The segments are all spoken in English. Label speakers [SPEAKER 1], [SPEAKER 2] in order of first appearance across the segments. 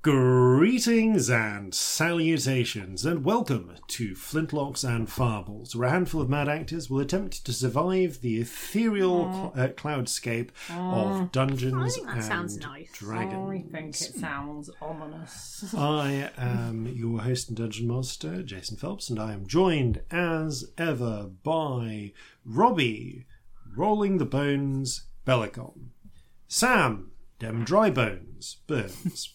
[SPEAKER 1] Greetings and salutations, and welcome to Flintlocks and Farbles, where a handful of mad actors will attempt to survive the ethereal cl- uh, cloudscape of
[SPEAKER 2] I
[SPEAKER 1] Dungeons
[SPEAKER 2] think that
[SPEAKER 1] and
[SPEAKER 2] sounds nice.
[SPEAKER 1] Dragons.
[SPEAKER 3] I think it sounds ominous.
[SPEAKER 1] I am your host and dungeon master, Jason Phelps, and I am joined as ever by Robbie, Rolling the Bones, Bellicon, Sam, Dem Dry Bones, Burns,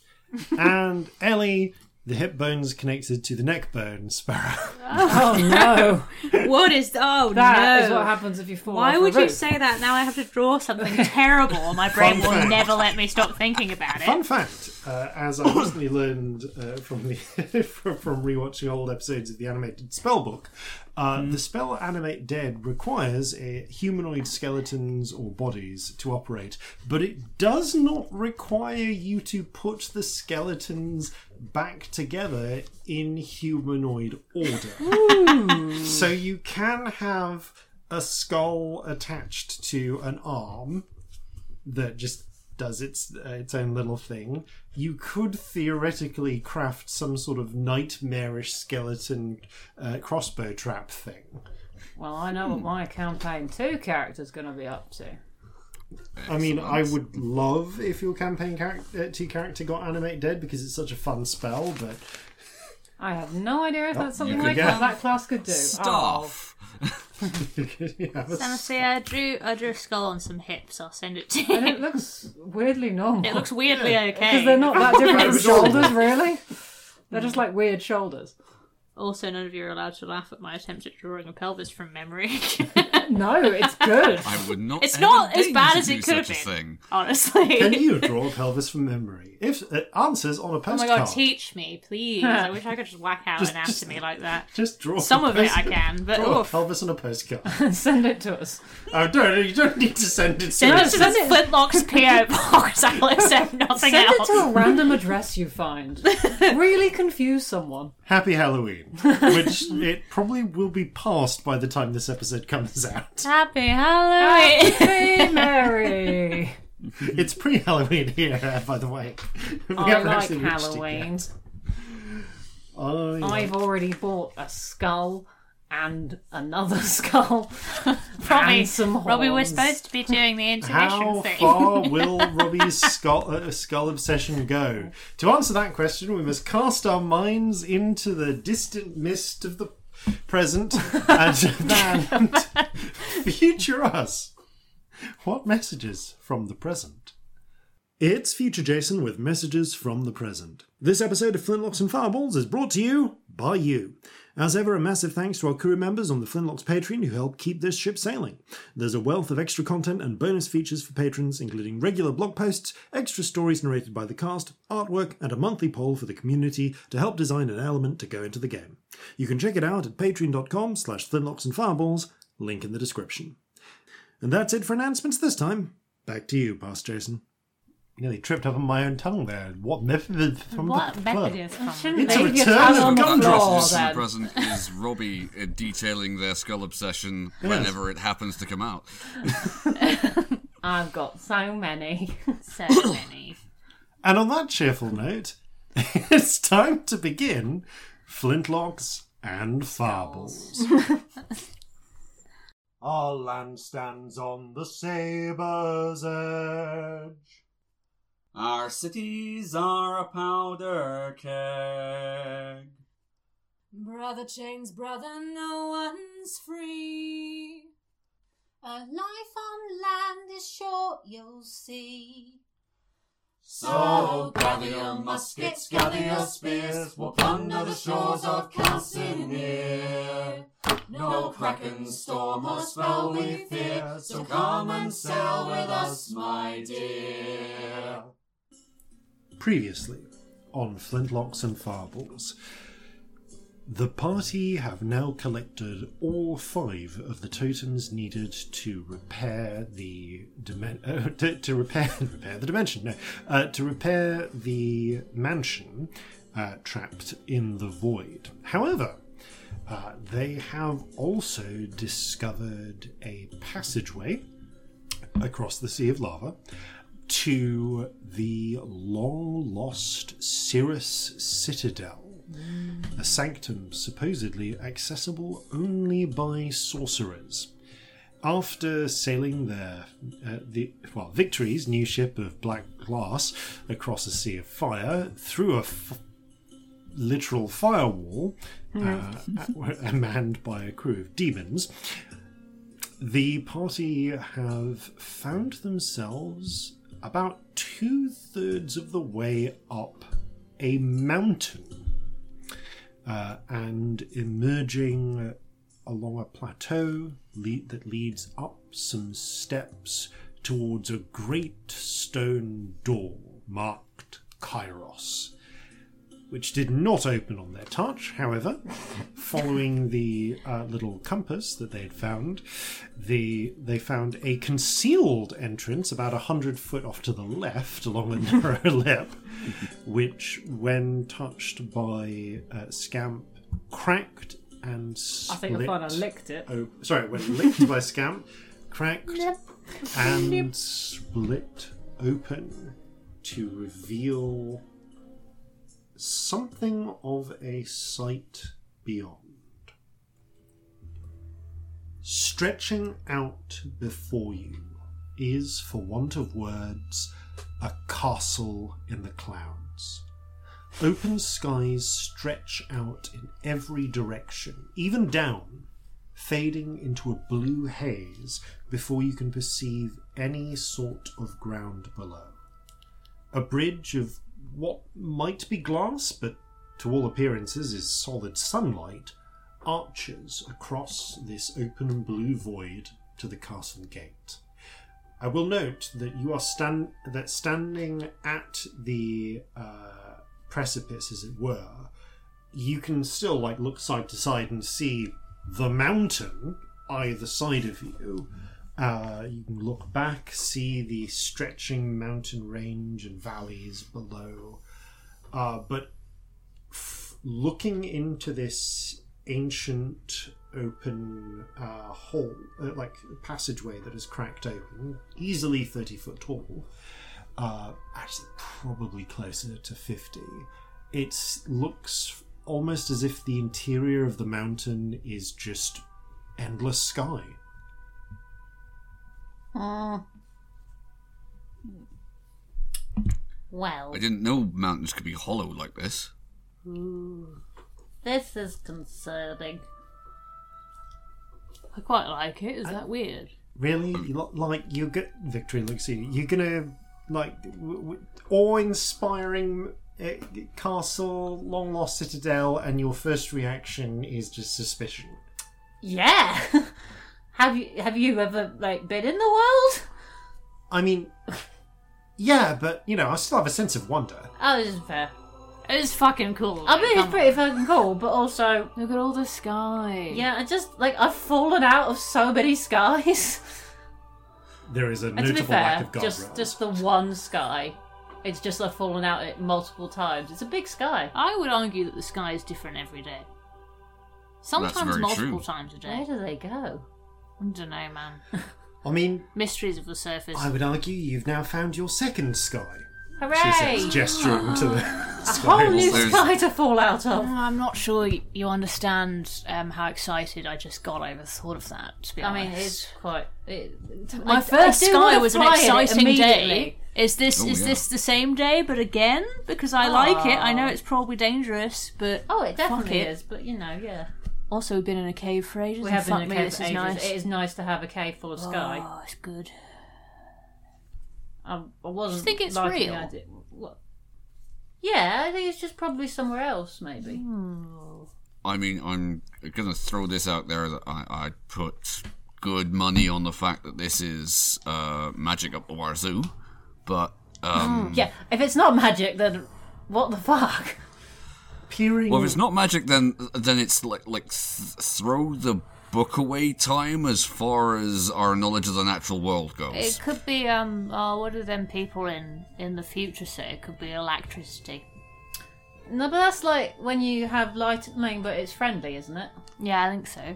[SPEAKER 1] and Ellie, the hip bones connected to the neck bone, Sparrow.
[SPEAKER 3] Oh no!
[SPEAKER 2] What is? Oh
[SPEAKER 3] That
[SPEAKER 2] no!
[SPEAKER 3] is what happens if you fall.
[SPEAKER 2] Why
[SPEAKER 3] off
[SPEAKER 2] would
[SPEAKER 3] a
[SPEAKER 2] you
[SPEAKER 3] roof.
[SPEAKER 2] say that? Now I have to draw something terrible. My brain will
[SPEAKER 1] fact.
[SPEAKER 2] never let me stop thinking about it.
[SPEAKER 1] Fun fact, uh, as I recently learned uh, from the from, from rewatching old episodes of the animated Spellbook, uh, the spell Animate Dead requires uh humanoid skeletons or bodies to operate, but it does not require you to put the skeletons back together in humanoid order. so you can have a skull attached to an arm that just does its uh, its own little thing. You could theoretically craft some sort of nightmarish skeleton uh, crossbow trap thing.
[SPEAKER 3] Well, I know what my campaign two character's going to be up to.
[SPEAKER 1] I mean, I would love if your campaign character uh, two character got animate dead because it's such a fun spell. But
[SPEAKER 3] I have no idea if that's something
[SPEAKER 1] could
[SPEAKER 3] like
[SPEAKER 1] get-
[SPEAKER 3] that that class could do.
[SPEAKER 4] Staff.
[SPEAKER 1] you could have a
[SPEAKER 2] Sam, see, I drew, I drew a skull on some hips. I'll send it to
[SPEAKER 3] Oh. And it
[SPEAKER 2] you.
[SPEAKER 3] looks weirdly normal.
[SPEAKER 2] It looks weirdly okay.
[SPEAKER 3] because they're not that different in
[SPEAKER 1] Yes.
[SPEAKER 3] shoulders, really. They're just like weird shoulders.
[SPEAKER 2] Also, none of you are allowed to laugh at my attempt at drawing a pelvis from memory.
[SPEAKER 3] No, it's good.
[SPEAKER 4] I would not.
[SPEAKER 2] It's not
[SPEAKER 4] ever
[SPEAKER 2] as
[SPEAKER 4] deign
[SPEAKER 2] bad
[SPEAKER 4] to
[SPEAKER 2] as
[SPEAKER 4] do
[SPEAKER 2] it could have
[SPEAKER 4] such a
[SPEAKER 2] been.
[SPEAKER 4] Thing.
[SPEAKER 2] Honestly.
[SPEAKER 1] Can you draw a pelvis from memory? If uh, answers on a
[SPEAKER 2] Oh my
[SPEAKER 1] postcard,
[SPEAKER 2] god, teach me, please. I wish I could just whack out
[SPEAKER 1] Just-
[SPEAKER 2] an anatomy like that.
[SPEAKER 1] just draw
[SPEAKER 2] Some
[SPEAKER 1] a
[SPEAKER 2] of it I
[SPEAKER 1] post-
[SPEAKER 2] can, but
[SPEAKER 1] Draw a
[SPEAKER 2] oof.
[SPEAKER 1] pelvis on a postcard.
[SPEAKER 3] Send it to us.
[SPEAKER 1] oh, don't you don't need to send it.
[SPEAKER 2] Send
[SPEAKER 1] to
[SPEAKER 2] it
[SPEAKER 1] us.
[SPEAKER 2] to
[SPEAKER 3] send
[SPEAKER 2] the
[SPEAKER 3] it-
[SPEAKER 2] Flintlocks PO box. I'll accept nothing
[SPEAKER 3] Send
[SPEAKER 2] else.
[SPEAKER 3] it to a random address you find. Really confuse someone.
[SPEAKER 1] Happy Halloween, which it probably will be past by the time this episode comes out.
[SPEAKER 2] Happy
[SPEAKER 3] Ah.
[SPEAKER 2] Halloween!
[SPEAKER 3] Happy Mary.
[SPEAKER 1] It's pre-Halloween here, by the way. We
[SPEAKER 3] I
[SPEAKER 1] haven't
[SPEAKER 3] like
[SPEAKER 1] actually reached it
[SPEAKER 3] Halloween.
[SPEAKER 1] yet. Oh, I-
[SPEAKER 3] I've already bought a skull and another skull.
[SPEAKER 2] Robbie,
[SPEAKER 3] And some
[SPEAKER 2] Robbie, we're
[SPEAKER 3] horns.
[SPEAKER 2] supposed to be doing the
[SPEAKER 1] How
[SPEAKER 2] intermission thing.
[SPEAKER 1] far will Robbie's skull, uh, skull obsession go? To answer that question, we must cast our minds into the distant mist of the present and, and future us. What messages from the present? It's Future Jason with messages from the present. This episode of Flintlocks and Fireballs is brought to you by you. As ever, a massive thanks to our crew members on the Flintlocks Patreon who help keep this ship sailing. There's a wealth of extra content and bonus features for patrons, including regular blog posts, extra stories narrated by the cast, artwork, and a monthly poll for the community to help design an element to go into the game. You can check it out at patreon.com slash flintlocks and fireballs, link in the description. And that's it for announcements this time. Back to you, Pastor Jason. Nearly tripped up on my own tongue there. What method from
[SPEAKER 2] what
[SPEAKER 1] the
[SPEAKER 2] method is
[SPEAKER 3] I
[SPEAKER 2] from?
[SPEAKER 3] shouldn't
[SPEAKER 1] It's a
[SPEAKER 3] leave your
[SPEAKER 1] return
[SPEAKER 3] tongue
[SPEAKER 1] of
[SPEAKER 3] on the
[SPEAKER 1] Gundress.
[SPEAKER 3] floor,
[SPEAKER 4] Messages from the
[SPEAKER 3] then.
[SPEAKER 4] present is Robbie uh, detailing their skull obsession
[SPEAKER 1] Yes.
[SPEAKER 4] whenever it happens to come out.
[SPEAKER 3] I've got so many.
[SPEAKER 2] So many.
[SPEAKER 1] And on that cheerful note, it's time to begin Flintlocks and Farbles. Our land stands on the sabre's edge.
[SPEAKER 4] Our cities are a powder keg.
[SPEAKER 5] Brother chains, brother, no one's free. A life on land is short, you'll see. So gather your muskets, gather your spears, we'll plunder the shores of Calcinear. No kraken, storm, or spell we fear, so come and sail with us, my dear.
[SPEAKER 1] Previously on Flintlocks and Farbles, the party have now collected all five of the totems needed to repair the dimen- uh, to, to repair repair the dimension. No, uh, to repair the mansion uh, trapped in the void. However, uh, they have also discovered a passageway across the sea of lava to the long lost Cirrus Citadel, a sanctum supposedly accessible only by sorcerers. After sailing their uh, the well Victory's new ship of black glass across a sea of fire through a f- literal firewall, uh, a- manned by a crew of demons, the party have found themselves about two thirds of the way up a mountain uh, and emerging along a plateau lead, that leads up some steps towards a great stone door marked Kairos which did not open on their touch. However, following the uh, little compass that they had found, the they found a concealed entrance about a hundred foot off to the left along a narrow lip, which, when touched by uh, Scamp, cracked and
[SPEAKER 3] I
[SPEAKER 1] split.
[SPEAKER 3] think I finally licked it.
[SPEAKER 1] Oh, sorry, when licked by Scamp, cracked and split open to reveal something of a sight beyond. Stretching out before you is, for want of words, a castle in the clouds. Open skies stretch out in every direction, even down, fading into a blue haze before you can perceive any sort of ground below. A bridge of what might be glass, but to all appearances is solid sunlight, arches across this open and blue void to the castle gate. I will note that you are stand that standing at the uh, precipice, as it were, you can still like look side to side and see the mountain either side of you. Uh, you can look back, see the stretching mountain range and valleys below. Uh, but f- looking into this ancient open uh, hole, uh, like passageway that is cracked open, easily 30 foot tall, uh, actually probably closer to 50, it looks almost as if the interior of the mountain is just endless sky.
[SPEAKER 3] Mm. Well,
[SPEAKER 4] I didn't know mountains could be hollow like this.
[SPEAKER 3] this is concerning.
[SPEAKER 2] I quite like it. Is that weird?
[SPEAKER 1] Really? You lo- like you get victory looks at you. You're gonna like w- w- awe-inspiring uh, castle, long lost citadel, and your first reaction is just suspicion.
[SPEAKER 3] Yeah. have you have you ever like been in the world?
[SPEAKER 1] I mean, yeah, but you know, I still have a sense of wonder.
[SPEAKER 3] Oh, this is fair.
[SPEAKER 2] It's fucking cool.
[SPEAKER 3] I
[SPEAKER 2] like,
[SPEAKER 3] mean, it's
[SPEAKER 2] come
[SPEAKER 3] pretty fucking cool, but also,
[SPEAKER 2] on. Look at all the sky.
[SPEAKER 3] yeah, I just like I've fallen out of so many skies.
[SPEAKER 1] There is a
[SPEAKER 3] and to be
[SPEAKER 1] notable lack
[SPEAKER 3] fair,
[SPEAKER 1] of guardrails.
[SPEAKER 3] just just the one sky. It's just I've fallen out it multiple times. It's a big sky.
[SPEAKER 2] I would argue that the sky is different every day. Sometimes
[SPEAKER 4] very
[SPEAKER 2] multiple
[SPEAKER 4] true.
[SPEAKER 2] times a
[SPEAKER 3] Where
[SPEAKER 2] day.
[SPEAKER 3] do they go?
[SPEAKER 2] I don't know, man.
[SPEAKER 1] I mean,
[SPEAKER 2] Mysteries of the surface.
[SPEAKER 1] I would argue you've now found your second sky.
[SPEAKER 3] Hooray!
[SPEAKER 1] She says, gesturing to the
[SPEAKER 3] a whole new
[SPEAKER 1] sky.
[SPEAKER 4] There's-
[SPEAKER 3] sky to fall out
[SPEAKER 2] Mm,
[SPEAKER 3] of.
[SPEAKER 2] I'm not sure y- you understand um, how excited I just got over the thought of that. To be
[SPEAKER 3] I mean, it's
[SPEAKER 2] honest,
[SPEAKER 3] quite. It,
[SPEAKER 2] my
[SPEAKER 3] I- I
[SPEAKER 2] first
[SPEAKER 3] do
[SPEAKER 2] sky
[SPEAKER 3] wanna
[SPEAKER 2] was an
[SPEAKER 3] fly in it
[SPEAKER 2] exciting day.
[SPEAKER 3] immediately.
[SPEAKER 2] Is this
[SPEAKER 4] Oh,
[SPEAKER 2] is
[SPEAKER 4] yeah.
[SPEAKER 2] this the same day, but again? Because I like it. I know
[SPEAKER 3] Aw.
[SPEAKER 2] it's probably dangerous, but
[SPEAKER 3] Oh, it definitely
[SPEAKER 2] it.
[SPEAKER 3] is, but you know, yeah.
[SPEAKER 2] also we've been in a cave for ages.
[SPEAKER 3] We
[SPEAKER 2] and
[SPEAKER 3] have been
[SPEAKER 2] fuck
[SPEAKER 3] in a
[SPEAKER 2] me,
[SPEAKER 3] cave
[SPEAKER 2] this
[SPEAKER 3] for
[SPEAKER 2] is
[SPEAKER 3] ages.
[SPEAKER 2] nice.
[SPEAKER 3] It is nice to have a cave full of sky.
[SPEAKER 2] Oh, it's good.
[SPEAKER 3] I, I wasn't.
[SPEAKER 2] Do you think it's
[SPEAKER 3] liking the
[SPEAKER 2] real?
[SPEAKER 3] idea- What? Yeah, I think it's just probably somewhere else, maybe.
[SPEAKER 4] I mean, I'm gonna throw this out there that I, I put good money on the fact that this is uh, magic up the wazoo, but um,
[SPEAKER 3] Yeah, if it's not magic, then what the fuck?
[SPEAKER 1] Peering
[SPEAKER 4] well, if it's not magic, then then it's like like th- throw the book away time as far as our knowledge of the natural world goes.
[SPEAKER 2] It could be um. Oh, what do them people in in the future say? It could be electricity.
[SPEAKER 3] No, but that's like when you have light at the main, but it's friendly, isn't it?
[SPEAKER 2] Yeah, I think so.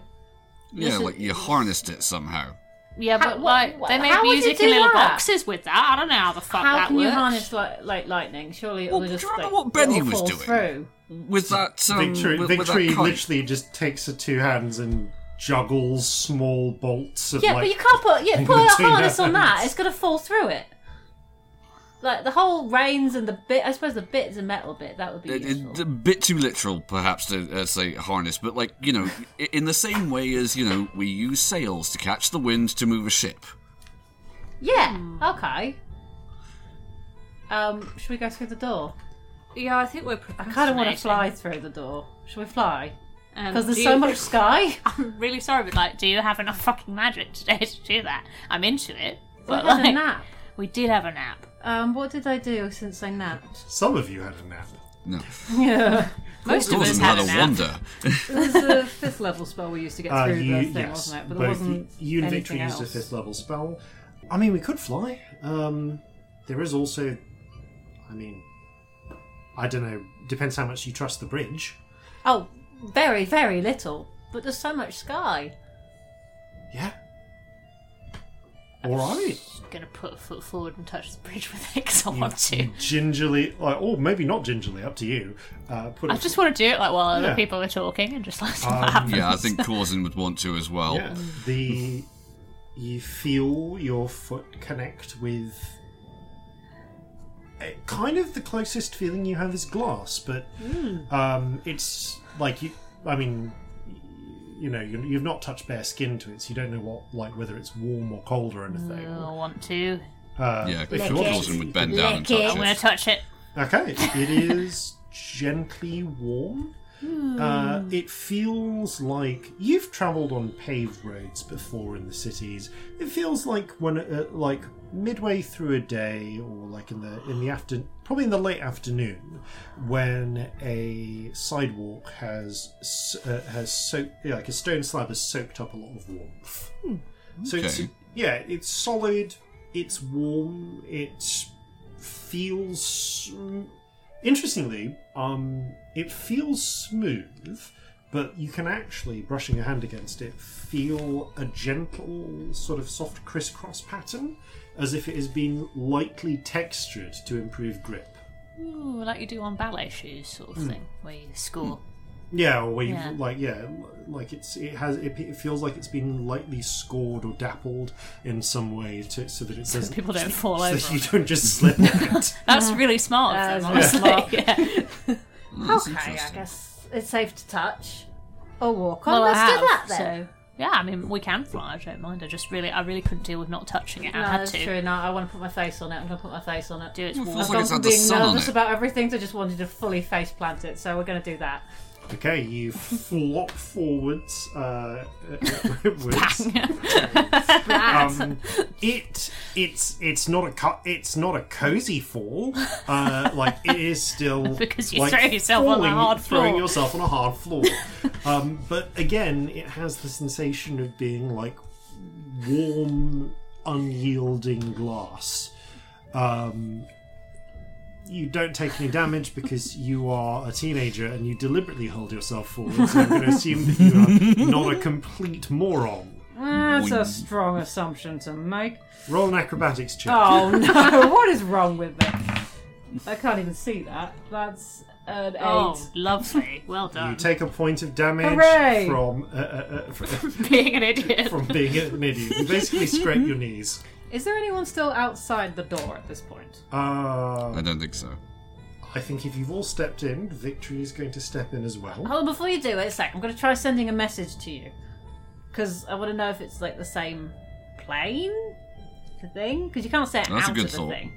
[SPEAKER 4] yeah, like you harnessed it somehow.
[SPEAKER 2] Yeah,
[SPEAKER 3] How-
[SPEAKER 2] but
[SPEAKER 3] wha-
[SPEAKER 2] like
[SPEAKER 3] wha-
[SPEAKER 2] they make
[SPEAKER 3] how would you
[SPEAKER 2] music
[SPEAKER 3] do
[SPEAKER 2] in little
[SPEAKER 3] that?
[SPEAKER 2] boxes with that. I don't know how the fuck
[SPEAKER 3] How
[SPEAKER 2] that
[SPEAKER 3] can
[SPEAKER 2] works.
[SPEAKER 3] you harness like, like lightning? Surely it
[SPEAKER 4] Well,
[SPEAKER 3] will just
[SPEAKER 4] do you remember
[SPEAKER 3] like,
[SPEAKER 4] what Benny
[SPEAKER 3] it'll
[SPEAKER 4] was
[SPEAKER 3] fall
[SPEAKER 4] doing?
[SPEAKER 3] Through.
[SPEAKER 4] With that, um,
[SPEAKER 1] Victory,
[SPEAKER 4] with, with that
[SPEAKER 1] Victory
[SPEAKER 4] kite.
[SPEAKER 1] literally just takes her two hands and juggles small bolts of
[SPEAKER 3] Yeah,
[SPEAKER 1] like.
[SPEAKER 3] but you can't put yeah put a
[SPEAKER 1] between
[SPEAKER 3] harness on that.
[SPEAKER 1] hands.
[SPEAKER 3] It's gonna fall through it. Like the whole reins and the bit. I suppose the bit's a metal bit. That would be
[SPEAKER 4] It-
[SPEAKER 3] useful.
[SPEAKER 4] it- a bit too literal, perhaps, to uh, say harness, but like, you know, i- in the same way as, you know, we use sails to catch the wind to move a ship.
[SPEAKER 3] yeah. Okay. Um, should we go through the door?
[SPEAKER 2] Yeah, I think we're.
[SPEAKER 3] I kind of want to fly through the door. Should we fly? Because
[SPEAKER 2] because
[SPEAKER 3] there's so much sky.
[SPEAKER 2] Um, I'm really sorry, but like, do you have enough fucking magic today to do that? I'm into it, but
[SPEAKER 3] we had
[SPEAKER 2] like,
[SPEAKER 3] a nap.
[SPEAKER 2] we did have a nap.
[SPEAKER 3] Um, what did I do since I napped?
[SPEAKER 1] Some of you had a nap.
[SPEAKER 4] No.
[SPEAKER 3] Yeah,
[SPEAKER 2] Most of
[SPEAKER 4] Cause
[SPEAKER 2] us had
[SPEAKER 4] another
[SPEAKER 2] a nap.
[SPEAKER 4] wonder.
[SPEAKER 3] it was a fifth level spell we used to get
[SPEAKER 1] Uh,
[SPEAKER 3] through
[SPEAKER 1] you,
[SPEAKER 3] the thing,
[SPEAKER 1] yes,
[SPEAKER 3] wasn't it? But
[SPEAKER 1] both
[SPEAKER 3] there wasn't
[SPEAKER 1] you and
[SPEAKER 3] anything
[SPEAKER 1] Victory
[SPEAKER 3] else.
[SPEAKER 1] used a fifth level spell. I mean, we could fly. Um, there is also, I mean, I don't know. Depends how much you trust the bridge.
[SPEAKER 3] Oh, very, very little. But there's so much sky.
[SPEAKER 1] Yeah. All right.
[SPEAKER 2] Just gonna put a foot forward and touch the bridge with it because I
[SPEAKER 1] You-
[SPEAKER 2] want to.
[SPEAKER 1] you gingerly, like, or maybe not gingerly, up to you. Uh, put
[SPEAKER 2] I
[SPEAKER 1] it-
[SPEAKER 2] just want to do it like while other
[SPEAKER 1] Yeah.
[SPEAKER 2] people are talking and just like see
[SPEAKER 1] Um,
[SPEAKER 2] what happens.
[SPEAKER 4] Yeah, I think Corzin would want to as well.
[SPEAKER 1] Yeah. The you feel your foot connect with eh, kind of the closest feeling you have is glass, but
[SPEAKER 2] Hmm.
[SPEAKER 1] um, it's like you. I mean, you know, you, you've not touched bare skin to it, so you don't know what like whether it's warm or cold or anything.
[SPEAKER 2] I want to.
[SPEAKER 1] Uh,
[SPEAKER 4] Yeah,
[SPEAKER 1] if you want to-
[SPEAKER 4] Corzin would bend down and
[SPEAKER 5] Lick
[SPEAKER 2] I'm
[SPEAKER 4] touch
[SPEAKER 2] gonna
[SPEAKER 4] it.
[SPEAKER 2] touch it.
[SPEAKER 1] Okay, it is gently warm. Uh, it feels like you've travelled on paved roads before in the cities. It feels like when, uh, like midway through a day, or like in the in the after, probably in the late afternoon, when a sidewalk has s- uh, has soaked, yeah, like a stone slab has soaked up a lot of warmth. So it's
[SPEAKER 4] Okay.
[SPEAKER 1] yeah, it's solid. It's warm. It feels mm, interestingly. Um, it feels smooth, but you can actually brushing your hand against it feel a gentle sort of soft crisscross pattern, as if it has been lightly textured to improve grip.
[SPEAKER 2] Ooh, like you do on ballet shoes, sort of thing, where you score.
[SPEAKER 1] Yeah, or where you
[SPEAKER 2] Yeah.
[SPEAKER 1] like yeah, like it's it has it, it feels like it's been lightly scored or dappled in some way to so that it
[SPEAKER 2] So
[SPEAKER 1] doesn't
[SPEAKER 2] people don't fall
[SPEAKER 1] so
[SPEAKER 2] over.
[SPEAKER 1] that you don't just slip on it.
[SPEAKER 2] That's really smart
[SPEAKER 3] Uh,
[SPEAKER 2] of them,
[SPEAKER 3] that's
[SPEAKER 2] honestly.
[SPEAKER 3] smart.
[SPEAKER 2] Yeah.
[SPEAKER 4] That's
[SPEAKER 3] okay, I
[SPEAKER 4] interesting.
[SPEAKER 3] guess it's safe to touch or walk on.
[SPEAKER 2] Well,
[SPEAKER 3] Oh,
[SPEAKER 2] I
[SPEAKER 3] Let's
[SPEAKER 2] have,
[SPEAKER 3] do that then.
[SPEAKER 2] So, yeah, I mean, we can fly. I don't mind. I just really, I really couldn't deal with not touching it. I
[SPEAKER 3] no,
[SPEAKER 2] had
[SPEAKER 3] that's
[SPEAKER 2] to
[SPEAKER 3] true. No, I want to put my face on it. I'm going to put my face on it.
[SPEAKER 2] do its
[SPEAKER 4] Well,
[SPEAKER 2] warm.
[SPEAKER 4] feels
[SPEAKER 3] I've gone
[SPEAKER 4] like it's
[SPEAKER 3] from
[SPEAKER 4] had the
[SPEAKER 3] being
[SPEAKER 4] sun on
[SPEAKER 3] nervous
[SPEAKER 4] it.
[SPEAKER 3] about everything to just wanting to fully face plant it. So we're going to do that.
[SPEAKER 1] Okay, you flop forwards. Uh, outwards. um, it it's it's not a co- it's not a cozy fall. Uh, like it is still
[SPEAKER 2] Because you
[SPEAKER 1] like,
[SPEAKER 2] throw yourself on the
[SPEAKER 1] falling-
[SPEAKER 2] hard
[SPEAKER 1] Throwing
[SPEAKER 2] floor.
[SPEAKER 1] yourself on a hard floor. um, but again, it has the sensation of being like warm, unyielding glass. Um, you don't take any damage because you are a teenager and you deliberately hold yourself forward. So I'm going to assume that you are not a complete moron.
[SPEAKER 3] That's
[SPEAKER 4] Boing.
[SPEAKER 3] a strong assumption to make.
[SPEAKER 1] Roll an acrobatics check.
[SPEAKER 3] Oh no! what is wrong with me? I can't even see that. That's an eight.
[SPEAKER 2] Oh, lovely. Well
[SPEAKER 1] You
[SPEAKER 2] done.
[SPEAKER 1] take a point of damage
[SPEAKER 3] Hooray!
[SPEAKER 1] from uh, uh, uh, fr-
[SPEAKER 2] Being an idiot.
[SPEAKER 1] from being an idiot. You basically scrape your knees.
[SPEAKER 3] Is there anyone still outside the door at this point?
[SPEAKER 1] Uh,
[SPEAKER 4] I don't think so.
[SPEAKER 1] I think if you've all stepped in, Victory is going to step in as well.
[SPEAKER 3] Hold on, before you do it, a sec. I'm going to try sending a message to you because I want to know if it's like the same plane, the thing. Because you can't say it
[SPEAKER 4] That's a
[SPEAKER 3] out
[SPEAKER 4] good
[SPEAKER 3] of the
[SPEAKER 4] thought.
[SPEAKER 3] thing.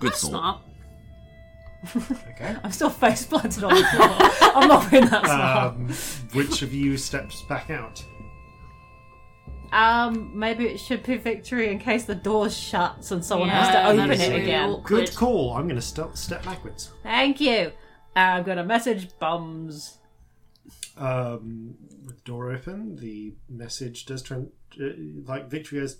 [SPEAKER 4] Good thought.
[SPEAKER 2] Smart.
[SPEAKER 1] Okay.
[SPEAKER 3] I'm still face planted on the floor. I'm not being that smart.
[SPEAKER 1] Um, which of you steps back out?
[SPEAKER 3] Um, maybe it should be victory in case the door shuts and someone has
[SPEAKER 2] Yeah,
[SPEAKER 3] to open
[SPEAKER 2] that's
[SPEAKER 3] it
[SPEAKER 2] really
[SPEAKER 3] again.
[SPEAKER 2] awkward.
[SPEAKER 1] Good call. I'm going to st- step backwards.
[SPEAKER 3] Thank you. Uh, I'm gonna message bums.
[SPEAKER 1] Um, with the door open, the message does turn uh, like Victory goes,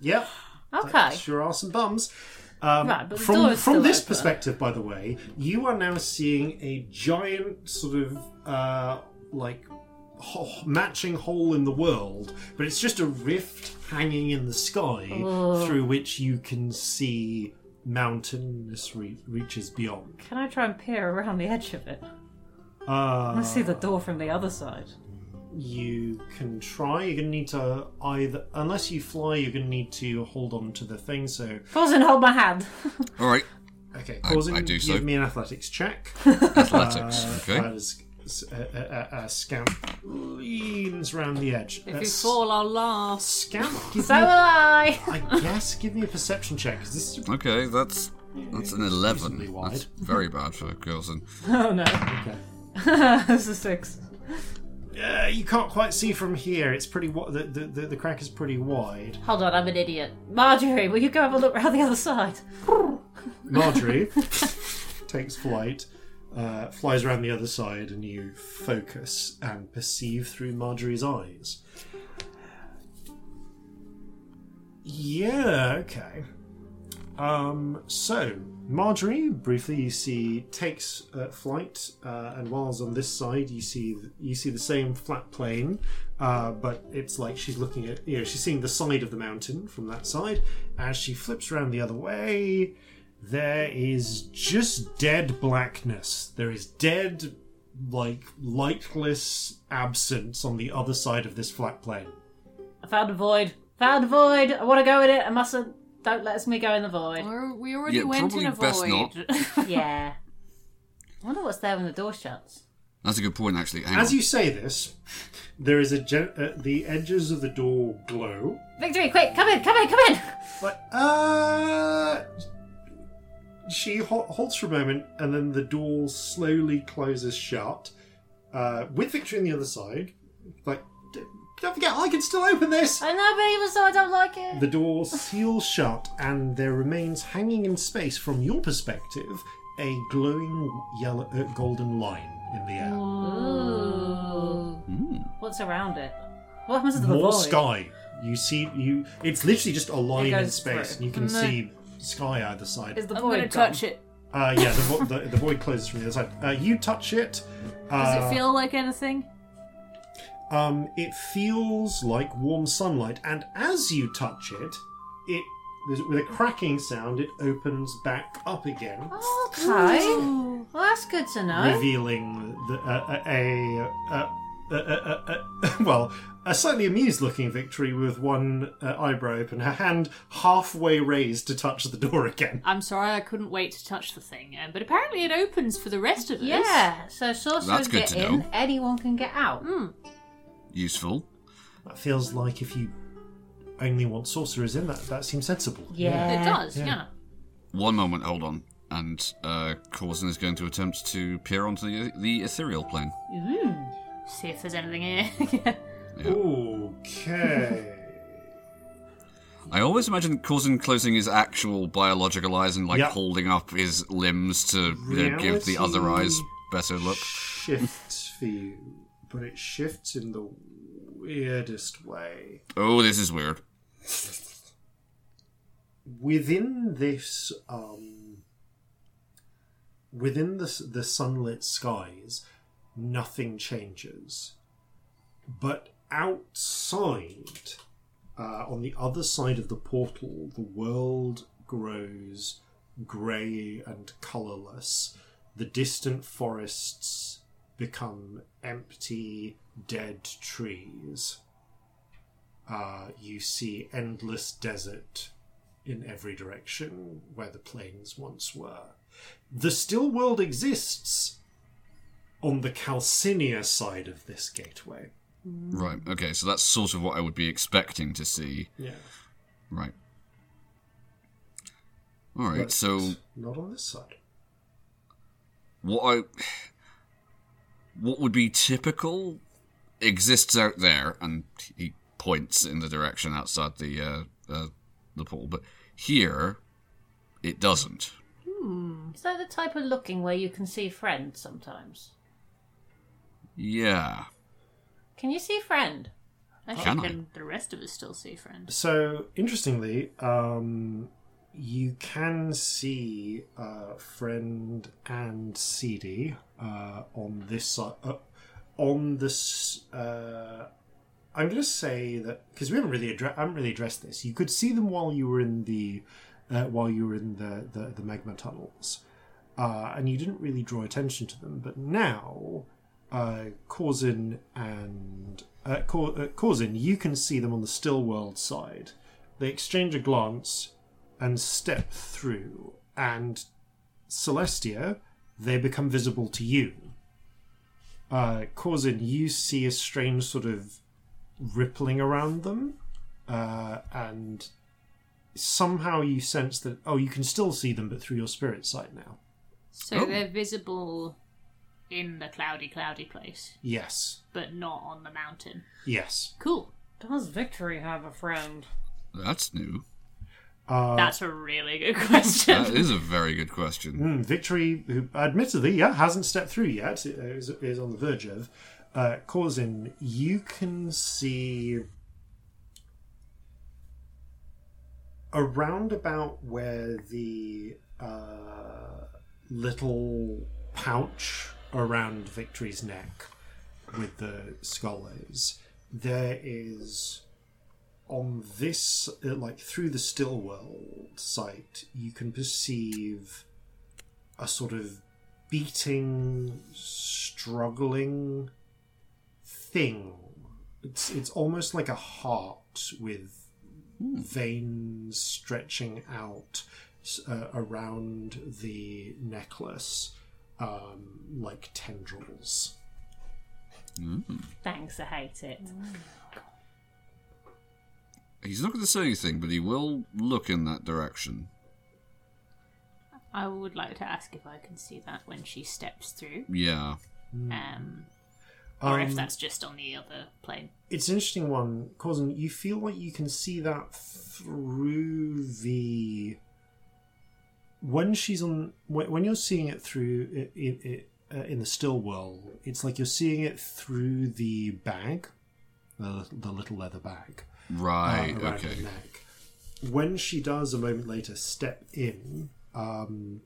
[SPEAKER 1] "Yep,
[SPEAKER 3] Okay.
[SPEAKER 1] sure are some bums." Um,
[SPEAKER 3] Right, but the
[SPEAKER 1] from
[SPEAKER 3] door is
[SPEAKER 1] from
[SPEAKER 3] still
[SPEAKER 1] this
[SPEAKER 3] open.
[SPEAKER 1] perspective, by the way, you are now seeing a giant sort of uh, like ho- matching hole in the world, but it's just a rift hanging in the sky through which you can see mountainous re- reaches beyond.
[SPEAKER 3] Can I try and peer around the edge of it?
[SPEAKER 1] Uh,
[SPEAKER 3] I want to see the door from the other side.
[SPEAKER 1] You can try. You're going to need to either, unless you fly, you're going to need to hold on to the thing. So,
[SPEAKER 3] Pause and hold my hand.
[SPEAKER 4] All right,
[SPEAKER 1] okay,
[SPEAKER 4] I-
[SPEAKER 1] causing.
[SPEAKER 4] I do so.
[SPEAKER 1] Give me an athletics check.
[SPEAKER 4] athletics. okay.
[SPEAKER 1] That is, uh, uh, uh, uh, Scamp leans round the edge.
[SPEAKER 6] If
[SPEAKER 1] Uh,
[SPEAKER 6] you
[SPEAKER 1] S-
[SPEAKER 6] fall, I'll laugh.
[SPEAKER 1] Scamp, give
[SPEAKER 3] So will I.
[SPEAKER 1] me, I guess, give me a perception check. 'cause this is
[SPEAKER 4] Okay, that's that's an
[SPEAKER 1] Reasonably
[SPEAKER 4] eleven.
[SPEAKER 1] wide.
[SPEAKER 4] That's very bad for Coulson.
[SPEAKER 3] Oh no.
[SPEAKER 1] okay.
[SPEAKER 3] That's a six.
[SPEAKER 1] Uh, you can't quite see from here. It's pretty wa- the, the the the crack is pretty wide.
[SPEAKER 3] Hold on, I'm an idiot. Marjorie, will you go have a look round the other side?
[SPEAKER 1] Marjorie takes flight, uh, flies around the other side, and you focus and perceive through Marjorie's eyes. Yeah, okay. Um, so, Marjorie, briefly, you see, takes uh, flight, uh, and while it's on this side, you see you see the same flat plane, uh, but it's like she's looking at, you know, she's seeing the side of the mountain from that side. As she flips around the other way, there is just dead blackness. There is dead, like, lightless absence on the other side of this flat plane.
[SPEAKER 3] I found a void. Found a void. I want to go in it. I mustn't. Don't let me go in the void.
[SPEAKER 6] Or we already
[SPEAKER 4] Yeah,
[SPEAKER 6] went in a
[SPEAKER 4] probably best
[SPEAKER 6] void.
[SPEAKER 3] yeah. I wonder what's there when the door shuts.
[SPEAKER 4] That's a good point, actually. Hang
[SPEAKER 1] As
[SPEAKER 4] on.
[SPEAKER 1] you say this, there is a gen- uh, the edges of the door glow.
[SPEAKER 3] Victory, quick, come in, come in, come in!
[SPEAKER 1] But uh, she ho- holds for a moment, and then the door slowly closes shut. Uh, with Victory on the other side, like, "D- don't forget, I can still open this.
[SPEAKER 3] I know, but even so, I don't like it.
[SPEAKER 1] The door seals shut, and there remains hanging in space, from your perspective, a glowing yellow, uh, golden line in the air.
[SPEAKER 3] Ooh. What's around it? What happens to the
[SPEAKER 1] More
[SPEAKER 3] void?
[SPEAKER 1] sky. You see, you. It's literally just a line in
[SPEAKER 3] goes
[SPEAKER 1] space, and
[SPEAKER 3] through.
[SPEAKER 1] you can
[SPEAKER 6] No.
[SPEAKER 1] see sky either
[SPEAKER 3] Is
[SPEAKER 1] side.
[SPEAKER 3] the
[SPEAKER 6] I'm
[SPEAKER 3] void
[SPEAKER 6] going to touch it.
[SPEAKER 1] Uh, yeah, the, vo- the, the void closes from the other side. Uh, you touch it. Uh,
[SPEAKER 6] Does it feel like anything?
[SPEAKER 1] Um, it feels like warm sunlight, and as you touch it, it there's- with a cracking sound, it opens back up again.
[SPEAKER 6] Oh,
[SPEAKER 3] Okay. Well, that's good to know.
[SPEAKER 1] revealing the, uh, a, a, a, a, a, a, a well a slightly amused looking victory with one uh, eyebrow open her hand halfway raised to touch the door again
[SPEAKER 2] I'm sorry, I couldn't wait to touch the thing, um, but apparently it opens for the rest of us.
[SPEAKER 3] yeah, so sorcerers
[SPEAKER 4] That's good
[SPEAKER 3] get
[SPEAKER 4] to
[SPEAKER 3] in,
[SPEAKER 4] know.
[SPEAKER 3] anyone can get out.
[SPEAKER 2] Hmm,
[SPEAKER 4] Useful.
[SPEAKER 1] that feels like if you only want sorcerers in that that seems sensible
[SPEAKER 3] Yeah.
[SPEAKER 2] It does,
[SPEAKER 1] Yeah.
[SPEAKER 2] yeah.
[SPEAKER 4] One moment, hold on. And uh, Coulson is going to attempt to peer onto the, the ethereal plane.
[SPEAKER 3] Hmm.
[SPEAKER 2] See if there's anything here.
[SPEAKER 4] Yeah.
[SPEAKER 1] okay
[SPEAKER 4] I always imagine Coulson closing his actual biological eyes and like
[SPEAKER 1] Yep.
[SPEAKER 4] holding up his limbs to you know, give the other eyes
[SPEAKER 1] Reality
[SPEAKER 4] better look.
[SPEAKER 1] shifts for you but it shifts in the weirdest way
[SPEAKER 4] Oh, this is weird.
[SPEAKER 1] within this um within the s- the sunlit skies nothing changes but outside uh, on the other side of the portal the world grows grey and colourless the distant forests become empty dead trees uh, you see endless desert in every direction where the plains once were. The still world exists on the Calcinia side of this gateway.
[SPEAKER 4] Right. Okay. So that's sort of what I would be expecting to see.
[SPEAKER 1] Yeah.
[SPEAKER 4] Right. All right.
[SPEAKER 1] but
[SPEAKER 4] So
[SPEAKER 1] not on this side.
[SPEAKER 4] what I what would be typical exists out there, and he points in the direction outside the uh, uh, the pool. But here, it doesn't.
[SPEAKER 1] Hmm.
[SPEAKER 3] Is that the type of looking where you can see friend sometimes?
[SPEAKER 4] Yeah.
[SPEAKER 3] Can you see friend?
[SPEAKER 2] Actually,
[SPEAKER 4] Can I?
[SPEAKER 2] can the rest of us still see friends?
[SPEAKER 1] So interestingly, um, you can see uh, friend and CD uh, on this side. Uh, on this. Uh, I'm going to say that because we haven't really addressed, haven't really addressed this. You could see them while you were in the uh, while you were in the the, the magma tunnels, uh, and you didn't really draw attention to them. But now, uh, Corzin and uh, Cor- uh, Corzin, you can see them on the still world side. They exchange a glance and step through, and Celestia, they become visible to you. Uh, Corzin, you see a strange sort of rippling around them, uh, and somehow you sense that, oh, you can still see them, but through your spirit sight now.
[SPEAKER 2] So
[SPEAKER 4] Oh.
[SPEAKER 2] they're visible in the cloudy, cloudy place,
[SPEAKER 1] Yes,
[SPEAKER 2] but not on the mountain.
[SPEAKER 1] yes.
[SPEAKER 2] Cool.
[SPEAKER 3] Does Victory have a friend?
[SPEAKER 4] That's new.
[SPEAKER 1] Uh,
[SPEAKER 2] That's a really good
[SPEAKER 4] That
[SPEAKER 2] question.
[SPEAKER 4] is a very good question.
[SPEAKER 1] Mm, Victory, who admittedly yeah, hasn't stepped through yet, uh, is, is on the verge of, uh, causing you can see around about where the uh, little pouch around Victory's neck with the skull is, there is on this, uh, like through the still world site, you can perceive a sort of beating, struggling thing. It's it's almost like a heart with
[SPEAKER 2] Hmm.
[SPEAKER 1] veins stretching out s- uh, around the necklace, um, like tendrils.
[SPEAKER 4] Hmm.
[SPEAKER 3] Thanks, I hate it.
[SPEAKER 4] He's not going to say anything, but he will look in that direction.
[SPEAKER 2] I would like to ask if I can see that when she steps through,
[SPEAKER 4] Yeah.
[SPEAKER 2] um, or if
[SPEAKER 1] Um,
[SPEAKER 2] that's just on the other plane.
[SPEAKER 1] it's an interesting one, Causin. You feel like you can see that through the when she's on when when you're seeing it through it, it, it, uh, in the still world. It's like you're seeing it through the bag, the, the little leather bag
[SPEAKER 4] Right.
[SPEAKER 1] uh, around
[SPEAKER 4] okay.
[SPEAKER 1] her neck. When she does a moment later step in, um,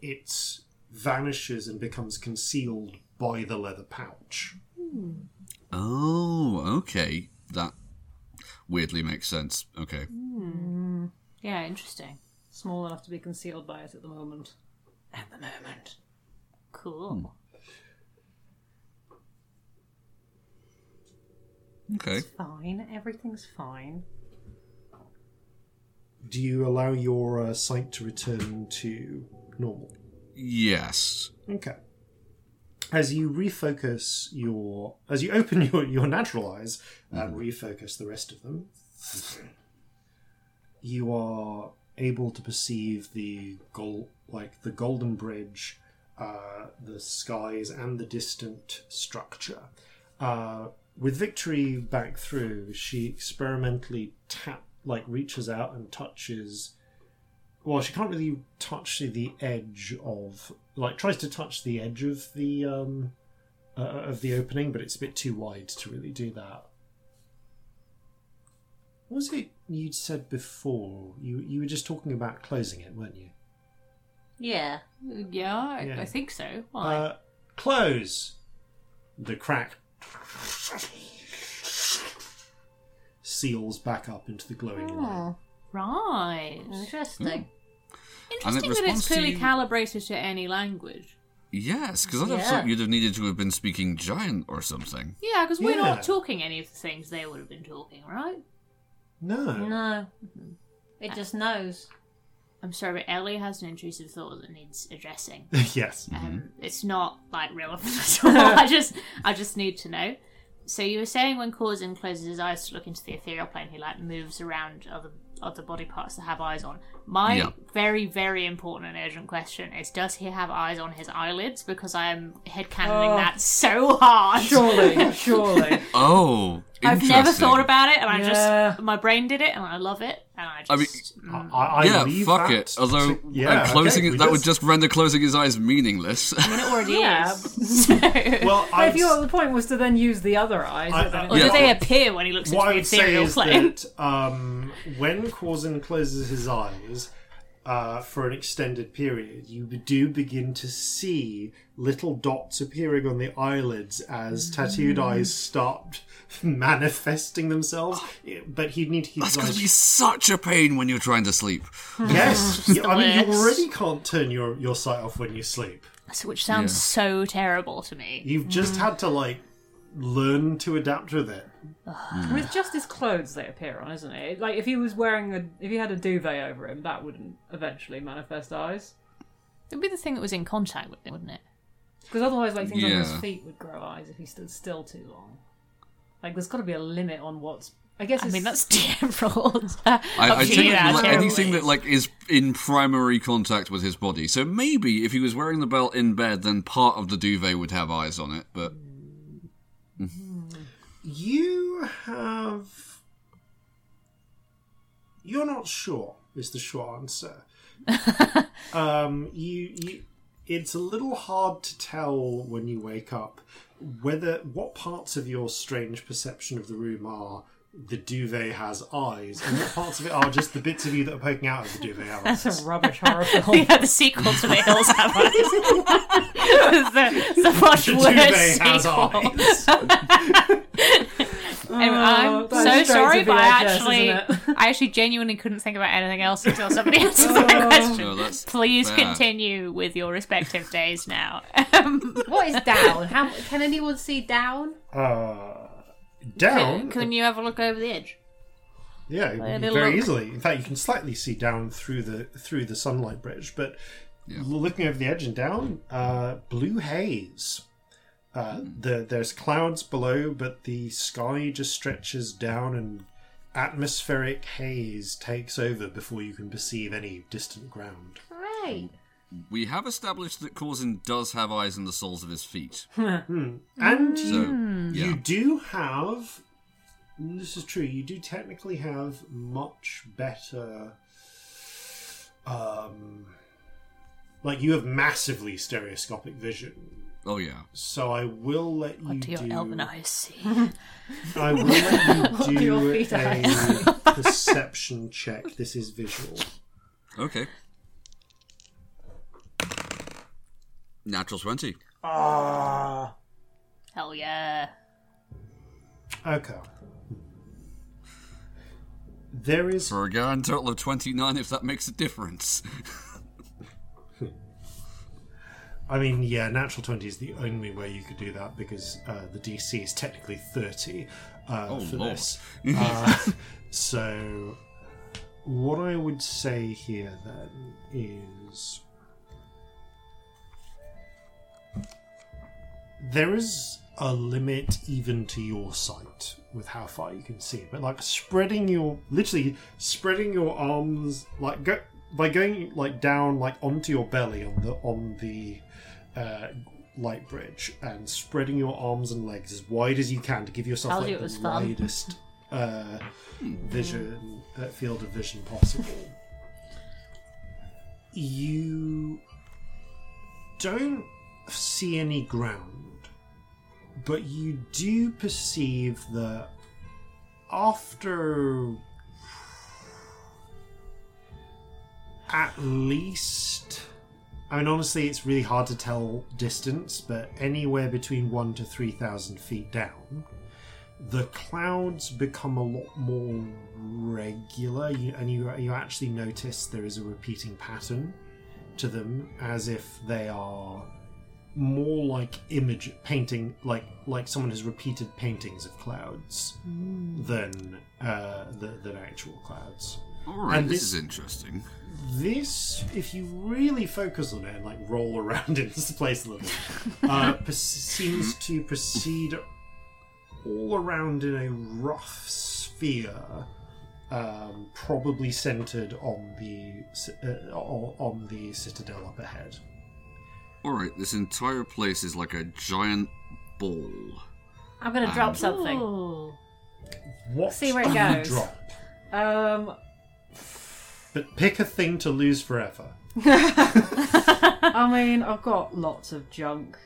[SPEAKER 1] it vanishes and becomes concealed by the leather pouch.
[SPEAKER 4] Oh, okay. That weirdly makes sense. Okay.
[SPEAKER 2] Yeah, interesting.
[SPEAKER 3] Small enough to be concealed by it at the moment. At the moment.
[SPEAKER 2] Cool.
[SPEAKER 4] Okay.
[SPEAKER 3] It's fine. Everything's fine.
[SPEAKER 1] Do you allow your uh, sight to return to normal?
[SPEAKER 4] Yes.
[SPEAKER 1] Okay. As you refocus your, as you open your, your natural eyes and refocus the rest of them, you are able to perceive the gold, like the golden bridge, uh, the skies, and the distant structure. Uh, with victory back through, she experimentally tap, like reaches out and touches well she can't really touch the edge of like tries to touch the edge of the um uh, of the opening but it's a bit too wide to really do that what was it you'd said before you you were just talking about closing it weren't you
[SPEAKER 2] Yeah.
[SPEAKER 4] Hmm.
[SPEAKER 2] Yeah, I,
[SPEAKER 1] Yeah.
[SPEAKER 2] I think so. Why?
[SPEAKER 1] uh close the crack seals back up into the glowing
[SPEAKER 3] Ah.
[SPEAKER 1] light
[SPEAKER 2] right.
[SPEAKER 3] Interesting.
[SPEAKER 4] And it
[SPEAKER 2] Interesting that
[SPEAKER 4] responds
[SPEAKER 2] it's
[SPEAKER 4] to
[SPEAKER 2] clearly
[SPEAKER 4] you-
[SPEAKER 2] calibrated to any language.
[SPEAKER 4] Yes, because I'd have
[SPEAKER 3] Yeah.
[SPEAKER 4] thought you'd have needed to have been speaking giant or something.
[SPEAKER 2] Yeah, because we're
[SPEAKER 1] Yeah.
[SPEAKER 2] not talking any of the things they would have been talking, right?
[SPEAKER 1] Hmm.
[SPEAKER 3] No. It just knows.
[SPEAKER 2] I'm sorry, but Ellie has an intrusive thought that needs addressing.
[SPEAKER 1] yes
[SPEAKER 4] Mm-hmm.
[SPEAKER 2] Um, it's not like relevant at all. I just, I just need to know. So you were saying when Corzin closes his eyes to look into the ethereal plane, he like moves around other other body parts that have eyes on. My
[SPEAKER 4] Yeah.
[SPEAKER 2] very, very important and urgent question is: Does he have eyes on his eyelids? Because I am headcanoning
[SPEAKER 3] Oh.
[SPEAKER 2] that so hard.
[SPEAKER 3] Surely, surely.
[SPEAKER 4] Oh,
[SPEAKER 2] I've never
[SPEAKER 4] interesting.
[SPEAKER 2] thought about it, and I
[SPEAKER 3] Yeah.
[SPEAKER 2] just my brain did it, and I love it, and I
[SPEAKER 4] I mean- uh,
[SPEAKER 2] just. mm.
[SPEAKER 1] I, I
[SPEAKER 4] yeah,
[SPEAKER 1] leave
[SPEAKER 4] fuck
[SPEAKER 1] that
[SPEAKER 4] it. Although
[SPEAKER 1] to-
[SPEAKER 4] uh, closing
[SPEAKER 1] okay,
[SPEAKER 4] it,
[SPEAKER 1] we
[SPEAKER 4] that would just render closing his eyes meaningless.
[SPEAKER 2] I mean, it already
[SPEAKER 3] Yeah.
[SPEAKER 2] is. So-
[SPEAKER 1] well
[SPEAKER 3] But if
[SPEAKER 1] I've-
[SPEAKER 3] your the point was to then use the other eye.
[SPEAKER 1] I-
[SPEAKER 3] so then
[SPEAKER 1] I-
[SPEAKER 2] or
[SPEAKER 3] it-
[SPEAKER 4] Yeah.
[SPEAKER 2] do they appear when he looks into
[SPEAKER 1] what I
[SPEAKER 2] the
[SPEAKER 1] would say
[SPEAKER 2] ethereal
[SPEAKER 1] is
[SPEAKER 2] plane?
[SPEAKER 1] that um, when Corzin closes his eyes, uh, for an extended period, you do begin to see little dots appearing on the eyelids as
[SPEAKER 3] Mm.
[SPEAKER 1] tattooed eyes start manifesting themselves. But he'd need to keep
[SPEAKER 4] That's
[SPEAKER 1] his
[SPEAKER 4] going to be
[SPEAKER 1] eyes.
[SPEAKER 4] such a pain when you're trying to sleep.
[SPEAKER 2] Hmm.
[SPEAKER 1] Yes, I mean you
[SPEAKER 2] worst.
[SPEAKER 1] already can't turn your your sight off when you sleep.
[SPEAKER 2] So- which sounds
[SPEAKER 4] Yeah.
[SPEAKER 2] so terrible to me.
[SPEAKER 1] You've just
[SPEAKER 3] Mm.
[SPEAKER 1] had to like learn to adapt with it.
[SPEAKER 3] Well, it's just his clothes they appear on, isn't it? Like if he was wearing a, if he had a duvet over him, that wouldn't eventually manifest eyes.
[SPEAKER 2] It'd be the thing that was in contact with it, wouldn't it?
[SPEAKER 3] Because otherwise, like things on his
[SPEAKER 4] Yeah.
[SPEAKER 3] feet would grow eyes if he stood still too long. Like there's got to be a limit on what's. I guess.
[SPEAKER 2] I
[SPEAKER 3] it's-
[SPEAKER 2] mean, that's difficult. I,
[SPEAKER 4] I, I think
[SPEAKER 3] yeah,
[SPEAKER 4] like,
[SPEAKER 3] terribly.
[SPEAKER 4] anything that like is in primary contact with his body. So maybe if he was wearing the belt in bed, then part of the duvet would have eyes on it. But
[SPEAKER 1] You have. You're not sure is the short answer. um, you, you, it's a little hard to tell when you wake up whether what parts of your strange perception of the room are the duvet has eyes, and what parts of it are just the bits of you that are poking out of the duvet have eyes.
[SPEAKER 3] That's a rubbish horror film.
[SPEAKER 2] yeah, the sequel to The Hills Have Eyes. the, the much
[SPEAKER 1] The
[SPEAKER 2] worse
[SPEAKER 1] duvet has
[SPEAKER 2] sequel.
[SPEAKER 1] eyes.
[SPEAKER 2] Anyway, I'm
[SPEAKER 3] Oh, that's straight
[SPEAKER 2] so sorry,
[SPEAKER 3] to
[SPEAKER 2] but I
[SPEAKER 3] VHS,
[SPEAKER 2] actually,
[SPEAKER 3] isn't it?
[SPEAKER 2] I actually genuinely couldn't think about anything else until somebody answered that
[SPEAKER 3] Oh.
[SPEAKER 2] question.
[SPEAKER 4] No, that's
[SPEAKER 2] Please
[SPEAKER 4] fair.
[SPEAKER 2] continue with your respective days now. Um,
[SPEAKER 3] what is down? How can anyone see down?
[SPEAKER 1] Uh, down.
[SPEAKER 2] Can you have a look over the edge?
[SPEAKER 1] Yeah,
[SPEAKER 2] a
[SPEAKER 1] very
[SPEAKER 2] little look.
[SPEAKER 1] easily. In fact, you can slightly see down through the through the sunlight bridge, but
[SPEAKER 4] Yeah.
[SPEAKER 1] looking over the edge and down, uh, blue haze. Uh,
[SPEAKER 4] Hmm.
[SPEAKER 1] the, there's clouds below, but the sky just stretches down, and atmospheric haze takes over before you can perceive any distant ground.
[SPEAKER 3] Great.
[SPEAKER 4] we have established that Corzin does have eyes in the soles of his feet.
[SPEAKER 1] And
[SPEAKER 4] So
[SPEAKER 1] you,
[SPEAKER 4] yeah,
[SPEAKER 1] you do have. and This is true. You do technically have much better. Um, like you have massively stereoscopic vision,
[SPEAKER 4] oh yeah.
[SPEAKER 1] so I will let you
[SPEAKER 2] What do
[SPEAKER 1] do.
[SPEAKER 2] your elven eyes see?
[SPEAKER 1] I will let you
[SPEAKER 3] do your
[SPEAKER 1] do
[SPEAKER 3] feet
[SPEAKER 1] a perception check. This is visual.
[SPEAKER 4] Okay. Natural twenty.
[SPEAKER 1] Ah.
[SPEAKER 2] Hell yeah.
[SPEAKER 1] Okay. There is
[SPEAKER 4] For a guy in total of twenty nine, if that makes a difference.
[SPEAKER 1] I mean, yeah, natural 20 is the only way you could do that because uh, the DC is technically 30 uh,
[SPEAKER 4] Oh,
[SPEAKER 1] for
[SPEAKER 4] Lord.
[SPEAKER 1] this. Uh, so, what I would say here then is there is a limit even to your sight with how far you can see but like spreading your literally spreading your arms like go by going like down like onto your belly on the on the uh, light bridge and spreading your arms and legs as wide as you can to give yourself
[SPEAKER 2] Told
[SPEAKER 1] like,
[SPEAKER 2] you it
[SPEAKER 1] the
[SPEAKER 2] was fun.
[SPEAKER 1] widest uh, vision uh, field of vision possible you don't see any ground, but you do perceive that after at least. I mean, honestly, it's really hard to tell distance, but anywhere between one to three thousand feet down, the clouds become a lot more regular, you, and you you actually notice there is a repeating pattern to them, as if they are more like image painting, like like someone has repeated paintings of clouds than uh, th- than actual clouds.
[SPEAKER 4] All right,
[SPEAKER 1] And
[SPEAKER 4] this
[SPEAKER 1] this-
[SPEAKER 4] is interesting.
[SPEAKER 1] This, if you really focus on it and like roll around in this place a little, uh, pers- seems to proceed all around in a rough sphere, um, probably centered on the ci- uh, on on the citadel up ahead.
[SPEAKER 4] All right, this entire place is like a giant ball.
[SPEAKER 3] I'm gonna
[SPEAKER 1] Ah.
[SPEAKER 3] drop something.
[SPEAKER 2] Ooh.
[SPEAKER 1] What
[SPEAKER 3] See where it
[SPEAKER 1] do you
[SPEAKER 3] goes.
[SPEAKER 1] drop?
[SPEAKER 3] Um,
[SPEAKER 1] But pick a thing to lose forever.
[SPEAKER 3] I mean, I've got lots of junk.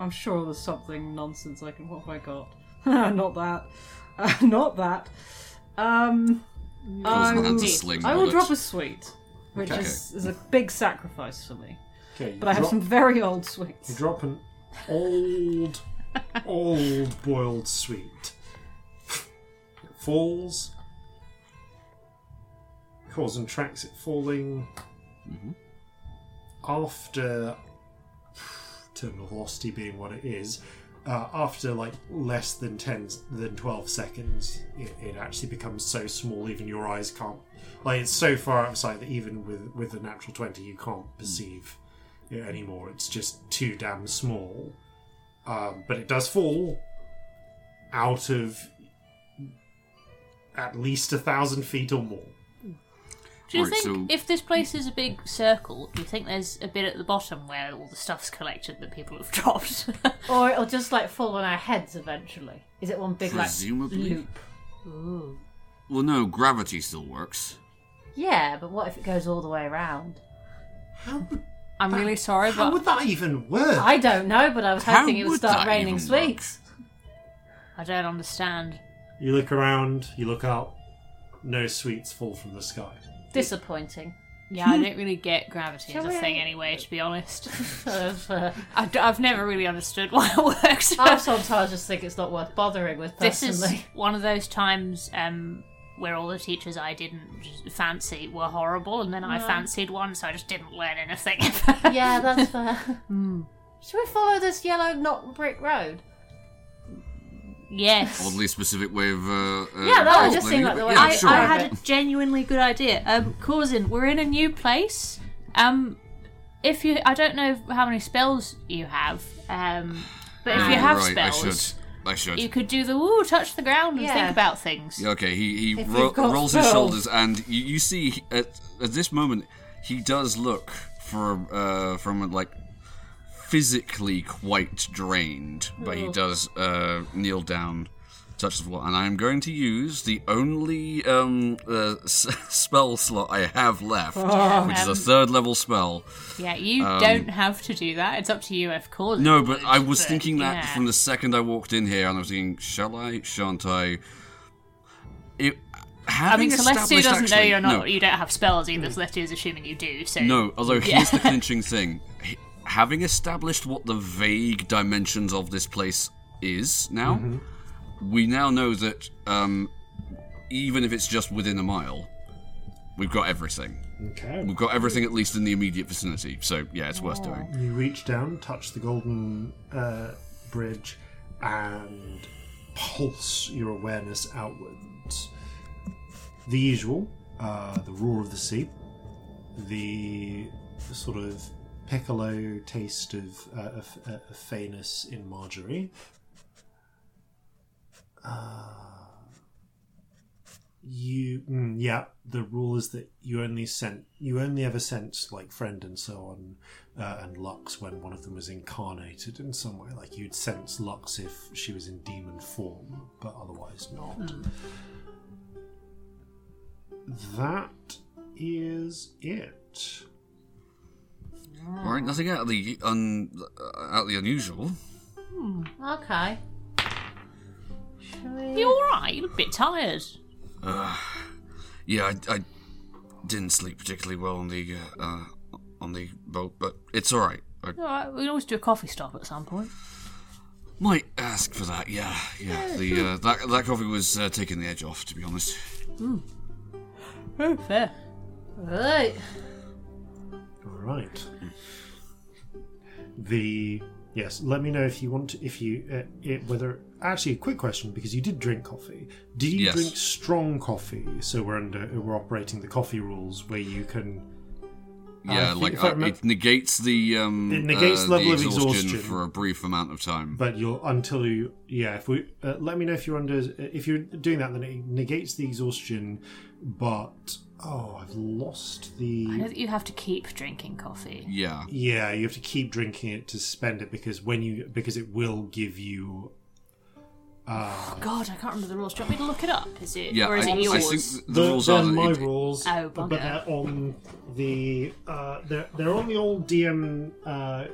[SPEAKER 3] I'm sure there's something nonsense I can. What have I got? not that. Uh, not that. Um, I
[SPEAKER 4] Corzin hands
[SPEAKER 3] will-
[SPEAKER 4] a sling
[SPEAKER 3] I will
[SPEAKER 4] bullet.
[SPEAKER 3] drop a sweet. which
[SPEAKER 4] Okay.
[SPEAKER 3] is, is a big sacrifice for me.
[SPEAKER 1] Okay, you
[SPEAKER 3] But I have
[SPEAKER 1] drop,
[SPEAKER 3] some very old
[SPEAKER 1] you
[SPEAKER 3] sweets.
[SPEAKER 1] drop an old, old boiled sweet. It falls. Cause and tracks it falling. After terminal velocity being what it is, uh, after like less than ten than twelve seconds, it, it actually becomes so small even your eyes can't. Like it's so far outside that even with with a natural twenty, you can't perceive it anymore. It's just too damn small. Um, but it does fall out of at least a thousand feet or more.
[SPEAKER 2] Do you
[SPEAKER 4] Right,
[SPEAKER 2] think
[SPEAKER 4] so-
[SPEAKER 2] if this place is a big circle, do you think there's a bit at the bottom where all the stuff's collected that people have dropped?
[SPEAKER 6] Or it'll just like fall on our heads eventually. Is it one big like
[SPEAKER 4] Presumably.
[SPEAKER 6] loop?
[SPEAKER 4] Well, no, gravity still works.
[SPEAKER 6] Yeah, but what if it goes all the way around?
[SPEAKER 1] How would,
[SPEAKER 2] I'm really sorry,
[SPEAKER 1] how
[SPEAKER 2] but
[SPEAKER 1] would that even work?
[SPEAKER 6] I don't know, but I was
[SPEAKER 4] How
[SPEAKER 6] hoping it would
[SPEAKER 4] would
[SPEAKER 6] start
[SPEAKER 4] that
[SPEAKER 6] raining
[SPEAKER 4] even work?
[SPEAKER 6] sweets.
[SPEAKER 2] I don't understand.
[SPEAKER 1] You look around, you look up, no sweets fall from the sky.
[SPEAKER 6] Disappointing.
[SPEAKER 2] Yeah, I don't really get gravity as
[SPEAKER 6] Shall
[SPEAKER 2] a
[SPEAKER 6] we-
[SPEAKER 2] thing anyway, to be honest.
[SPEAKER 6] Sort of, uh,
[SPEAKER 2] I d- I've never really understood why it works.
[SPEAKER 6] I sometimes just think it's not worth bothering with
[SPEAKER 2] this
[SPEAKER 6] personally.
[SPEAKER 2] is one of those times um, where all the teachers I didn't just fancy were horrible, and then I fancied one, so I just didn't learn anything.
[SPEAKER 6] Yeah, that's fair.
[SPEAKER 3] Hmm.
[SPEAKER 6] Should we follow this yellow not brick road?
[SPEAKER 2] Yes.
[SPEAKER 4] Oddly specific way of. Uh, uh,
[SPEAKER 6] Yeah, that would just
[SPEAKER 4] explaining
[SPEAKER 6] seem
[SPEAKER 4] it,
[SPEAKER 6] like the
[SPEAKER 4] but
[SPEAKER 6] way-
[SPEAKER 4] yeah,
[SPEAKER 2] I,
[SPEAKER 4] sure.
[SPEAKER 2] I had a genuinely good idea. Um, Cousin, we're in a new place. Um, if you, I don't know how many spells you have. Um, but if
[SPEAKER 4] No,
[SPEAKER 2] you
[SPEAKER 4] you're
[SPEAKER 2] have
[SPEAKER 4] right,
[SPEAKER 2] spells,
[SPEAKER 4] I should. I should.
[SPEAKER 2] you could do the ooh, touch the ground and
[SPEAKER 6] Yeah.
[SPEAKER 2] think about things.
[SPEAKER 4] Yeah, Okay, he, he
[SPEAKER 3] If
[SPEAKER 4] ro-
[SPEAKER 3] you've got
[SPEAKER 4] rolls his
[SPEAKER 3] spells.
[SPEAKER 4] shoulders, and you, you see at, at this moment he does look for uh, from like physically quite drained, but he does uh, kneel down, touch the floor, and I'm going to use the only um, uh, s- spell slot I have left, which is a third level spell.
[SPEAKER 2] Yeah, you don't have to do that. It's up to you if Cousin.
[SPEAKER 4] Um, No, but I was
[SPEAKER 2] but,
[SPEAKER 4] thinking that
[SPEAKER 2] yeah.
[SPEAKER 4] from the second I walked in here, and I was thinking, shall I, shan't I? It.
[SPEAKER 2] I mean,
[SPEAKER 4] having
[SPEAKER 2] Celeste
[SPEAKER 4] established
[SPEAKER 2] doesn't know
[SPEAKER 4] actually-
[SPEAKER 2] you're
[SPEAKER 4] no.
[SPEAKER 2] not. You don't have spells either. Celeste is assuming you do. So
[SPEAKER 4] No, although here's the clinching thing. H- Having established what the vague dimensions of this place is now, we now know that um, even if it's just within a mile, we've got everything.
[SPEAKER 1] Okay.
[SPEAKER 4] We've got everything at least in the immediate vicinity. So, yeah, it's worth doing.
[SPEAKER 1] You reach down, touch the golden uh, bridge, and pulse your awareness outwards. The usual, uh, the roar of the sea, the sort of piccolo taste of, uh, of, uh, of fairness in Marjorie. Uh, you mm, yeah the rule is that you only sent you only ever sent like friend and so on uh, and lux when one of them was incarnated in some way like you'd sense lux if she was in demon form but otherwise not that is it
[SPEAKER 4] All right, nothing out of the un- uh, out of the unusual.
[SPEAKER 6] Okay.
[SPEAKER 2] you're all right. You're a bit tired.
[SPEAKER 4] Yeah, I, I didn't sleep particularly well on the uh, uh, on the boat, but it's all right. I
[SPEAKER 2] All right, we can always do a coffee stop at some point.
[SPEAKER 4] Might ask for that, yeah, yeah. The uh, that that coffee was uh, taking the edge off, to be honest.
[SPEAKER 2] Oh, fair.
[SPEAKER 6] Right.
[SPEAKER 1] all right the yes let me know if you want to, if you uh, it, whether actually a quick question because you did drink coffee do you
[SPEAKER 4] Yes.
[SPEAKER 1] drink strong coffee so we're under we're operating the coffee rules where you can I
[SPEAKER 4] Yeah,
[SPEAKER 1] think
[SPEAKER 4] like
[SPEAKER 1] if I
[SPEAKER 4] uh,
[SPEAKER 1] remem-
[SPEAKER 4] it negates the um,
[SPEAKER 1] It negates
[SPEAKER 4] uh,
[SPEAKER 1] level
[SPEAKER 4] the
[SPEAKER 1] of
[SPEAKER 4] exhaustion,
[SPEAKER 1] exhaustion.
[SPEAKER 4] for a brief amount of time.
[SPEAKER 1] but you'll until you yeah if we uh, let me know if you're under if you're doing that then it negates the exhaustion but oh i've lost
[SPEAKER 2] I know
[SPEAKER 1] the
[SPEAKER 2] that you have to keep drinking coffee.
[SPEAKER 4] yeah,
[SPEAKER 1] yeah you have to keep drinking it to spend it because when you because it will give you
[SPEAKER 2] God, I can't remember the rules. Do you want me to look it up? Is it
[SPEAKER 4] yeah.
[SPEAKER 2] or
[SPEAKER 4] I,
[SPEAKER 2] is it
[SPEAKER 4] I
[SPEAKER 2] yours?
[SPEAKER 4] think th- the,
[SPEAKER 1] They're-
[SPEAKER 4] rules
[SPEAKER 1] they're
[SPEAKER 4] are that
[SPEAKER 1] my
[SPEAKER 4] it-
[SPEAKER 1] rules,
[SPEAKER 2] Oh,
[SPEAKER 1] but
[SPEAKER 2] bugger.
[SPEAKER 1] they're on the uh, they're they're on the old DM uh,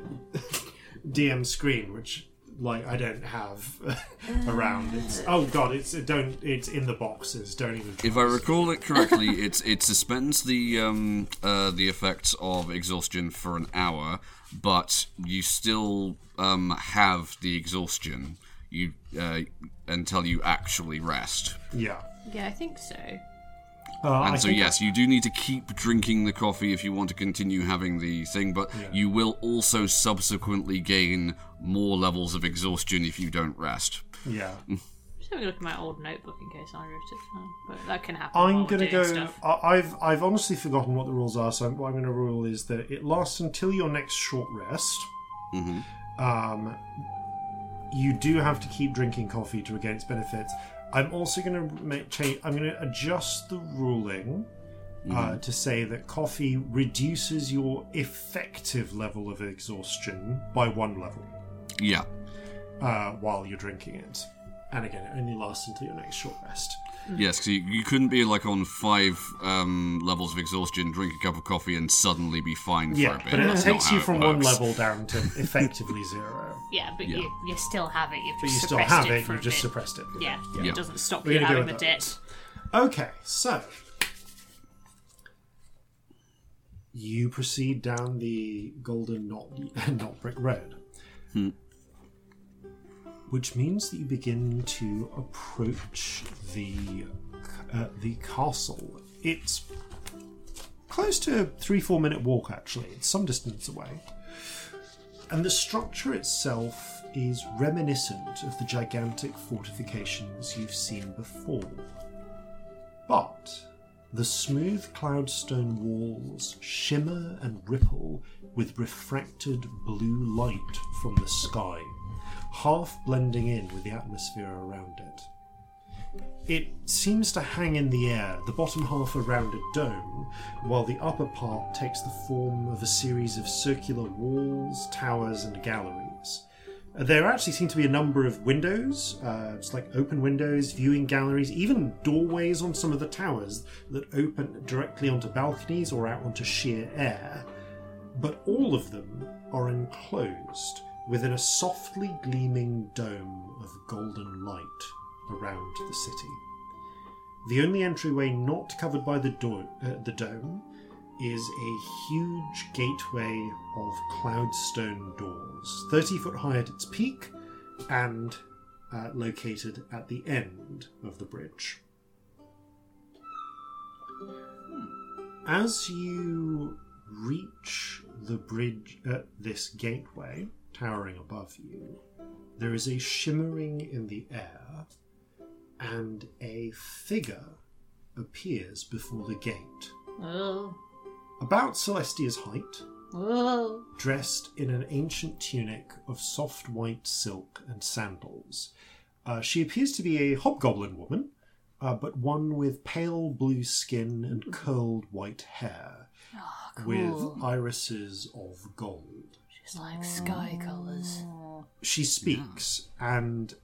[SPEAKER 1] DM screen, which like I don't have around. It's oh god, it's it don't it's in the boxes. Don't even.
[SPEAKER 4] If I recall it correctly, it's it suspends the um, uh, the effects of exhaustion for an hour, but you still um, have the exhaustion you uh, until you actually rest.
[SPEAKER 1] yeah.
[SPEAKER 2] Yeah, I think so.
[SPEAKER 1] Uh,
[SPEAKER 4] And
[SPEAKER 1] I
[SPEAKER 4] so
[SPEAKER 1] think-
[SPEAKER 4] yes, you do need to keep drinking the coffee if you want to continue having the thing, but you will also subsequently gain more levels of exhaustion if you don't rest.
[SPEAKER 1] Yeah.
[SPEAKER 2] I'm just having a look at my old notebook in case I wrote it down, but that can happen. while
[SPEAKER 1] I'm
[SPEAKER 2] we're
[SPEAKER 1] gonna
[SPEAKER 2] doing
[SPEAKER 1] go.
[SPEAKER 2] Stuff.
[SPEAKER 1] I, I've I've honestly forgotten what the rules are. So what I'm gonna rule is that it lasts until your next short rest.
[SPEAKER 4] Mhm.
[SPEAKER 1] Um, you do have to keep drinking coffee to against benefits. I'm also gonna make change. I'm gonna adjust the ruling. Uh, to say that coffee reduces your effective level of exhaustion by one level
[SPEAKER 4] Yeah.
[SPEAKER 1] uh, while you're drinking it, and again, it only lasts until your next short rest.
[SPEAKER 4] Yes, 'cause you, you couldn't be like on five um, levels of exhaustion, drink a cup of coffee, and suddenly be fine for a
[SPEAKER 1] Yeah,
[SPEAKER 4] bit.
[SPEAKER 1] but it
[SPEAKER 4] That's not
[SPEAKER 1] takes
[SPEAKER 4] how
[SPEAKER 1] you
[SPEAKER 4] it
[SPEAKER 1] from one
[SPEAKER 4] works.
[SPEAKER 1] level down to effectively zero.
[SPEAKER 2] Yeah, but
[SPEAKER 4] Yeah.
[SPEAKER 2] You, you still have it. You've
[SPEAKER 1] But you
[SPEAKER 2] just
[SPEAKER 1] still
[SPEAKER 2] suppressed
[SPEAKER 1] have it,
[SPEAKER 2] for
[SPEAKER 1] you've
[SPEAKER 2] a
[SPEAKER 1] just
[SPEAKER 2] bit.
[SPEAKER 1] suppressed it.
[SPEAKER 2] Yeah,
[SPEAKER 4] Yeah.
[SPEAKER 2] it doesn't stop
[SPEAKER 1] We're
[SPEAKER 2] you
[SPEAKER 1] gonna go
[SPEAKER 2] having the
[SPEAKER 1] with that.
[SPEAKER 2] debt.
[SPEAKER 1] Okay, so. You proceed down the golden knot, knot brick road.
[SPEAKER 4] Hmm.
[SPEAKER 1] Which means that you begin to approach the uh, the castle. It's close to a three four minute walk. Actually, it's some distance away, and the structure itself is reminiscent of the gigantic fortifications you've seen before. But the smooth cloudstone walls shimmer and ripple with refracted blue light from the sky, half blending in with the atmosphere around it. It seems to hang in the air, the bottom half a rounded dome, while the upper part takes the form of a series of circular walls, towers, and galleries. Uh, There actually seem to be a number of windows, uh, just like open windows, viewing galleries, even doorways on some of the towers that open directly onto balconies or out onto sheer air. But all of them are enclosed within a softly gleaming dome of golden light around the city. The only entryway not covered by the, do- uh, the dome is a huge gateway of cloudstone doors, 30 foot high at its peak and uh, located at the end of the bridge. As you reach the bridge at this gateway, towering above you, there is a shimmering in the air and a figure appears before the gate
[SPEAKER 2] Oh,
[SPEAKER 1] about Celestia's height,
[SPEAKER 2] oh.
[SPEAKER 1] dressed in an ancient tunic of soft white silk and sandals. Uh, she appears to be a hobgoblin woman, uh, but one with pale blue skin and curled white hair, with irises of gold.
[SPEAKER 2] Just like sky colours.
[SPEAKER 1] She speaks, and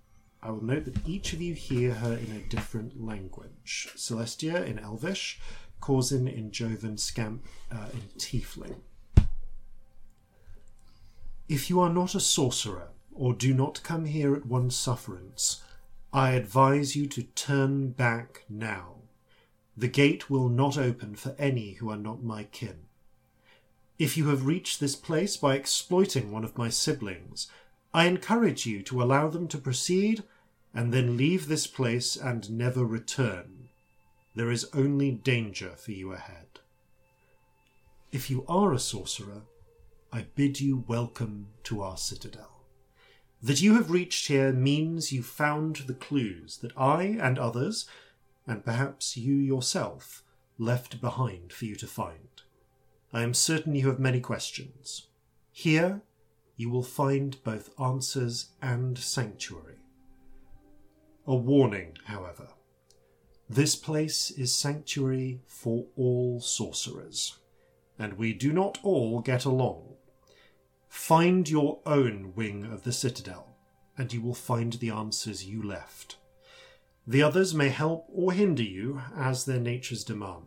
[SPEAKER 1] I will note that each of you hear her in a different language. Celestia in Elvish, Corzin in Joven, Scamp uh, in Tiefling. If you are not a sorcerer, or do not come here at one's sufferance, I advise you to turn back now. The gate will not open for any who are not my kin. If you have reached this place by exploiting one of my siblings, I encourage you to allow them to proceed and then leave this place and never return. There is only danger for you ahead. If you are a sorcerer, I bid you welcome to our citadel. That you have reached here means you found the clues that I and others, and perhaps you yourself, left behind for you to find. I am certain you have many questions. Here, you will find both answers and sanctuary. A warning, however. This place is sanctuary for all sorcerers, and we do not all get along. Find your own wing of the citadel, and you will find the answers you left. The others may help or hinder you as their natures demand.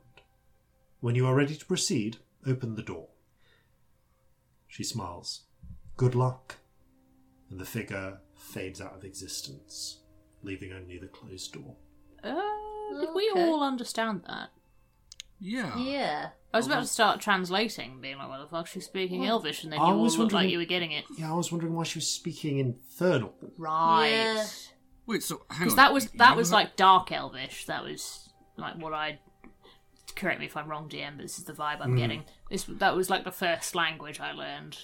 [SPEAKER 1] When you are ready to proceed, open the door. She smiles. Good luck. and the figure fades out of existence, leaving only the closed door.
[SPEAKER 2] Uh, did we
[SPEAKER 6] Okay.
[SPEAKER 2] all understand that?
[SPEAKER 4] Yeah.
[SPEAKER 6] Yeah.
[SPEAKER 2] I was
[SPEAKER 4] Uh-huh.
[SPEAKER 2] about to start translating, being like, "Well, the fuck, she's speaking Elvish," and then you
[SPEAKER 1] I
[SPEAKER 2] all
[SPEAKER 1] was
[SPEAKER 2] looked like
[SPEAKER 1] wondering-
[SPEAKER 2] you were getting it
[SPEAKER 1] Yeah, I was wondering why she was speaking infernal.
[SPEAKER 2] right.
[SPEAKER 6] Yeah.
[SPEAKER 4] Wait, so hang
[SPEAKER 2] Because
[SPEAKER 4] on.
[SPEAKER 2] that was that
[SPEAKER 4] you
[SPEAKER 2] was
[SPEAKER 4] have-
[SPEAKER 2] like dark Elvish. That was like what I. Correct me if I'm wrong, DM, but this is the vibe
[SPEAKER 4] Hmm.
[SPEAKER 2] I'm getting. This that was like the first language I learned.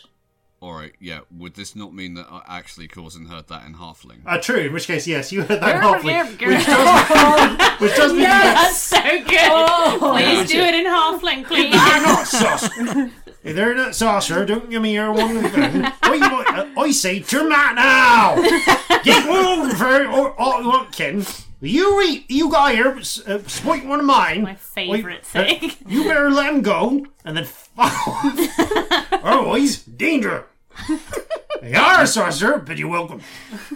[SPEAKER 4] All right, yeah. Would this not mean that I actually caused and heard that in halfling?
[SPEAKER 1] Ah, true. In which case, yes, you heard that halfling, which
[SPEAKER 2] Yeah,
[SPEAKER 1] does, which does mean
[SPEAKER 2] That's so good.
[SPEAKER 4] Oh,
[SPEAKER 2] Please do it in halfling, please.
[SPEAKER 1] They're not saucer. if they're not saucer, don't give me your one thing. Oi, oi, uh, I say, turn back now. Get one for or all you want, Ken. You eat, you got here, uh, spoiling one of mine.
[SPEAKER 2] My favourite
[SPEAKER 1] Oi, uh,
[SPEAKER 2] thing.
[SPEAKER 1] you better let him go, and then fuck off. Otherwise, danger. You are a sorcerer, but you're welcome.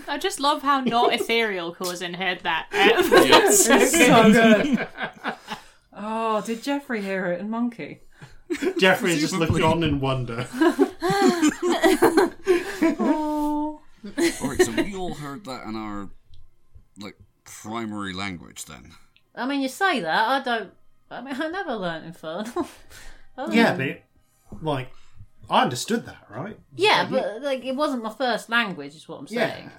[SPEAKER 2] I just love how not ethereal Cousin heard that. Uh,
[SPEAKER 3] so good. Oh, did Jeffrey hear it in Monkey?
[SPEAKER 1] Jeffrey's just looking on in wonder.
[SPEAKER 4] all right, so we all heard that in our like primary language then.
[SPEAKER 6] I mean, you say that. I don't. I mean, I never learnt infernal.
[SPEAKER 2] Oh.
[SPEAKER 6] I
[SPEAKER 1] yeah,
[SPEAKER 6] don't-
[SPEAKER 1] but it, like, I understood that, right?
[SPEAKER 6] yeah, but like it wasn't my first language, is what I'm saying.
[SPEAKER 1] Yeah.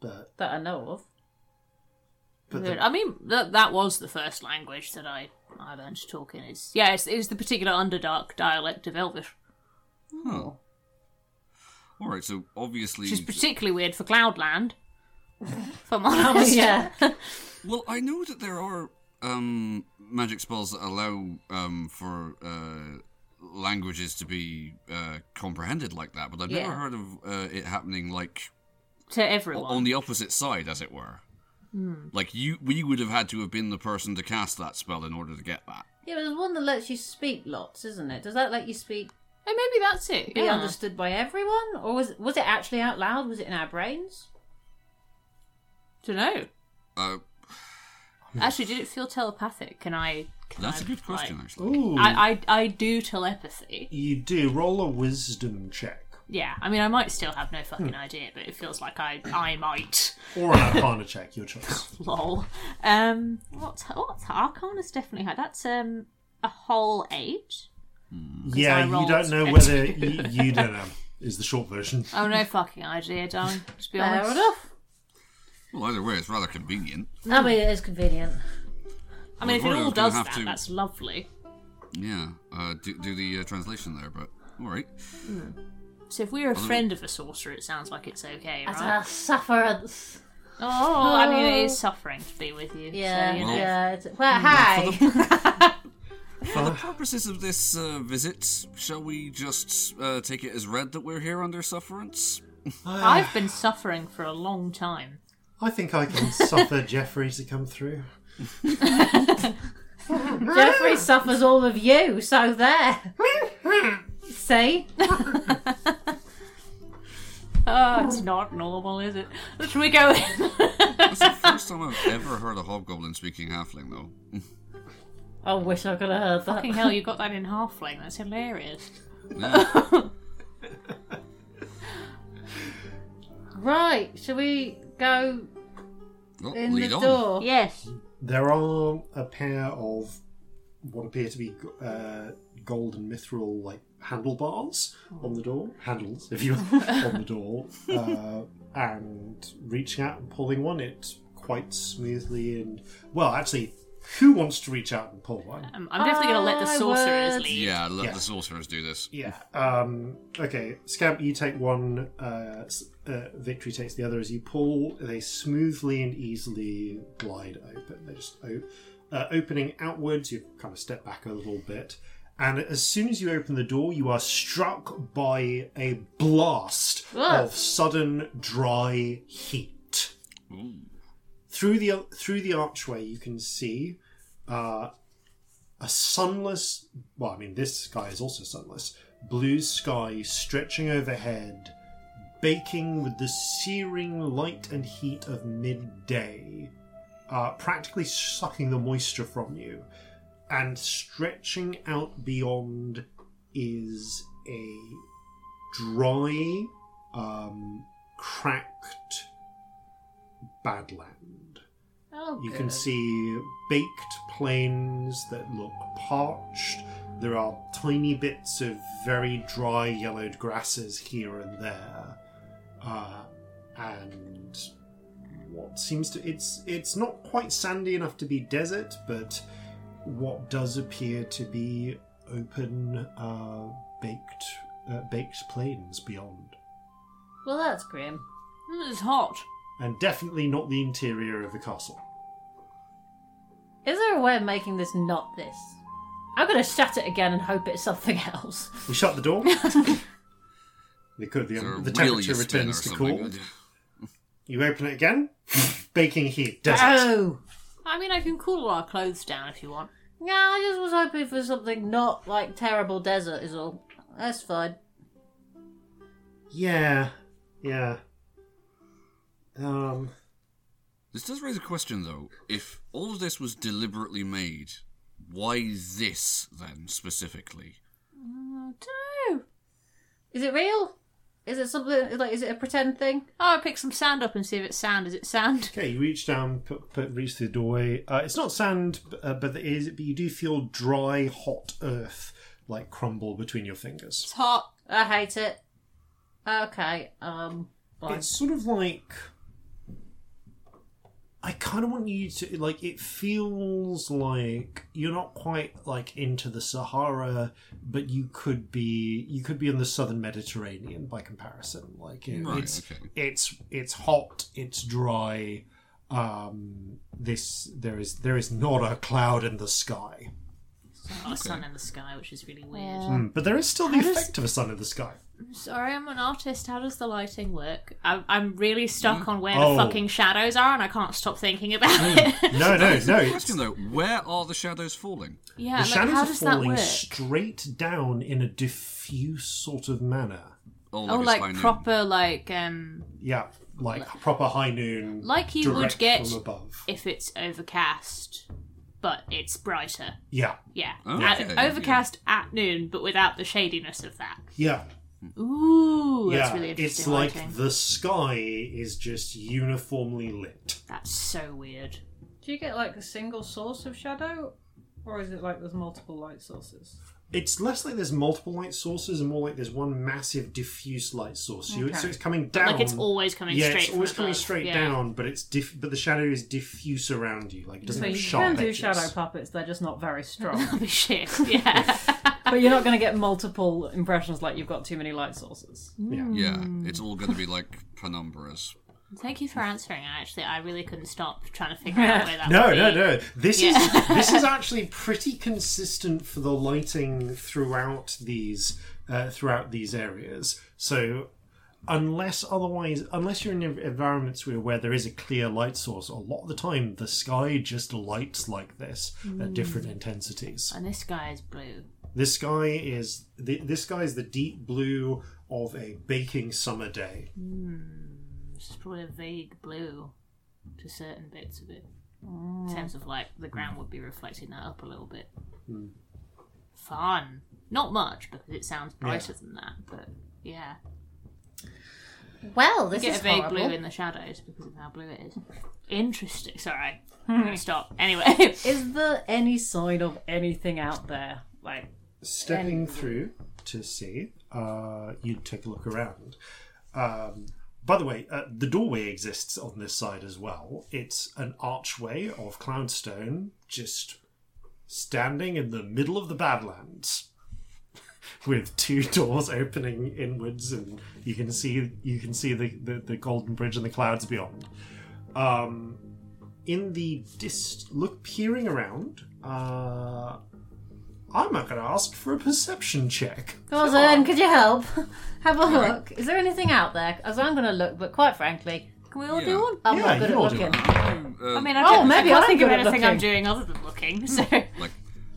[SPEAKER 1] But
[SPEAKER 6] That I know of.
[SPEAKER 1] but the,
[SPEAKER 2] I mean, that that was the first language that I I learned to talk in. Is yeah, it's, it's the particular underdark dialect of Elvish,
[SPEAKER 4] Huh.
[SPEAKER 2] Oh.
[SPEAKER 4] All right, so obviously,
[SPEAKER 2] which is particularly weird for Cloudland. If I'm honest,
[SPEAKER 6] yeah.
[SPEAKER 4] well, I know that there are um, magic spells that allow um, for uh, languages to be uh, comprehended like that, but I've never
[SPEAKER 6] Yeah.
[SPEAKER 4] heard of uh, it happening like
[SPEAKER 2] to
[SPEAKER 4] o-
[SPEAKER 2] everyone.
[SPEAKER 4] on the opposite side, as it were. Like you, we would have had to have been the person to cast that spell in order to get that.
[SPEAKER 6] Yeah, but there's one that lets you speak lots, isn't it? Does that let you speak,
[SPEAKER 2] Hey, maybe that's it.
[SPEAKER 6] be
[SPEAKER 2] yeah.
[SPEAKER 6] understood by everyone, or was was it actually out loud? Was it in our brains?
[SPEAKER 2] Don't know.
[SPEAKER 4] Uh,
[SPEAKER 2] Actually, did it feel telepathic? Can I? Can
[SPEAKER 4] that's
[SPEAKER 2] I,
[SPEAKER 4] a good question, eh?
[SPEAKER 2] like-
[SPEAKER 4] actually.
[SPEAKER 1] Ooh.
[SPEAKER 2] I, I I do telepathy.
[SPEAKER 1] you do roll a wisdom check
[SPEAKER 2] Yeah, I mean, I might still have no
[SPEAKER 4] Hmm.
[SPEAKER 2] fucking idea, but it feels like I I might.
[SPEAKER 1] or an arcana check, your choice.
[SPEAKER 2] Lol. Um, what's what's Arcana's definitely had? That's um a whole eight. I
[SPEAKER 1] Yeah, you
[SPEAKER 2] rolled
[SPEAKER 1] don't know
[SPEAKER 2] a
[SPEAKER 1] whether you, you don't know is the short version.
[SPEAKER 2] Oh no, fucking idea, darling. To be
[SPEAKER 6] Fair
[SPEAKER 2] honest,
[SPEAKER 6] enough.
[SPEAKER 4] Well, either way, it's rather convenient.
[SPEAKER 6] I mean, it is convenient.
[SPEAKER 2] I mean, if it
[SPEAKER 4] Well,
[SPEAKER 2] all
[SPEAKER 4] we're gonna
[SPEAKER 2] does
[SPEAKER 4] have
[SPEAKER 2] that,
[SPEAKER 4] to-
[SPEAKER 2] that's lovely.
[SPEAKER 4] Yeah, uh, do, do the uh, translation there, but all right.
[SPEAKER 2] So if we're a friend of a sorcerer, it sounds like it's okay,
[SPEAKER 6] As
[SPEAKER 2] right?
[SPEAKER 6] a sufferance.
[SPEAKER 2] Oh, I mean, it is suffering to be with you.
[SPEAKER 6] Yeah,
[SPEAKER 2] So, you know.
[SPEAKER 4] Well-
[SPEAKER 6] yeah. It's, well, hi.
[SPEAKER 4] For the purposes of this uh, visit, shall we just uh, take it as read that we're here under sufferance?
[SPEAKER 2] I've been suffering for a long time.
[SPEAKER 1] I think I can suffer Jeffrey to come through.
[SPEAKER 6] Jeffrey suffers all of you, so there. See?
[SPEAKER 2] Oh, it's not normal, is it? Should we go in?
[SPEAKER 4] That's the first time I've ever heard a hobgoblin speaking halfling, though.
[SPEAKER 6] I wish I could have heard that.
[SPEAKER 2] Fucking hell, you got that in halfling. That's hilarious.
[SPEAKER 4] Yeah.
[SPEAKER 6] Right, shall we go
[SPEAKER 4] Well,
[SPEAKER 6] in
[SPEAKER 4] lead
[SPEAKER 6] the
[SPEAKER 4] on.
[SPEAKER 6] door?
[SPEAKER 2] Yes.
[SPEAKER 1] There are a pair of what appear to be uh, gold and mithril like handlebars on the door, handles if you on the door, uh, and reaching out and pulling one. It quite smoothly and well, actually, who wants to reach out and pull one?
[SPEAKER 2] Um, I'm definitely going to let the
[SPEAKER 6] I
[SPEAKER 2] sorcerers
[SPEAKER 6] would-
[SPEAKER 2] lead.
[SPEAKER 4] Yeah, let
[SPEAKER 1] Yeah.
[SPEAKER 4] the sorcerers do this.
[SPEAKER 1] Yeah. Um, okay, Scamp, you take one. Uh, s- uh, Victory takes the other. As you pull, they smoothly and easily glide open. They just o- uh, opening outwards. You kind of step back a little bit, and as soon as you open the door, you are struck by a blast of sudden dry heat through the through the archway you can see uh, a sunless well i mean this sky is also sunless blue sky stretching overhead baking with the searing light and heat of midday uh, practically sucking the moisture from you and stretching out beyond is a dry um, cracked badland.
[SPEAKER 2] Oh,
[SPEAKER 1] You
[SPEAKER 2] good.
[SPEAKER 1] can see baked plains that look parched. There are tiny bits of very dry yellowed grasses here and there, uh, and what seems to it's it's not quite sandy enough to be desert, but what does appear to be open uh, baked uh, baked plains beyond,
[SPEAKER 6] Well, that's grim.
[SPEAKER 2] Mm, It's hot.
[SPEAKER 1] and definitely not the interior of the castle.
[SPEAKER 6] Is there a way of making this not this? I'm gonna shut it again and hope it's something else.
[SPEAKER 1] We shut the door. the, co- the, um,
[SPEAKER 4] Is there a
[SPEAKER 1] the temperature
[SPEAKER 4] wheel you spin or
[SPEAKER 1] returns to cool.
[SPEAKER 4] something?
[SPEAKER 1] You open it again. Baking heat, desert.
[SPEAKER 6] Oh!
[SPEAKER 2] I mean, I can cool our clothes down if you want.
[SPEAKER 6] Yeah, I just was hoping for something not like terrible desert is all. That's fine.
[SPEAKER 1] Yeah, yeah. Um,
[SPEAKER 4] This does raise a question, though. If all of this was deliberately made, why this then specifically?
[SPEAKER 2] I don't know.
[SPEAKER 6] Is it real? Is it something like? Is it a pretend thing?
[SPEAKER 2] Oh, I'll pick some sand up and see if it's sand. Is it sand?
[SPEAKER 1] okay, you reach down, put, put, reach through the doorway. Uh, it's not sand, b- uh, but it is. But you do feel dry, hot earth like crumble between your fingers.
[SPEAKER 2] It's hot.
[SPEAKER 6] I hate it. Okay. Um. Fine.
[SPEAKER 1] It's sort of like I kind of want you to like. It feels like you're not quite like into the Sahara, but you could be. You could be in the southern Mediterranean by comparison. Like it-
[SPEAKER 4] Right,
[SPEAKER 1] it's
[SPEAKER 4] okay.
[SPEAKER 1] it's it's hot, it's dry. Um, this there is there is not a cloud in the sky,
[SPEAKER 2] It's not a sun in the sky, which is really weird.
[SPEAKER 1] Mm, but there is still the effect of a sun in the sky.
[SPEAKER 2] Sorry, I'm an artist. How does the lighting work? I'm, I'm really stuck on where
[SPEAKER 1] Oh. Hmm.
[SPEAKER 2] the fucking shadows are, and I can't stop thinking about it.
[SPEAKER 1] No, no, no.
[SPEAKER 4] The
[SPEAKER 1] it's-
[SPEAKER 4] question, though, where are the shadows falling?
[SPEAKER 1] the
[SPEAKER 2] yeah, like,
[SPEAKER 1] shadows
[SPEAKER 2] how
[SPEAKER 1] are
[SPEAKER 2] does that
[SPEAKER 1] falling
[SPEAKER 2] work?
[SPEAKER 1] straight down in a diffuse sort of manner.
[SPEAKER 2] oh,
[SPEAKER 4] it's high
[SPEAKER 2] like
[SPEAKER 4] noon.
[SPEAKER 2] proper, like um,
[SPEAKER 1] Yeah, like proper high noon.
[SPEAKER 2] Like you would
[SPEAKER 1] direct
[SPEAKER 2] get-
[SPEAKER 1] from above.
[SPEAKER 2] if it's overcast, but it's brighter.
[SPEAKER 1] Yeah,
[SPEAKER 2] Oh, Yeah,
[SPEAKER 4] Okay,
[SPEAKER 2] At-
[SPEAKER 4] yeah.
[SPEAKER 2] overcast at noon, but without the shadiness of that.
[SPEAKER 1] yeah,
[SPEAKER 2] Hmm. Ooh,
[SPEAKER 1] yeah.
[SPEAKER 2] that's really interesting.
[SPEAKER 1] it's like
[SPEAKER 2] lighting.
[SPEAKER 1] the sky is just uniformly lit.
[SPEAKER 2] That's so weird.
[SPEAKER 3] Do you get like a single source of shadow, or is it like there's multiple light sources?
[SPEAKER 1] It's less like there's multiple light sources and more like there's one massive diffuse light source. You, So
[SPEAKER 3] Okay.
[SPEAKER 1] it's coming down.
[SPEAKER 2] Like it's always coming
[SPEAKER 1] yeah,
[SPEAKER 2] straight.
[SPEAKER 1] it's always
[SPEAKER 2] from
[SPEAKER 1] coming
[SPEAKER 2] above.
[SPEAKER 1] straight
[SPEAKER 2] Yeah.
[SPEAKER 1] down, but it's diff- but the shadow is diffuse around you. Like it doesn't
[SPEAKER 3] So
[SPEAKER 1] have
[SPEAKER 3] you
[SPEAKER 1] sharp
[SPEAKER 3] can do
[SPEAKER 1] edges.
[SPEAKER 3] shadow puppets. They're just not very strong.
[SPEAKER 2] That'll be shit. Yeah.
[SPEAKER 3] but you're not going to get multiple impressions like you've got too many light sources.
[SPEAKER 4] Yeah, it's all going to be like penumbras.
[SPEAKER 2] Thank you for answering. Actually, I really couldn't stop trying to figure out where that.
[SPEAKER 1] No,
[SPEAKER 2] would
[SPEAKER 1] no,
[SPEAKER 2] be.
[SPEAKER 1] no. This is
[SPEAKER 2] Yeah.
[SPEAKER 1] this is actually pretty consistent for the lighting throughout these uh, throughout these areas. So unless otherwise, unless you're in en- environments where, where there is a clear light source, a lot of the time the sky just lights like this at different intensities.
[SPEAKER 2] And this guy is blue.
[SPEAKER 1] This sky is th- this sky is the deep blue of a baking summer day.
[SPEAKER 2] This is probably a vague blue to certain bits of it.
[SPEAKER 1] Mm.
[SPEAKER 2] In terms of like the ground would be reflecting that up a little bit.
[SPEAKER 1] Hmm.
[SPEAKER 2] Fun. Not much because it sounds brighter than that, but yeah.
[SPEAKER 6] Well, this
[SPEAKER 2] Get
[SPEAKER 6] is
[SPEAKER 2] a vague
[SPEAKER 6] horrible.
[SPEAKER 2] blue in the shadows because of how blue it is. Interesting. Sorry. I'm gonna stop. Anyway.
[SPEAKER 3] Is there any sign of anything out there? Like,
[SPEAKER 1] stepping through to see, uh, you take a look around. Um, by the way, uh, the doorway exists on this side as well. It's an archway of cloudstone, just standing in the middle of the Badlands, with two doors opening inwards, and you can see you can see the, the, the Golden Bridge and the clouds beyond. Um, in the dist, look peering around. Uh, I'm not going to ask for a perception check.
[SPEAKER 6] Gordon, could you help? Have a look. Is there anything out there? As I'm gonna look, but quite frankly,
[SPEAKER 2] Can we all
[SPEAKER 4] Yeah.
[SPEAKER 2] do one?
[SPEAKER 6] I'm
[SPEAKER 1] Yeah,
[SPEAKER 6] not good
[SPEAKER 1] you
[SPEAKER 6] at
[SPEAKER 1] all do
[SPEAKER 6] looking.
[SPEAKER 2] I
[SPEAKER 4] Uh,
[SPEAKER 2] mean I
[SPEAKER 6] Oh,
[SPEAKER 2] don't,
[SPEAKER 6] maybe
[SPEAKER 2] I
[SPEAKER 6] I'm
[SPEAKER 2] can't think of
[SPEAKER 6] good at
[SPEAKER 2] anything I'm
[SPEAKER 6] looking.
[SPEAKER 2] doing other than looking, so
[SPEAKER 4] like,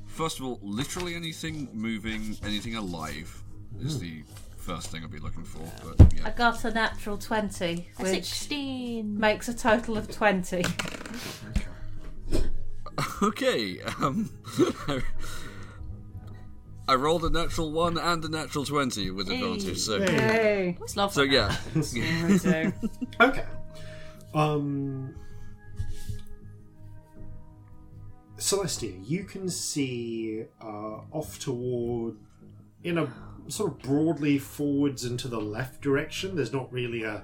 [SPEAKER 4] first of all, literally anything moving, anything alive is the first thing I'll be looking for. But
[SPEAKER 6] I
[SPEAKER 4] yeah,
[SPEAKER 6] got a natural twenty, which
[SPEAKER 2] sixteen.
[SPEAKER 6] makes a total of twenty.
[SPEAKER 4] okay. Um, I rolled a natural one and a natural twenty with advantage. So,
[SPEAKER 1] Hey.
[SPEAKER 3] Hey.
[SPEAKER 2] It's lovely.
[SPEAKER 4] so yeah,
[SPEAKER 3] Me too.
[SPEAKER 1] Okay. Um. Celestia, you can see uh, off toward, in a sort of broadly forwards and to the left direction. There's not really a,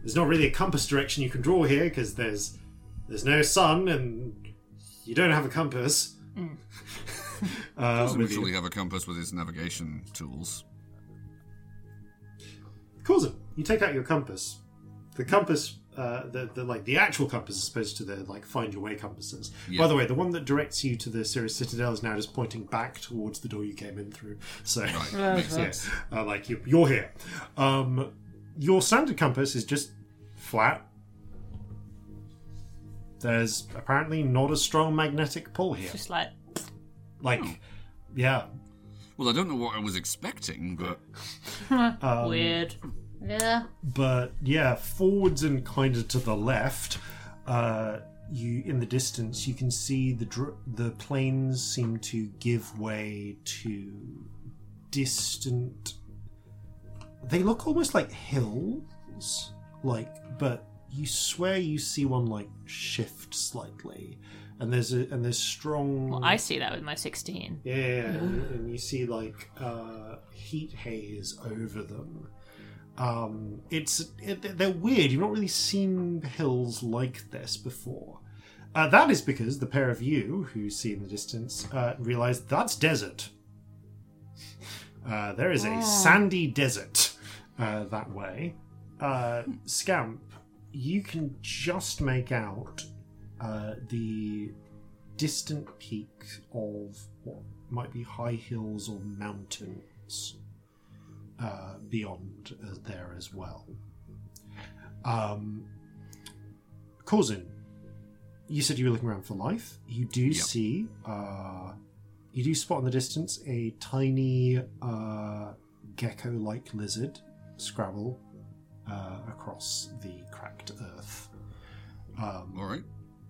[SPEAKER 1] there's not really a compass direction you can draw here because there's, there's no sun and you don't have a compass.
[SPEAKER 6] Mm.
[SPEAKER 1] uh,
[SPEAKER 4] doesn't
[SPEAKER 1] with you.
[SPEAKER 4] usually have a compass with his navigation tools.
[SPEAKER 1] Coulson, you take out your compass. The compass, uh, the, the like the actual compass, as opposed to the like find your way compasses.
[SPEAKER 4] Yeah.
[SPEAKER 1] By the way, the one that directs you to the Sirius Citadel is now just pointing back towards the door you came in through. So,
[SPEAKER 4] Right,
[SPEAKER 3] Right,
[SPEAKER 4] makes
[SPEAKER 1] yeah,
[SPEAKER 4] sense.
[SPEAKER 1] uh, like you, you're here. Um, your standard compass is just flat. There's apparently not a strong magnetic pull here.
[SPEAKER 2] Just like
[SPEAKER 1] Like,
[SPEAKER 4] Oh.
[SPEAKER 1] yeah,
[SPEAKER 4] Well, I don't know what I was expecting, but
[SPEAKER 1] um,
[SPEAKER 2] weird.
[SPEAKER 6] Yeah.
[SPEAKER 1] but yeah, forwards and kind of to the left. Uh, you in the distance, you can see the dr- the planes seem to give way to distant. They look almost like hills, like but you swear you see one like shift slightly, and there's a and there's strong.
[SPEAKER 2] Well, I see that with my 16.
[SPEAKER 1] Yeah, and, and you see like uh, heat haze over them. Um, it's it, they're weird. You've not really seen hills like this before. Uh, that is because the pair of you who see in the distance uh, realize that's desert. Uh, there is a sandy desert uh, that way. Uh, Scamp, you can just make out uh, the distant peak of what might be high hills or mountains uh, beyond uh, there as well. Um, Cousin, you said you were looking around for life. You do
[SPEAKER 4] Yep.
[SPEAKER 1] see, uh, you do spot in the distance a tiny uh, gecko like lizard scrabble uh, across the cracked earth. Um,
[SPEAKER 4] all right.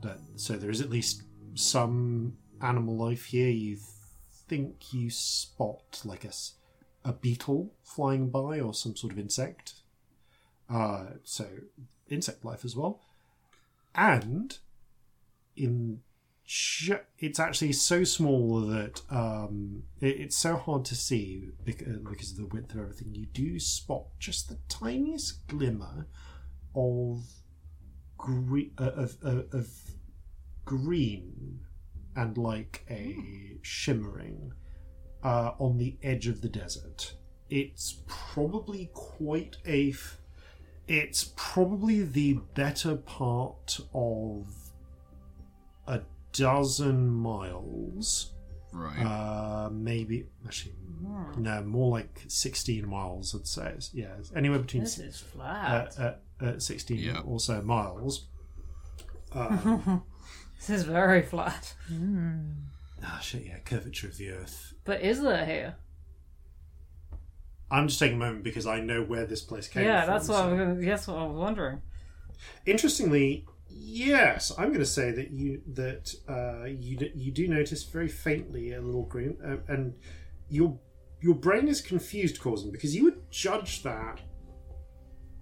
[SPEAKER 1] that so there is at least some animal life here. You think you spot like a s- a beetle flying by or some sort of insect. Uh, so insect life as well, and in ju- it's actually so small that um, it, it's so hard to see because, because of the width of everything. You do spot just the tiniest glimmer of gre- uh, of, of, of green and like a shimmering uh, on the edge of the desert. It's probably quite a. F- it's probably the better part of a dozen miles.
[SPEAKER 4] Right.
[SPEAKER 1] Uh, maybe actually
[SPEAKER 6] Hmm.
[SPEAKER 1] no, more like sixteen miles. I'd say It's- yeah, it's anywhere between
[SPEAKER 6] This
[SPEAKER 1] si-
[SPEAKER 6] is
[SPEAKER 1] uh,
[SPEAKER 6] flat.
[SPEAKER 1] uh, uh, 16
[SPEAKER 4] Yeah.
[SPEAKER 1] or so miles. Uh,
[SPEAKER 6] this is very flat.
[SPEAKER 1] ah, shit, yeah, curvature of the Earth.
[SPEAKER 6] But is there here?
[SPEAKER 1] I'm just taking a moment because I know where this place came
[SPEAKER 3] yeah,
[SPEAKER 1] from.
[SPEAKER 3] that's what,
[SPEAKER 1] so-
[SPEAKER 3] I was, that's what I was wondering.
[SPEAKER 1] Interestingly, yes, I'm going to say that you that uh, you d- you do notice very faintly a little green, uh, and your your brain is confused, Causin, because you would judge that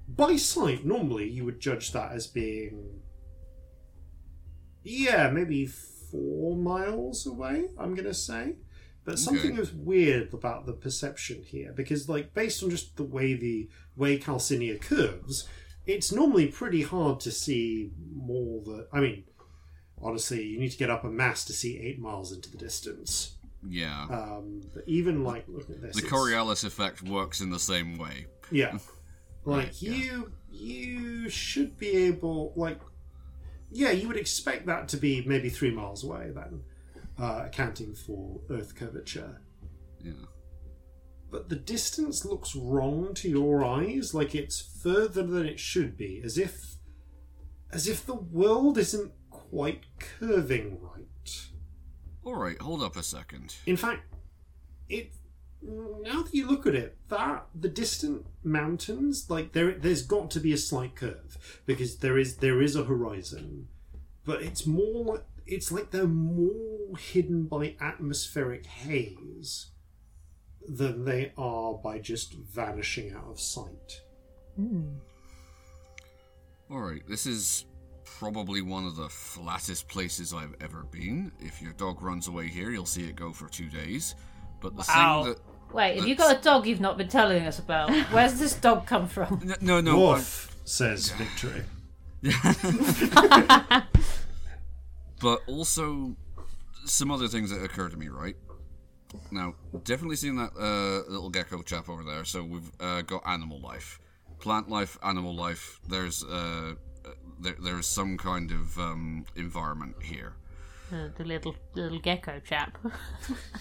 [SPEAKER 1] by sight. Normally, you would judge that as being yeah, maybe four miles away. I'm going to say. But something
[SPEAKER 4] Okay.
[SPEAKER 1] was weird about the perception here, because like based on just the way the way Calcinia curves, it's normally pretty hard to see more than I mean, honestly, you need to get up a mass to see eight miles into the distance.
[SPEAKER 4] yeah.
[SPEAKER 1] Um, but even like look at this,
[SPEAKER 4] the
[SPEAKER 1] it's-
[SPEAKER 4] Coriolis effect works in the same way.
[SPEAKER 1] yeah, like
[SPEAKER 4] Right, yeah.
[SPEAKER 1] you you should be able like yeah, you would expect that to be maybe three miles away then, uh, accounting for Earth curvature.
[SPEAKER 4] Yeah.
[SPEAKER 1] but the distance looks wrong to your eyes like it's further than it should be as if as if the world isn't quite curving right
[SPEAKER 4] All right. Hold up a second.
[SPEAKER 1] in fact it now that you look at it that the distant mountains like there there's got to be a slight curve because there is there is a horizon but it's more like it's like they're more hidden by atmospheric haze than they are by just vanishing out of sight.
[SPEAKER 4] All right, this is probably one of the flattest places I've ever been. If your dog runs away here, you'll see it go for two days. But the
[SPEAKER 2] Wow.
[SPEAKER 4] thing that
[SPEAKER 6] Wait, have you got a dog you've not been telling us about? Where's this dog come from?
[SPEAKER 4] N- no, no, I-
[SPEAKER 1] Woof, says Victory.
[SPEAKER 4] but also some other things that occur to me, right? Now, definitely seen that uh, little gecko chap over there. So we've uh, got animal life, plant life, animal life. There's uh, uh, there, there's some kind of um, environment here.
[SPEAKER 2] The, the little little gecko chap.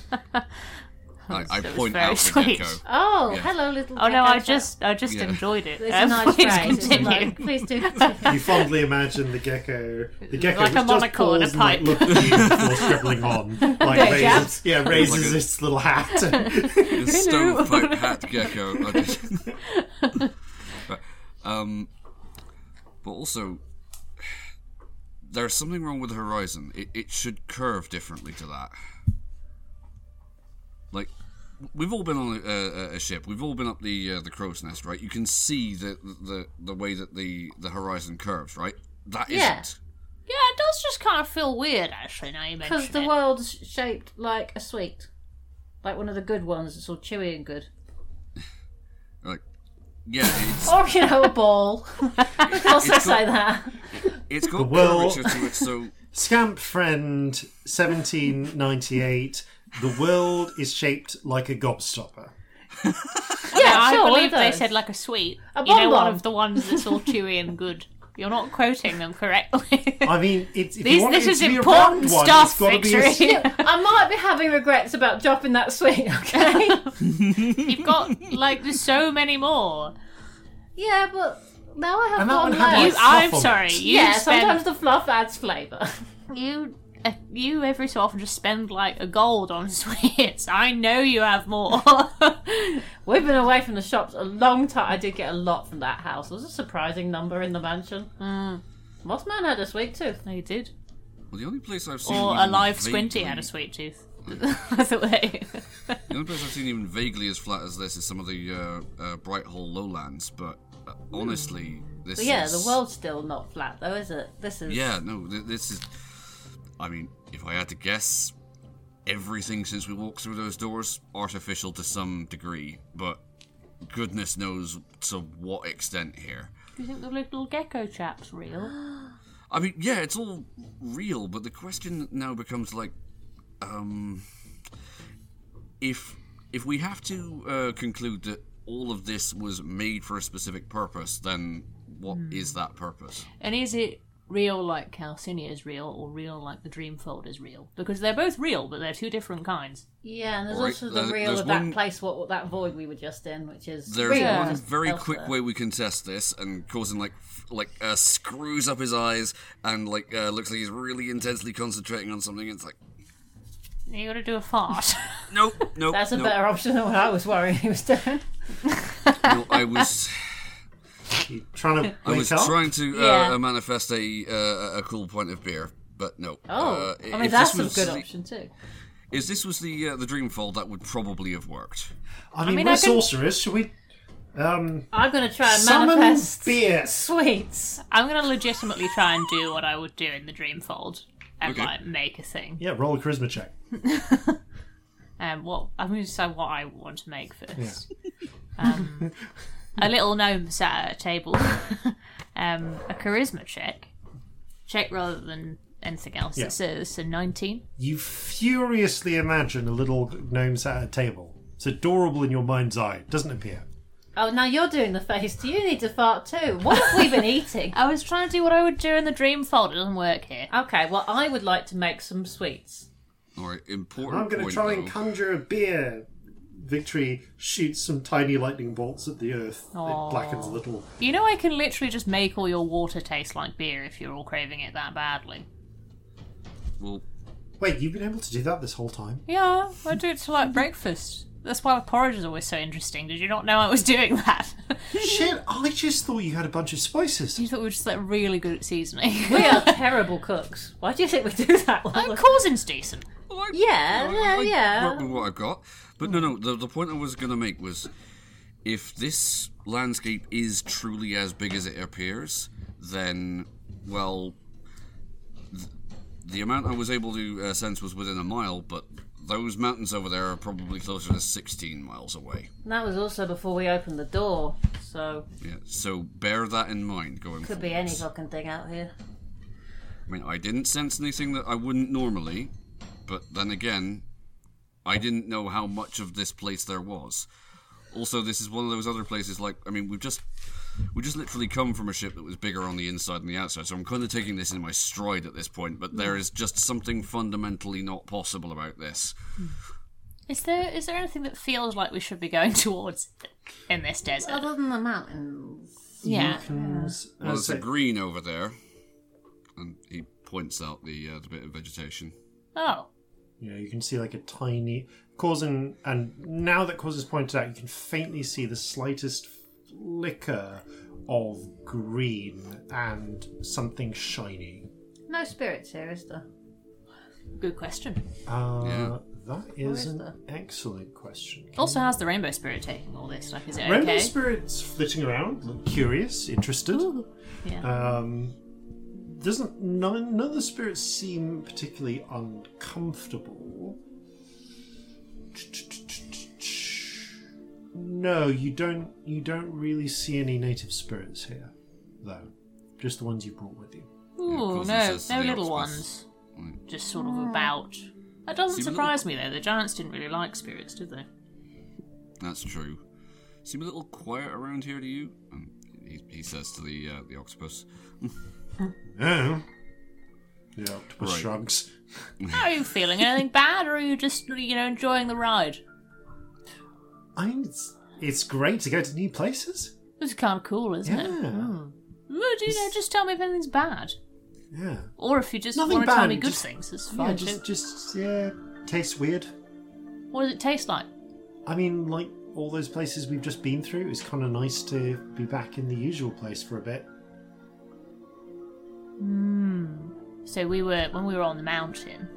[SPEAKER 2] Oh,
[SPEAKER 4] I, I
[SPEAKER 2] That was
[SPEAKER 4] point
[SPEAKER 2] very
[SPEAKER 4] out the
[SPEAKER 2] sweet.
[SPEAKER 4] gecko.
[SPEAKER 6] Oh,
[SPEAKER 4] Yeah.
[SPEAKER 6] hello, little.
[SPEAKER 2] Oh no,
[SPEAKER 6] gecko
[SPEAKER 2] I
[SPEAKER 6] chap.
[SPEAKER 2] just I just
[SPEAKER 4] Yeah.
[SPEAKER 2] enjoyed it.
[SPEAKER 6] It's
[SPEAKER 2] Um,
[SPEAKER 6] a nice
[SPEAKER 2] please
[SPEAKER 6] phrase. It's
[SPEAKER 2] continue.
[SPEAKER 6] like- please do. continue.
[SPEAKER 1] You fondly imagine the gecko, the gecko
[SPEAKER 2] Like
[SPEAKER 1] which
[SPEAKER 2] a
[SPEAKER 1] just
[SPEAKER 2] monocle and a
[SPEAKER 1] paws like,
[SPEAKER 2] pipe.
[SPEAKER 1] look at you before scribbling on, like
[SPEAKER 6] Bear
[SPEAKER 1] raises,
[SPEAKER 6] jabs.
[SPEAKER 1] yeah, raises
[SPEAKER 4] Like a-
[SPEAKER 1] its little hat.
[SPEAKER 4] The stovepipe hat gecko. I just- But, um, but also, there's something wrong with the horizon. It, it should curve differently to that. Like, we've all been on a, a, a ship. We've all been up the uh, the crow's nest, right? You can see the the, the way that the, the horizon curves, right? That
[SPEAKER 6] Yeah.
[SPEAKER 4] not
[SPEAKER 2] Yeah, it does just kind of feel weird actually. Now you mention
[SPEAKER 6] Because the
[SPEAKER 2] it.
[SPEAKER 6] world's sh- shaped like a sweet, like one of the good ones. It's all chewy and good,
[SPEAKER 4] Like, yeah, it's,
[SPEAKER 2] Oh.
[SPEAKER 6] or Oh, you know, a ball. we can also
[SPEAKER 4] It's got-
[SPEAKER 6] say that.
[SPEAKER 4] it's
[SPEAKER 1] The
[SPEAKER 4] got
[SPEAKER 1] world-
[SPEAKER 4] curvature to it, so
[SPEAKER 1] Scamp friend, 1798. The world is shaped like a gobstopper.
[SPEAKER 6] Yeah,
[SPEAKER 2] I
[SPEAKER 6] sure. one
[SPEAKER 2] believe
[SPEAKER 6] of
[SPEAKER 2] they
[SPEAKER 6] those.
[SPEAKER 2] said like a sweet.
[SPEAKER 6] A
[SPEAKER 2] you know, one
[SPEAKER 6] bonbon.
[SPEAKER 2] of the ones that's all chewy and good. You're not quoting them correctly.
[SPEAKER 1] I mean, it's, if you
[SPEAKER 2] These,
[SPEAKER 1] want
[SPEAKER 2] this
[SPEAKER 1] it
[SPEAKER 2] is
[SPEAKER 1] to be a
[SPEAKER 2] important
[SPEAKER 1] round one,
[SPEAKER 2] stuff,
[SPEAKER 1] it's gotta be a-
[SPEAKER 2] Victory.
[SPEAKER 6] I might be having regrets about dropping that sweet. Okay.
[SPEAKER 2] You've got like there's so many more.
[SPEAKER 6] yeah, but now I have
[SPEAKER 1] And that
[SPEAKER 6] one
[SPEAKER 1] one had,
[SPEAKER 6] left.
[SPEAKER 2] Oh, You,
[SPEAKER 1] Like
[SPEAKER 2] I'm
[SPEAKER 1] fluff on
[SPEAKER 2] sorry.
[SPEAKER 1] it.
[SPEAKER 2] You
[SPEAKER 6] yeah,
[SPEAKER 2] spend
[SPEAKER 6] sometimes the fluff adds flavour.
[SPEAKER 2] you uh, you every so often just spend like a gold on sweets. I know you have more.
[SPEAKER 6] We've been away from the shops a long time. I did get a lot from that house. It was a surprising number in the mansion. Moss Man had a sweet tooth.
[SPEAKER 2] no, you did.
[SPEAKER 4] well, the only place I've seen
[SPEAKER 2] Or a
[SPEAKER 4] even
[SPEAKER 2] live squinty
[SPEAKER 4] vaguely-
[SPEAKER 2] had a sweet tooth. By the way.
[SPEAKER 4] The only place I've seen even vaguely as flat as this is some of the uh, uh, Bright Hall lowlands, but uh, honestly, this
[SPEAKER 6] Hmm. But yeah, the
[SPEAKER 4] is-
[SPEAKER 6] world's still not flat though, is it? This is
[SPEAKER 4] Yeah, no, th- this is. I mean, if I had to guess, everything since we walked through those doors artificial to some degree, but goodness knows to what extent here.
[SPEAKER 2] Do you think the little gecko chap's real?
[SPEAKER 4] I mean, yeah, it's all real, but the question now becomes like, um, if if we have to uh, conclude that all of this was made for a specific purpose, then what is that purpose?
[SPEAKER 2] And is it real like Calcinia is real, or real like the Dreamfold is real? Because they're both real, but they're two different kinds.
[SPEAKER 6] Yeah, and there's
[SPEAKER 4] Or
[SPEAKER 6] also the
[SPEAKER 4] there's-
[SPEAKER 6] real
[SPEAKER 4] there's
[SPEAKER 6] of
[SPEAKER 4] one-
[SPEAKER 6] that place, what, what that void we were just in, which is
[SPEAKER 4] There's
[SPEAKER 6] real,
[SPEAKER 4] one
[SPEAKER 6] just
[SPEAKER 4] very
[SPEAKER 6] elsewhere.
[SPEAKER 4] quick way we can test this, and causing like f- like uh, screws up his eyes, and like uh, looks like he's really intensely concentrating on something. It's like,
[SPEAKER 2] You gotta do a fart.
[SPEAKER 4] nope, nope.
[SPEAKER 6] That's a
[SPEAKER 4] nope.
[SPEAKER 6] better option than what I was worrying he was doing.
[SPEAKER 4] No, I was.
[SPEAKER 1] You trying to
[SPEAKER 4] I
[SPEAKER 1] wake
[SPEAKER 4] was
[SPEAKER 1] up?
[SPEAKER 4] trying to uh,
[SPEAKER 6] Yeah.
[SPEAKER 4] uh, manifest a uh, a cool pint of beer, but no.
[SPEAKER 6] Oh,
[SPEAKER 4] Uh,
[SPEAKER 6] I mean
[SPEAKER 4] if
[SPEAKER 6] that's
[SPEAKER 4] this
[SPEAKER 6] a
[SPEAKER 4] was
[SPEAKER 6] good
[SPEAKER 4] the-
[SPEAKER 6] option too.
[SPEAKER 4] If this was the uh, the Dreamfold, that would probably have worked.
[SPEAKER 1] I mean,
[SPEAKER 2] mean,
[SPEAKER 1] we're
[SPEAKER 2] I can-
[SPEAKER 1] sorcerers. Should we um,
[SPEAKER 6] I'm going to try and
[SPEAKER 1] summon
[SPEAKER 6] manifest
[SPEAKER 1] beer?
[SPEAKER 6] sweets.
[SPEAKER 2] I'm gonna legitimately try and do what I would do in the Dreamfold and
[SPEAKER 4] Okay.
[SPEAKER 2] like make a thing.
[SPEAKER 1] Yeah, roll a charisma check.
[SPEAKER 2] Um, what I'm gonna say what I want to make first. Um, a little gnome sat at a table. um, a charisma check, check rather than anything else.
[SPEAKER 1] Yeah.
[SPEAKER 2] It's, a, it's a 19.
[SPEAKER 1] You furiously imagine a little gnome sat at a table. It's adorable in your mind's eye. It doesn't appear.
[SPEAKER 6] Oh, now you're doing the face. Do you need to fart too? What have we been eating?
[SPEAKER 2] I was trying to do what I would do in the Dreamfold. It doesn't work here.
[SPEAKER 6] Okay, well I would like to make some sweets.
[SPEAKER 4] All right, important.
[SPEAKER 1] I'm going to
[SPEAKER 4] point,
[SPEAKER 1] try and
[SPEAKER 4] though.
[SPEAKER 1] conjure a beer. Victory shoots some tiny lightning bolts at the earth. It
[SPEAKER 2] Aw.
[SPEAKER 1] blackens a little.
[SPEAKER 2] You know, I can literally just make all your water taste like beer if you're all craving it that badly.
[SPEAKER 4] Well,
[SPEAKER 1] Wait, you've been able to do that this whole time?
[SPEAKER 2] Yeah, I do it to like breakfast. That's why the porridge is always so interesting. Did you not know I was doing that?
[SPEAKER 1] Shit, I just thought you had a bunch of spices.
[SPEAKER 2] you thought we were just like really good at seasoning.
[SPEAKER 6] We are terrible cooks. Why do you think we do that?
[SPEAKER 2] and
[SPEAKER 6] Well,
[SPEAKER 2] Corzin's decent.
[SPEAKER 4] Well, I-
[SPEAKER 6] Yeah,
[SPEAKER 4] I-
[SPEAKER 6] yeah,
[SPEAKER 4] I
[SPEAKER 6] yeah.
[SPEAKER 4] Work with what I've got. But no, no. The, the point I was going to make was, if this landscape is truly as big as it appears, then well, th- the amount I was able to uh, sense was within a mile, but those mountains over there are probably closer to 16 miles away.
[SPEAKER 6] And that was also before we opened the door, so
[SPEAKER 4] Yeah. So bear that in mind going.
[SPEAKER 6] could be any
[SPEAKER 4] forwards.
[SPEAKER 6] fucking thing out here.
[SPEAKER 4] I mean, I didn't sense anything that I wouldn't normally, but then again, I didn't know how much of this place there was. Also, this is one of those other places. Like, I mean, we've just we just literally come from a ship that was bigger on the inside than the outside, so I'm kind of taking this in my stride at this point. But there is just something fundamentally not possible about this.
[SPEAKER 2] Is there is there anything that feels like we should be going towards in this desert?
[SPEAKER 6] Other than the mountains.
[SPEAKER 2] Yeah.
[SPEAKER 4] Well, it's a green over there, and he points out the uh, the bit of vegetation.
[SPEAKER 2] Oh,
[SPEAKER 1] You know, you can see like a tiny causing, and now that cause is pointed out, you can faintly see the slightest flicker of green and something shiny.
[SPEAKER 6] No spirits here, is there?
[SPEAKER 2] good question.
[SPEAKER 1] Uh,
[SPEAKER 4] Yeah.
[SPEAKER 1] That is
[SPEAKER 6] is
[SPEAKER 1] an
[SPEAKER 6] that?
[SPEAKER 1] excellent question.
[SPEAKER 2] Also, how's the rainbow spirit taking all this? Like, is it
[SPEAKER 1] Rainbow
[SPEAKER 2] okay?
[SPEAKER 1] spirits flitting around, look curious, interested.
[SPEAKER 2] yeah.
[SPEAKER 1] Um, doesn't none, none of the spirits seem particularly uncomfortable? No, you don't. You don't really see any native spirits here, though. Just the ones you brought with you.
[SPEAKER 2] Ooh,
[SPEAKER 4] causes
[SPEAKER 2] no,
[SPEAKER 4] us to
[SPEAKER 2] no
[SPEAKER 4] be
[SPEAKER 2] little
[SPEAKER 4] obsessed.
[SPEAKER 2] ones. Just sort of about. That doesn't
[SPEAKER 4] Seem a
[SPEAKER 2] surprise me though. The giants didn't really like spirits, did they?
[SPEAKER 4] That's true. Seem a little quiet around here to you? And he, he says to the uh, the octopus.
[SPEAKER 1] No. The octopus
[SPEAKER 4] Right.
[SPEAKER 1] shrugs.
[SPEAKER 2] How are you feeling? Anything bad, or are you just you know enjoying the ride?
[SPEAKER 1] I mean, it's, it's great to go to new places.
[SPEAKER 2] It's kind of cool, isn't
[SPEAKER 1] Yeah.
[SPEAKER 2] it? Hmm. Well, do you know? Just tell me if anything's bad,
[SPEAKER 1] Yeah.
[SPEAKER 2] or if you just
[SPEAKER 1] Nothing
[SPEAKER 2] want to tell
[SPEAKER 1] bad,
[SPEAKER 2] me good
[SPEAKER 1] just-
[SPEAKER 2] things. It's
[SPEAKER 1] Yeah,
[SPEAKER 2] fine
[SPEAKER 1] just,
[SPEAKER 2] too.
[SPEAKER 1] just yeah. Tastes weird.
[SPEAKER 2] What does it taste like?
[SPEAKER 1] I mean, like all those places we've just been through, it's kind of nice to be back in the usual place for a bit. Hmm.
[SPEAKER 2] So we were when we were on the mountain.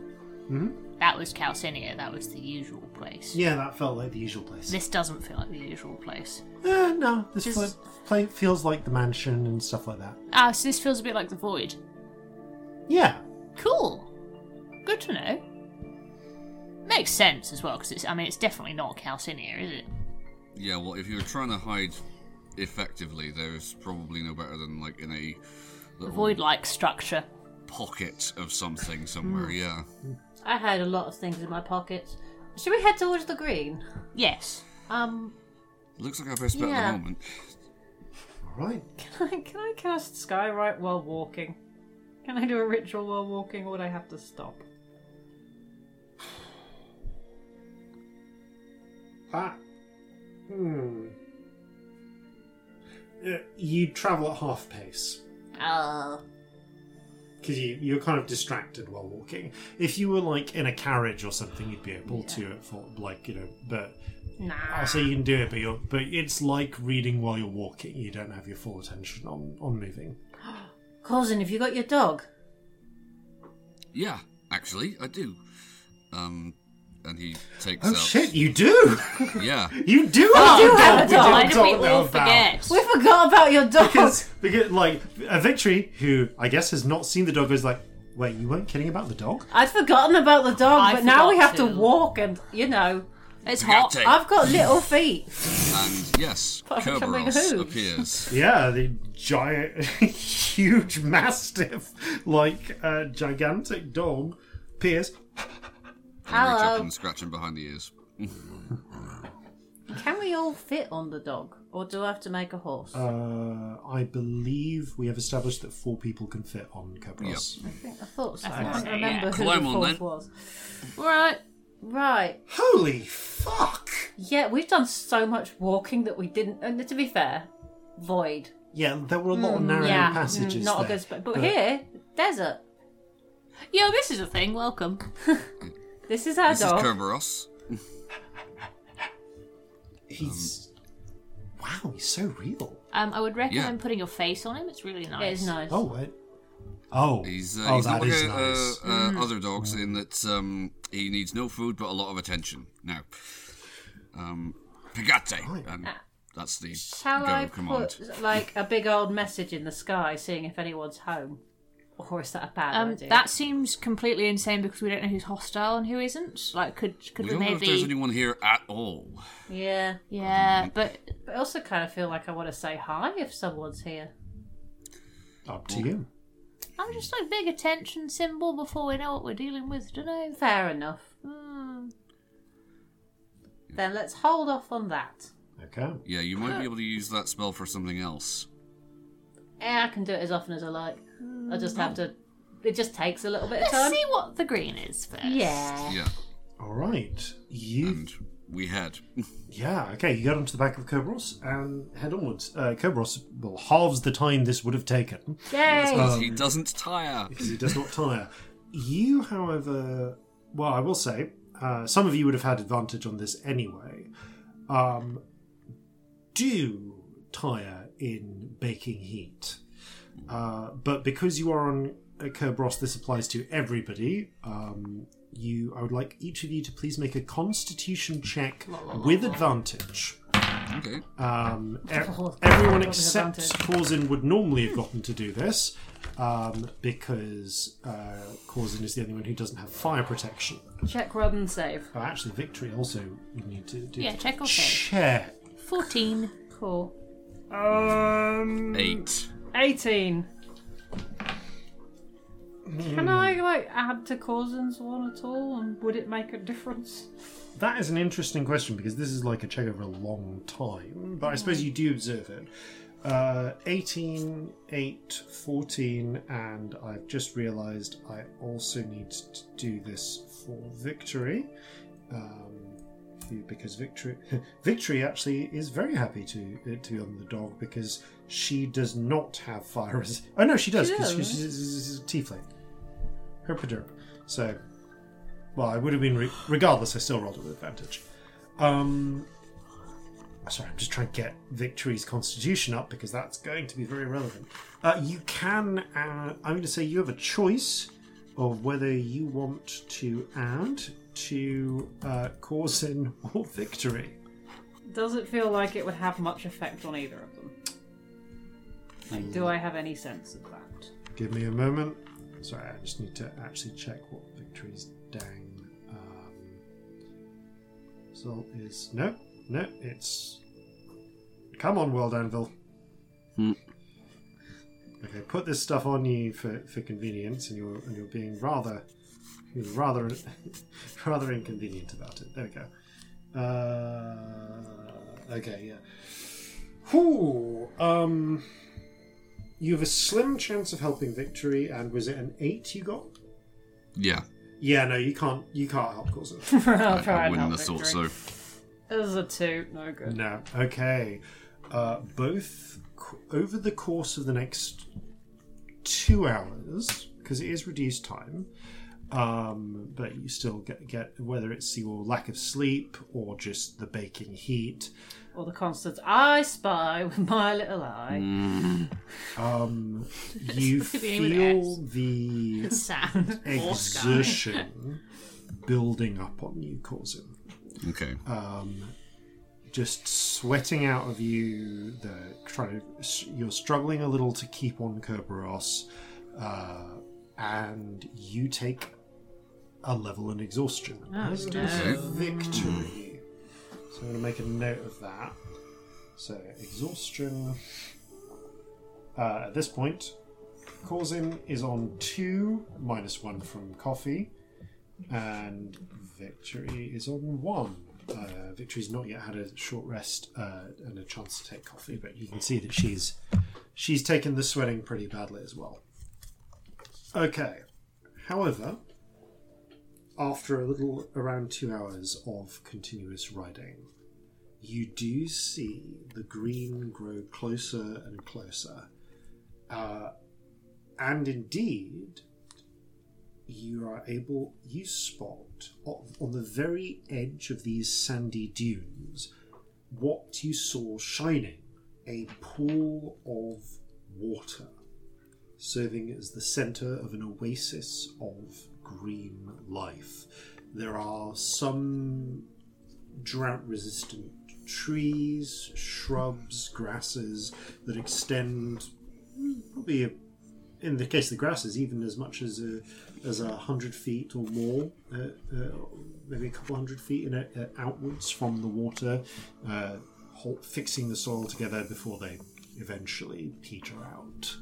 [SPEAKER 1] Mhm.
[SPEAKER 2] That was Calcinia. That was the usual place.
[SPEAKER 1] Yeah, that felt like the usual place.
[SPEAKER 2] This doesn't feel like the usual place.
[SPEAKER 1] Uh, no, this
[SPEAKER 2] This-
[SPEAKER 1] pla- pla- feels like the mansion and stuff like that.
[SPEAKER 2] Ah, so this feels a bit like the void.
[SPEAKER 1] Yeah,
[SPEAKER 2] Cool. Good to know. Makes sense as well because it's. I mean, it's definitely not Calcinia, is it?
[SPEAKER 4] Yeah, well, if you're trying to hide effectively, there's probably no better than like in a
[SPEAKER 2] The
[SPEAKER 1] Mm.
[SPEAKER 4] little
[SPEAKER 2] void-like structure.
[SPEAKER 4] pocket of something
[SPEAKER 6] Hmm.
[SPEAKER 4] somewhere. Yeah.
[SPEAKER 6] I had a lot of things in my pockets. Should we head towards the green?
[SPEAKER 2] Yes.
[SPEAKER 6] Um,
[SPEAKER 4] Looks like our best bet at
[SPEAKER 6] Yeah.
[SPEAKER 4] the moment.
[SPEAKER 1] all right.
[SPEAKER 3] Can I, can I cast Skyrite while walking? Can I do a ritual while walking, or would I have to stop?
[SPEAKER 1] That. Ah. Hmm. Uh, You travel at half pace
[SPEAKER 6] uh,
[SPEAKER 1] because you, you're kind of distracted while walking. If you were like in a carriage or something, you'd be able to at full, like you know. But
[SPEAKER 6] nah.
[SPEAKER 1] I say you can do it, but you're but it's like reading while you're walking. You don't have your full attention on on moving.
[SPEAKER 6] Cousin, have you got your dog?
[SPEAKER 4] Yeah, actually, I do. Um, and he takes
[SPEAKER 1] Oh
[SPEAKER 4] out.
[SPEAKER 1] shit! You do.
[SPEAKER 4] Yeah.
[SPEAKER 1] You do.
[SPEAKER 6] Oh, do have a
[SPEAKER 1] dog.
[SPEAKER 6] dog.
[SPEAKER 2] Why
[SPEAKER 1] We
[SPEAKER 2] did
[SPEAKER 1] don't
[SPEAKER 2] we
[SPEAKER 1] talk
[SPEAKER 2] all
[SPEAKER 1] about that.
[SPEAKER 2] forget?
[SPEAKER 6] We forgot about your dog.
[SPEAKER 1] because because like a victory who I guess has not seen the dog is like, wait, you weren't kidding about the dog?
[SPEAKER 6] I'd forgotten about the dog,
[SPEAKER 2] I
[SPEAKER 6] but now we
[SPEAKER 2] forgot
[SPEAKER 6] have to
[SPEAKER 2] too.
[SPEAKER 6] walk, and you know,
[SPEAKER 2] It's
[SPEAKER 4] Got
[SPEAKER 2] hot.
[SPEAKER 4] it.
[SPEAKER 6] I've got little feet.
[SPEAKER 4] And yes,
[SPEAKER 6] Fucking
[SPEAKER 4] Kerberos
[SPEAKER 6] hooves.
[SPEAKER 4] appears.
[SPEAKER 1] Yeah, the giant, huge, mastiff, like uh, gigantic dog, Pierce.
[SPEAKER 4] And reach up
[SPEAKER 6] Hello.
[SPEAKER 4] and scratch him behind the ears.
[SPEAKER 6] Can we all fit on the dog, or do I have to make a horse?
[SPEAKER 1] Uh, I believe we have established that four people can fit on Kerberos.
[SPEAKER 6] I think I thought so. I
[SPEAKER 2] think
[SPEAKER 6] can't
[SPEAKER 2] so,
[SPEAKER 6] remember
[SPEAKER 2] yeah.
[SPEAKER 6] who
[SPEAKER 4] Climb
[SPEAKER 6] the
[SPEAKER 4] on
[SPEAKER 6] fourth
[SPEAKER 4] then.
[SPEAKER 6] was.
[SPEAKER 2] Right.
[SPEAKER 6] Right.
[SPEAKER 1] Holy fuck!
[SPEAKER 6] Yeah, we've done so much walking that we didn't. And to be fair, void.
[SPEAKER 1] Yeah, there were a lot of narrow
[SPEAKER 6] Mm, yeah,
[SPEAKER 1] passages.
[SPEAKER 6] not a
[SPEAKER 1] there,
[SPEAKER 6] good spot. But, here, desert.
[SPEAKER 2] Yo, this is a thing. Welcome.
[SPEAKER 6] This is our
[SPEAKER 4] This is
[SPEAKER 6] dog.
[SPEAKER 4] Kerberos. Um,
[SPEAKER 1] he's wow, he's so real.
[SPEAKER 2] Um, I would recommend
[SPEAKER 4] Yeah.
[SPEAKER 2] putting your face on him. It's really nice.
[SPEAKER 6] It is nice.
[SPEAKER 1] Oh, wait. Oh,
[SPEAKER 4] He's, uh,
[SPEAKER 1] oh,
[SPEAKER 4] he's
[SPEAKER 1] that
[SPEAKER 4] not like
[SPEAKER 1] is
[SPEAKER 4] a,
[SPEAKER 1] nice.
[SPEAKER 4] uh, uh,
[SPEAKER 3] Hmm.
[SPEAKER 4] other dogs in that um, he needs no food but a lot of attention. Now, um, Pigate, and that's the
[SPEAKER 6] Shall
[SPEAKER 4] go
[SPEAKER 6] I
[SPEAKER 4] command.
[SPEAKER 6] put like a big old message in the sky, seeing if anyone's home, or is that a bad
[SPEAKER 2] Um,
[SPEAKER 6] idea?
[SPEAKER 2] that seems completely insane because we don't know who's hostile and who isn't. Like, could could
[SPEAKER 4] We
[SPEAKER 2] we,
[SPEAKER 4] don't know if
[SPEAKER 2] maybe?
[SPEAKER 4] there's Mm. anyone here at all.
[SPEAKER 6] yeah,
[SPEAKER 2] Yeah, but
[SPEAKER 6] but I also kind of feel like I want to say hi if someone's here.
[SPEAKER 1] Up to you.
[SPEAKER 2] I'm just like big attention symbol before we know what we're dealing with, don't I?
[SPEAKER 6] Fair enough. Hmm. Then let's hold off on that.
[SPEAKER 1] Okay.
[SPEAKER 4] Yeah, you might be able to use that spell for something else.
[SPEAKER 6] Eh, I can do it as often as I like. I just have to. It just takes a little bit of
[SPEAKER 2] Mm, Let's
[SPEAKER 6] time.
[SPEAKER 2] see what the green is first.
[SPEAKER 6] Yeah.
[SPEAKER 4] Yeah,
[SPEAKER 1] All right. You.
[SPEAKER 4] and we had.
[SPEAKER 1] Yeah, okay, you get onto the back of Kerberos and head onwards. Uh, Kerberos well, halves the time this would have taken
[SPEAKER 6] Yay!
[SPEAKER 1] Um,
[SPEAKER 4] he doesn't tire.
[SPEAKER 1] because he does not tire. You, however, well, I will say, uh, some of you would have had advantage on this anyway, um, do tire in baking heat. Uh, but because you are on uh, Kerberos, this applies to everybody. Um, you, I would like each of you to please make a Constitution check with advantage.
[SPEAKER 4] Okay.
[SPEAKER 1] Um, e-
[SPEAKER 6] Oh,
[SPEAKER 1] everyone
[SPEAKER 6] God,
[SPEAKER 1] except
[SPEAKER 6] advantage.
[SPEAKER 1] Corzin would normally have gotten to do this um, because uh, Corzin is the only one who doesn't have fire protection.
[SPEAKER 3] Check, rub, and save.
[SPEAKER 1] Oh, actually, Victory also would need to do
[SPEAKER 2] Yeah, check or fail.
[SPEAKER 1] Check.
[SPEAKER 2] 14.
[SPEAKER 3] Cool. Um,
[SPEAKER 4] Eight.
[SPEAKER 3] eighteen.
[SPEAKER 4] Mm.
[SPEAKER 3] Can I like add to Corzin's one at all, and would it make a difference?
[SPEAKER 1] That is an interesting question because this is like a check over a long time, but I suppose you do observe it. Uh, 18, 8, 14, and I've just realised I also need to do this for victory. Um, because victory, victory actually is very happy to uh, to be on the dog because she does not have fire. Res- oh no, she does because she's, she's, she's a tiefling. Herpaderp. So well, I would have been re- regardless. I still rolled it with advantage. Um, sorry, I'm just trying to get Victory's Constitution up because that's going to be very relevant. Uh, you can. Uh, I'm going to say you have a choice of whether you want to add to uh, Corzin or Victory.
[SPEAKER 3] Does it feel like it would have much effect on either of them? Like,
[SPEAKER 4] Mm.
[SPEAKER 3] do I have any sense of that?
[SPEAKER 1] Give me a moment. Sorry, I just need to actually check what Victory's dang um, result is. No, no, it's. Come on, World Anvil.
[SPEAKER 4] Hmm.
[SPEAKER 1] Okay, put this stuff on you for, for convenience, and you're and you're being rather, you're rather, rather inconvenient about it. There we go. Uh, okay, yeah. Whew, um. You have a slim chance of helping Victory, and was it an eight you got?
[SPEAKER 4] Yeah,
[SPEAKER 1] Yeah, no, you can't. You can't help Coulson.
[SPEAKER 3] I'll
[SPEAKER 4] I-
[SPEAKER 3] try
[SPEAKER 4] I
[SPEAKER 3] and
[SPEAKER 4] wouldn't
[SPEAKER 3] help
[SPEAKER 4] have thought
[SPEAKER 3] victory.
[SPEAKER 4] so.
[SPEAKER 3] There's a two, no good.
[SPEAKER 1] no. Okay. Uh, both c- over the course of the next two hours, because it is reduced time. Um, but you still get, get whether it's your lack of sleep or just the baking heat.
[SPEAKER 3] Or the constant I spy with my little eye.
[SPEAKER 1] Um, you
[SPEAKER 2] beginning
[SPEAKER 1] feel
[SPEAKER 2] with
[SPEAKER 1] the
[SPEAKER 2] Sound. or sky.
[SPEAKER 1] exertion building up on you, Coulson.
[SPEAKER 4] Okay.
[SPEAKER 1] just sweating out of you. The trying to, you're struggling a little to keep on Kerberos, uh, and you take a level in exhaustion. As does
[SPEAKER 4] Okay.
[SPEAKER 1] victory. So I'm going to make a note of that. So exhaustion. Uh, at this point, Corzin is on two minus one from coffee, and Victory is on one. Uh, Victory's not yet had a short rest uh, and a chance to take coffee, but you can see that she's she's taken the sweating pretty badly as well. Okay, however, after a little around two hours of continuous riding, you do see the green grow closer and closer. Uh, and indeed, you are able, you spot on on the very edge of these sandy dunes what you saw shining a pool of water serving as the centre of an oasis of green life. There are some drought resistant trees, shrubs, grasses that extend probably, a, in the case of the grasses, even as much as a, as a hundred feet or more, uh, uh, maybe a couple hundred feet in a, uh, outwards from the water, uh, hol- fixing the soil together before they eventually peter out.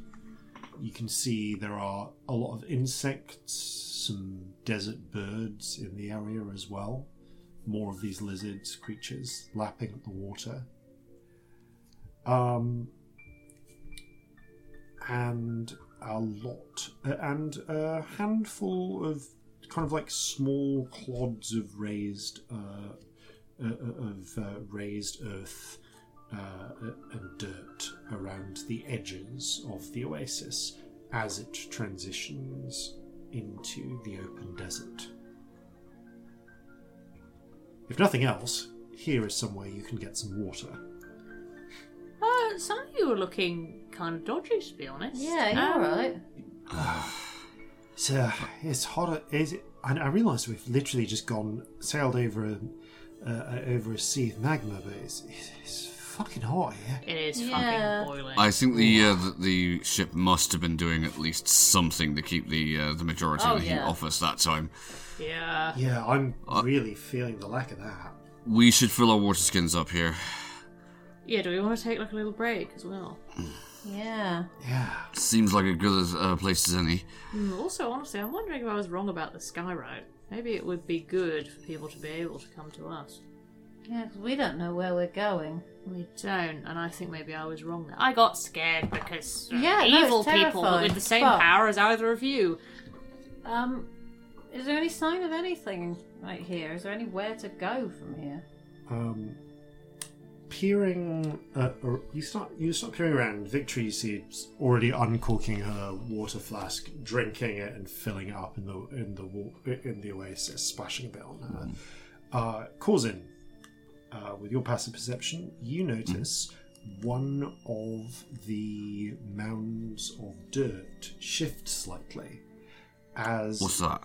[SPEAKER 1] You can see there are a lot of insects, some desert birds in the area as well more of these lizards creatures lapping at the water. Um, and a lot, uh, and a handful of kind of like small clods of raised uh, uh, of uh, raised earth uh, and dirt around the edges of the oasis as it transitions into the open desert. If nothing else, here is somewhere you can get some water.
[SPEAKER 2] Uh, some of you are looking kind of dodgy, to be honest.
[SPEAKER 6] Yeah, you're
[SPEAKER 2] Um,
[SPEAKER 6] alright.
[SPEAKER 1] So it's hotter. Is it? And I realise we've literally just gone sailed over a uh, over a sea of magma, but it's, it's, it's fucking hot here.
[SPEAKER 2] It is
[SPEAKER 6] Yeah.
[SPEAKER 2] fucking boiling.
[SPEAKER 4] I think the uh, th- the ship must have been doing at least something to keep the uh, the majority
[SPEAKER 6] Oh,
[SPEAKER 4] of the heat
[SPEAKER 6] yeah.
[SPEAKER 4] off us that time.
[SPEAKER 2] yeah.
[SPEAKER 1] Yeah, I'm really feeling the lack of that.
[SPEAKER 4] We should fill our water skins up here.
[SPEAKER 2] Yeah, do we want to take like a little break as well?
[SPEAKER 6] Yeah.
[SPEAKER 1] Yeah.
[SPEAKER 4] Seems like a good uh, place as any.
[SPEAKER 2] Hmm, also, honestly, I'm wondering if I was wrong about the sky ride. Maybe it would be good for people to be able to come to us.
[SPEAKER 6] Yeah, 'cause we don't know where we're going.
[SPEAKER 2] We don't, and I think maybe I was wrong there. I got scared because uh,
[SPEAKER 6] Yeah, no, it's
[SPEAKER 2] evil people
[SPEAKER 6] terrifying.
[SPEAKER 2] with the same
[SPEAKER 6] Fuck.
[SPEAKER 2] power as either of you.
[SPEAKER 6] Um, is there any sign of anything right here? Is there anywhere to go from here?
[SPEAKER 1] Um, peering, uh, or you start you start peering around. Victory seems already uncorking her water flask, drinking it, and filling it up in the in the wa- in the oasis, splashing a bit on her. Uh, Causin, uh, with your passive perception, you notice one of the mounds of dirt shift slightly as
[SPEAKER 4] What's that?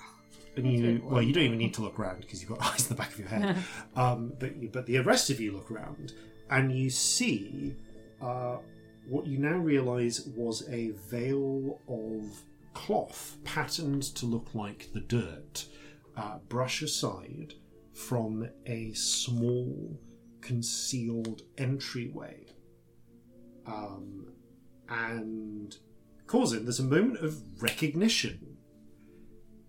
[SPEAKER 1] and you, well, you don't even need to look around because you've got eyes in the back of your head. um, but you, but the rest of you look around and you see uh, what you now realise was a veil of cloth patterned to look like the dirt, uh, brush aside from a small concealed entryway. Um, and causing there's a moment of recognition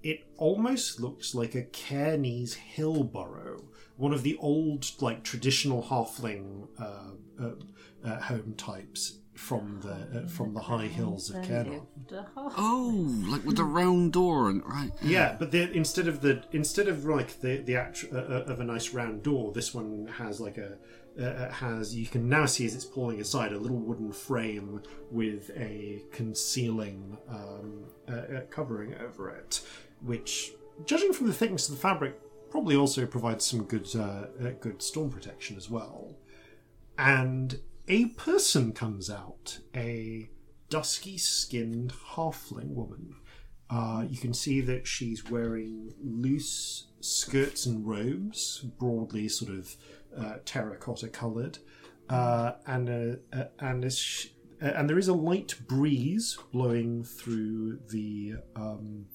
[SPEAKER 1] it almost looks like a Cairnese hill burrow, one of the old, like traditional halfling uh, uh, uh, home types from the uh, from the high hills of Cairn.
[SPEAKER 4] Oh, like with the round door and right.
[SPEAKER 1] Yeah, but the, instead of the instead of like the the act, uh, uh, of a nice round door, this one has like a uh, uh, has you can now see as it's pulling aside a little wooden frame with a concealing um, uh, uh, covering over it, which, judging from the thickness of the fabric, probably also provides some good uh, uh, good storm protection as well. And a person comes out, a dusky skinned halfling woman. Uh, you can see that she's wearing loose skirts and robes, broadly sort of uh, terracotta coloured, uh, and a, a, and a sh- and there is a light breeze blowing through the um,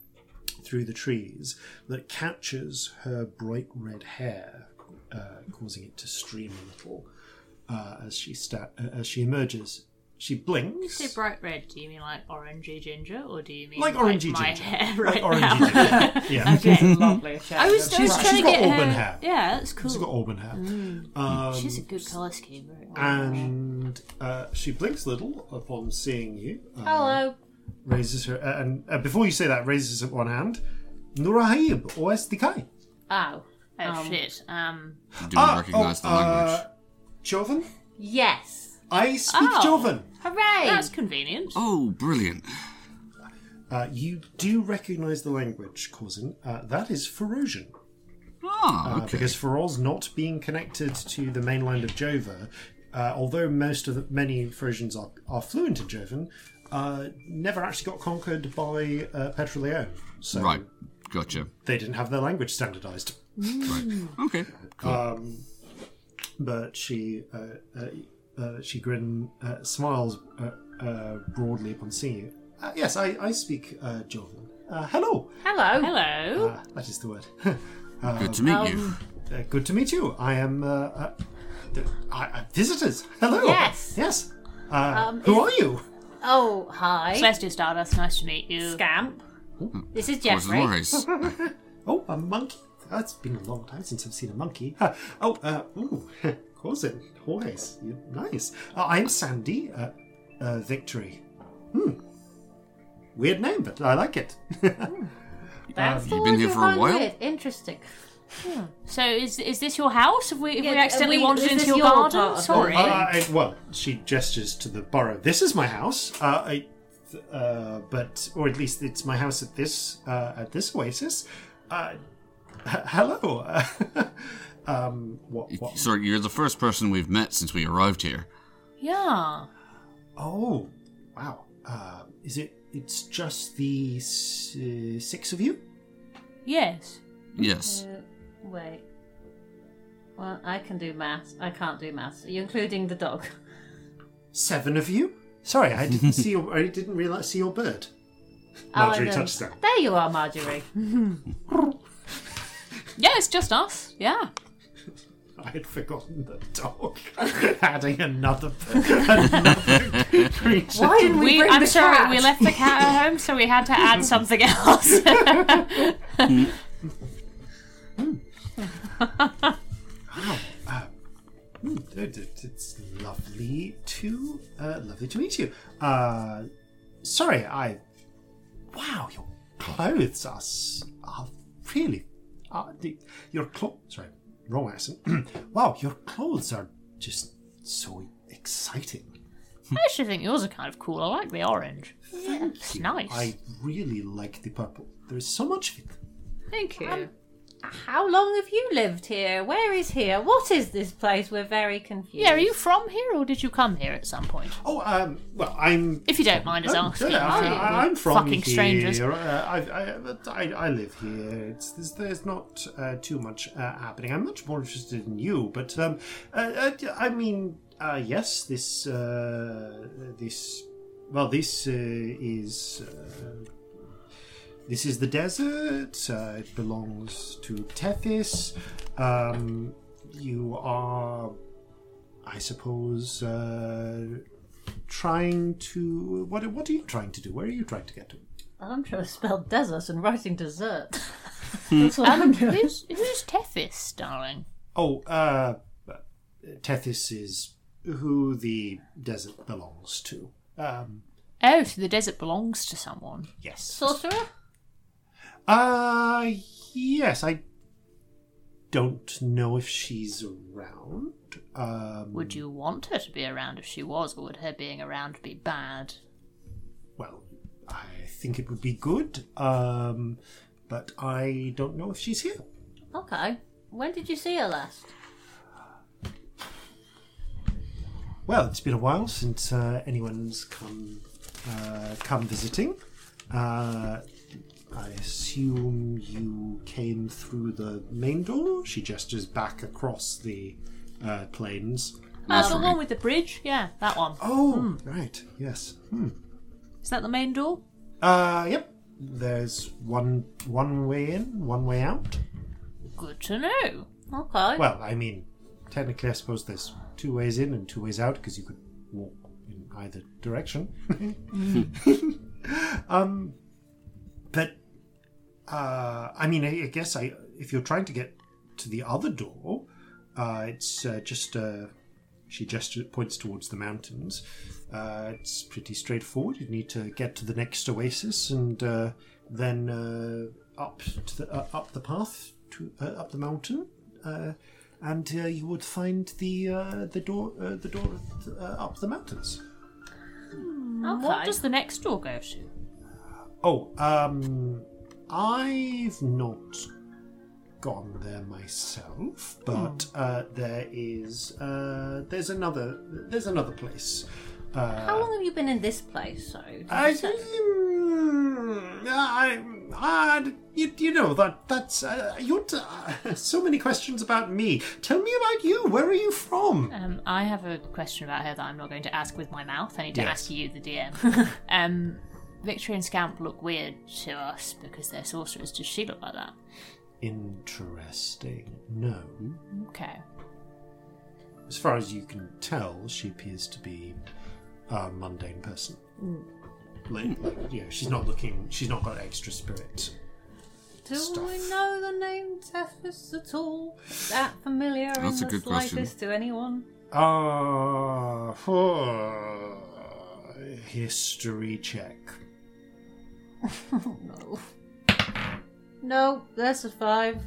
[SPEAKER 1] through the trees that catches her bright red hair, uh, causing it to stream a little uh, as she sta- uh, as she emerges. She
[SPEAKER 2] You
[SPEAKER 1] blinks.
[SPEAKER 2] say bright red, do you mean like orangey ginger, or do you mean
[SPEAKER 1] Like orangey
[SPEAKER 2] my
[SPEAKER 1] ginger.
[SPEAKER 2] hair right
[SPEAKER 1] orangey
[SPEAKER 2] now?
[SPEAKER 1] ginger. Yeah.
[SPEAKER 3] lovely shade.
[SPEAKER 2] I was,
[SPEAKER 3] of
[SPEAKER 2] I was
[SPEAKER 1] She's-
[SPEAKER 2] trying
[SPEAKER 1] she's
[SPEAKER 2] to
[SPEAKER 1] got
[SPEAKER 2] get her.
[SPEAKER 1] auburn hair.
[SPEAKER 2] Yeah, that's cool. Mm.
[SPEAKER 1] She's got auburn hair. Um,
[SPEAKER 2] She's a good colour scheme. Very well.
[SPEAKER 1] and uh, she blinks a little upon seeing you. Uh,
[SPEAKER 6] Hello.
[SPEAKER 1] raises her, uh, and uh, before you say that, raises up one hand. Nurahib, OSDK.
[SPEAKER 6] Oh.
[SPEAKER 2] oh
[SPEAKER 6] um,
[SPEAKER 2] shit. Um,
[SPEAKER 4] Do we recognize
[SPEAKER 1] oh,
[SPEAKER 4] the language?
[SPEAKER 1] Ah, uh, Jovan?
[SPEAKER 6] Yes.
[SPEAKER 1] I speak
[SPEAKER 2] Oh.
[SPEAKER 1] Jovan.
[SPEAKER 6] Hooray!
[SPEAKER 2] that's convenient.
[SPEAKER 4] Oh, brilliant!
[SPEAKER 1] Uh, you do recognize the language, Cousin. Uh, that is Ferosian.
[SPEAKER 4] Ah,
[SPEAKER 1] Uh,
[SPEAKER 4] okay.
[SPEAKER 1] Because Feroz not being connected to the mainland of Jova, uh, although most of the, many Frisians are, are fluent in Jovan, uh, never actually got conquered by uh, Petroleum. So
[SPEAKER 4] Right. Gotcha.
[SPEAKER 1] they didn't have their language standardized.
[SPEAKER 4] Right. Okay. Cool.
[SPEAKER 1] But she uh, uh, uh, she grin uh, smiles uh, uh, broadly upon seeing you. Uh, yes, I, I speak uh, Jordan. Uh, hello.
[SPEAKER 6] Hello.
[SPEAKER 2] Hello.
[SPEAKER 1] Uh, that is the word.
[SPEAKER 4] Good to meet
[SPEAKER 6] um,
[SPEAKER 4] you.
[SPEAKER 1] Uh, good to meet you. I am uh, uh, th- I, I, visitors. Hello.
[SPEAKER 6] Yes.
[SPEAKER 1] Yes. Uh, who are you?
[SPEAKER 6] Oh, hi.
[SPEAKER 2] Celestia Stardust, nice to meet you.
[SPEAKER 6] Scamp. This is
[SPEAKER 4] What's
[SPEAKER 6] Jeffrey.
[SPEAKER 4] nice?
[SPEAKER 1] Oh, a monkey. That's been a long time since I've seen a monkey. Uh, oh, uh, ooh, Corsin, Jorge's, you nice. Uh, I'm Sandy. Uh, uh, Victory. Hmm. Weird name, but I like it.
[SPEAKER 6] That's the
[SPEAKER 4] You've
[SPEAKER 6] word
[SPEAKER 4] been here
[SPEAKER 6] you
[SPEAKER 4] for a
[SPEAKER 6] rhyme
[SPEAKER 4] while?
[SPEAKER 6] with. Interesting.
[SPEAKER 2] So is is this your house? Have we, have we
[SPEAKER 6] Yeah, uh,
[SPEAKER 2] accidentally
[SPEAKER 6] we-
[SPEAKER 2] wandered
[SPEAKER 6] is
[SPEAKER 2] into
[SPEAKER 6] this
[SPEAKER 2] your,
[SPEAKER 6] your part
[SPEAKER 2] garden?
[SPEAKER 6] of the
[SPEAKER 2] Sorry.
[SPEAKER 6] house?
[SPEAKER 1] Uh, I- well, she gestures to the burrow. This is my house. Uh, I, th- uh, but or at least it's my house at this uh, at this oasis. Uh, h- hello. um, what? What?
[SPEAKER 4] Sorry, you're the first person we've met since we arrived here.
[SPEAKER 2] yeah.
[SPEAKER 1] Oh, wow. Uh, is it? It's just the s- uh, six of you.
[SPEAKER 2] Yes.
[SPEAKER 4] Yes.
[SPEAKER 6] Uh, wait. Well, I can do maths. I can't do maths. Are you including the dog?
[SPEAKER 1] Seven of you. Sorry, I didn't see. Your, I didn't realize see your bird.
[SPEAKER 6] Oh,
[SPEAKER 1] Marjorie
[SPEAKER 6] and then-
[SPEAKER 1] touched that.
[SPEAKER 6] There you are, Marjorie.
[SPEAKER 2] Yeah, it's just us. Yeah.
[SPEAKER 1] I had forgotten the dog. Adding another, another creature.
[SPEAKER 6] Why didn't we,
[SPEAKER 2] We,
[SPEAKER 6] bring
[SPEAKER 2] I'm
[SPEAKER 6] the
[SPEAKER 2] sorry,
[SPEAKER 6] cat?
[SPEAKER 2] we left the cat at home, so we had to add something else.
[SPEAKER 1] It- it- It's lovely to uh, lovely to meet you. Uh, sorry, I. Wow, your clothes are s- are really. Are the, your clothes. Sorry, wrong accent. wow, your clothes are just so exciting.
[SPEAKER 2] I actually think yours are kind of cool. I like the orange. it's nice.
[SPEAKER 1] I really like the purple. There is so much of it.
[SPEAKER 2] Thank you.
[SPEAKER 6] How long have you lived here? Where is here? What is this place? We're very confused.
[SPEAKER 2] yeah, are you from here or did you come here at some point?
[SPEAKER 1] Oh, um, well, I'm
[SPEAKER 2] If you don't mind us
[SPEAKER 1] Oh,
[SPEAKER 2] asking.
[SPEAKER 1] yeah,
[SPEAKER 2] if you-
[SPEAKER 1] I, am
[SPEAKER 2] we're
[SPEAKER 1] from
[SPEAKER 2] fucking
[SPEAKER 1] here.
[SPEAKER 2] strangers.
[SPEAKER 1] Uh, I, I, but I, I live here. It's, there's, there's not uh, too much uh, happening. I'm much more interested in you, but um, uh, uh, I mean, uh, yes, this uh, this well, this uh, is. Uh, this is the desert. Uh, it belongs to Tethys. Um, you are, I suppose, uh, trying to what what are you trying to do where are you trying to get to
[SPEAKER 6] I'm trying to spell desert and writing dessert. That's what I'm doing.
[SPEAKER 2] Um, Who's, who's Tethys, darling?
[SPEAKER 1] oh uh tethys is who the desert belongs to um
[SPEAKER 2] Oh, so the desert belongs to someone.
[SPEAKER 1] yes
[SPEAKER 6] Sorcerer?
[SPEAKER 1] uh yes i don't know if she's around um
[SPEAKER 2] Would you want her to be around if she was, or would her being around be bad?
[SPEAKER 1] well i think it would be good um but i don't know if she's here
[SPEAKER 6] Okay. When did you see her last?
[SPEAKER 1] Well, it's been a while since uh, anyone's come uh, come visiting. Uh, I assume you came through the main door. She gestures back across the uh, plains.
[SPEAKER 2] Oh, the
[SPEAKER 4] Sorry.
[SPEAKER 2] one with the bridge? Yeah, that one.
[SPEAKER 1] Oh, right. Yes. Hmm.
[SPEAKER 2] Is that the main door?
[SPEAKER 1] Uh, yep. There's one one way in, one way out.
[SPEAKER 2] Good to know.
[SPEAKER 6] Okay.
[SPEAKER 1] Well, I mean, technically, I suppose there's two ways in and two ways out because you could walk in either direction. um, but uh, I mean, I, I guess I if you're trying to get to the other door, uh, it's uh, just uh, she gesture points towards the mountains. Uh, it's pretty straightforward. You need to get to the next oasis and uh, then uh, up to the, uh, up the path to uh, up the mountain. Uh, and uh, you would find the uh, the door uh, the door uh, up the mountains.
[SPEAKER 6] okay.
[SPEAKER 2] What does the next door go to?
[SPEAKER 1] Oh, um, I've not gone there myself, but uh, there is uh, there's another there's another place. Uh,
[SPEAKER 6] How long have you been in this place? So did you
[SPEAKER 1] I,
[SPEAKER 6] say?
[SPEAKER 1] mm, I, I, you, you know that that's uh, you're t- uh, so many questions about me. Tell me about you. Where are you from?
[SPEAKER 2] Um, I have a question about her that I'm not going to ask with my mouth. I need to
[SPEAKER 1] Yes.
[SPEAKER 2] ask you, the DM. um, Victory and Scamp look weird to us because they're sorcerers. Does she look like that?
[SPEAKER 1] Interesting. No,
[SPEAKER 2] Okay.
[SPEAKER 1] as far as you can tell, she appears to be a mundane person. Like, like, you know, she's not looking. She's not got extra spirit.
[SPEAKER 6] Do
[SPEAKER 1] Stuff.
[SPEAKER 6] we know the name Tethys at all? Is that familiar
[SPEAKER 4] That's
[SPEAKER 6] in
[SPEAKER 4] a
[SPEAKER 6] the
[SPEAKER 4] good question.
[SPEAKER 6] slightest to anyone?
[SPEAKER 1] Ah, uh, history check.
[SPEAKER 6] Oh, No. No, that's a five.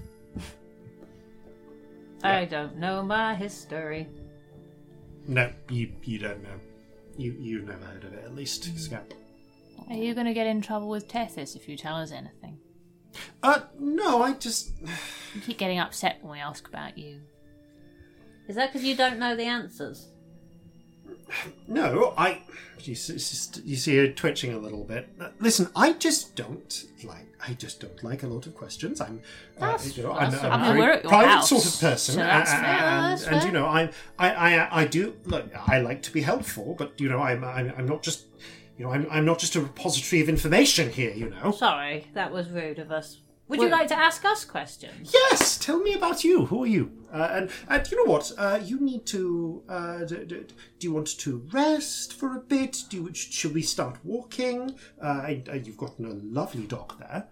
[SPEAKER 6] I don't know my history.
[SPEAKER 1] No, you you don't know. You you've never heard of it, at least, Scamp.
[SPEAKER 2] Are you going to get in trouble with Tethys if you tell us anything?
[SPEAKER 1] Uh, no, I just
[SPEAKER 2] You keep getting upset when we ask about you.
[SPEAKER 6] Is that because you don't know the answers?
[SPEAKER 1] no. I you see, you see her twitching a little bit. Uh, listen, I just don't like. I just don't like a lot of questions. I'm, uh,
[SPEAKER 6] That's-
[SPEAKER 1] you know,
[SPEAKER 6] that's
[SPEAKER 1] I'm,
[SPEAKER 6] all
[SPEAKER 1] I'm
[SPEAKER 6] right.
[SPEAKER 1] a
[SPEAKER 2] We're
[SPEAKER 1] very
[SPEAKER 2] at your
[SPEAKER 1] private
[SPEAKER 2] house,
[SPEAKER 1] sort of person,
[SPEAKER 2] so that's
[SPEAKER 1] a- a-
[SPEAKER 2] fair,
[SPEAKER 1] and,
[SPEAKER 2] that's
[SPEAKER 1] and, you
[SPEAKER 2] fair.
[SPEAKER 1] know, I'm I, I I do look. I like to be helpful, but you know, I'm I'm, I'm not just. You know, I'm, I'm not just a repository of information here, you know.
[SPEAKER 6] Sorry, that was rude of us. Would you
[SPEAKER 1] Well-
[SPEAKER 6] like to ask us questions?
[SPEAKER 1] Yes, tell me about you. Who are you? Uh, and, and you know what? Uh, you need to. Uh, d- d- do you want to rest for a bit? Do you, sh- should we start walking? Uh, I, I- you've gotten a lovely dog there.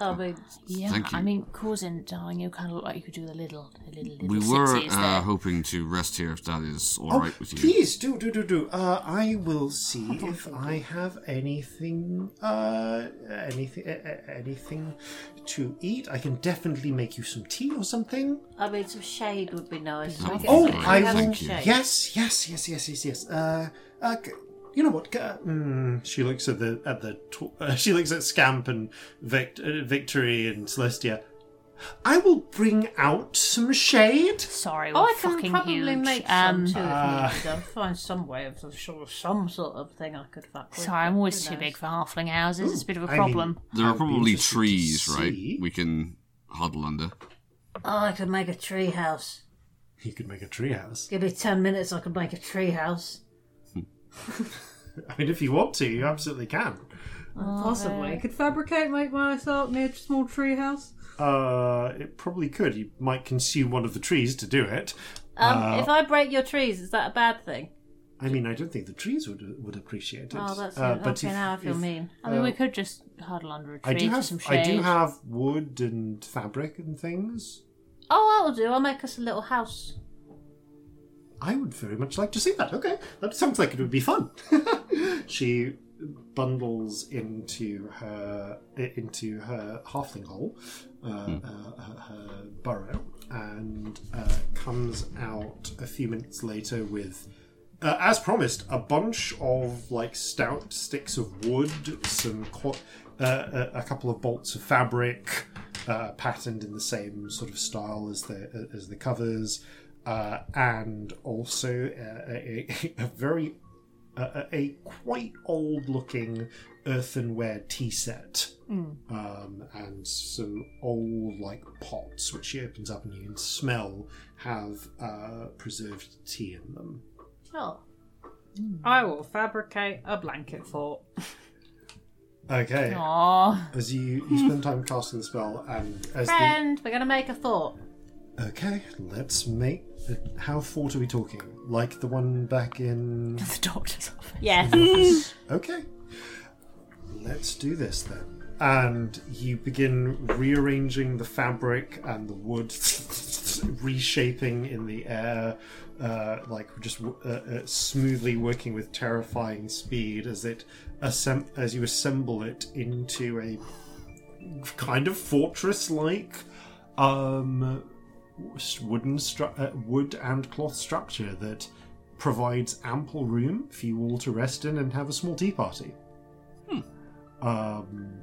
[SPEAKER 6] Are we
[SPEAKER 2] Yeah,
[SPEAKER 4] Thank you.
[SPEAKER 2] I mean, causing darling, you kind of look like you could do the little, the little, little
[SPEAKER 4] We were
[SPEAKER 2] sipsies
[SPEAKER 4] uh,
[SPEAKER 2] there.
[SPEAKER 4] hoping to rest here if that is all right with you.
[SPEAKER 1] Oh, please do do do do. Uh, I will see if I have anything, uh, anything, uh, anything to eat. I can definitely make you some tea or something.
[SPEAKER 6] I mean, some shade would be nice.
[SPEAKER 4] That
[SPEAKER 6] We
[SPEAKER 4] would be
[SPEAKER 6] get
[SPEAKER 1] Oh,
[SPEAKER 6] some-
[SPEAKER 4] great,
[SPEAKER 6] we
[SPEAKER 1] I
[SPEAKER 6] have some
[SPEAKER 1] will.
[SPEAKER 4] thank you.
[SPEAKER 6] shade.
[SPEAKER 1] Yes, yes, yes, yes, yes, yes. Uh, uh, c- you know what? c- uh, mm, she looks at the at the. Tw- uh, she looks at Scamp and Vict- uh, Victory and Celestia. I will bring out some shade.
[SPEAKER 2] Sorry, we're
[SPEAKER 6] Oh, I
[SPEAKER 2] fucking
[SPEAKER 6] can probably
[SPEAKER 2] huge.
[SPEAKER 6] make
[SPEAKER 2] um,
[SPEAKER 6] some too
[SPEAKER 1] Uh,
[SPEAKER 6] if needed. I'll find some way of some sort of some sort of thing I could fuck with.
[SPEAKER 2] Sorry, I'm
[SPEAKER 6] but
[SPEAKER 2] always
[SPEAKER 6] who
[SPEAKER 2] too
[SPEAKER 6] knows?
[SPEAKER 2] big for halfling houses. it's a bit of a
[SPEAKER 1] I mean,
[SPEAKER 2] problem.
[SPEAKER 4] There
[SPEAKER 1] I'll
[SPEAKER 4] are
[SPEAKER 1] be
[SPEAKER 4] probably
[SPEAKER 1] interested to
[SPEAKER 4] trees, right?
[SPEAKER 1] see.
[SPEAKER 4] We can huddle under.
[SPEAKER 6] Oh, I could make a tree house.
[SPEAKER 1] You could make a treehouse.
[SPEAKER 6] Give me ten minutes, I could make a tree house.
[SPEAKER 1] I mean, if you want to, you absolutely can.
[SPEAKER 6] Oh,
[SPEAKER 3] Possibly. Could fabricate make myself near a small tree house?
[SPEAKER 1] Uh, it probably could. You might consume one of the trees to do it.
[SPEAKER 6] Um,
[SPEAKER 1] Uh,
[SPEAKER 6] if I break your trees, is that a bad thing?
[SPEAKER 1] I mean, I don't think the trees would would appreciate it.
[SPEAKER 6] Oh, that's
[SPEAKER 1] Uh,
[SPEAKER 6] okay.
[SPEAKER 1] but if-
[SPEAKER 6] now I feel
[SPEAKER 1] if-
[SPEAKER 6] mean.
[SPEAKER 2] I mean,
[SPEAKER 1] Uh,
[SPEAKER 2] we could just huddle under a tree
[SPEAKER 1] I do
[SPEAKER 2] for
[SPEAKER 1] have
[SPEAKER 2] some shade.
[SPEAKER 1] I do have wood and fabric and things.
[SPEAKER 6] Oh, that'll do. I'll make us a little house.
[SPEAKER 1] I would very much like to see that. Okay, that sounds like it would be fun. she bundles into her i- into her halfling hole, uh, uh, her, her burrow, and uh, comes out a few minutes later with. Uh, as promised, a bunch of like stout sticks of wood, some qu- uh, a, a couple of bolts of fabric, uh, patterned in the same sort of style as the as the covers, uh, and also uh, a, a, a very a, a quite old looking earthenware tea set um, and some old like pots which she opens up and you can smell have uh, preserved tea in them
[SPEAKER 6] Oh,
[SPEAKER 3] I will fabricate a blanket fort.
[SPEAKER 1] okay
[SPEAKER 2] Aw.
[SPEAKER 1] as you, you spend time casting the spell and as the
[SPEAKER 6] friend, we're gonna make a fort.
[SPEAKER 1] okay let's make how fort are we talking like the one back in
[SPEAKER 2] the doctor's office.
[SPEAKER 6] Yes.
[SPEAKER 1] Okay. Let's do this then. And you begin rearranging the fabric and the wood, reshaping in the air, uh, like just w- uh, uh, smoothly working with terrifying speed as it assemb- as you assemble it into a kind of fortress-like um, s- wooden stru- uh, wood and cloth structure that provides ample room for you all to rest in and have a small tea party. Um,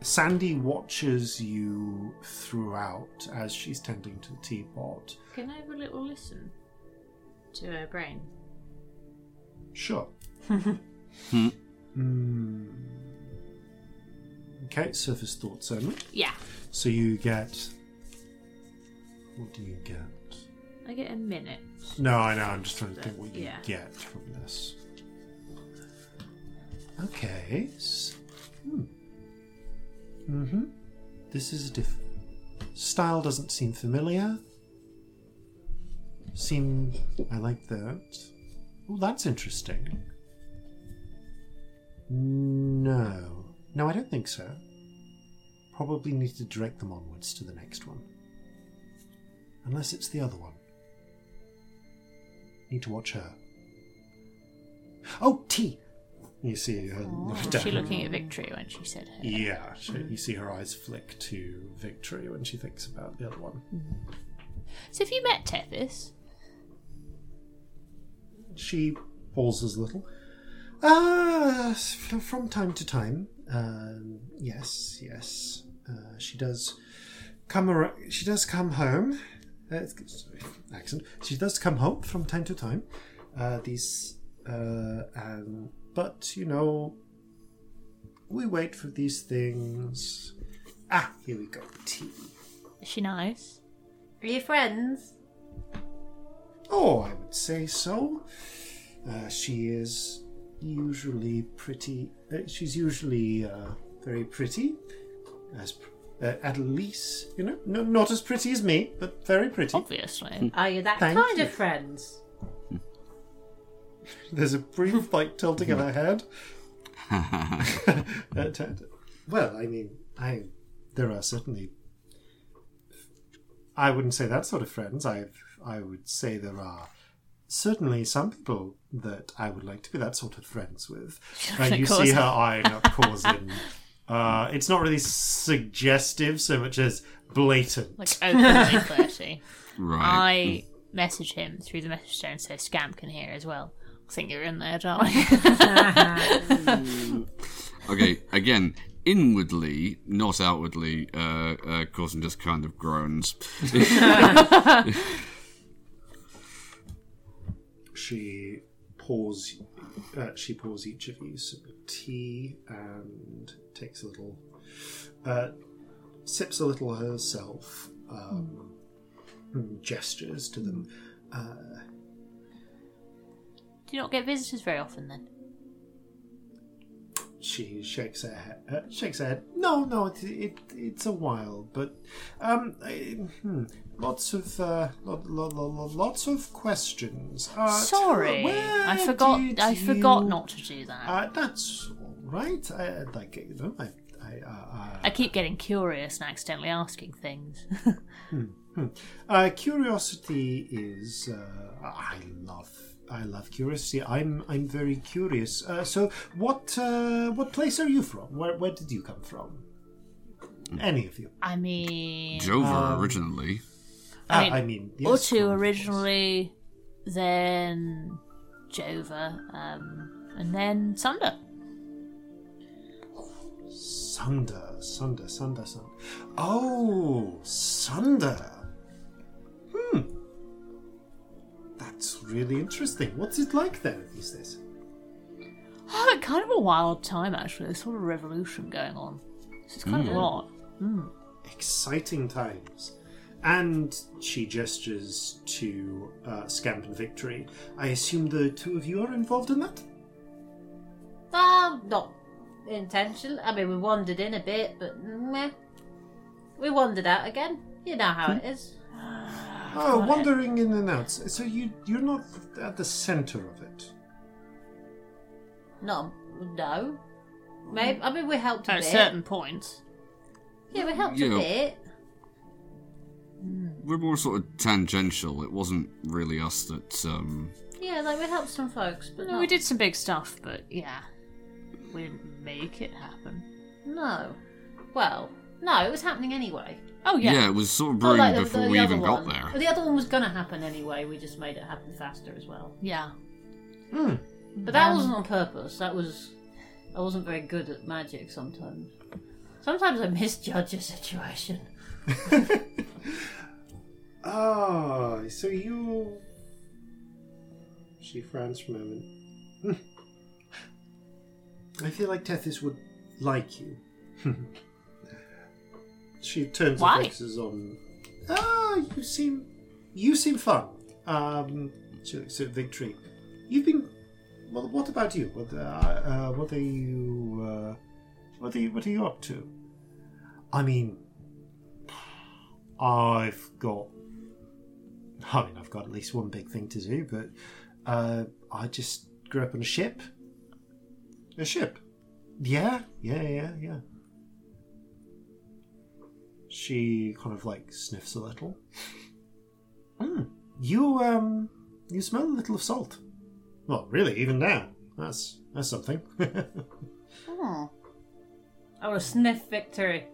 [SPEAKER 1] Sandy watches you throughout as she's tending to the teapot.
[SPEAKER 2] Can I have a little listen to her brain?
[SPEAKER 1] Sure. Hmm. Okay, surface thoughts only.
[SPEAKER 2] Yeah.
[SPEAKER 1] So you get. What do you get?
[SPEAKER 2] I get a minute.
[SPEAKER 1] No, I know. I'm just trying to think what you
[SPEAKER 2] Yeah.
[SPEAKER 1] get from this. Okay. s- Hmm. Mm-hmm. This is a diff. Style doesn't seem familiar. Seem. I like that. Oh, that's interesting. No. No, I don't think so. Probably need to direct them onwards to the next one. Unless it's the other one. Need to watch her. Oh, tea! You see her look down.
[SPEAKER 2] Oh, She looking at Victory when she said her.
[SPEAKER 1] Yeah, she, you see her eyes flick to victory when she thinks about the other one.
[SPEAKER 2] So if you met Tethys,
[SPEAKER 1] She pauses a little. Ah, f- from time to time. Um, yes, yes. Uh, she does come. Ar- she does come home. Uh, it's- sorry, accent. She does come home from time to time. Uh, these, uh, um, but you know, we wait for these things. Ah, here we go. Tea.
[SPEAKER 2] is she nice?
[SPEAKER 6] Are you friends?
[SPEAKER 1] Oh, I would say so. Uh, she is usually pretty. Uh, she's usually uh, very pretty, as pr- uh, at least you know, no, not as pretty as me, but very pretty.
[SPEAKER 2] Oh.
[SPEAKER 1] Hmm.
[SPEAKER 2] Obviously.
[SPEAKER 6] Are you that
[SPEAKER 1] Thank
[SPEAKER 6] kind
[SPEAKER 1] you.
[SPEAKER 6] of friends?
[SPEAKER 1] There's a brief like tilting of her head. Uh, t- t- well, I mean, I there are certainly. I wouldn't say that sort of friends. I I would say there are certainly some people that I would like to be that sort of friends with. Uh, you see her eyeing up Corzin. Uh, it's not really suggestive so much as blatant.
[SPEAKER 2] Like openly flirty. I
[SPEAKER 4] Right.
[SPEAKER 1] Mm.
[SPEAKER 2] message him through the message stone so Scamp can hear as well. I think you're in there, darling.
[SPEAKER 4] Okay, again, inwardly, not outwardly, uh, uh, Corson just kind of groans.
[SPEAKER 1] she pours uh, she pours each of you some tea and takes a little uh, sips a little herself um, and gestures to them
[SPEAKER 2] Do you not get visitors very often then?
[SPEAKER 1] she shakes her head uh, shakes her head no no it, it it's a while but um I, hmm, lots of uh, lo, lo, lo, lo- lots of questions uh,
[SPEAKER 2] Sorry,
[SPEAKER 1] where
[SPEAKER 2] I forgot.
[SPEAKER 1] did
[SPEAKER 2] I forgot
[SPEAKER 1] you-
[SPEAKER 2] not to do that.
[SPEAKER 1] Uh, that's all right. I, I'd like you know, I, I, uh,
[SPEAKER 2] I keep getting curious and accidentally asking things.
[SPEAKER 1] uh, uh, curiosity is. Uh, I love. I love curiosity. I'm. I'm very curious. Uh, so, what? Uh, what place are you from? Where? Where did you come from?
[SPEAKER 2] Hmm.
[SPEAKER 1] Any of you?
[SPEAKER 2] I mean,
[SPEAKER 4] Jova
[SPEAKER 1] Um,
[SPEAKER 4] originally.
[SPEAKER 2] I mean,
[SPEAKER 1] uh, I mean yes,
[SPEAKER 2] or
[SPEAKER 1] from-
[SPEAKER 2] two
[SPEAKER 1] of course.
[SPEAKER 2] originally, then Jova, um, and then Sunder.
[SPEAKER 1] Sunder, Sunder, Sunder, Sunder. Oh, Sunder. Hmm. That's really interesting. What's it like then these days?
[SPEAKER 2] I had Oh, kind of a wild time actually. There's sort of revolution going on. So it's kind
[SPEAKER 1] Hmm.
[SPEAKER 2] of a lot.
[SPEAKER 1] exciting times. And she gestures to uh, Scamp and Victory. I assume the two of you are involved in that?
[SPEAKER 6] Um, not intentional. I mean, we wandered in a bit, but meh. We wandered out again. You know how it is.
[SPEAKER 1] Oh, wandering in and out. So you, you're not at the centre of it.
[SPEAKER 6] No, no. Maybe I mean we helped a
[SPEAKER 2] At
[SPEAKER 6] bit.
[SPEAKER 2] certain points,
[SPEAKER 6] Yeah, we helped
[SPEAKER 4] Yeah.
[SPEAKER 6] a bit.
[SPEAKER 4] We're more sort of tangential. It wasn't really us that. Um,
[SPEAKER 6] Yeah, like we helped some folks, but
[SPEAKER 2] no,
[SPEAKER 6] not-
[SPEAKER 2] we did some big stuff, but Oh. yeah, we didn't make it happen.
[SPEAKER 6] No. Well, no, it was happening anyway.
[SPEAKER 2] Oh
[SPEAKER 4] yeah.
[SPEAKER 2] yeah,
[SPEAKER 4] it was sort of
[SPEAKER 6] Oh,
[SPEAKER 4] brewing
[SPEAKER 6] like, the-
[SPEAKER 4] before
[SPEAKER 6] the
[SPEAKER 4] we
[SPEAKER 6] other
[SPEAKER 4] even got
[SPEAKER 6] one.
[SPEAKER 4] there.
[SPEAKER 6] Well, the other one was going to happen anyway. We just made it happen faster as well.
[SPEAKER 2] yeah.
[SPEAKER 1] Hmm.
[SPEAKER 6] But that wasn't on purpose. That was I wasn't very good at magic sometimes. Sometimes I misjudge a situation.
[SPEAKER 1] Ah, so you. She frowns for a moment. I feel like Tethys would like you. she turns
[SPEAKER 2] Why?
[SPEAKER 1] and focuses on. Ah, you seem, you seem fun. Um, she looks at Victory. You've been. Well, what about you? What, uh, uh, what are you? Uh, what are you? What are you up to? I mean, I've got. I mean, I've got at least one big thing to do, but uh, I just grew up on a ship. A ship? Yeah, yeah, yeah, yeah. She kind of like sniffs a little. Mm, you um, you smell a little of salt. Well, really, even now, that's that's something.
[SPEAKER 6] I want to sniff victory.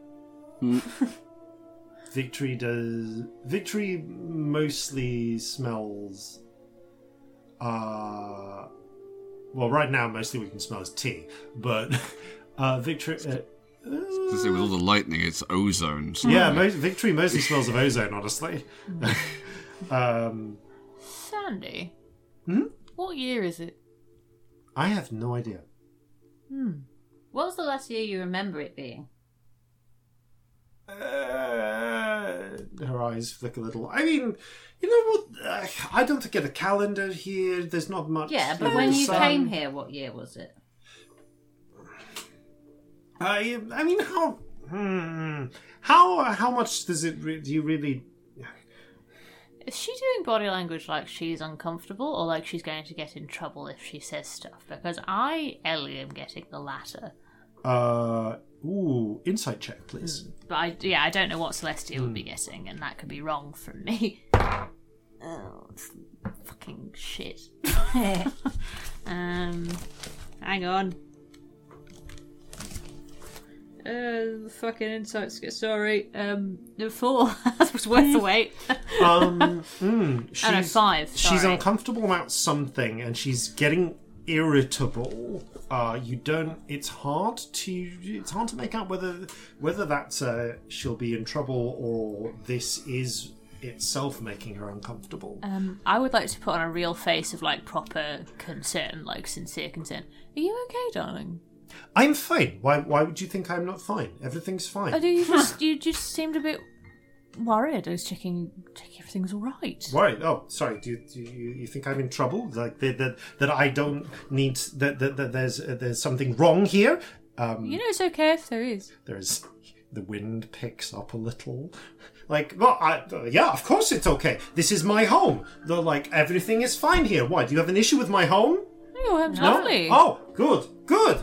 [SPEAKER 1] Victory does. Victory mostly smells. Uh, well, right now, mostly we can smell is tea, but uh, Victory. Uh,
[SPEAKER 4] To say with all the lightning, it's ozone. so-
[SPEAKER 1] yeah, mo- Victory mostly smells of ozone, honestly. um,
[SPEAKER 2] Sandy.
[SPEAKER 1] Hmm?
[SPEAKER 2] What year is it?
[SPEAKER 1] I have no idea.
[SPEAKER 6] What was the last year you remember it being?
[SPEAKER 1] Uh, her eyes flick a little. I mean, you know what? Uh, I don't get a calendar here. There's not much.
[SPEAKER 6] Yeah, but
[SPEAKER 1] in
[SPEAKER 6] when
[SPEAKER 1] the
[SPEAKER 6] you
[SPEAKER 1] sun.
[SPEAKER 6] came here, what year was it?
[SPEAKER 1] I Uh, I mean how hmm, how how much does it re- do you really
[SPEAKER 2] Is she doing body language like she's uncomfortable or like she's going to get in trouble if she says stuff? Because I, Ellie, am getting the latter.
[SPEAKER 1] uh ooh insight check please
[SPEAKER 2] But I, yeah, I don't know what Celestia would be getting, and that could be wrong from me. Oh, it's fucking shit. um, hang on. Uh, fucking insights. Sorry. Um, four. that was worth the wait.
[SPEAKER 1] um mm, she's,
[SPEAKER 2] Uh, five,
[SPEAKER 1] she's
[SPEAKER 2] sorry.
[SPEAKER 1] uncomfortable about something and she's getting irritable uh you don't it's hard to it's hard to make out whether whether that's uh she'll be in trouble or this is itself making her uncomfortable
[SPEAKER 2] Um, I would like to put on a real face of like proper concern, like sincere concern. Are you okay, darling?
[SPEAKER 1] i'm fine why why would you think i'm not fine everything's fine
[SPEAKER 2] Or do you just you just seemed a bit worried? I was checking checking everything's all right.
[SPEAKER 1] Right. Oh, sorry. Do you, do you, you think I'm in trouble? Like that that, that I don't need that, that, that there's uh, there's something wrong here. Um,
[SPEAKER 2] You know it's okay if there is.
[SPEAKER 1] There's the wind picks up a little. Like, well, I, uh, yeah, of course it's okay. This is my home. Though, like everything is fine here. Why? Do you have an issue with my home?
[SPEAKER 2] Your home's lovely.
[SPEAKER 1] Oh, good, good.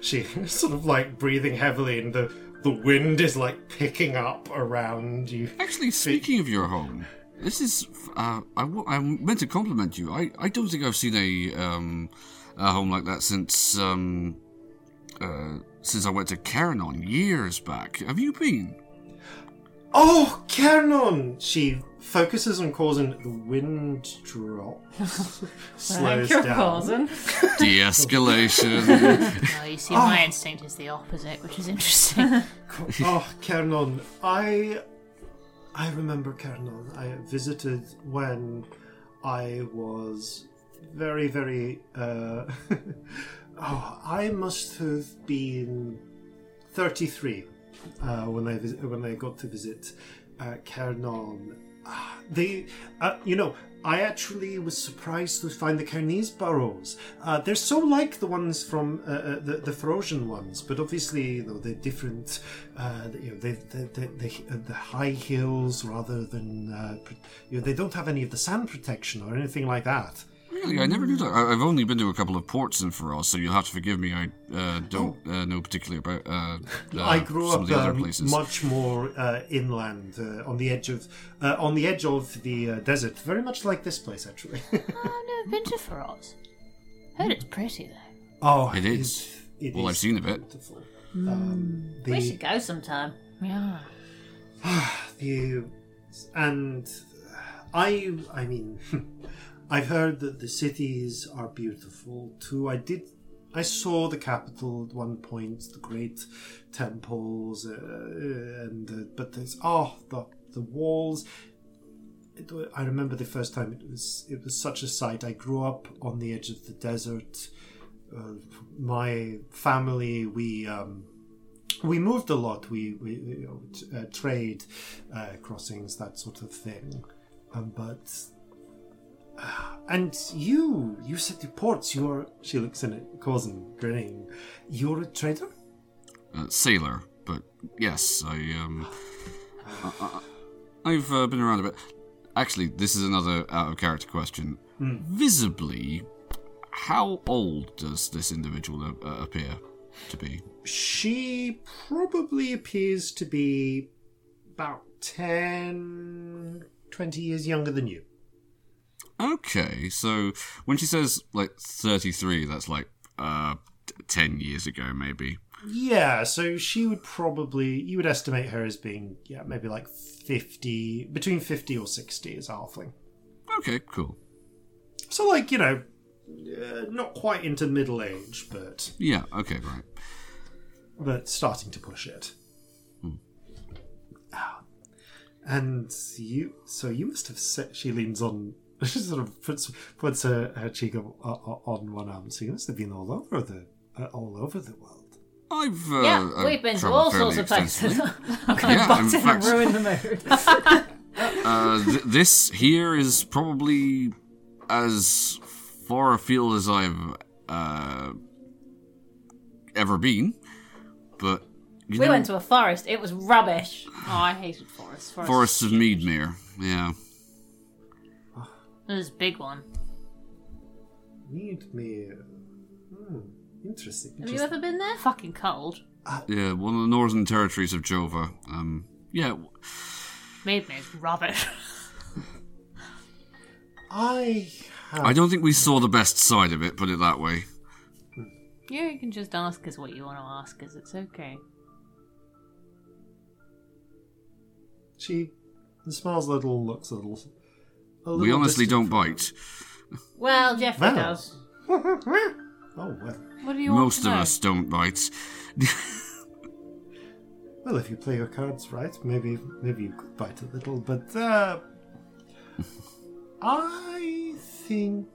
[SPEAKER 1] She sort of like breathing heavily, and the the wind is like picking up around you.
[SPEAKER 4] Actually, speaking of your home, this is. Uh, I, wa- I meant to compliment you. I, I don't think I've seen a, um, a home like that since um, uh, since I went to Caranon years back. Have you been?
[SPEAKER 1] Oh, Kernon! She focuses on causing the wind drops, slows
[SPEAKER 6] Thank you,
[SPEAKER 1] down.
[SPEAKER 6] Corzin.
[SPEAKER 4] De escalation.
[SPEAKER 2] No, you see,
[SPEAKER 4] Oh.
[SPEAKER 2] my instinct is the opposite, which is interesting.
[SPEAKER 1] Oh, Kernon, I, I remember Kernon. I visited when I was very, very. Uh, oh, I must have been thirty-three uh, when I vis- when I got to visit uh, Kernon. Ah, They, uh, you know, I actually was surprised to find the Cairnese burrows. Uh, they're so like the ones from uh, uh, the the Ferocian ones, but obviously, you know, they're different. Uh, you know, they they they, they uh, the high hills rather than uh, pr- you know they don't have any of the sand protection or anything like that.
[SPEAKER 4] really, I never knew that. I, I've only been to a couple of ports in Faraz, so you'll have to forgive me. I uh, don't uh, know particularly about uh, uh,
[SPEAKER 1] Oh. I grew
[SPEAKER 4] some
[SPEAKER 1] up
[SPEAKER 4] of the other
[SPEAKER 1] um,
[SPEAKER 4] places.
[SPEAKER 1] much more uh, inland, uh, on the edge of uh, on the edge of the uh, desert, very much like this place actually.
[SPEAKER 2] oh, I've never been to Faraz. Heard it's pretty though.
[SPEAKER 1] oh,
[SPEAKER 4] It is.
[SPEAKER 1] it
[SPEAKER 4] Well, I've
[SPEAKER 1] is
[SPEAKER 4] seen a bit.
[SPEAKER 1] Beautiful. Um,
[SPEAKER 6] Mm. We
[SPEAKER 1] the-
[SPEAKER 6] should go sometime.
[SPEAKER 2] Yeah.
[SPEAKER 1] the and I I mean I've heard that the cities are beautiful too. I did I saw the capital at one point, the great ah, temples, uh, and uh, but there's oh the the walls. it, I remember the first time it was it was such a sight. I grew up on the edge of the desert. Uh, my family we um, we moved a lot. We we, we you know, t- uh, trade uh, crossings that sort of thing, um, but. uh, And you, you said the ports. You are. She looks in at Cousin, grinning. You're a trader.
[SPEAKER 4] uh, sailor, but yes, I um, I, I, I've uh, been around a bit. Actually, this is another out of character question. Visibly, how old does this individual a- uh, appear to be?
[SPEAKER 1] She probably appears to be about 10, 20 years younger than you.
[SPEAKER 4] Okay, so when she says like thirty-three, that's like uh, t- ten years ago, maybe.
[SPEAKER 1] Yeah, so she would probably, you would estimate her as being, yeah, maybe like 50, between 50 or 60 as a halfling.
[SPEAKER 4] Okay, cool.
[SPEAKER 1] So, like, you know, uh, not quite into middle age, but
[SPEAKER 4] Yeah, okay, right.
[SPEAKER 1] but starting to push it.
[SPEAKER 4] Hmm.
[SPEAKER 1] Ah. And you, so you must have said she leans on, she sort of puts puts her, her cheek on, on one arm. So you must have been all over the uh, all over the world.
[SPEAKER 4] I've uh,
[SPEAKER 6] yeah,
[SPEAKER 4] I've
[SPEAKER 6] we've been to
[SPEAKER 4] travelled
[SPEAKER 6] all sorts
[SPEAKER 4] fairly
[SPEAKER 6] of places.
[SPEAKER 4] extensively.
[SPEAKER 6] I'm going
[SPEAKER 4] Yeah,
[SPEAKER 6] to butt
[SPEAKER 4] in
[SPEAKER 6] in
[SPEAKER 4] fact-
[SPEAKER 6] and ruin the mood.
[SPEAKER 4] Uh, th- this here is probably as far afield as I've uh, ever been, but you
[SPEAKER 6] we
[SPEAKER 4] know,
[SPEAKER 6] went to a forest. It was rubbish.
[SPEAKER 2] Oh, I hated forests. Forests.
[SPEAKER 4] forests of Meadmere. Yeah,
[SPEAKER 2] It was a big one.
[SPEAKER 1] Need me? Hmm, interesting.
[SPEAKER 6] Have you
[SPEAKER 1] interesting.
[SPEAKER 6] ever been there?
[SPEAKER 2] Fucking cold.
[SPEAKER 4] yeah, one of the northern territories of Jova. Um, yeah, w-
[SPEAKER 2] Made me as rubbish.
[SPEAKER 1] I have.
[SPEAKER 4] I don't think we saw the best side of it. Put it that way.
[SPEAKER 2] yeah, you can just ask us what you want to ask us. It's okay.
[SPEAKER 1] She smiles a little, looks a little. A little
[SPEAKER 4] we honestly
[SPEAKER 1] distant
[SPEAKER 4] don't bite.
[SPEAKER 6] Well, Jeffrey
[SPEAKER 1] Well.
[SPEAKER 6] does.
[SPEAKER 1] from- oh well.
[SPEAKER 2] What do you want
[SPEAKER 4] Most
[SPEAKER 2] to
[SPEAKER 4] of
[SPEAKER 2] know?
[SPEAKER 4] us don't bite.
[SPEAKER 1] Well, if you play your cards right, maybe maybe you could bite a little, but uh, I think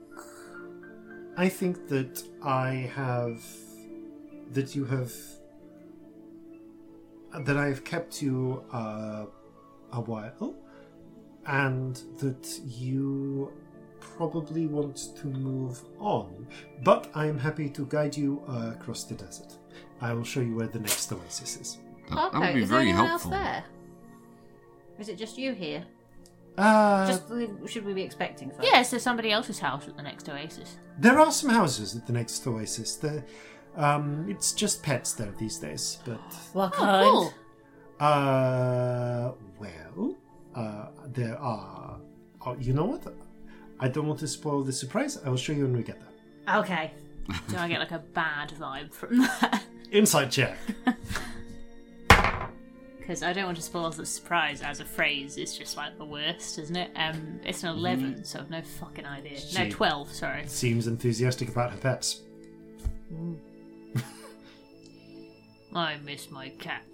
[SPEAKER 1] I think that I have that you have that I have kept you uh, a while, and that you probably want to move on. But I am happy to guide you uh, across the desert. I will show you where the next oasis is.
[SPEAKER 4] That, that would
[SPEAKER 6] Okay,
[SPEAKER 4] be
[SPEAKER 6] is there
[SPEAKER 4] very
[SPEAKER 6] anyone
[SPEAKER 4] helpful.
[SPEAKER 6] else there? Is it just you here?
[SPEAKER 1] Uh,
[SPEAKER 6] just should we be expecting? Folks?
[SPEAKER 2] Yeah, so somebody else's house at the next oasis.
[SPEAKER 1] There are some houses at the next oasis. There, um, it's just pets there these days. But
[SPEAKER 6] What kind?
[SPEAKER 2] Oh, cool.
[SPEAKER 1] uh, well, uh, there are. Oh, you know what? I don't want to spoil the surprise. I will show you when we get there.
[SPEAKER 6] Okay.
[SPEAKER 2] Do I get like a bad vibe from that?
[SPEAKER 1] Insight check.
[SPEAKER 2] Because I don't want to spoil the surprise as a phrase. It's just like the worst, isn't it? Um, it's an eleven, so I've no fucking idea. No,
[SPEAKER 1] Mm-hmm. Shit.
[SPEAKER 2] twelve. Sorry.
[SPEAKER 1] Seems enthusiastic about her pets.
[SPEAKER 2] I miss my cat.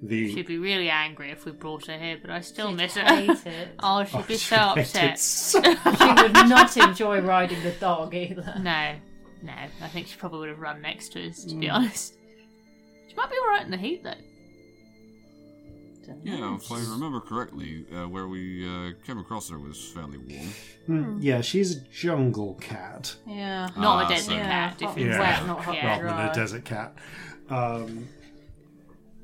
[SPEAKER 1] The
[SPEAKER 2] She'd be really angry if we brought her here, but I still miss her.
[SPEAKER 6] Hate it.
[SPEAKER 2] oh, she'd be so
[SPEAKER 1] It
[SPEAKER 2] upset.
[SPEAKER 1] is-
[SPEAKER 6] she would not enjoy riding the dog either.
[SPEAKER 2] No, no. I think she probably would have run next to us. To
[SPEAKER 1] Mm.
[SPEAKER 2] be honest, she might be all right in the heat though.
[SPEAKER 4] Yeah, if I remember correctly, uh, where we uh, came across her was fairly warm.
[SPEAKER 1] Mm, yeah, she's a jungle cat,
[SPEAKER 6] Yeah.
[SPEAKER 2] Not
[SPEAKER 4] Ah,
[SPEAKER 2] a deadly
[SPEAKER 4] so-
[SPEAKER 2] cat. If
[SPEAKER 6] hot
[SPEAKER 2] it's
[SPEAKER 1] and
[SPEAKER 6] wet, not hot
[SPEAKER 2] Yeah.
[SPEAKER 1] rather
[SPEAKER 6] and
[SPEAKER 1] than a
[SPEAKER 6] dry.
[SPEAKER 1] desert cat. Um,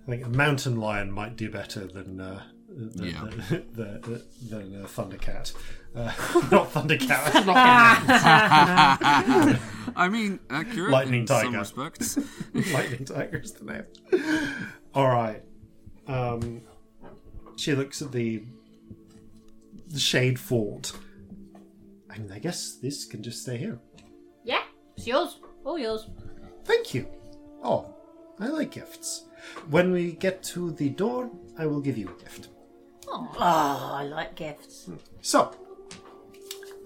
[SPEAKER 1] I think a mountain lion might do better than. Uh, than-
[SPEAKER 4] Yeah.
[SPEAKER 1] than- than than, uh, Thundercat, uh, not Thundercat,
[SPEAKER 4] I mean, accurate
[SPEAKER 1] Lightning
[SPEAKER 4] in some
[SPEAKER 1] tiger.
[SPEAKER 4] respects.
[SPEAKER 1] Lightning Tiger is the name. All right. Um, she looks at the, the shade fort. I mean, I guess this can just stay here.
[SPEAKER 6] Yeah. It's yours. All yours.
[SPEAKER 1] Thank you. Oh, I like gifts. When we get to the door, I will give you a gift.
[SPEAKER 6] Oh, I like gifts.
[SPEAKER 1] So,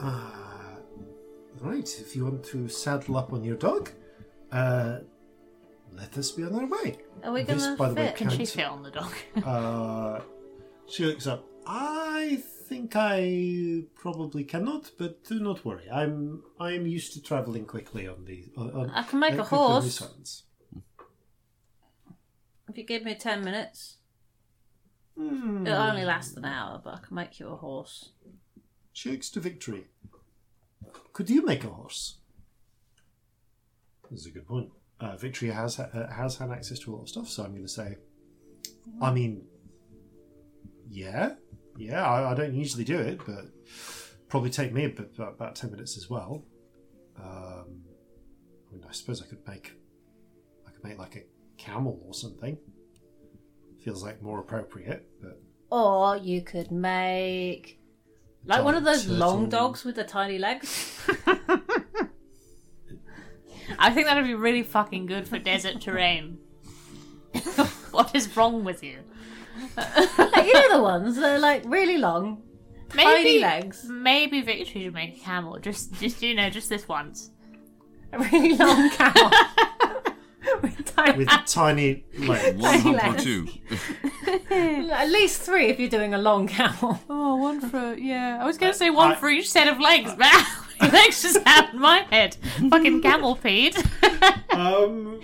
[SPEAKER 1] uh, right, if you want to saddle up on your dog, uh, let us be on our way.
[SPEAKER 2] Are we
[SPEAKER 1] This,
[SPEAKER 2] gonna
[SPEAKER 1] by the way,
[SPEAKER 2] fit? Can she
[SPEAKER 1] counts-
[SPEAKER 2] fit on the dog?
[SPEAKER 1] Uh, she looks up. I think I probably cannot, but do not worry. I'm I am used to traveling quickly on these. On, on-
[SPEAKER 2] I can make
[SPEAKER 1] uh,
[SPEAKER 2] a
[SPEAKER 1] quickly on
[SPEAKER 2] horse.
[SPEAKER 1] these islands.
[SPEAKER 6] If you give me ten minutes, it'll only last an hour, but I can make you a horse.
[SPEAKER 1] She looks to victory. Could you make a horse? That's a good point. Uh, victory has uh, has had access to a lot of stuff, so I'm going to say. I mean, yeah, yeah. I, I don't usually do it, but probably take me ab- ab- about ten minutes as well. Um, I mean, I suppose I could make, I could make like a camel or something. Feels like more appropriate, but
[SPEAKER 6] Or you could make like one of those
[SPEAKER 1] Giant
[SPEAKER 6] long
[SPEAKER 1] turtle.
[SPEAKER 6] dogs with the tiny legs.
[SPEAKER 2] I think that'd be really fucking good for desert terrain. what is wrong with you?
[SPEAKER 6] like, you know the ones that are like really long, tiny legs,
[SPEAKER 2] Maybe Victory should make a camel. Just, just you know, just this once.
[SPEAKER 6] a really long cow. With tiny-
[SPEAKER 1] with tiny legs.
[SPEAKER 4] One hump or
[SPEAKER 6] Thanks.
[SPEAKER 4] two.
[SPEAKER 6] At least three if you're doing a long camel.
[SPEAKER 2] Oh, one for yeah. I was gonna say
[SPEAKER 1] one
[SPEAKER 2] one
[SPEAKER 1] I- for
[SPEAKER 2] for each set of legs, but legs just out of my head. Fucking camel peed.
[SPEAKER 1] Um,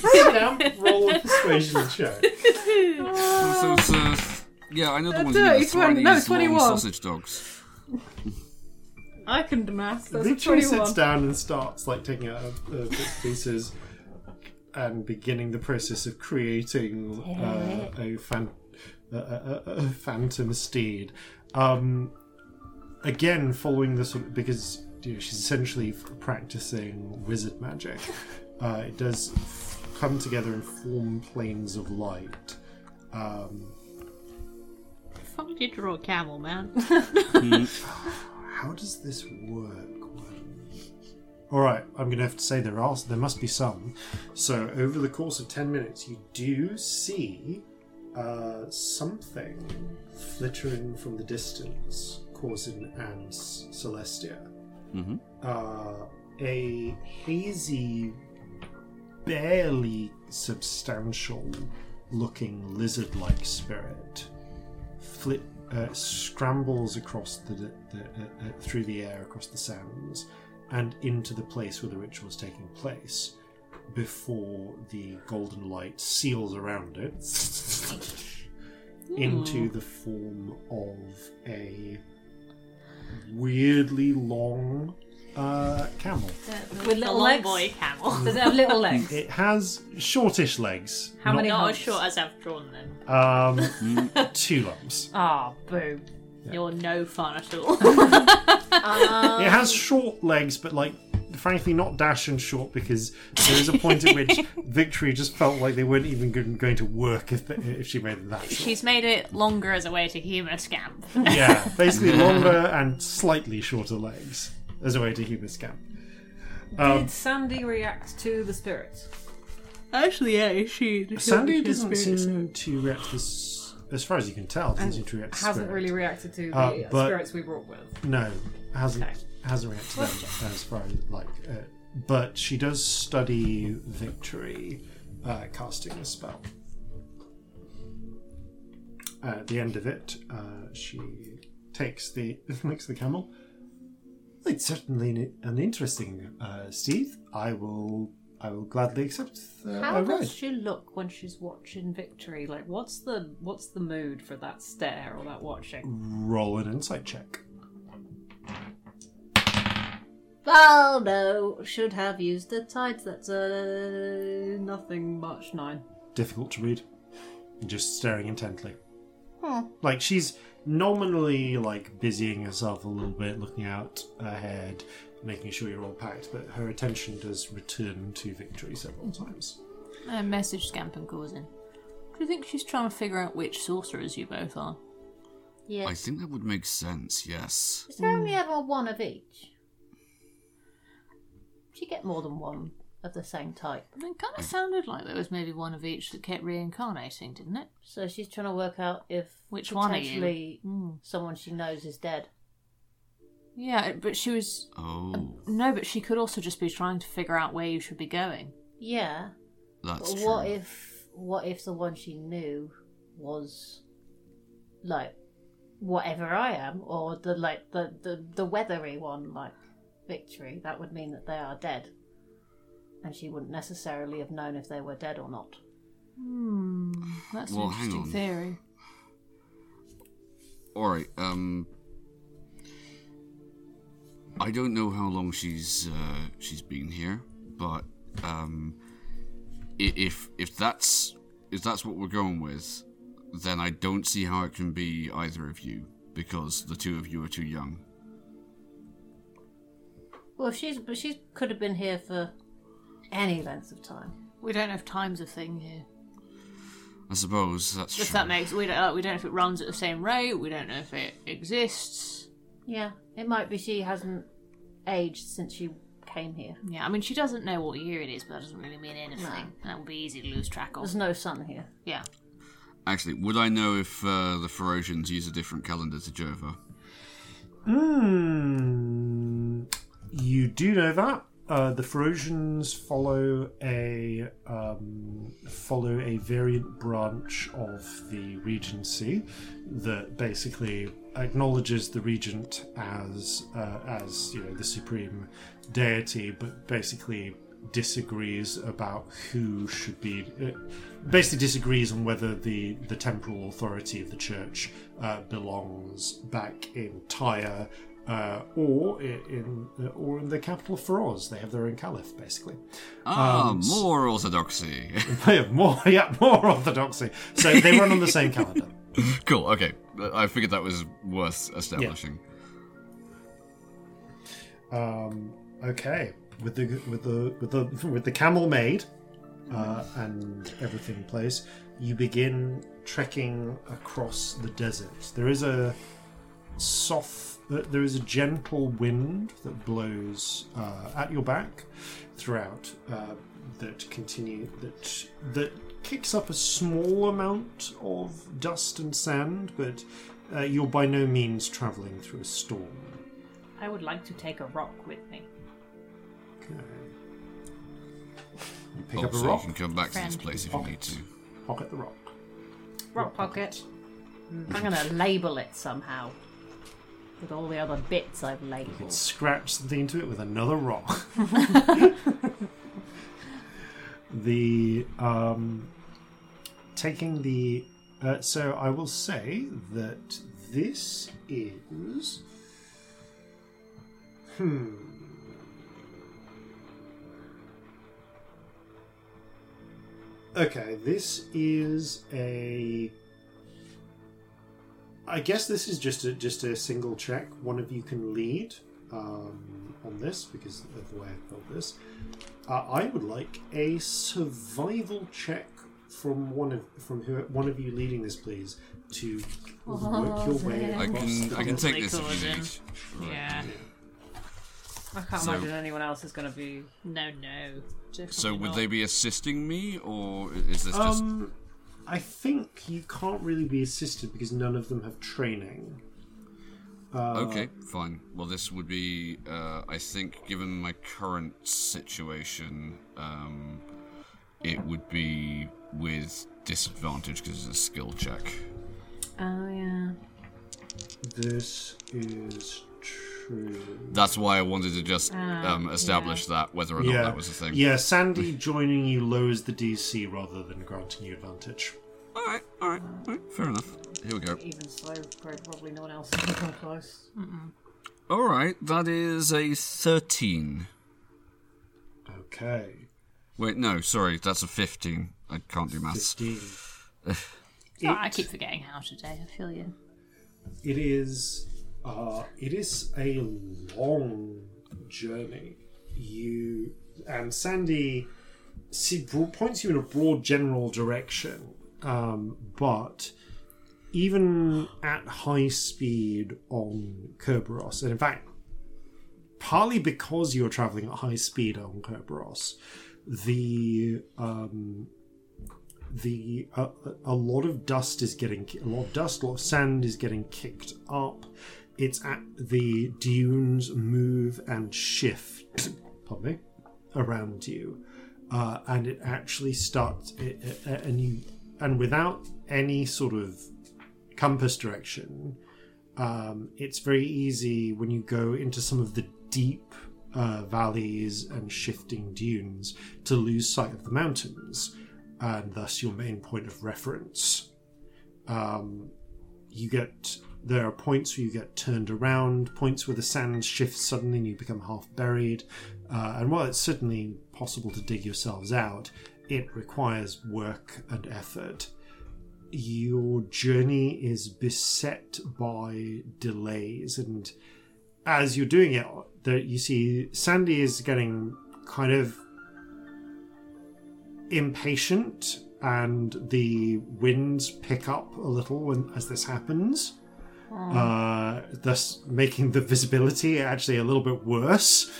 [SPEAKER 1] stamp roll a persuasion check.
[SPEAKER 4] So it's, uh, yeah, I know the ones
[SPEAKER 3] Uh,
[SPEAKER 4] with the
[SPEAKER 3] it's one-
[SPEAKER 4] throaty,
[SPEAKER 3] no,
[SPEAKER 4] these long
[SPEAKER 3] 21.
[SPEAKER 4] sausage dogs.
[SPEAKER 3] I can do maths. That's a
[SPEAKER 1] Victory sits
[SPEAKER 3] 21.
[SPEAKER 1] down and starts like taking out uh, bits and pieces and beginning the process of creating uh, a, fan- a, a, a- a phantom steed. Um, again, following this because you know, she's essentially f- practicing wizard magic. Uh, it does f- come together and form planes of light. Um,
[SPEAKER 2] Fuck did you draw a camel, man?
[SPEAKER 1] How does this work? All right, I'm going to have to say there are there must be some. So over the course of ten minutes, you do see uh, something flittering from the distance, causing and S- Celestia
[SPEAKER 4] Mhm.
[SPEAKER 1] uh, a hazy, barely substantial-looking lizard-like spirit flit uh, scrambles across the, the, the uh, uh, through the air across the sands and into the place where the ritual is taking place before the golden light seals around it into the form of a weirdly long uh, camel.
[SPEAKER 6] With
[SPEAKER 2] The
[SPEAKER 6] little
[SPEAKER 2] long
[SPEAKER 6] legs.
[SPEAKER 2] boy camel.
[SPEAKER 6] Does it have little legs?
[SPEAKER 1] It has shortish legs,
[SPEAKER 6] How many
[SPEAKER 2] Not as
[SPEAKER 6] humps?
[SPEAKER 2] short as I've drawn them.
[SPEAKER 4] Uh,
[SPEAKER 1] um, two lumps.
[SPEAKER 6] Ah, boo.
[SPEAKER 2] You're no fun at all.
[SPEAKER 1] It has
[SPEAKER 3] Um,
[SPEAKER 1] short legs, but like, frankly, not dash and short because there is a point at which Victory just felt like they weren't even good- going to work if, if she made them that short.
[SPEAKER 2] She's made it longer as a way to humour scamp.
[SPEAKER 1] Yeah, basically longer and slightly shorter legs as a way to humour scam. Um,
[SPEAKER 3] Did Sandy react to the spirits?
[SPEAKER 2] Actually, yeah, she.
[SPEAKER 1] Sandy doesn't seem to react this, as far as you can tell, doesn't seem to react to
[SPEAKER 3] Hasn't
[SPEAKER 1] spirit.
[SPEAKER 3] really reacted to the
[SPEAKER 1] Uh,
[SPEAKER 3] uh,
[SPEAKER 1] but-
[SPEAKER 3] spirits we brought with.
[SPEAKER 1] No, hasn't hasn't reacted to them as far as like. Uh, but she does study Victory uh, casting a spell. Uh, at the end of it, uh, she takes the makes the camel. It's certainly an, an interesting uh, steed. I will I will gladly accept uh,
[SPEAKER 3] How
[SPEAKER 1] a
[SPEAKER 3] does
[SPEAKER 1] ride.
[SPEAKER 3] she look when she's watching Victory? Like, what's the what's the mood for that stare or that watching?
[SPEAKER 1] Roll an insight check.
[SPEAKER 6] Well, no, should have used the tides. uh, That's a
[SPEAKER 3] Nothing much. Nine.
[SPEAKER 1] difficult to read and just staring intently like she's nominally like busying herself a little bit looking out ahead making sure you're all packed but her attention does return to victory several times
[SPEAKER 2] I Uh, message Scamp and Corzin. Do you think she's trying to figure out which sorcerers you both are?
[SPEAKER 6] yeah.
[SPEAKER 4] I think that would make sense, yes.
[SPEAKER 6] Is there only ever one of each? Do you get more than one of the same type?
[SPEAKER 2] I mean, it kind of sounded like there was maybe one of each that kept reincarnating, didn't it?
[SPEAKER 6] So she's trying to work out if
[SPEAKER 2] Which one are you?
[SPEAKER 6] potentially someone she knows is dead.
[SPEAKER 2] Hmm. Yeah, but she was. uh,
[SPEAKER 4] Oh.
[SPEAKER 2] No, but she could also just be trying to figure out where you should be going.
[SPEAKER 6] Yeah,
[SPEAKER 4] That's
[SPEAKER 6] but
[SPEAKER 4] true.
[SPEAKER 6] what if what if the one she knew was like whatever I am, or the like the the, the weathery one, like victory? That would mean that they are dead, and she wouldn't necessarily have known if they were dead or not.
[SPEAKER 2] Hmm. That's
[SPEAKER 4] Well,
[SPEAKER 2] an
[SPEAKER 4] hang
[SPEAKER 2] interesting
[SPEAKER 4] on.
[SPEAKER 2] theory.
[SPEAKER 4] All right. Um, I don't know how long she's uh, she's been here, but um, i- if if that's if that's what we're going with, then I don't see how it can be either of you because the two of you are too young.
[SPEAKER 6] Well, she's but she could have been here for any length of time.
[SPEAKER 2] We don't know if time's a thing here.
[SPEAKER 4] I suppose that's
[SPEAKER 2] If
[SPEAKER 4] true.
[SPEAKER 2] that makes we don't like, we don't know if it runs at the same rate. We don't know if it exists.
[SPEAKER 6] Yeah, it might be she hasn't aged since she came here.
[SPEAKER 2] Yeah, I mean she doesn't know what year it is, but that doesn't really mean anything. That would be easy to lose track of.
[SPEAKER 6] There's no sun here.
[SPEAKER 2] Yeah.
[SPEAKER 4] Actually, would I know if uh, the Ferocians use a different calendar to Jova?
[SPEAKER 1] Hmm. You do know that uh, the Ferocians follow a um, follow a variant branch of the Regency that basically acknowledges the Regent as uh, as you know the supreme deity, but basically disagrees about who should be uh, basically disagrees on whether the the temporal authority of the church uh, belongs back in Tyre uh, or i- in uh, or in the capital Faraz. They have their own caliph basically.
[SPEAKER 4] Ah,
[SPEAKER 1] Um, s-
[SPEAKER 4] more orthodoxy.
[SPEAKER 1] They have more yeah more orthodoxy. So they run on the same calendar.
[SPEAKER 4] cool. Okay, I figured that was worth establishing.
[SPEAKER 1] Um, okay, with the with the with the with the camel made uh, and everything in place, you begin trekking across the desert. There is a soft, uh, there is a gentle wind that blows uh, at your back throughout. Uh, that continue that that kicks up a small amount of dust and sand, but uh, you're by no means traveling through a storm.
[SPEAKER 3] I would like to take a rock with me.
[SPEAKER 1] Okay. You pick
[SPEAKER 4] Oh,
[SPEAKER 1] up a
[SPEAKER 4] so
[SPEAKER 1] rock,
[SPEAKER 4] you can come back to this
[SPEAKER 2] Friend.
[SPEAKER 4] place if you need
[SPEAKER 1] Pocket.
[SPEAKER 4] to.
[SPEAKER 1] pocket the rock.
[SPEAKER 3] Rock pocket.
[SPEAKER 6] I'm gonna label it somehow with all the other bits I've labeled.
[SPEAKER 1] Scratch something into it with another rock. the um, taking the uh, so I will say that this is hmm. Okay, this is a I guess this is just a just a single check. One of you can lead um, on this because of the way I built this. Uh, I would like a survival check from one of from who one of you leading this, please, to work your way.
[SPEAKER 4] I
[SPEAKER 1] across
[SPEAKER 4] can
[SPEAKER 1] the
[SPEAKER 4] I can
[SPEAKER 2] Definitely
[SPEAKER 4] take this if you
[SPEAKER 2] caution.
[SPEAKER 4] need. Right.
[SPEAKER 2] Yeah.
[SPEAKER 3] I can't
[SPEAKER 4] So-
[SPEAKER 3] imagine anyone else is going to be.
[SPEAKER 2] No, no. Definitely
[SPEAKER 4] So would
[SPEAKER 2] not.
[SPEAKER 4] they be assisting me, or i- is this just?
[SPEAKER 1] Um, I think you can't really be assisted because none of them have training. uh,
[SPEAKER 4] okay, fine. Well, this would be. Uh, I think, given my current situation, um, it would be with disadvantage because it's a skill check.
[SPEAKER 2] Oh yeah.
[SPEAKER 1] This is true.
[SPEAKER 4] That's why I wanted to just
[SPEAKER 2] Ah,
[SPEAKER 4] um, establish that, whether or not that was a thing.
[SPEAKER 1] Yeah, Sandy joining you lowers the DC rather than granting you advantage.
[SPEAKER 4] All right, all right, all right. Fair enough. Here we go.
[SPEAKER 6] Even so, very probably no one else can come close.
[SPEAKER 4] All right, that is a thirteen.
[SPEAKER 1] Okay.
[SPEAKER 4] Wait, no, sorry, that's a fifteen. I can't do maths.
[SPEAKER 1] 15.
[SPEAKER 2] Oh, I keep forgetting how today. I feel you.
[SPEAKER 1] It is uh, it is a long journey. You and Sandy see, bro- points you in a broad general direction, um, but even at high speed on Kerberos, and in fact, partly because you're traveling at high speed on Kerberos, the um, the uh, a lot of dust is getting ki- a lot of dust, a lot of sand is getting kicked up. It's at the dunes move and shift, pardon me, around you, uh, and it actually starts it, it- and you and without any sort of compass direction um, it's very easy when you go into some of the deep uh, valleys and shifting dunes to lose sight of the mountains and thus your main point of reference um, you get there are points where you get turned around, points where the sand shifts suddenly and you become half buried. Uh, and while it's certainly possible to dig yourselves out, it requires work and effort. Your journey is beset by delays, and as you're doing it, there you see Sandy is getting kind of impatient and the winds pick up a little when, as this happens uh, thus making the visibility actually a little bit worse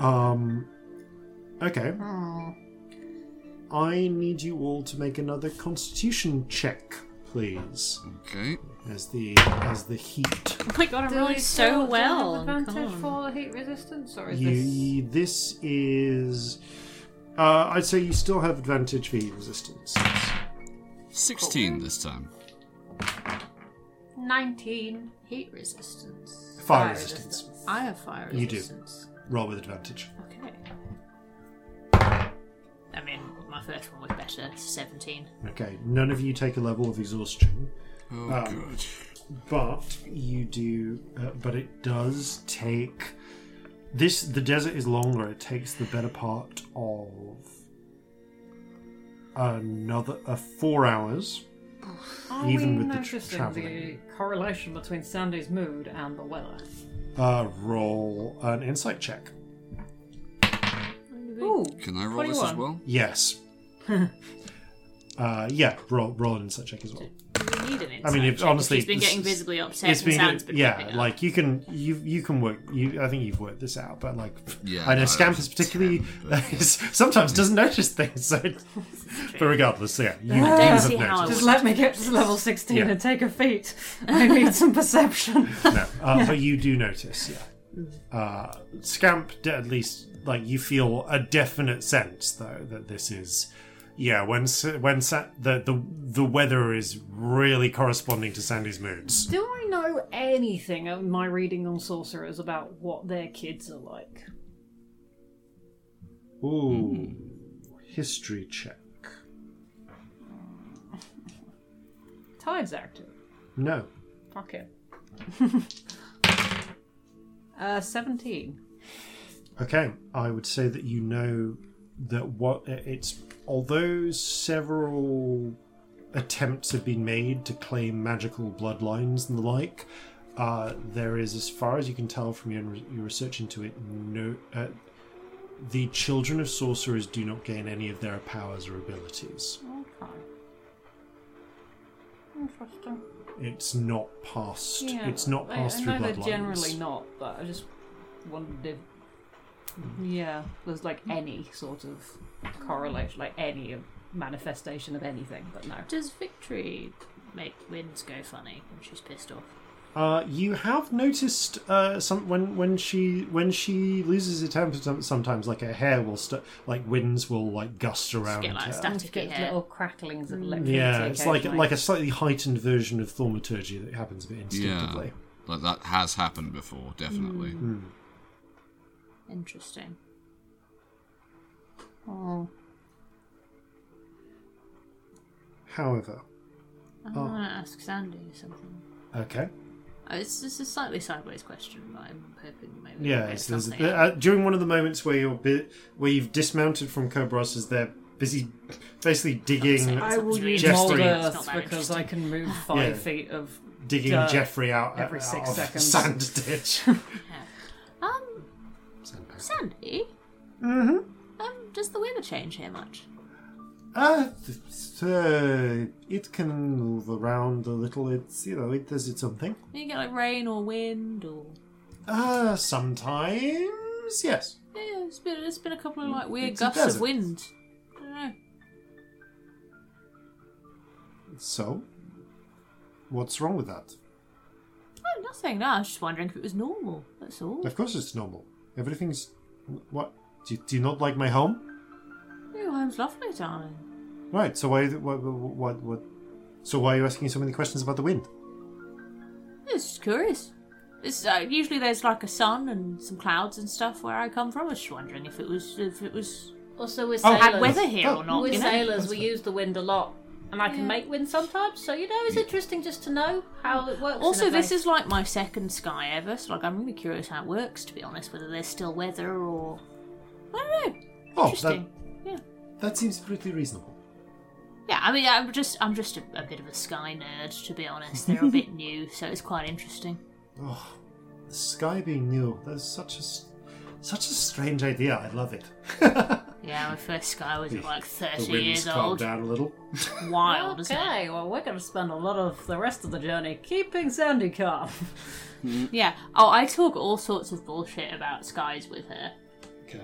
[SPEAKER 1] um, okay i need you all to make another constitution check please
[SPEAKER 4] Okay.
[SPEAKER 1] as the as the heat
[SPEAKER 2] Oh my god, I'm rolling so well.
[SPEAKER 3] Advantage
[SPEAKER 2] Come
[SPEAKER 3] for
[SPEAKER 2] on.
[SPEAKER 3] heat resistance, or is this?
[SPEAKER 1] you, this is uh, i'd say you still have advantage for heat resistance
[SPEAKER 4] 16 this time.
[SPEAKER 2] 19 heat resistance.
[SPEAKER 1] fire resistance
[SPEAKER 2] I have fire
[SPEAKER 1] You do.
[SPEAKER 2] resistance.
[SPEAKER 1] roll with advantage
[SPEAKER 2] Okay. I mean, my first one was better. 17.
[SPEAKER 1] okay none of you take a level of exhaustion
[SPEAKER 4] Oh,
[SPEAKER 1] Ah.
[SPEAKER 4] good.
[SPEAKER 1] but you do uh, but it does take this the desert is longer it takes the better part of another uh, four hours
[SPEAKER 3] Are
[SPEAKER 1] even
[SPEAKER 3] we
[SPEAKER 1] with the tr-
[SPEAKER 3] noticing
[SPEAKER 1] travelling.
[SPEAKER 3] the correlation between Sandy's mood and the weather?
[SPEAKER 1] uh, roll an insight check
[SPEAKER 3] Ooh,
[SPEAKER 4] Can I roll this as
[SPEAKER 3] 21.
[SPEAKER 4] well?
[SPEAKER 1] yes uh, yeah roll, roll an insight check as well
[SPEAKER 2] We need an insight.
[SPEAKER 1] I mean, if,
[SPEAKER 2] check.
[SPEAKER 1] honestly,
[SPEAKER 2] She's been
[SPEAKER 1] this-
[SPEAKER 2] getting visibly upset
[SPEAKER 1] it's
[SPEAKER 2] and sounds
[SPEAKER 1] been
[SPEAKER 2] been
[SPEAKER 1] yeah,
[SPEAKER 2] creeping up.
[SPEAKER 1] like you can you you can work. You I think you've worked this out, but like
[SPEAKER 4] Yeah,
[SPEAKER 1] I know
[SPEAKER 4] no,
[SPEAKER 1] Scamp
[SPEAKER 4] it's
[SPEAKER 1] is particularly
[SPEAKER 4] ten, but-
[SPEAKER 1] sometimes doesn't notice things. So, but regardless, yeah, you, you have
[SPEAKER 2] see how I
[SPEAKER 1] noticed.
[SPEAKER 3] just let me get to level sixteen
[SPEAKER 1] Yeah.
[SPEAKER 3] and take a feat. I need some perception.
[SPEAKER 1] No, uh, but you do notice. Yeah,
[SPEAKER 2] Mm-hmm.
[SPEAKER 1] uh, Scamp d- at least like you feel a definite sense though that this is. Yeah, when s- when sa- the, the the weather is really corresponding to Sandy's moods.
[SPEAKER 3] Do I know anything of my reading on sorcerers about what their kids are like?
[SPEAKER 1] Ooh, history check.
[SPEAKER 3] Tide's active.
[SPEAKER 1] No,
[SPEAKER 3] Fuck it. uh, 17.
[SPEAKER 1] Okay, I would say that you know that what uh, it's although several attempts have been made to claim magical bloodlines and the like. Uh, there is, as far as you can tell from your, your research into it, no. Uh, the children of sorcerers do not gain any of their powers or abilities.
[SPEAKER 3] Okay. Interesting.
[SPEAKER 1] It's not passed. it's not passed
[SPEAKER 3] I,
[SPEAKER 1] through
[SPEAKER 3] I know
[SPEAKER 1] bloodlines.
[SPEAKER 3] they're generally not, but I just wondered if,
[SPEAKER 2] Mm-hmm.
[SPEAKER 3] yeah, there's like any sort of correlation, like any of manifestation of anything, but no.
[SPEAKER 2] Does victory make winds go funny when she's pissed off?
[SPEAKER 1] Uh, you have noticed uh, some when when she when she loses her temper som- sometimes like her hair will st- like winds will like gust around
[SPEAKER 2] get, like,
[SPEAKER 1] her.
[SPEAKER 2] stuck-
[SPEAKER 3] Just get
[SPEAKER 2] Yeah.
[SPEAKER 3] little cracklings
[SPEAKER 2] Mm.
[SPEAKER 3] of electricity.
[SPEAKER 1] yeah, it's like
[SPEAKER 3] occasionally.
[SPEAKER 1] like a slightly heightened version of thaumaturgy that happens a bit instinctively. Hmm.
[SPEAKER 4] Like that has happened before, definitely.
[SPEAKER 2] Interesting. Oh.
[SPEAKER 1] However,
[SPEAKER 2] I
[SPEAKER 1] Oh.
[SPEAKER 2] want to ask Sandy something.
[SPEAKER 1] okay,
[SPEAKER 2] Oh, it's just a slightly sideways question, but I'm hoping maybe.
[SPEAKER 1] yeah.
[SPEAKER 2] we'll get
[SPEAKER 1] So there's a
[SPEAKER 2] something
[SPEAKER 1] bit-
[SPEAKER 2] out.
[SPEAKER 1] uh, during one of the moments where you're bi- where you've dismounted from Cobros as they're busy basically digging
[SPEAKER 3] I will use
[SPEAKER 1] Just
[SPEAKER 3] mold
[SPEAKER 1] three.
[SPEAKER 2] It's not
[SPEAKER 3] earth
[SPEAKER 2] that
[SPEAKER 3] because I can
[SPEAKER 2] interesting.
[SPEAKER 3] move five
[SPEAKER 1] Ah. Yeah.
[SPEAKER 3] feet of
[SPEAKER 1] digging
[SPEAKER 3] dirt.
[SPEAKER 1] Jeffrey out
[SPEAKER 3] every
[SPEAKER 1] out
[SPEAKER 3] six
[SPEAKER 1] of
[SPEAKER 3] seconds.
[SPEAKER 1] sand ditch.
[SPEAKER 2] Um, Sandy. Mm-hmm. Um, does the weather change here much?
[SPEAKER 1] Uh, th- uh, it can move around a little. It's you know, it does its own thing.
[SPEAKER 2] You get like rain or wind or
[SPEAKER 1] Uh, sometimes yes.
[SPEAKER 2] yeah, it's been it's been a couple of like weird
[SPEAKER 1] It's a
[SPEAKER 2] gusts of
[SPEAKER 1] desert.
[SPEAKER 2] wind. I don't know.
[SPEAKER 1] So, what's wrong with that?
[SPEAKER 2] Oh, nothing. No, I was just wondering if it was normal. That's all.
[SPEAKER 1] Of course, it's normal. Everything's what. Do you, do you not like my home?
[SPEAKER 2] Yeah, Your home's lovely, darling.
[SPEAKER 1] Right. So why? What? What? what so why are you asking so many questions about the wind?
[SPEAKER 2] It's just curious. It's, uh, usually there's like a sun and some clouds and stuff where I come from. I was just wondering if it was if it was
[SPEAKER 6] Also, we're
[SPEAKER 1] Oh,
[SPEAKER 6] sailors.
[SPEAKER 2] had weather here or not.
[SPEAKER 6] We're
[SPEAKER 2] You know?
[SPEAKER 6] sailors. We use the wind a lot, and I can make wind sometimes. So you know, it's interesting just to know how it works.
[SPEAKER 2] Also, this is like my second sky ever, so like I'm really curious how it works. To be honest, whether there's still weather or I don't know.
[SPEAKER 1] Oh, that,
[SPEAKER 2] Interesting. Yeah.
[SPEAKER 1] that seems pretty reasonable.
[SPEAKER 2] Yeah, I mean, I'm just I'm just a, a bit of a sky nerd, to be honest. They're a bit new, so it's quite interesting.
[SPEAKER 1] Oh, the sky being new. That's such a s- such a strange idea. I love it.
[SPEAKER 2] Yeah, my first sky was at like
[SPEAKER 1] the
[SPEAKER 2] 30
[SPEAKER 1] wind's
[SPEAKER 2] years
[SPEAKER 1] calmed
[SPEAKER 2] old.
[SPEAKER 1] down a little.
[SPEAKER 2] Wild, isn't it?
[SPEAKER 3] Okay, well, we're going to spend a lot of the rest of the journey keeping Sandy calm.
[SPEAKER 2] Yeah. Oh, I talk all sorts of bullshit about skies with her.
[SPEAKER 1] Okay.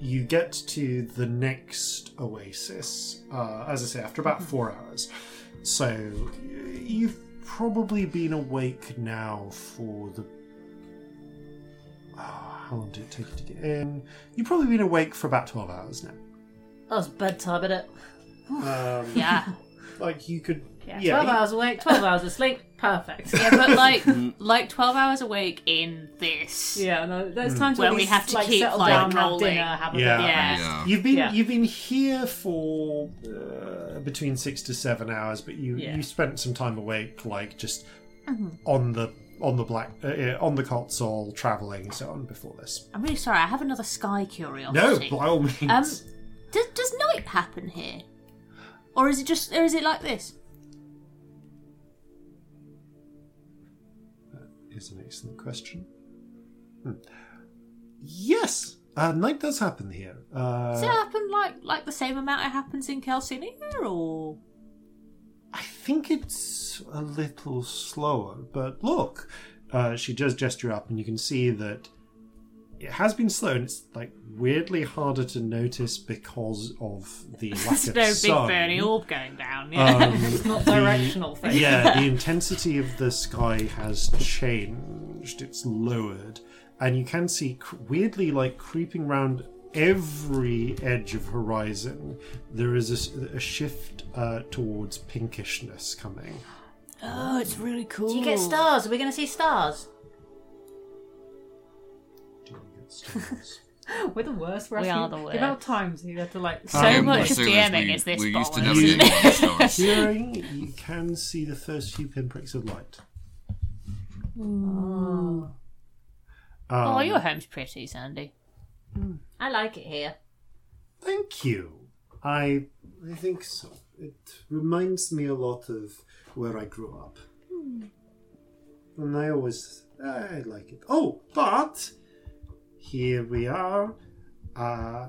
[SPEAKER 1] You get to the next oasis, uh, as I say, after
[SPEAKER 6] Mhm.
[SPEAKER 1] about four hours. So y- you've probably been awake now for the. Oh, how long did it take you to get in? You've probably been awake for about 12 hours now.
[SPEAKER 6] that's bedtime, isn't it?
[SPEAKER 1] Um,
[SPEAKER 2] Yeah.
[SPEAKER 1] Like you could.
[SPEAKER 6] Yeah,
[SPEAKER 1] Yeah,
[SPEAKER 6] twelve
[SPEAKER 1] you-
[SPEAKER 6] hours awake, twelve hours asleep, perfect.
[SPEAKER 2] Yeah, but like like 12 hours awake in this.
[SPEAKER 3] yeah, no, there's times
[SPEAKER 2] Well,
[SPEAKER 3] when
[SPEAKER 2] we have to
[SPEAKER 3] like,
[SPEAKER 2] keep,
[SPEAKER 3] settle
[SPEAKER 2] like,
[SPEAKER 3] down, have
[SPEAKER 2] rolling.
[SPEAKER 3] dinner, have a
[SPEAKER 1] Yeah.
[SPEAKER 3] bit of
[SPEAKER 2] Yeah.
[SPEAKER 3] rest.
[SPEAKER 4] Yeah.
[SPEAKER 1] You've been
[SPEAKER 3] Yeah.
[SPEAKER 1] you've been here for uh, between six to seven hours, but you
[SPEAKER 3] Yeah. Mm-hmm.
[SPEAKER 1] you spent some time awake, like just on the on the black uh, uh, on the Cotswold, traveling and so on before this.
[SPEAKER 2] I'm really sorry. I have another sky
[SPEAKER 3] Oh,
[SPEAKER 1] No,
[SPEAKER 2] curiosity.
[SPEAKER 1] by all means.
[SPEAKER 2] um, does, does night happen here? Or is it just or is it like this?
[SPEAKER 1] is an excellent question. Hmm. Yes, uh, night does happen here. Uh,
[SPEAKER 2] Does it happen like like the same amount it happens in Calcinia or
[SPEAKER 1] I think it's a little slower, but look, uh, she does gesture up, and you can see that it has been slow, and it's like weirdly harder to notice because of the lack
[SPEAKER 2] there's
[SPEAKER 1] of
[SPEAKER 2] no
[SPEAKER 1] sun.
[SPEAKER 2] big burning orb going down, yeah.
[SPEAKER 1] Um,
[SPEAKER 3] It's not
[SPEAKER 1] the-
[SPEAKER 3] directional thing.
[SPEAKER 1] Yeah, the intensity of the sky has changed. It's lowered, and you can see cr- weirdly, like creeping round every edge of horizon, there is a s- a, shift uh, towards pinkishness coming.
[SPEAKER 2] oh, it's really cool.
[SPEAKER 6] Do you get stars? Are we going to see stars?
[SPEAKER 1] Do you get stars?
[SPEAKER 3] We're the worst. We're
[SPEAKER 2] We
[SPEAKER 3] asking-
[SPEAKER 2] are the worst.
[SPEAKER 3] About times you had to like.
[SPEAKER 2] So
[SPEAKER 1] Um,
[SPEAKER 2] much of
[SPEAKER 4] Soon as
[SPEAKER 2] DMing
[SPEAKER 4] we-
[SPEAKER 2] is this
[SPEAKER 4] We're used to
[SPEAKER 2] bollocks.
[SPEAKER 4] navigating the stars.
[SPEAKER 1] Hearing, you can see the first few pinpricks of light.
[SPEAKER 3] Ah.
[SPEAKER 1] Um,
[SPEAKER 2] oh, your home's pretty, Sandy.
[SPEAKER 6] I like it here.
[SPEAKER 1] Thank you. I I think so. It reminds me a lot of where I grew up. And I always I like it. Oh, but here we are. Uh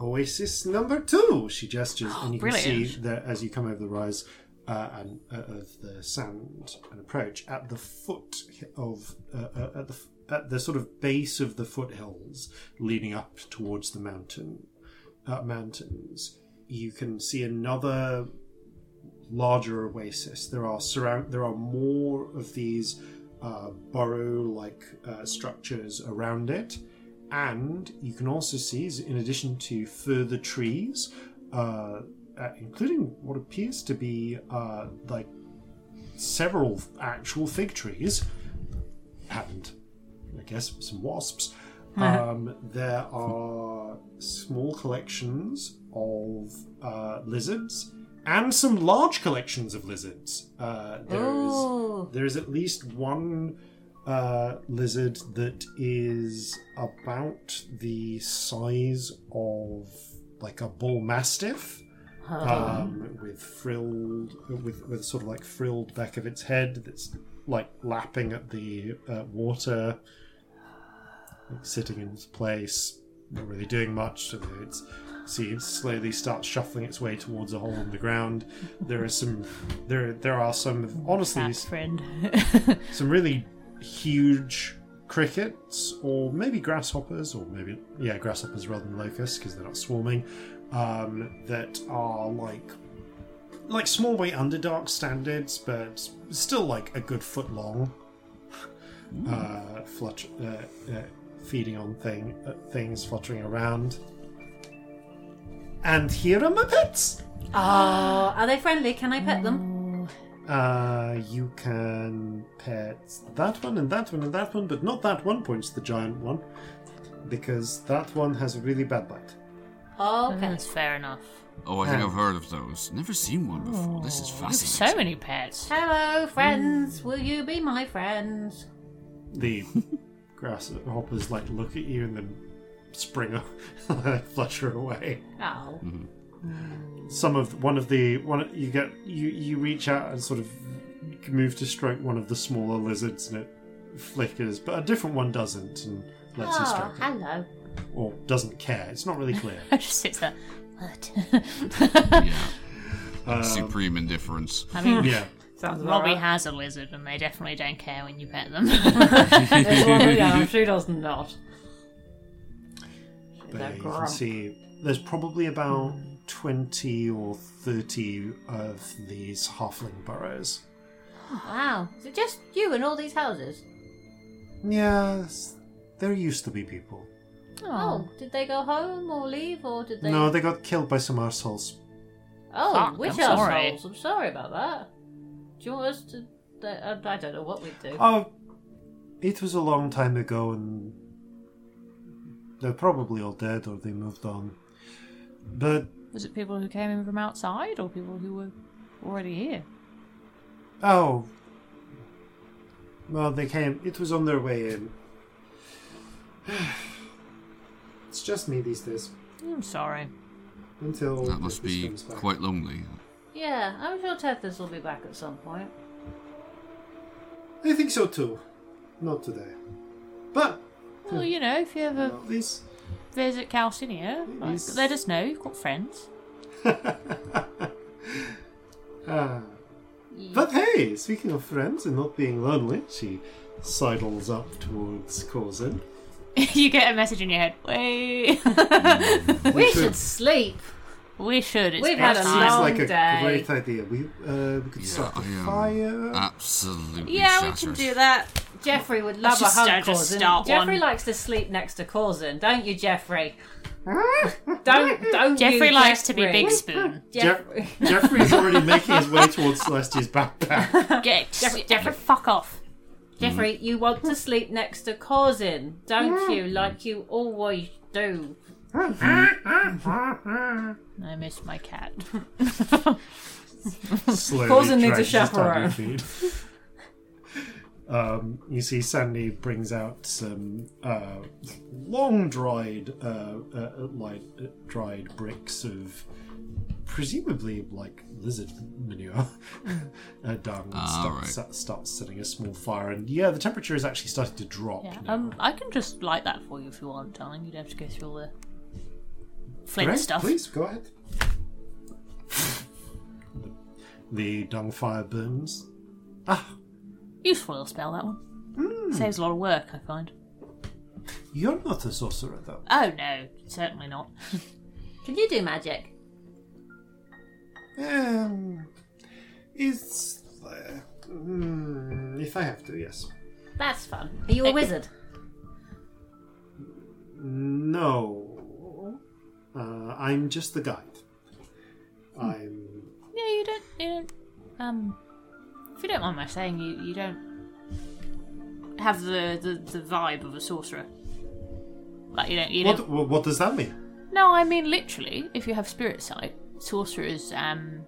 [SPEAKER 1] Oasis number two. She gestures, and you can see
[SPEAKER 2] Brilliant.
[SPEAKER 1] that as you come over the rise uh, and uh, of the sand and approach at the foot of uh, uh, at the f- at the sort of base of the foothills, leading up towards the mountain uh, mountains. You can see another larger oasis. There are surround there are more of these uh, burrow-like uh, structures around it, and you can also see, is in addition to further trees, uh, uh, including what appears to be uh, like several f- actual fig trees, and I guess some wasps. Um, there are small collections of uh, lizards and some large collections of lizards. Uh, there is there is at least one uh, lizard that is about the size of like a bull mastiff, um, with frilled with with sort of like frilled back of its head that's like lapping at the uh, water, like sitting in its place, not really doing much. So it's see it slowly starts shuffling its way towards a hole in the ground. There are some there there are some honestly
[SPEAKER 2] That friend.
[SPEAKER 1] some really huge crickets or maybe grasshoppers or maybe yeah grasshoppers rather than locusts because they're not swarming um, that are like like small way underdark standards but still like a good foot long uh, flutter, uh, uh, feeding on thing uh, things fluttering around And here are my pets.
[SPEAKER 6] Oh, are they friendly? Can I pet them?
[SPEAKER 1] Uh, you can pet that one and that one and that one, but not that one. Points to the giant one, because that one has a really bad bite.
[SPEAKER 6] Okay.
[SPEAKER 2] That's fair enough.
[SPEAKER 4] Oh, I think
[SPEAKER 1] Um,
[SPEAKER 4] I've heard of those. Never seen one before. This is
[SPEAKER 2] You have
[SPEAKER 4] fascinating.
[SPEAKER 2] so many pets.
[SPEAKER 6] Hello, friends. Will you be my friends?
[SPEAKER 1] The grasshoppers like look at you and then spring up, like flutter away.
[SPEAKER 6] Oh.
[SPEAKER 1] Some of one of the one you get you you reach out and sort of move to stroke one of the smaller lizards and it flickers, but a different one doesn't and lets you
[SPEAKER 6] Oh,
[SPEAKER 1] stroke it
[SPEAKER 6] hello.
[SPEAKER 1] or doesn't care. It's not really clear.
[SPEAKER 2] just sits there. "What?"
[SPEAKER 4] yeah.
[SPEAKER 1] Um,
[SPEAKER 4] Supreme indifference.
[SPEAKER 2] I mean,
[SPEAKER 1] yeah.
[SPEAKER 3] Sounds about
[SPEAKER 2] Robbie
[SPEAKER 3] right.
[SPEAKER 2] has a lizard, and they definitely don't care when you pet them.
[SPEAKER 3] Well, yeah, Uh, she does not. She's
[SPEAKER 1] But
[SPEAKER 3] a
[SPEAKER 1] yeah, you can
[SPEAKER 3] grump.
[SPEAKER 1] see there's probably about 20 or 30 of these halfling burrows.
[SPEAKER 6] Wow. Is it just you and all these houses?
[SPEAKER 1] Yes, there used to be people.
[SPEAKER 6] Oh, did they go home or leave or did they?
[SPEAKER 1] No, they got killed by some arseholes.
[SPEAKER 6] Oh,
[SPEAKER 2] Fuck,
[SPEAKER 6] which
[SPEAKER 2] I'm
[SPEAKER 6] are
[SPEAKER 2] sorry.
[SPEAKER 6] souls? I'm sorry about that. Do you want us to? I I don't know what we'd do.
[SPEAKER 1] Oh, it was a long time ago and they're probably all dead or they moved on. But
[SPEAKER 2] Was it people who came in from outside, or people who were already here?
[SPEAKER 1] Oh. Well, they came. It was on their way in. it's just me these days.
[SPEAKER 2] I'm sorry.
[SPEAKER 1] Until
[SPEAKER 4] That must
[SPEAKER 1] this
[SPEAKER 4] be
[SPEAKER 1] comes back.
[SPEAKER 4] quite lonely.
[SPEAKER 6] Yeah, I'm sure Tethys will be back at some point.
[SPEAKER 1] I think so too. Not today, but
[SPEAKER 6] Oh,
[SPEAKER 2] Well, you know, if you
[SPEAKER 6] Uh,
[SPEAKER 2] ever
[SPEAKER 1] at least.
[SPEAKER 2] visit Calcinia, like,
[SPEAKER 1] Yes.
[SPEAKER 2] let us know. You've got friends.
[SPEAKER 1] Ah. But hey, speaking of friends and not being lonely, she sidles up towards Corzin.
[SPEAKER 2] you get a message in your head. Wait,
[SPEAKER 6] We
[SPEAKER 1] should-
[SPEAKER 6] should sleep.
[SPEAKER 2] we should. It's
[SPEAKER 6] We've
[SPEAKER 2] been
[SPEAKER 6] had a
[SPEAKER 1] That
[SPEAKER 2] time.
[SPEAKER 1] seems
[SPEAKER 6] long
[SPEAKER 1] like a
[SPEAKER 6] day. Uh,
[SPEAKER 1] great idea. We uh, we could
[SPEAKER 4] Yeah,
[SPEAKER 1] start a
[SPEAKER 4] I am Uh,
[SPEAKER 1] fire.
[SPEAKER 4] Absolutely
[SPEAKER 6] Yeah, we can
[SPEAKER 4] shattered.
[SPEAKER 6] do that. Jeffrey would love
[SPEAKER 2] Let's just
[SPEAKER 6] a
[SPEAKER 2] start-
[SPEAKER 6] hug,
[SPEAKER 2] just
[SPEAKER 6] Corzin.
[SPEAKER 2] start
[SPEAKER 6] Jeffrey
[SPEAKER 2] one.
[SPEAKER 6] likes to sleep next to Corzin, don't you, Jeffrey? don't don't.
[SPEAKER 2] Jeffrey
[SPEAKER 6] you,
[SPEAKER 2] likes to be
[SPEAKER 6] Jeffrey.
[SPEAKER 2] big spoon.
[SPEAKER 1] Jeff-
[SPEAKER 6] Jeffrey.
[SPEAKER 1] Jeffrey's already making his way towards Celestia's backpack.
[SPEAKER 2] Get Jeffrey, fuck off.
[SPEAKER 6] Jeffrey, you want to sleep next to Corzin,
[SPEAKER 1] Hmm.
[SPEAKER 6] don't you? Like you always do.
[SPEAKER 2] I miss my cat.
[SPEAKER 1] Slowly
[SPEAKER 3] Corzin needs a
[SPEAKER 1] drags his tiny
[SPEAKER 3] chaperone.
[SPEAKER 1] feet. Um, you see, Sandy brings out some uh, long dried, uh, uh, light, uh, dried bricks of presumably like lizard manure uh, dung. and
[SPEAKER 4] Ah,
[SPEAKER 1] start-
[SPEAKER 4] right.
[SPEAKER 1] sa- starts setting a small fire, and yeah, the temperature is actually starting to drop.
[SPEAKER 2] Yeah.
[SPEAKER 1] now.
[SPEAKER 2] Um, I can just light that for you if you want, darling. You'd have to go through all the flint
[SPEAKER 1] Great,
[SPEAKER 2] stuff.
[SPEAKER 1] Please go ahead. the, the dung fire burns.
[SPEAKER 2] Useful little spell that one.
[SPEAKER 6] Hmm.
[SPEAKER 2] Saves a lot of work, I find.
[SPEAKER 1] You're not a sorcerer, though.
[SPEAKER 2] Oh no, certainly not.
[SPEAKER 6] Can you do magic?
[SPEAKER 1] Um, it's. Uh, mm, if I have to, yes.
[SPEAKER 6] That's fun. Are you a wizard?
[SPEAKER 1] No. Uh, I'm just the guide. I'm.
[SPEAKER 2] Yeah, you don't. You don't um, if you don't mind my saying, you you don't have the, the, the vibe of a sorcerer. Like you don't. You
[SPEAKER 1] What,
[SPEAKER 2] don't.
[SPEAKER 1] wha- what does that mean?
[SPEAKER 2] No, I mean literally. If you have spirit sight, sorcerers um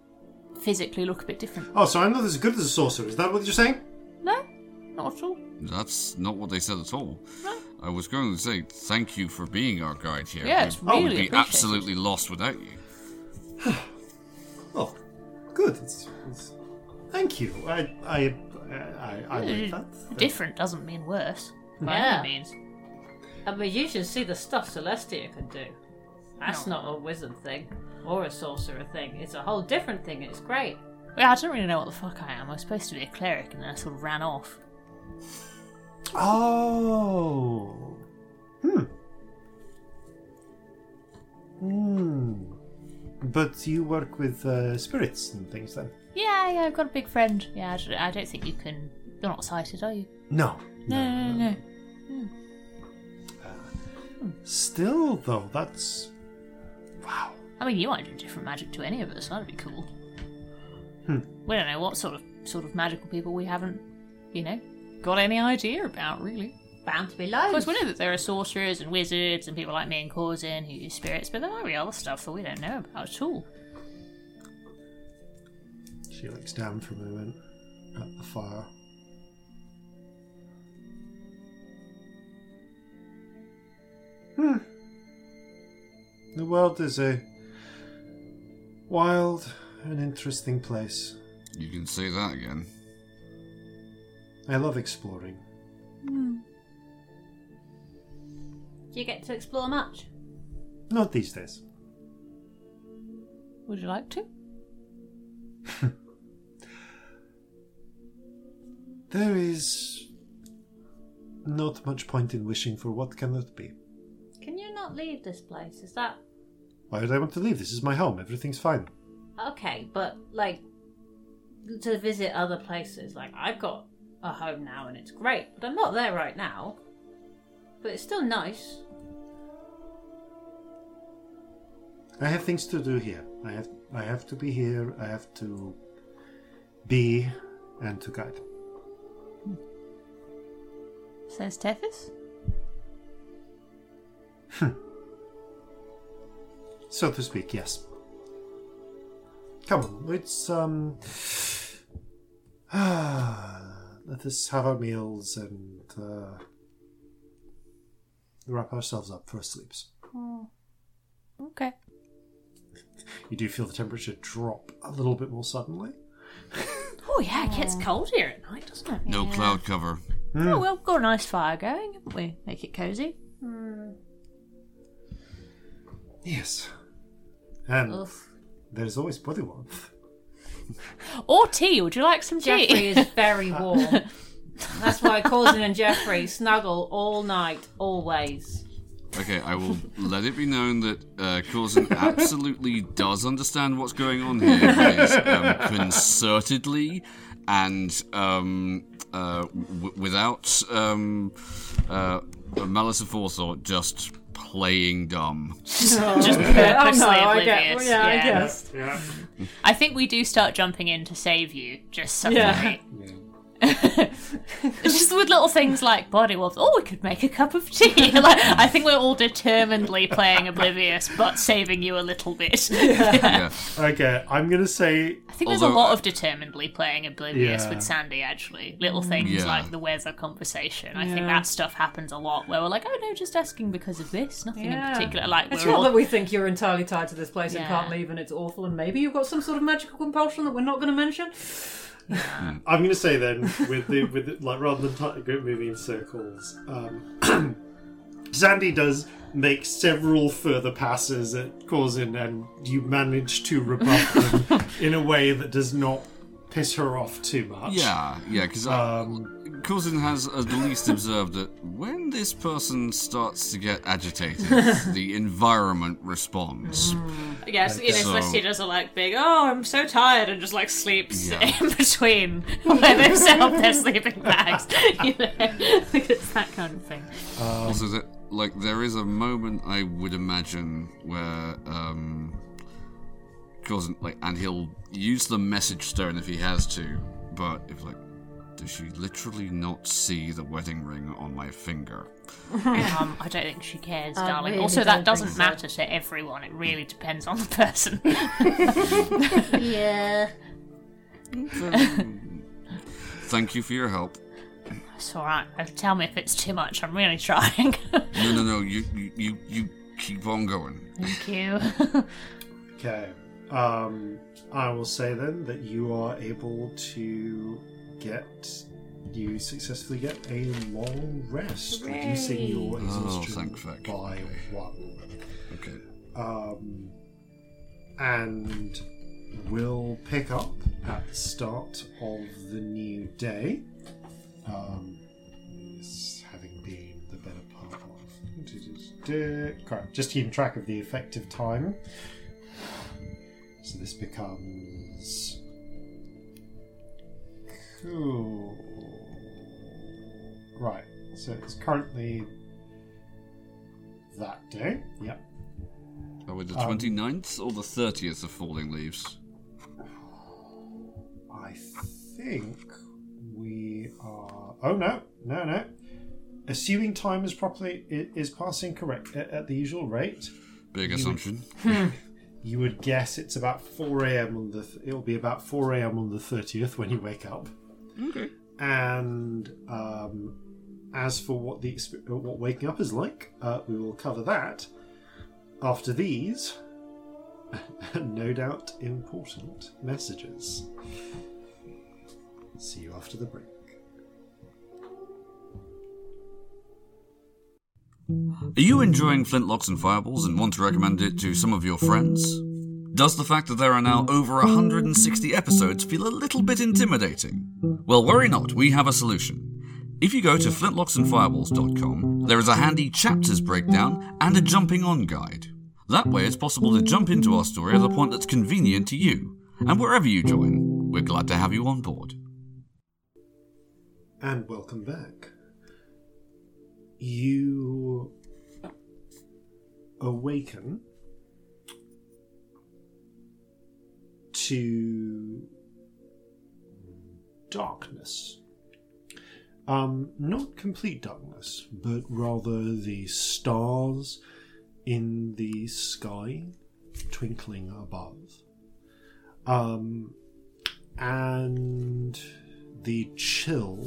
[SPEAKER 2] physically look a bit different.
[SPEAKER 1] Oh, so I'm not as good as a sorcerer. Is that what you're saying?
[SPEAKER 2] No, not at all.
[SPEAKER 4] That's not what they said at all.
[SPEAKER 2] No.
[SPEAKER 4] I was going to say thank you for being our guide here.
[SPEAKER 2] Yeah, it's
[SPEAKER 4] We
[SPEAKER 2] really
[SPEAKER 4] would be
[SPEAKER 2] appreciated.
[SPEAKER 4] absolutely lost without you.
[SPEAKER 1] Oh, good. It's, it's, thank you. I. I. I, I, I like that.
[SPEAKER 2] Different doesn't mean worse. By
[SPEAKER 6] Yeah.
[SPEAKER 2] any means.
[SPEAKER 6] I mean, you should see the stuff Celestia can do. That's
[SPEAKER 2] No.
[SPEAKER 6] not a wizard thing or a sorcerer thing. It's a whole different thing. It's great.
[SPEAKER 2] Yeah, I don't really know what the fuck I am. I was supposed to be a cleric, and then I sort of ran off.
[SPEAKER 1] Oh. Hmm. Hmm. But you work with uh, spirits and things then?
[SPEAKER 2] Yeah, yeah, I've got a big friend. Yeah, I don't, I don't think you can. You're not sighted, are you?
[SPEAKER 1] No.
[SPEAKER 2] No, no, no.
[SPEAKER 1] Still, though, that's. Wow.
[SPEAKER 2] I mean, you might do different magic to any of us. That'd be cool.
[SPEAKER 1] Hmm.
[SPEAKER 2] We don't know what sort of sort of magical people we haven't, you know, got any idea about really.
[SPEAKER 6] Bound to be
[SPEAKER 2] Of
[SPEAKER 6] loads.
[SPEAKER 2] course, we know that there are sorcerers and wizards and people like me and Corzin who use spirits, but there might be other stuff that we don't know about at all.
[SPEAKER 1] She looks down for a moment at the fire. Hmm. The world is a wild and interesting place.
[SPEAKER 4] You can say that again.
[SPEAKER 1] I love exploring.
[SPEAKER 6] Hmm. Do you get to explore much?
[SPEAKER 1] Not these days.
[SPEAKER 2] Would you like to?
[SPEAKER 1] There is not much point in wishing for what cannot be.
[SPEAKER 6] Can you not leave this place? Is that
[SPEAKER 1] Why would I want to leave? This is my home. Everything's fine.
[SPEAKER 6] okay? But like to visit other places. Like I've got a home now and it's great, but I'm not there right now. But it's still nice.
[SPEAKER 1] I have things to do here. I have I have to be here. I have to be and to guide.
[SPEAKER 2] Says Tethys.
[SPEAKER 1] So to speak, yes. Come on, let's um let us have our meals and uh, wrap ourselves up for sleeps.
[SPEAKER 2] Okay.
[SPEAKER 1] You do feel the temperature drop a little bit more suddenly.
[SPEAKER 2] Oh yeah, it gets cold here at night, doesn't it?
[SPEAKER 4] No cloud cover.
[SPEAKER 2] Oh well, we've got a nice fire going, haven't we? Make it cozy.
[SPEAKER 1] Yes. And
[SPEAKER 6] Oof.
[SPEAKER 1] there's always body warmth.
[SPEAKER 2] Or tea? Would you like some tea?
[SPEAKER 6] Jeffrey is very warm. That's why Corzin and Jeffrey snuggle all night, always.
[SPEAKER 4] Okay, I will let it be known that uh, Corzin absolutely does understand what's going on here. He is, um, concertedly and um, uh, w- without um, uh, malice aforethought, just playing dumb.
[SPEAKER 2] just
[SPEAKER 3] oh, no,
[SPEAKER 2] purposely
[SPEAKER 3] I get,
[SPEAKER 2] oblivious.
[SPEAKER 3] yeah, I guess.
[SPEAKER 1] Yeah.
[SPEAKER 2] I think we do start jumping in to save you, just suddenly. just with little things like body warmth. Oh, we could make a cup of tea. like, I think we're all determinedly playing oblivious, but saving you a little bit.
[SPEAKER 4] Yeah.
[SPEAKER 1] Okay, I'm gonna say
[SPEAKER 2] I think there's a
[SPEAKER 4] Although- uh,
[SPEAKER 2] lot of determinedly playing oblivious
[SPEAKER 1] Yeah.
[SPEAKER 2] with Sandy. Actually, little things
[SPEAKER 4] Yeah.
[SPEAKER 2] like the weather conversation. I think
[SPEAKER 3] Yeah.
[SPEAKER 2] that stuff happens a lot. Where we're like, oh no, just asking because of this, nothing in
[SPEAKER 3] Yeah.
[SPEAKER 2] particular. Like
[SPEAKER 3] It's
[SPEAKER 2] we're
[SPEAKER 3] not
[SPEAKER 2] all
[SPEAKER 3] that we think you're entirely tied to this place and
[SPEAKER 2] Yeah.
[SPEAKER 3] can't leave and it's awful and maybe you've got some sort of magical compulsion that we're not going to mention.
[SPEAKER 1] I'm going to say then, with the with the, like rather than tight grip moving in circles, um, Sandy does make several further passes at Corzin, and you manage to rebuff them in a way that does not piss her off too much.
[SPEAKER 4] Yeah, yeah, because Cousin has at least observed that when this person starts to get agitated, the environment responds.
[SPEAKER 2] Yes, in his
[SPEAKER 4] So-
[SPEAKER 2] list he does a like big, oh, I'm so tired, and just like sleeps
[SPEAKER 4] Yeah.
[SPEAKER 2] in between where they've set up their sleeping bags. You know, it's that kind of thing.
[SPEAKER 4] Also, that like there is a moment I would imagine where um, Cousin like, and he'll use the message stone if he has to, but if like, does she literally not see the wedding ring on my finger?
[SPEAKER 2] Um, I don't think she cares,
[SPEAKER 6] I
[SPEAKER 2] darling.
[SPEAKER 6] really
[SPEAKER 2] also,
[SPEAKER 6] don't
[SPEAKER 2] that
[SPEAKER 6] think
[SPEAKER 2] doesn't
[SPEAKER 6] so.
[SPEAKER 2] matter to everyone. It really depends on the person.
[SPEAKER 6] Yeah.
[SPEAKER 4] Thank you for your help.
[SPEAKER 2] it's all right. Uh, Tell me if it's too much. I'm really trying.
[SPEAKER 4] No, no, no. You, you, you, you keep on going.
[SPEAKER 2] Thank you.
[SPEAKER 1] Okay. Um, I will say then that you are able to get you successfully get a long rest, reducing your
[SPEAKER 4] Hooray. Oh,
[SPEAKER 1] exhaustion
[SPEAKER 4] thank fuck.
[SPEAKER 1] by
[SPEAKER 4] Okay.
[SPEAKER 1] one.
[SPEAKER 4] Okay.
[SPEAKER 1] um, and will pick up at the start of the new day. Um, it's having been the better part of. Correct, just keeping track of the effective time. So this becomes. Cool. Right, so it's currently that day. Yep.
[SPEAKER 4] Probably Oh, the
[SPEAKER 1] Um,
[SPEAKER 4] 29th or the 30th of Falling Leaves.
[SPEAKER 1] I think we are. Oh no, no, no. Assuming time is properly i- is passing correct at, at the usual rate,
[SPEAKER 4] Big assumption.
[SPEAKER 1] you would guess it's about four a.m. on the. Th- it'll be about four a.m. on the thirtieth when you wake up.
[SPEAKER 4] Okay.
[SPEAKER 1] And um, as for what the exp- uh, what waking up is like, uh, we will cover that after these no doubt important messages. See you after the break.
[SPEAKER 4] Are you enjoying Flintlocks and Fireballs and want to recommend it to some of your friends? Does the fact that there are now over 160 episodes feel a little bit intimidating? Well, worry not, we have a solution. If you go to flintlocksandfireballs.com, there is a handy chapters breakdown and a jumping on guide. That way, it's possible to jump into our story at a point that's convenient to you. And wherever you join, we're glad to have you on board.
[SPEAKER 1] And welcome back. You awaken to darkness. Um, not complete darkness, but rather the stars in the sky twinkling above. Um, and the chill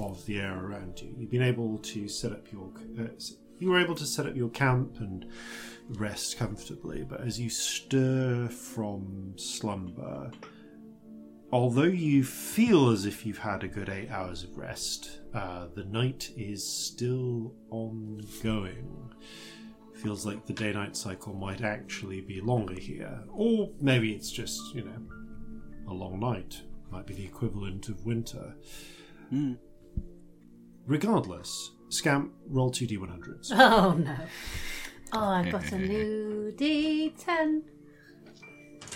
[SPEAKER 1] of the air around you. You've been able to set up your uh, s- you were able to set up your camp and rest comfortably, but as you stir from slumber, although you feel as if you've had a good eight hours of rest, uh, the night is still ongoing. Feels like the day-night cycle might actually be longer here, or maybe it's just you know a long night might be the equivalent of winter. Regardless, Scamp, roll 2d100s.
[SPEAKER 6] Oh no. Oh, I got a new D10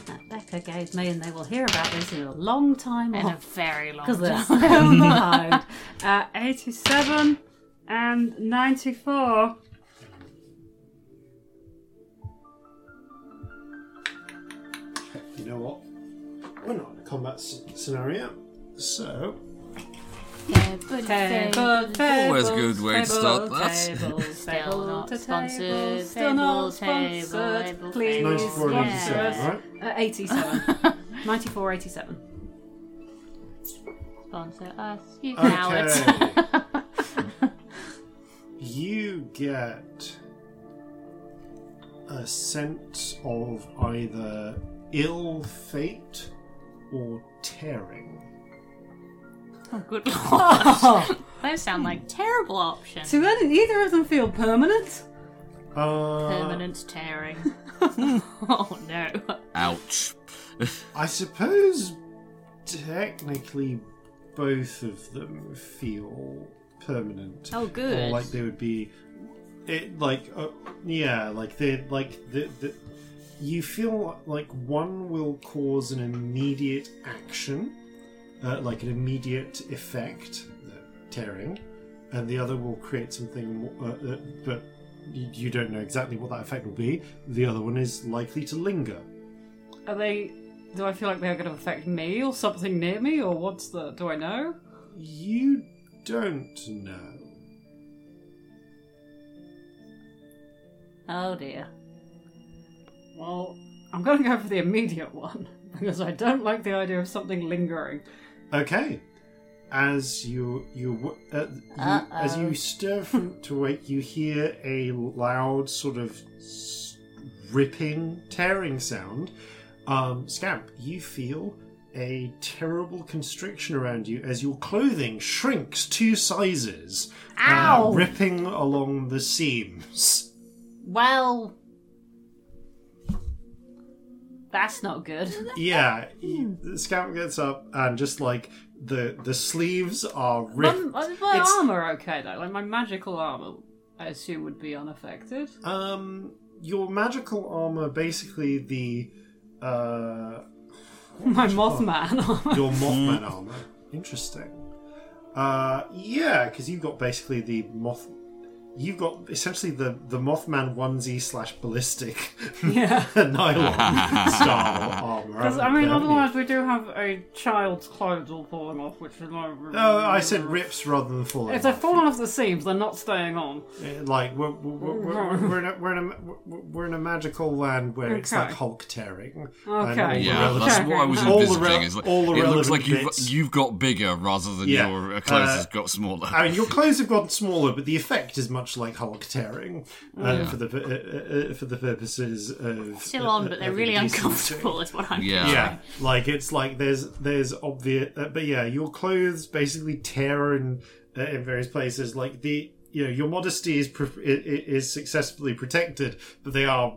[SPEAKER 6] that Becca gave me, and they will hear about this in a long time
[SPEAKER 2] In a
[SPEAKER 6] off
[SPEAKER 2] very long
[SPEAKER 6] because they're
[SPEAKER 2] time.
[SPEAKER 6] so behind.
[SPEAKER 3] Uh, 87 and 94.
[SPEAKER 1] you know what? We're not in a combat s- scenario, so
[SPEAKER 3] Table,
[SPEAKER 4] Always
[SPEAKER 3] table,
[SPEAKER 4] good way
[SPEAKER 3] table,
[SPEAKER 4] to start that.
[SPEAKER 3] table,
[SPEAKER 2] Still
[SPEAKER 3] table
[SPEAKER 2] not
[SPEAKER 3] to
[SPEAKER 2] sponsored.
[SPEAKER 3] table, Still not
[SPEAKER 2] Table,
[SPEAKER 3] sponsored.
[SPEAKER 2] table,
[SPEAKER 3] Please
[SPEAKER 2] table.
[SPEAKER 1] 94 and
[SPEAKER 2] Yes.
[SPEAKER 1] 87,
[SPEAKER 3] sponsor us.
[SPEAKER 1] right?
[SPEAKER 3] Uh, 87. 94, 87.
[SPEAKER 2] Sponsor us, you
[SPEAKER 1] Okay.
[SPEAKER 2] cowards.
[SPEAKER 1] You get a sense of either ill fate or tearing.
[SPEAKER 2] oh, good lord. Those sound like terrible options.
[SPEAKER 3] Do any, either of them feel permanent?
[SPEAKER 1] Uh,
[SPEAKER 2] Permanent tearing. oh no.
[SPEAKER 4] Ouch.
[SPEAKER 1] I suppose technically both of them feel permanent.
[SPEAKER 2] Oh, good.
[SPEAKER 1] Or like they would be, it like uh, yeah, like they like the, the you feel like one will cause an immediate action, uh, like an immediate effect, uh, tearing, and the other will create something, more, uh, uh, but you you don't know exactly what that effect will be. The other one is likely to linger.
[SPEAKER 3] Are they. Do I feel like they're going to affect me or something near me or what's the. Do I know?
[SPEAKER 1] You don't know.
[SPEAKER 6] Oh dear.
[SPEAKER 3] Well, I'm going to go for the immediate one because I don't like the idea of something lingering.
[SPEAKER 1] Okay. As you you, w- uh, you as you stir from to wake, you hear a loud sort of s- ripping, tearing sound. Um, Scamp, you feel a terrible constriction around you as your clothing shrinks two sizes, uh,
[SPEAKER 6] Ow!
[SPEAKER 1] ripping along the seams.
[SPEAKER 6] Well, that's not good.
[SPEAKER 1] Yeah, y- the Scamp gets up and just like the the sleeves are ripped.
[SPEAKER 3] My, my
[SPEAKER 1] It's-
[SPEAKER 3] armor okay though. Like my magical armor, I assume would be unaffected.
[SPEAKER 1] Um, your magical armor, basically the uh,
[SPEAKER 3] My Mothman armor.
[SPEAKER 1] your Mothman armor. Interesting. Uh, yeah, because you've got basically the moth. you've got essentially the, the Mothman onesie slash ballistic
[SPEAKER 3] Yeah.
[SPEAKER 1] nylon style armor.
[SPEAKER 3] Because, I
[SPEAKER 1] haven't
[SPEAKER 3] mean,
[SPEAKER 1] you?
[SPEAKER 3] otherwise we do have a child's clothes all falling off, which is like...
[SPEAKER 1] No, I said rips rather than falling.
[SPEAKER 3] If they're
[SPEAKER 1] off.
[SPEAKER 3] falling off the seams, they're not staying on.
[SPEAKER 1] Uh, Like we're we're, we're, we're, we're, in a, we're in a we're- we're in a magical land where it's
[SPEAKER 3] Okay.
[SPEAKER 1] like Hulk tearing.
[SPEAKER 3] Okay.
[SPEAKER 4] Yeah,
[SPEAKER 3] Relevant.
[SPEAKER 4] that's what I was
[SPEAKER 1] All the
[SPEAKER 4] envisaging.
[SPEAKER 1] re-
[SPEAKER 4] is like,
[SPEAKER 1] all the
[SPEAKER 4] it looks
[SPEAKER 1] relevant
[SPEAKER 4] like you've,
[SPEAKER 1] bits.
[SPEAKER 4] you've got bigger rather than
[SPEAKER 1] Yeah.
[SPEAKER 4] your clothes
[SPEAKER 1] Uh,
[SPEAKER 4] has got smaller.
[SPEAKER 1] I mean, your clothes have gotten smaller, but the effect is much like Hulk tearing uh, for the uh, uh, uh, for the purposes of
[SPEAKER 2] Still
[SPEAKER 1] uh,
[SPEAKER 2] on,
[SPEAKER 1] uh,
[SPEAKER 2] but they're
[SPEAKER 1] of
[SPEAKER 2] really
[SPEAKER 1] indecency.
[SPEAKER 2] uncomfortable, is what I'm
[SPEAKER 4] Yeah.
[SPEAKER 1] Yeah, like it's like there's there's obvious, uh, but yeah, your clothes basically tear in uh, in various places. Like the you know your modesty is pro- i- i- is successfully protected, but they are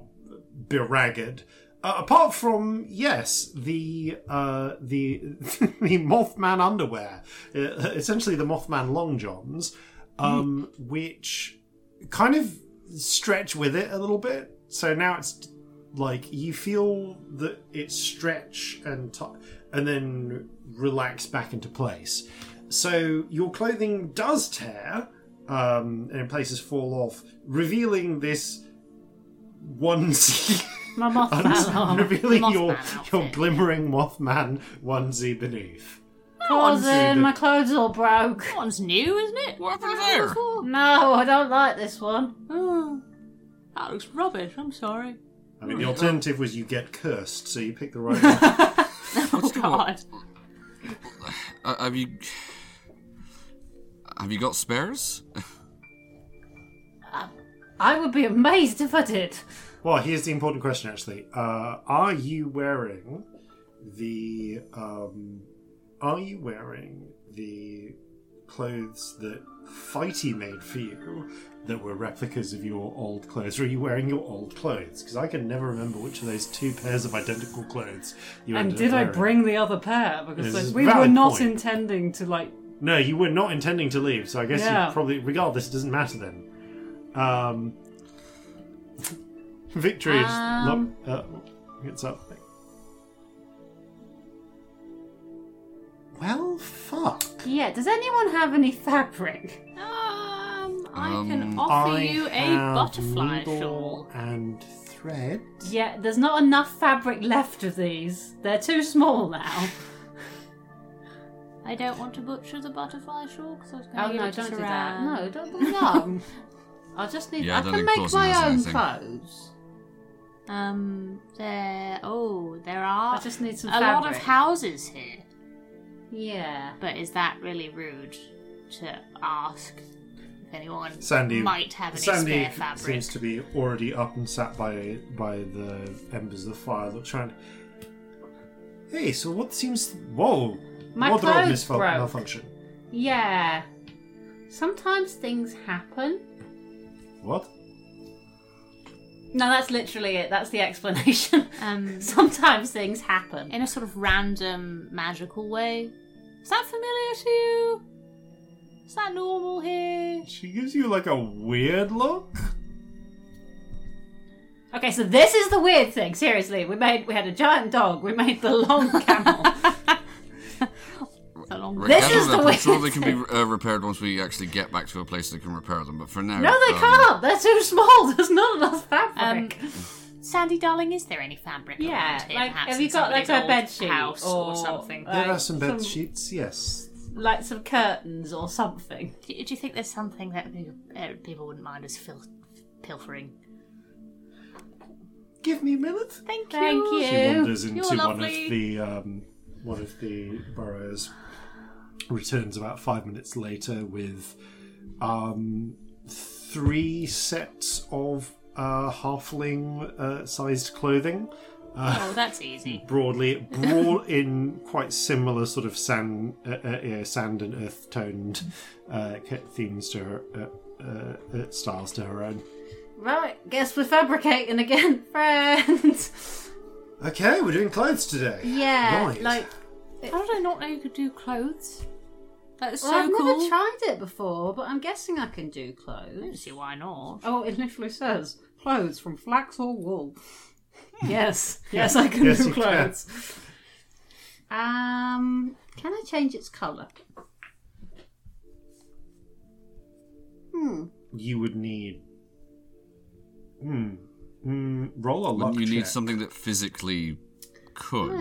[SPEAKER 1] beragged. Uh, apart from yes, the uh, the the Mothman underwear, uh, essentially the Mothman long johns, um, which kind of stretch with it a little bit. So now it's like you feel that it stretch and t- and then relax back into place. So your clothing does tear um, and in places fall off, revealing this onesie.
[SPEAKER 2] My Mothman arm.
[SPEAKER 1] revealing
[SPEAKER 2] Mothman
[SPEAKER 1] your
[SPEAKER 2] outfit.
[SPEAKER 1] your glimmering Mothman onesie beneath.
[SPEAKER 6] Cousin, my clothes all broke.
[SPEAKER 2] That one's new, isn't it?
[SPEAKER 4] What happened there?
[SPEAKER 6] No, I don't like this one.
[SPEAKER 2] Oh, that looks rubbish. I'm sorry.
[SPEAKER 1] I mean, the alternative was you get cursed, so you pick the right one.
[SPEAKER 2] Oh,
[SPEAKER 4] the one-
[SPEAKER 2] God.
[SPEAKER 4] Uh, have you have you got spares?
[SPEAKER 6] I would be amazed if I did.
[SPEAKER 1] Well, here's the important question, actually. Uh, are you wearing the um, Are you wearing the clothes that Fighty made for you that were replicas of your old clothes? Or are you wearing your old clothes? Because I can never remember which of those two pairs of identical clothes you
[SPEAKER 3] And
[SPEAKER 1] ended up
[SPEAKER 3] did I
[SPEAKER 1] wearing.
[SPEAKER 3] bring the other pair? Because
[SPEAKER 1] This is
[SPEAKER 3] like,
[SPEAKER 1] a
[SPEAKER 3] we were
[SPEAKER 1] valid
[SPEAKER 3] not
[SPEAKER 1] point.
[SPEAKER 3] intending to, like...
[SPEAKER 1] No, you were not intending to leave, so I guess
[SPEAKER 3] Yeah.
[SPEAKER 1] you probably regardless it doesn't matter then. Um, Victory is
[SPEAKER 2] Um.
[SPEAKER 1] look, uh, it's up. Well, fuck.
[SPEAKER 6] Yeah, does anyone have any fabric?
[SPEAKER 2] Um, I can
[SPEAKER 4] Um,
[SPEAKER 2] offer
[SPEAKER 1] I
[SPEAKER 2] you a
[SPEAKER 1] have
[SPEAKER 2] butterfly
[SPEAKER 1] needle
[SPEAKER 2] shawl.
[SPEAKER 1] and thread.
[SPEAKER 6] Yeah, there's not enough fabric left of these. They're too small now. Oh,
[SPEAKER 2] I don't want to butcher the butterfly shawl because I was going
[SPEAKER 6] Oh
[SPEAKER 2] to
[SPEAKER 6] no,
[SPEAKER 2] it to
[SPEAKER 6] don't do that.
[SPEAKER 2] Saran.
[SPEAKER 6] No, don't do that. I just need.
[SPEAKER 4] Yeah, I
[SPEAKER 6] I
[SPEAKER 4] don't
[SPEAKER 6] can
[SPEAKER 4] think
[SPEAKER 6] make
[SPEAKER 4] Clausen has
[SPEAKER 6] my own
[SPEAKER 4] anything.
[SPEAKER 6] clothes.
[SPEAKER 2] Um, there. Oh, there are.
[SPEAKER 6] I just need some
[SPEAKER 2] a lot of
[SPEAKER 6] fabric.
[SPEAKER 2] houses here,
[SPEAKER 6] Yeah.
[SPEAKER 2] but is that really rude to ask if anyone
[SPEAKER 1] Sandy
[SPEAKER 2] might have any
[SPEAKER 1] Sandy
[SPEAKER 2] spare fabric?
[SPEAKER 1] seems to be already up and sat by by the embers of the fire. Look, trying. Hey, so what seems? Whoa,
[SPEAKER 6] My
[SPEAKER 1] wardrobe
[SPEAKER 6] clothes
[SPEAKER 1] misfun-
[SPEAKER 6] broke.
[SPEAKER 1] malfunction.
[SPEAKER 6] Yeah. Sometimes things happen.
[SPEAKER 1] What?
[SPEAKER 6] No, that's literally it. That's the explanation.
[SPEAKER 2] Um,
[SPEAKER 6] Sometimes things happen.
[SPEAKER 2] in a sort of random magical way. Is that familiar to you? Is that normal here?
[SPEAKER 1] She gives you like a weird look.
[SPEAKER 6] Okay, so this is the weird thing. Seriously, we made we had a giant dog. We made the long camel.
[SPEAKER 2] The long
[SPEAKER 4] Right,
[SPEAKER 6] This
[SPEAKER 4] gather
[SPEAKER 6] is the
[SPEAKER 4] them.
[SPEAKER 6] way
[SPEAKER 4] I'm sure they
[SPEAKER 6] to
[SPEAKER 4] can be uh, repaired once we actually get back to a place that can repair them. But for now,
[SPEAKER 6] no, they
[SPEAKER 4] um,
[SPEAKER 6] can't. They're too small. There's not enough
[SPEAKER 2] Um,
[SPEAKER 6] fabric.
[SPEAKER 2] Sandy, darling, is there any fabric?
[SPEAKER 6] yeah,
[SPEAKER 2] around here,
[SPEAKER 6] like
[SPEAKER 2] perhaps
[SPEAKER 6] have
[SPEAKER 2] in
[SPEAKER 6] you got like
[SPEAKER 2] somebody's
[SPEAKER 6] a
[SPEAKER 2] old
[SPEAKER 6] bed sheet
[SPEAKER 2] house or,
[SPEAKER 6] or uh,
[SPEAKER 2] something?
[SPEAKER 6] like,
[SPEAKER 1] There are some bed sheets, yes.
[SPEAKER 6] like some curtains or something.
[SPEAKER 2] Do you, do you think there's something that pe- uh, people wouldn't mind us fil- pilfering?
[SPEAKER 1] Give me a minute.
[SPEAKER 2] Thank you.
[SPEAKER 6] Thank
[SPEAKER 1] She
[SPEAKER 6] you.
[SPEAKER 1] wanders into
[SPEAKER 2] You're
[SPEAKER 1] one of
[SPEAKER 2] lovely.
[SPEAKER 1] the um, one of the burrows. Returns about five minutes later with um, three sets of uh, halfling uh, sized clothing.
[SPEAKER 2] Oh, that's easy.
[SPEAKER 1] broadly broad in quite similar sort of sand uh, uh, yeah, sand and earth toned uh, ca- themes to her uh, uh, uh, styles to her own
[SPEAKER 6] Right, guess we're fabricating again, friends.
[SPEAKER 1] okay we're doing clothes today
[SPEAKER 6] yeah, like
[SPEAKER 2] How did I not know you could do clothes? That is
[SPEAKER 6] well,
[SPEAKER 2] so
[SPEAKER 6] I've
[SPEAKER 2] cool.
[SPEAKER 6] never tried it before, but I'm guessing I can do
[SPEAKER 2] I don't
[SPEAKER 6] clothes.
[SPEAKER 2] see why not.
[SPEAKER 3] Oh, it literally says, clothes from flax or wool.
[SPEAKER 6] yes.
[SPEAKER 3] Yes, I can
[SPEAKER 1] Yes,
[SPEAKER 3] do
[SPEAKER 1] you can.
[SPEAKER 3] clothes.
[SPEAKER 6] Um, can I change its colour? Hmm.
[SPEAKER 1] you would need. Hmm. Hmm. roll a luck
[SPEAKER 4] Wouldn't you
[SPEAKER 1] check.
[SPEAKER 4] need something that physically could?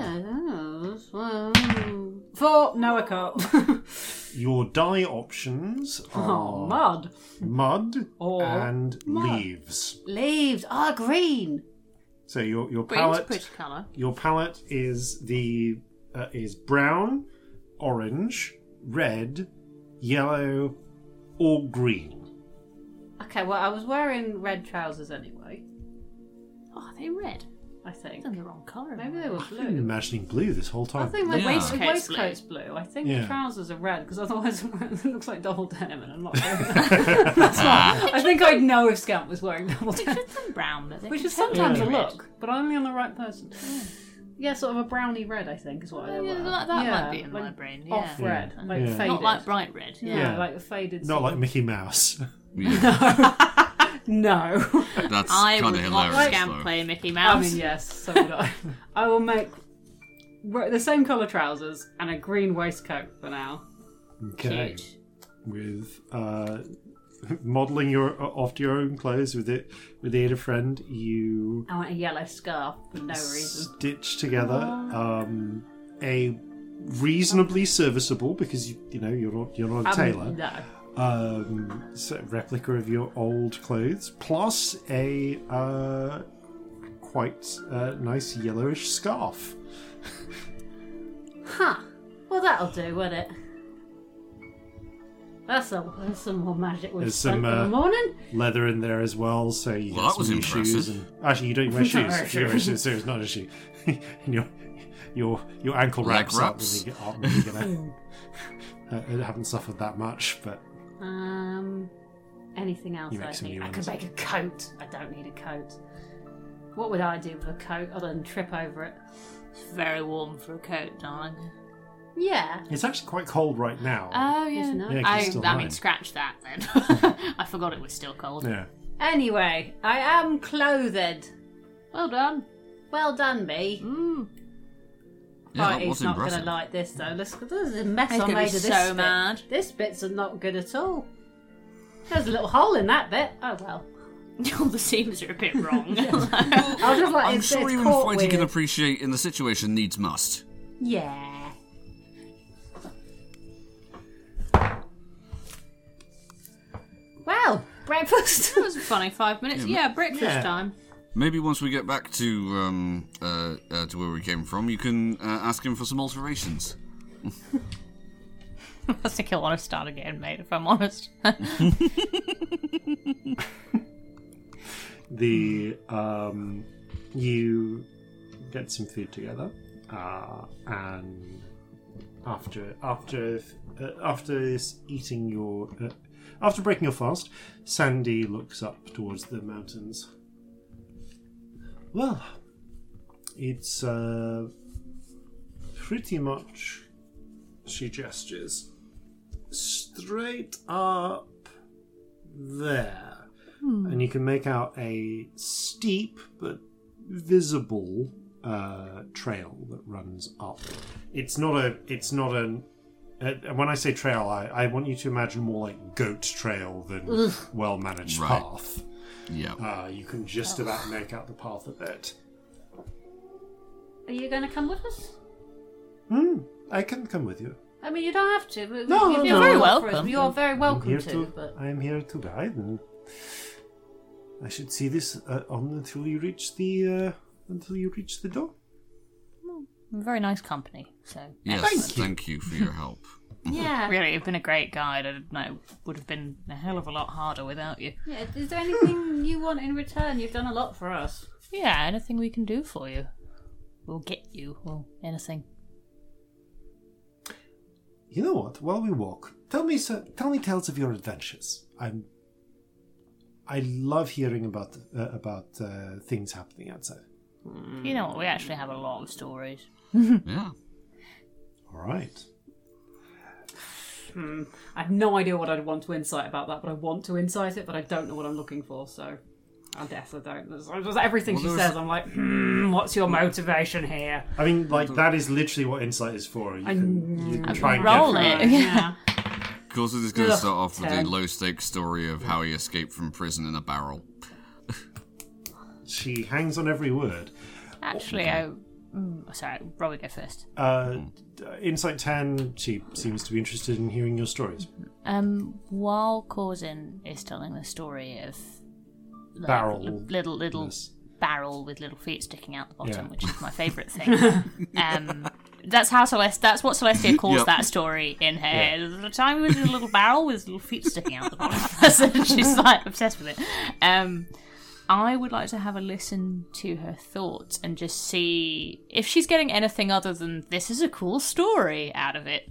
[SPEAKER 3] Four. No, I can't.
[SPEAKER 1] Your die options are
[SPEAKER 3] oh, mud.
[SPEAKER 1] mud
[SPEAKER 3] Or
[SPEAKER 1] and
[SPEAKER 3] mud.
[SPEAKER 1] leaves.
[SPEAKER 6] Leaves are green.
[SPEAKER 1] So your your
[SPEAKER 2] Green's a
[SPEAKER 1] palette
[SPEAKER 2] pretty colour.
[SPEAKER 1] your palette is the uh, is brown, orange, red, yellow, or green.
[SPEAKER 6] Okay, well, I was wearing red trousers anyway.
[SPEAKER 2] Oh, are they red?
[SPEAKER 6] I think
[SPEAKER 2] I've done the wrong colour.
[SPEAKER 6] maybe they were
[SPEAKER 1] I've been
[SPEAKER 6] blue.
[SPEAKER 1] imagining blue this whole
[SPEAKER 3] I
[SPEAKER 1] time.
[SPEAKER 3] think my
[SPEAKER 4] Yeah.
[SPEAKER 3] waist- waistcoat's,
[SPEAKER 2] Waistcoat's
[SPEAKER 6] blue.
[SPEAKER 3] blue. I think
[SPEAKER 1] Yeah.
[SPEAKER 3] the trousers are red because otherwise I'm wearing- it looks like double denim, and I'm not. Doing that. That's not. I think I'd know if Scamp was wearing double
[SPEAKER 2] They
[SPEAKER 3] denim,
[SPEAKER 2] should have been brown, but they
[SPEAKER 3] which
[SPEAKER 2] can
[SPEAKER 3] is sometimes a
[SPEAKER 2] totally be red.
[SPEAKER 3] look. But only on the right person. Yeah, sort of a browny red. I think is what I
[SPEAKER 2] Yeah,
[SPEAKER 3] wear.
[SPEAKER 2] that- that
[SPEAKER 3] yeah,
[SPEAKER 2] might be in
[SPEAKER 3] like
[SPEAKER 2] my brain. Yeah.
[SPEAKER 3] Off red,
[SPEAKER 2] Yeah.
[SPEAKER 3] like
[SPEAKER 1] Yeah.
[SPEAKER 3] faded.
[SPEAKER 2] Not like bright red.
[SPEAKER 3] yeah,
[SPEAKER 2] Yeah.
[SPEAKER 1] Yeah.
[SPEAKER 3] like a faded.
[SPEAKER 1] Not
[SPEAKER 3] sort
[SPEAKER 1] like Mickey Mouse.
[SPEAKER 4] Yeah,
[SPEAKER 3] of- no.
[SPEAKER 4] that's
[SPEAKER 2] I
[SPEAKER 4] kind of
[SPEAKER 2] would watch
[SPEAKER 4] hilarious.
[SPEAKER 2] Scam
[SPEAKER 4] though.
[SPEAKER 2] play Mickey
[SPEAKER 3] I
[SPEAKER 2] Mouse.
[SPEAKER 3] mean, yes, so would I. I will make ro- the same colour trousers and a green waistcoat for now.
[SPEAKER 1] Okay. With uh, modelling your off to your own clothes with it with the aid of friend, you
[SPEAKER 3] Oh,
[SPEAKER 6] I want a yellow scarf for no reason.
[SPEAKER 1] stitch together um, a reasonably serviceable because you you know you're not you're not a
[SPEAKER 3] Um,
[SPEAKER 1] tailor
[SPEAKER 3] No.
[SPEAKER 1] um, so replica of your old clothes plus a uh, quite uh, nice yellowish scarf.
[SPEAKER 6] Huh. Well, that'll do, won't it? That's, a, that's some more magic we've
[SPEAKER 1] There's
[SPEAKER 6] spent
[SPEAKER 1] some,
[SPEAKER 6] in
[SPEAKER 1] uh,
[SPEAKER 6] the morning.
[SPEAKER 1] leather in there as well, so you
[SPEAKER 4] Well,
[SPEAKER 1] get
[SPEAKER 4] that was
[SPEAKER 1] some new shoes. And,
[SPEAKER 4] impressive.
[SPEAKER 1] actually, you don't wear
[SPEAKER 3] It's not
[SPEAKER 1] shoes.
[SPEAKER 3] our
[SPEAKER 1] You don't wear
[SPEAKER 3] shoe.
[SPEAKER 1] shoes, so it's not a shoe. and your your your ankle
[SPEAKER 4] Leg
[SPEAKER 1] wraps, up
[SPEAKER 4] wraps.
[SPEAKER 1] when you get up. When you get out. Uh, I, I haven't suffered that much, but
[SPEAKER 6] Um, anything else
[SPEAKER 1] You make
[SPEAKER 6] I
[SPEAKER 1] some
[SPEAKER 6] need?
[SPEAKER 1] new
[SPEAKER 6] I
[SPEAKER 1] ones.
[SPEAKER 6] could make a coat. I don't need a coat. What would I do with a coat other than trip over it?
[SPEAKER 2] It's very warm for a coat, darling.
[SPEAKER 6] Yeah.
[SPEAKER 1] it's actually quite cold right now.
[SPEAKER 3] Uh,
[SPEAKER 2] Oh yeah.
[SPEAKER 6] Isn't it?
[SPEAKER 1] Yeah, 'cause
[SPEAKER 2] I,
[SPEAKER 1] it's still
[SPEAKER 2] I
[SPEAKER 1] nine.
[SPEAKER 2] mean, scratch that then. I forgot it was still cold.
[SPEAKER 1] yeah.
[SPEAKER 6] Anyway, I am clothed.
[SPEAKER 2] Well done.
[SPEAKER 6] Well done, me.
[SPEAKER 2] Mm.
[SPEAKER 4] Yeah, that
[SPEAKER 6] Party's
[SPEAKER 4] was
[SPEAKER 6] not going to
[SPEAKER 4] impressive.
[SPEAKER 6] like this though. Let's, this is a mess
[SPEAKER 2] He's
[SPEAKER 6] I
[SPEAKER 2] gonna be
[SPEAKER 6] made of this.
[SPEAKER 2] so
[SPEAKER 6] bit.
[SPEAKER 2] mad.
[SPEAKER 6] This bit's are not good at all. There's a little hole in that bit. Oh well.
[SPEAKER 2] All the seams are a bit wrong.
[SPEAKER 6] I was just like,
[SPEAKER 4] I'm
[SPEAKER 6] it's,
[SPEAKER 4] sure
[SPEAKER 6] it's
[SPEAKER 4] even
[SPEAKER 6] caught
[SPEAKER 4] Flighty can
[SPEAKER 6] weird.
[SPEAKER 4] appreciate in the situation needs must.
[SPEAKER 6] Yeah. Well, breakfast.
[SPEAKER 2] that was a funny five minutes. Yeah, breakfast
[SPEAKER 1] Yeah.
[SPEAKER 2] time.
[SPEAKER 4] Maybe once we get back to um, uh, uh, to where we came from, you can uh, ask him for some alterations.
[SPEAKER 2] I think he'll want to start again, mate. If I'm honest.
[SPEAKER 1] the um, you get some food together, uh, and after after uh, after this eating your uh, after breaking your fast, Sandy looks up towards the mountains. Well, it's uh, pretty much. She gestures straight up there and you can make out a steep but visible uh, trail that runs up. It's not a. It's not an. Uh, when I say trail, I, I want you to imagine more like goat trail than well managed
[SPEAKER 4] Right.
[SPEAKER 1] path.
[SPEAKER 4] Yeah.
[SPEAKER 1] Uh, you can
[SPEAKER 6] Oh.
[SPEAKER 1] just about make out the path a bit.
[SPEAKER 6] Are you going to come with us?
[SPEAKER 1] Hmm. I can come with you.
[SPEAKER 6] I mean, you don't have to. But
[SPEAKER 1] No,
[SPEAKER 6] you're
[SPEAKER 1] no, no.
[SPEAKER 6] very
[SPEAKER 2] You're
[SPEAKER 6] welcome.
[SPEAKER 2] welcome.
[SPEAKER 6] You are very
[SPEAKER 1] I'm
[SPEAKER 6] welcome
[SPEAKER 1] here
[SPEAKER 6] to. But
[SPEAKER 1] I am here to guide, and I should see this uh, on until you reach the uh, until you reach the door.
[SPEAKER 2] Very nice company. So
[SPEAKER 4] Yes.
[SPEAKER 1] Thank
[SPEAKER 4] Thank
[SPEAKER 1] you.
[SPEAKER 4] you, for your help.
[SPEAKER 6] yeah.
[SPEAKER 2] really, you've been a great guide. I don't know. Would have been a hell of a lot harder without you.
[SPEAKER 6] yeah. Is there anything you want in return? You've done a lot for us.
[SPEAKER 2] Yeah, anything we can do for you, we'll get you. Well, anything.
[SPEAKER 1] You know what? While we walk, tell me so, tell me tales of your adventures. I'm I love hearing about uh, about uh, things happening outside.
[SPEAKER 6] Hmm.
[SPEAKER 2] You know what? We actually have a lot of stories.
[SPEAKER 4] yeah.
[SPEAKER 1] All right.
[SPEAKER 3] Hmm. I have no idea what I'd want to insight about that, but I want to insight it, but I don't know what I'm looking for, so. I guess I don't. It's- it's Everything
[SPEAKER 4] Well,
[SPEAKER 3] she
[SPEAKER 4] there's-
[SPEAKER 3] says, I'm like, hmm, what's your motivation here?
[SPEAKER 1] I mean, like that is literally what insight is for. You can, you can try and
[SPEAKER 2] Roll
[SPEAKER 1] get
[SPEAKER 2] it.
[SPEAKER 1] through
[SPEAKER 2] Yeah.
[SPEAKER 4] Coulson is going to
[SPEAKER 3] Ugh,
[SPEAKER 4] start off with
[SPEAKER 3] ten.
[SPEAKER 4] the low stakes story of how he escaped from prison in a barrel.
[SPEAKER 1] She hangs on every word.
[SPEAKER 2] Actually, I. Mm, sorry, Robbie, go first.
[SPEAKER 1] Uh, Insight 10, she seems to be interested in hearing your stories.
[SPEAKER 2] Um, while Corzin is telling the story of the
[SPEAKER 1] Barrel.
[SPEAKER 2] li- little little
[SPEAKER 1] Yes.
[SPEAKER 2] barrel with little feet sticking out the bottom,
[SPEAKER 1] Yeah.
[SPEAKER 2] which is my favourite thing. um, that's how Celeste. That's what Celestia calls
[SPEAKER 4] Yep.
[SPEAKER 2] that story in her. The time with a little barrel with little feet sticking out the bottom. That's it. She's like obsessed with it. Um, I would like to have a listen to her thoughts and just see if she's getting anything other than this is a cool story out of it.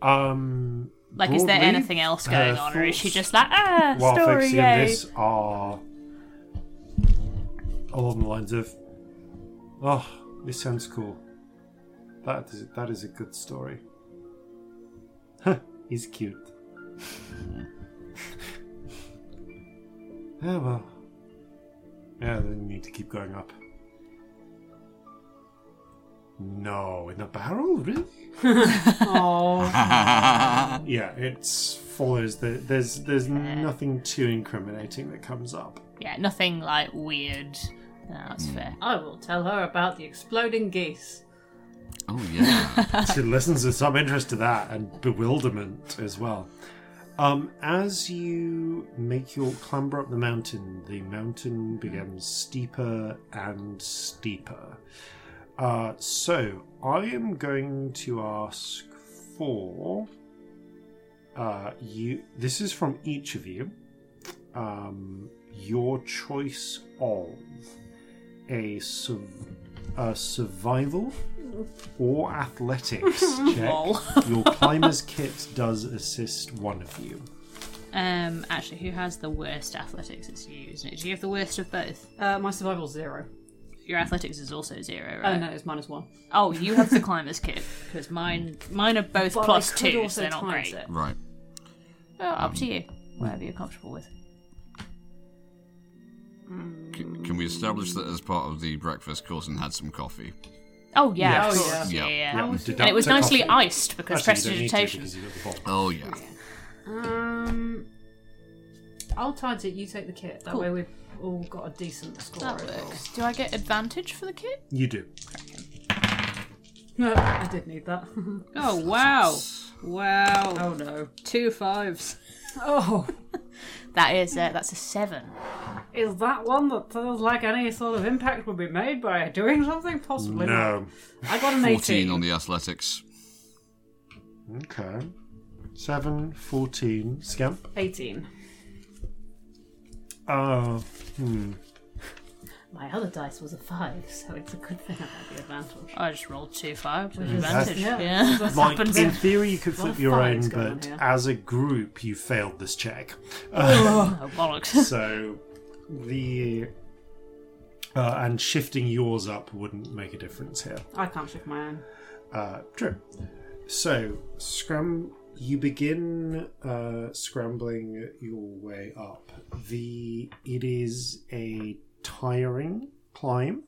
[SPEAKER 1] Um,
[SPEAKER 2] Like, is there
[SPEAKER 1] broadly,
[SPEAKER 2] anything else going
[SPEAKER 1] her
[SPEAKER 2] on, or is she
[SPEAKER 1] thoughts
[SPEAKER 2] just like, ah,
[SPEAKER 1] while
[SPEAKER 2] story,
[SPEAKER 1] focusing on
[SPEAKER 2] yay?
[SPEAKER 1] this are along the lines of, oh, this sounds cool. That is, that is a good story. Huh, he's cute. yeah, well. Yeah, then we need to keep going up. No, in a barrel? Really?
[SPEAKER 3] Oh,
[SPEAKER 1] Yeah, it follows the there's there's nothing too incriminating that comes up.
[SPEAKER 2] Yeah, nothing like weird. No, that's
[SPEAKER 1] Hmm.
[SPEAKER 2] fair.
[SPEAKER 3] I will tell her about the exploding geese.
[SPEAKER 4] oh yeah.
[SPEAKER 1] she listens with some interest to that and bewilderment as well. Um, as you make your clamber up the mountain, the mountain becomes steeper and steeper. Uh, so I am going to ask for uh, you. This is from each of you. Um, your choice of a, su- a survival or athletics check. Your climber's kit does assist one of you.
[SPEAKER 2] Um, actually, who has the worst athletics? It's you, isn't it? Do you have the worst of both?
[SPEAKER 3] Uh, my survival's zero.
[SPEAKER 2] Your athletics is also zero,
[SPEAKER 3] Oh
[SPEAKER 2] right?
[SPEAKER 3] no, it's minus one.
[SPEAKER 2] Oh, you have the climber's kit because mine, mine are both
[SPEAKER 3] But
[SPEAKER 2] plus
[SPEAKER 3] I could
[SPEAKER 2] two,
[SPEAKER 3] also
[SPEAKER 2] so they're not
[SPEAKER 3] times
[SPEAKER 2] great.
[SPEAKER 3] it.
[SPEAKER 4] right.
[SPEAKER 2] Oh, up to you, whatever you're comfortable with.
[SPEAKER 4] Can, can we establish that as part of the breakfast, Coulson had some coffee?
[SPEAKER 2] Oh yeah,
[SPEAKER 1] Yes.
[SPEAKER 2] of
[SPEAKER 1] Oh,
[SPEAKER 2] course.
[SPEAKER 4] yeah.
[SPEAKER 2] yeah, yeah.
[SPEAKER 1] Yeah, you
[SPEAKER 2] And
[SPEAKER 1] deduct
[SPEAKER 2] it was
[SPEAKER 1] a
[SPEAKER 2] nicely
[SPEAKER 1] coffee.
[SPEAKER 2] iced because
[SPEAKER 1] Actually, you don't need to
[SPEAKER 2] prestidigitation.
[SPEAKER 1] because you got the bottle.
[SPEAKER 4] Oh yeah.
[SPEAKER 3] Um, I'll tidy it. You take the kit. That
[SPEAKER 2] Cool.
[SPEAKER 3] way we've all got a decent score.
[SPEAKER 2] That
[SPEAKER 3] overall.
[SPEAKER 2] works. Do I get advantage for the kit?
[SPEAKER 1] You do.
[SPEAKER 3] No, I did need that.
[SPEAKER 2] Oh wow! Wow,
[SPEAKER 3] oh no.
[SPEAKER 2] two fives.
[SPEAKER 3] Oh,
[SPEAKER 2] That is uh, that's a seven.
[SPEAKER 3] is that one that feels like any sort of impact would be made by doing something? Possibly.
[SPEAKER 1] No.
[SPEAKER 3] not. I got an
[SPEAKER 4] Fourteen
[SPEAKER 3] eighteen.
[SPEAKER 4] on the athletics.
[SPEAKER 1] Okay. 7, 14. Scamp.
[SPEAKER 3] Eighteen.
[SPEAKER 1] Uh, hmm.
[SPEAKER 6] My other dice was a five, so it's a good thing.
[SPEAKER 3] I had the advantage.
[SPEAKER 2] I just rolled two fives with
[SPEAKER 1] is-
[SPEAKER 2] advantage.
[SPEAKER 3] yeah.
[SPEAKER 2] Yeah.
[SPEAKER 1] Like,
[SPEAKER 2] happens.
[SPEAKER 1] in theory, you could
[SPEAKER 3] Lot of
[SPEAKER 1] flip your own,
[SPEAKER 3] fives going on
[SPEAKER 1] but
[SPEAKER 3] here.
[SPEAKER 1] as a group, you failed this check. Uh,
[SPEAKER 2] Oh bollocks!
[SPEAKER 1] so, the. Uh, and shifting yours up wouldn't make a difference here.
[SPEAKER 3] I can't shift my own.
[SPEAKER 1] Uh, true. So, scram. You begin uh, scrambling your way up. The it is a tiring climb,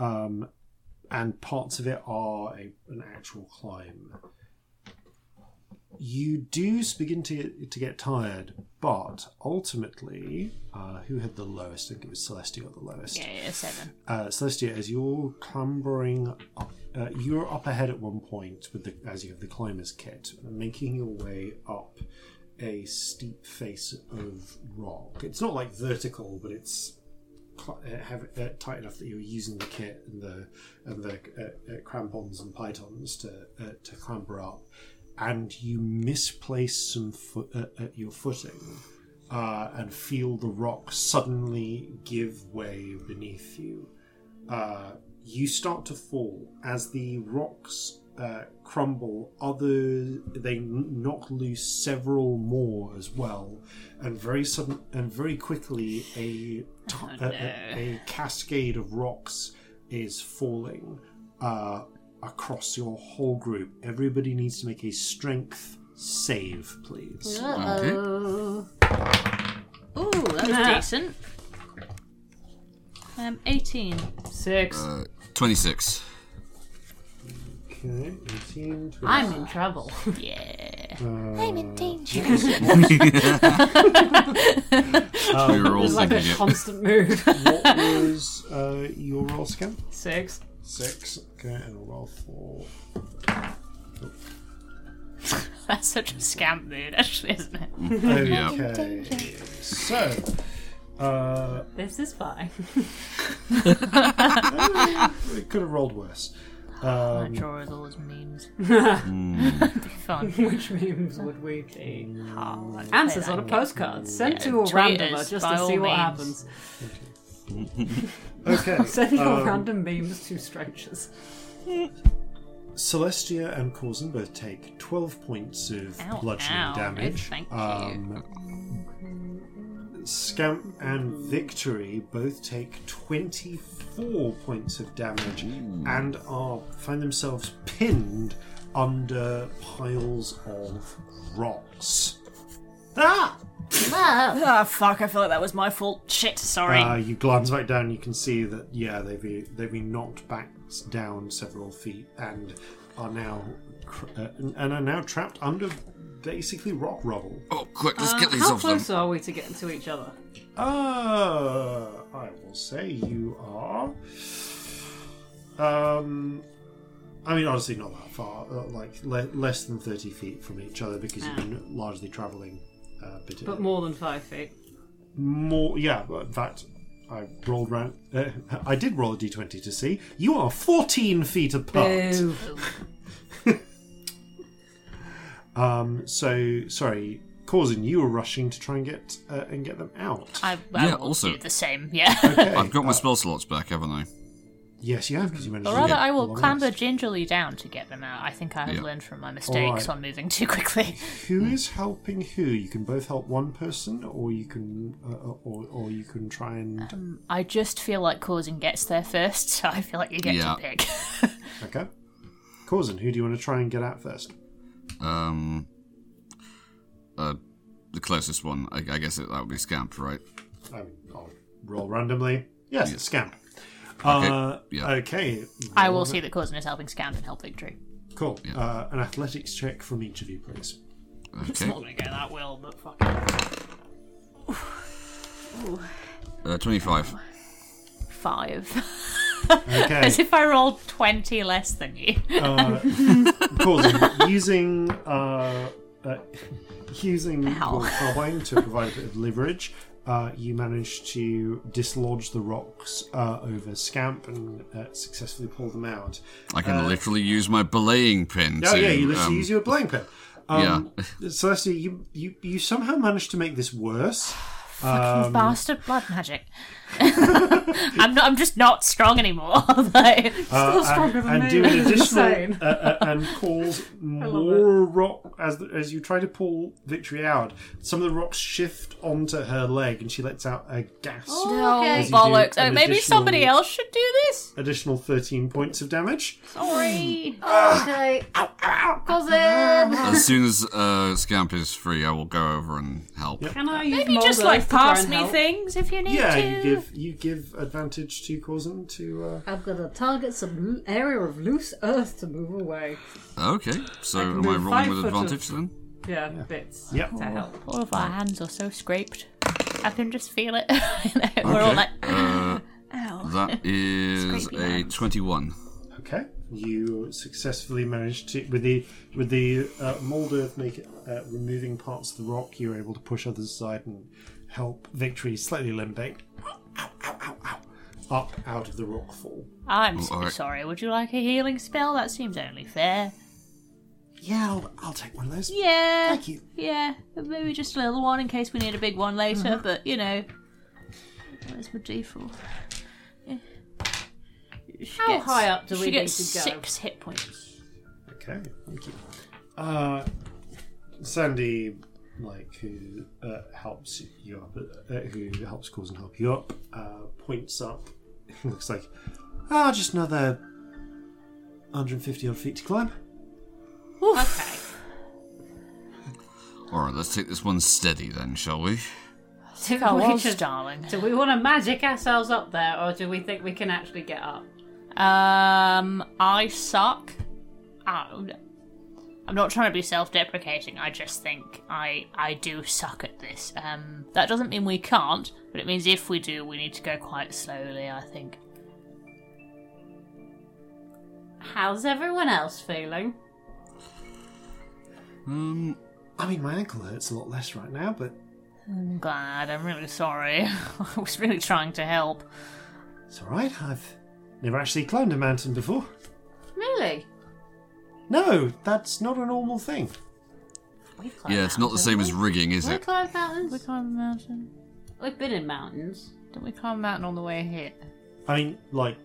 [SPEAKER 1] um, and parts of it are a, an actual climb. You do s- begin to to get tired, but ultimately, uh, who had the lowest? I think it was Celestia got the lowest
[SPEAKER 2] Yeah, yeah, seven.
[SPEAKER 1] uh, Celestia, as you're clambering up, uh, you're up ahead at one point with the as you have the climber's kit, making your way up a steep face of rock. It's not like vertical, but it's cl- uh, have it, uh, tight enough that you're using the kit and the and the uh, uh, crampons and pythons to uh, to clamber up, and you misplace some foot uh, uh, your footing uh, and feel the rock suddenly give way beneath you. Uh, you start to fall as the rocks uh, crumble. Other they n- knock loose several more as well, and very sudden and very quickly a t- a, a- a cascade of rocks is falling uh, across your whole group. Everybody needs to make a strength save, please.
[SPEAKER 4] Okay.
[SPEAKER 2] Ooh, that was decent. Um, eighteen.
[SPEAKER 3] Six.
[SPEAKER 4] Uh, Twenty-six.
[SPEAKER 1] Okay, 18, 20.
[SPEAKER 6] I'm in trouble.
[SPEAKER 2] Yeah.
[SPEAKER 7] I'm in danger.
[SPEAKER 4] we were all
[SPEAKER 3] It's like a
[SPEAKER 4] thinking it.
[SPEAKER 3] constant move.
[SPEAKER 1] what was uh, your roll scan?
[SPEAKER 3] Six.
[SPEAKER 1] Six. Okay, and a roll for.
[SPEAKER 2] That's such a scamp mood, actually, isn't it?
[SPEAKER 1] Okay. So, uh,
[SPEAKER 3] This is fine.
[SPEAKER 1] it could have rolled worse. Um,
[SPEAKER 2] Draw with all those memes. Be fun.
[SPEAKER 3] Which memes would we be?
[SPEAKER 2] Oh,
[SPEAKER 3] Answers on a postcard sent
[SPEAKER 2] Yeah,
[SPEAKER 3] to a
[SPEAKER 2] tweet
[SPEAKER 3] randomer
[SPEAKER 2] us
[SPEAKER 3] just
[SPEAKER 2] by
[SPEAKER 3] to see
[SPEAKER 2] all
[SPEAKER 3] what
[SPEAKER 2] means.
[SPEAKER 3] happens.
[SPEAKER 1] okay.
[SPEAKER 3] Send your
[SPEAKER 1] um,
[SPEAKER 3] random memes to strangers.
[SPEAKER 1] Celestia and Corson both take 12 points of
[SPEAKER 2] Ow,
[SPEAKER 1] bludgeoning
[SPEAKER 2] ow,
[SPEAKER 1] damage. Um,
[SPEAKER 2] thank you.
[SPEAKER 1] Scamp and Victory both take 24 points of damage and are find themselves pinned under piles of rocks. Ah!
[SPEAKER 2] Ah, fuck, I feel like that was my fault. Shit, sorry.
[SPEAKER 1] Uh, you glance back down, you can see that yeah, they've been, they've been knocked back down several feet and are now cr- uh, and are now trapped under basically rock rubble.
[SPEAKER 4] Oh, quick, let's
[SPEAKER 3] Uh,
[SPEAKER 4] get these
[SPEAKER 3] how
[SPEAKER 4] off them.
[SPEAKER 3] close are we to getting to each other?
[SPEAKER 1] Uh, I will say you are. Um, I mean, honestly, not that far. Uh, like le- less than thirty feet from each other because you've been largely traveling. Uh, bit
[SPEAKER 3] But more than five feet.
[SPEAKER 1] more yeah but in fact i rolled round uh, i did roll a d20 to see you are 14 feet apart
[SPEAKER 3] Boo.
[SPEAKER 1] um so sorry causing you were rushing to try and get uh, and get them out
[SPEAKER 2] I, I
[SPEAKER 4] Yeah,
[SPEAKER 2] will
[SPEAKER 4] also-
[SPEAKER 2] do the same, yeah.
[SPEAKER 1] okay
[SPEAKER 4] I've got my
[SPEAKER 1] uh,
[SPEAKER 4] spell slots back, haven't I?
[SPEAKER 1] yes you have because you managed
[SPEAKER 2] Or
[SPEAKER 1] to
[SPEAKER 2] rather,
[SPEAKER 1] get
[SPEAKER 2] I will
[SPEAKER 1] along
[SPEAKER 2] clamber
[SPEAKER 1] this.
[SPEAKER 2] gingerly down to get them out. I think I have
[SPEAKER 4] Yeah.
[SPEAKER 2] learned from my mistakes
[SPEAKER 1] Alright.
[SPEAKER 2] on moving too quickly.
[SPEAKER 1] who is helping who you can both help one person or you can uh, or, or you can try and
[SPEAKER 2] I just feel like Causing gets there first, so I feel like you get
[SPEAKER 4] Yeah.
[SPEAKER 2] to pick.
[SPEAKER 1] okay causing who do you want to try and get out first
[SPEAKER 4] Um, uh, the closest one, I, I guess it, that would be Scamp, right?
[SPEAKER 1] I mean, i'll roll randomly yes it's scamp
[SPEAKER 4] Okay,
[SPEAKER 1] uh,
[SPEAKER 4] yeah.
[SPEAKER 1] okay
[SPEAKER 2] I will see that Causing is helping Scamp and help Victory.
[SPEAKER 1] Cool. Uh, an athletics check from each of you, please.
[SPEAKER 4] Okay,
[SPEAKER 2] I'm gonna go that will, but fuck it.
[SPEAKER 4] uh, twenty-five.
[SPEAKER 2] Five.
[SPEAKER 1] Okay.
[SPEAKER 2] As if I rolled 20 less than you.
[SPEAKER 1] Causing using uh, uh, using
[SPEAKER 2] Ow.
[SPEAKER 1] your carbine to provide a bit of leverage. Uh, you manage to dislodge the rocks uh, over Scamp and uh, successfully pull them out.
[SPEAKER 4] I can literally use my belaying pin.
[SPEAKER 1] Oh
[SPEAKER 4] to,
[SPEAKER 1] yeah, you literally
[SPEAKER 4] um,
[SPEAKER 1] use your blank pin. Um, Celestia, you, you you somehow managed to make this worse. Um,
[SPEAKER 2] Fucking bastard blood magic. I'm not. I'm just not strong anymore.
[SPEAKER 1] Uh,
[SPEAKER 2] like,
[SPEAKER 3] Still
[SPEAKER 1] and,
[SPEAKER 3] stronger than
[SPEAKER 1] and
[SPEAKER 3] me.
[SPEAKER 1] do an additional
[SPEAKER 3] Insane.
[SPEAKER 1] uh, uh, and cause more rock as as you try to pull Victory out. Some of the rocks shift onto her leg, and she lets out a gas.
[SPEAKER 2] no
[SPEAKER 5] okay.
[SPEAKER 1] As you do
[SPEAKER 2] Oh, bollocks. Oh,
[SPEAKER 1] an
[SPEAKER 2] maybe somebody
[SPEAKER 1] additional-
[SPEAKER 2] else should do this.
[SPEAKER 1] Additional thirteen points of damage.
[SPEAKER 2] Sorry.
[SPEAKER 6] Okay.
[SPEAKER 4] As soon as uh, Scamp is free, I will go over and help.
[SPEAKER 3] Can I use
[SPEAKER 2] Maybe just
[SPEAKER 3] Mulder
[SPEAKER 2] like
[SPEAKER 3] to try
[SPEAKER 2] pass
[SPEAKER 3] and
[SPEAKER 2] me
[SPEAKER 3] help?
[SPEAKER 2] things if you need
[SPEAKER 1] Yeah,
[SPEAKER 2] to.
[SPEAKER 1] you give you give advantage to Causin to. Uh,
[SPEAKER 3] I'm gonna target some l- area of loose earth to move away.
[SPEAKER 4] Okay, so
[SPEAKER 3] I can
[SPEAKER 4] am I
[SPEAKER 3] move
[SPEAKER 4] rolling
[SPEAKER 3] five
[SPEAKER 4] with
[SPEAKER 3] foot of-
[SPEAKER 4] advantage then?
[SPEAKER 3] Yeah, bits
[SPEAKER 1] Yep.
[SPEAKER 3] to help.
[SPEAKER 2] All of our hands are so scraped. I can just feel it. We're all
[SPEAKER 4] Okay,
[SPEAKER 2] like,
[SPEAKER 4] uh,
[SPEAKER 2] ow.
[SPEAKER 4] that is
[SPEAKER 2] Scrapey
[SPEAKER 4] a
[SPEAKER 2] hands.
[SPEAKER 4] twenty-one.
[SPEAKER 1] Okay, you successfully managed to with the with the uh, mold earth make uh, removing parts of the rock. You're able to push others aside and help Victory slightly limbate ow, ow, ow, ow, up out of the rock fall.
[SPEAKER 2] I'm so
[SPEAKER 4] alright.
[SPEAKER 2] sorry. Would you like a healing spell? That seems only fair.
[SPEAKER 1] Yeah, I'll, I'll take one of those.
[SPEAKER 2] Yeah.
[SPEAKER 1] Thank you.
[SPEAKER 2] Yeah. Maybe just a little one in case we need a big one later, but you know. Where's my D4? Yeah. She
[SPEAKER 6] How high up do we
[SPEAKER 2] she
[SPEAKER 6] need
[SPEAKER 2] gets
[SPEAKER 6] to go?
[SPEAKER 2] six hit points.
[SPEAKER 1] Okay, thank you. Uh, Sandy, like who uh, helps you up, uh, who helps cause and help you up, uh, points up. looks like ah, just another 150 odd feet to climb.
[SPEAKER 2] Okay.
[SPEAKER 4] All right, let's take this one steady then, shall we?
[SPEAKER 6] Do
[SPEAKER 2] I
[SPEAKER 6] we
[SPEAKER 2] was,
[SPEAKER 6] just-
[SPEAKER 2] darling.
[SPEAKER 6] do we want to magic ourselves up there, or do we think we can actually get up?
[SPEAKER 2] Um, I suck. Oh, I'm not trying to be self-deprecating. I just think I I do suck at this. Um, that doesn't mean we can't, but it means if we do, we need to go quite slowly. I think.
[SPEAKER 6] How's everyone else feeling?
[SPEAKER 4] Um,
[SPEAKER 1] I mean, my ankle hurts a lot less right now, but
[SPEAKER 2] I'm glad. I'm really sorry. I was really trying to help.
[SPEAKER 1] it's all right. I've never actually climbed a mountain before.
[SPEAKER 6] Really?
[SPEAKER 1] No, that's not a normal thing.
[SPEAKER 6] We've climbed
[SPEAKER 4] yeah, it's not the
[SPEAKER 6] mountains,
[SPEAKER 4] same as
[SPEAKER 6] haven't
[SPEAKER 4] rigging,
[SPEAKER 6] we?
[SPEAKER 4] is
[SPEAKER 6] We've
[SPEAKER 4] it?
[SPEAKER 6] climbed
[SPEAKER 2] We
[SPEAKER 6] mountains.
[SPEAKER 2] climb a mountain.
[SPEAKER 6] We've been in mountains.
[SPEAKER 2] Didn't we climb a mountain on the way here?
[SPEAKER 1] I mean, like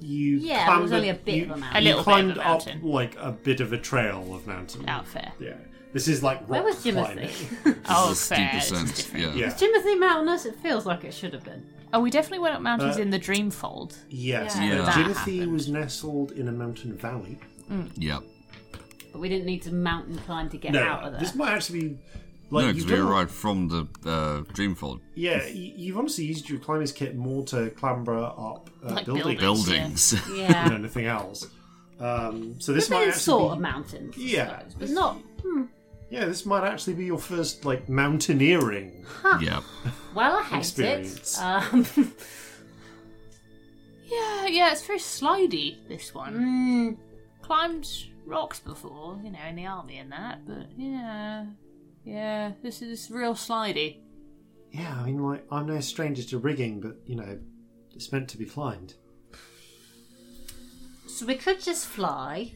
[SPEAKER 1] you.
[SPEAKER 6] Yeah, it
[SPEAKER 1] climbed
[SPEAKER 6] was only a bit
[SPEAKER 1] you-
[SPEAKER 6] of a mountain.
[SPEAKER 2] A little
[SPEAKER 1] you
[SPEAKER 2] bit of
[SPEAKER 1] climbed
[SPEAKER 2] a mountain.
[SPEAKER 1] up like a bit of a trail of mountain.
[SPEAKER 2] Oh, fair.
[SPEAKER 1] Yeah, this is like rock
[SPEAKER 6] Where was
[SPEAKER 1] climbing.
[SPEAKER 6] Timothy?
[SPEAKER 2] oh,
[SPEAKER 4] It's a
[SPEAKER 2] fair.
[SPEAKER 4] steep
[SPEAKER 2] This is
[SPEAKER 4] ascent.
[SPEAKER 2] different.
[SPEAKER 4] Yeah.
[SPEAKER 1] Yeah.
[SPEAKER 6] Timothy Mountainous? It feels like it should have been.
[SPEAKER 2] Oh, we definitely went up mountains
[SPEAKER 1] Uh,
[SPEAKER 2] in the Dreamfold.
[SPEAKER 1] Yes,
[SPEAKER 4] Yeah.
[SPEAKER 1] but
[SPEAKER 4] That
[SPEAKER 1] Timothy
[SPEAKER 2] happened.
[SPEAKER 1] was nestled in a mountain valley.
[SPEAKER 4] yeah.
[SPEAKER 6] But we didn't need to mountain climb to get
[SPEAKER 1] no,
[SPEAKER 6] out of there.
[SPEAKER 1] this might actually be
[SPEAKER 4] No,
[SPEAKER 1] like
[SPEAKER 4] 'cause no,
[SPEAKER 1] you've
[SPEAKER 4] because we
[SPEAKER 1] done-
[SPEAKER 4] arrived from the uh, Dreamfold
[SPEAKER 1] Yeah, y- you've honestly used your climbers kit more to clamber up uh,
[SPEAKER 2] Like
[SPEAKER 1] buildings
[SPEAKER 2] buildings.
[SPEAKER 4] buildings.
[SPEAKER 1] than
[SPEAKER 6] Yeah.
[SPEAKER 1] anything else. Um, so this
[SPEAKER 6] We've been
[SPEAKER 1] might
[SPEAKER 6] in
[SPEAKER 1] actually
[SPEAKER 6] sort
[SPEAKER 1] be-
[SPEAKER 6] of mountains. I
[SPEAKER 1] Yeah.
[SPEAKER 6] suppose, But not. Hmm.
[SPEAKER 1] yeah, this might actually be your first like mountaineering.
[SPEAKER 4] yeah.
[SPEAKER 6] Well, I hate
[SPEAKER 1] Experience.
[SPEAKER 6] it. Um,
[SPEAKER 2] Yeah, yeah, it's very slidey, this one.
[SPEAKER 6] mm,
[SPEAKER 2] Climbed rocks before, you know, in the army and that, but yeah. Yeah, this is real slidey.
[SPEAKER 1] Yeah, I mean, like I'm no stranger to rigging, but you know, it's meant to be climbed.
[SPEAKER 6] so we could just fly.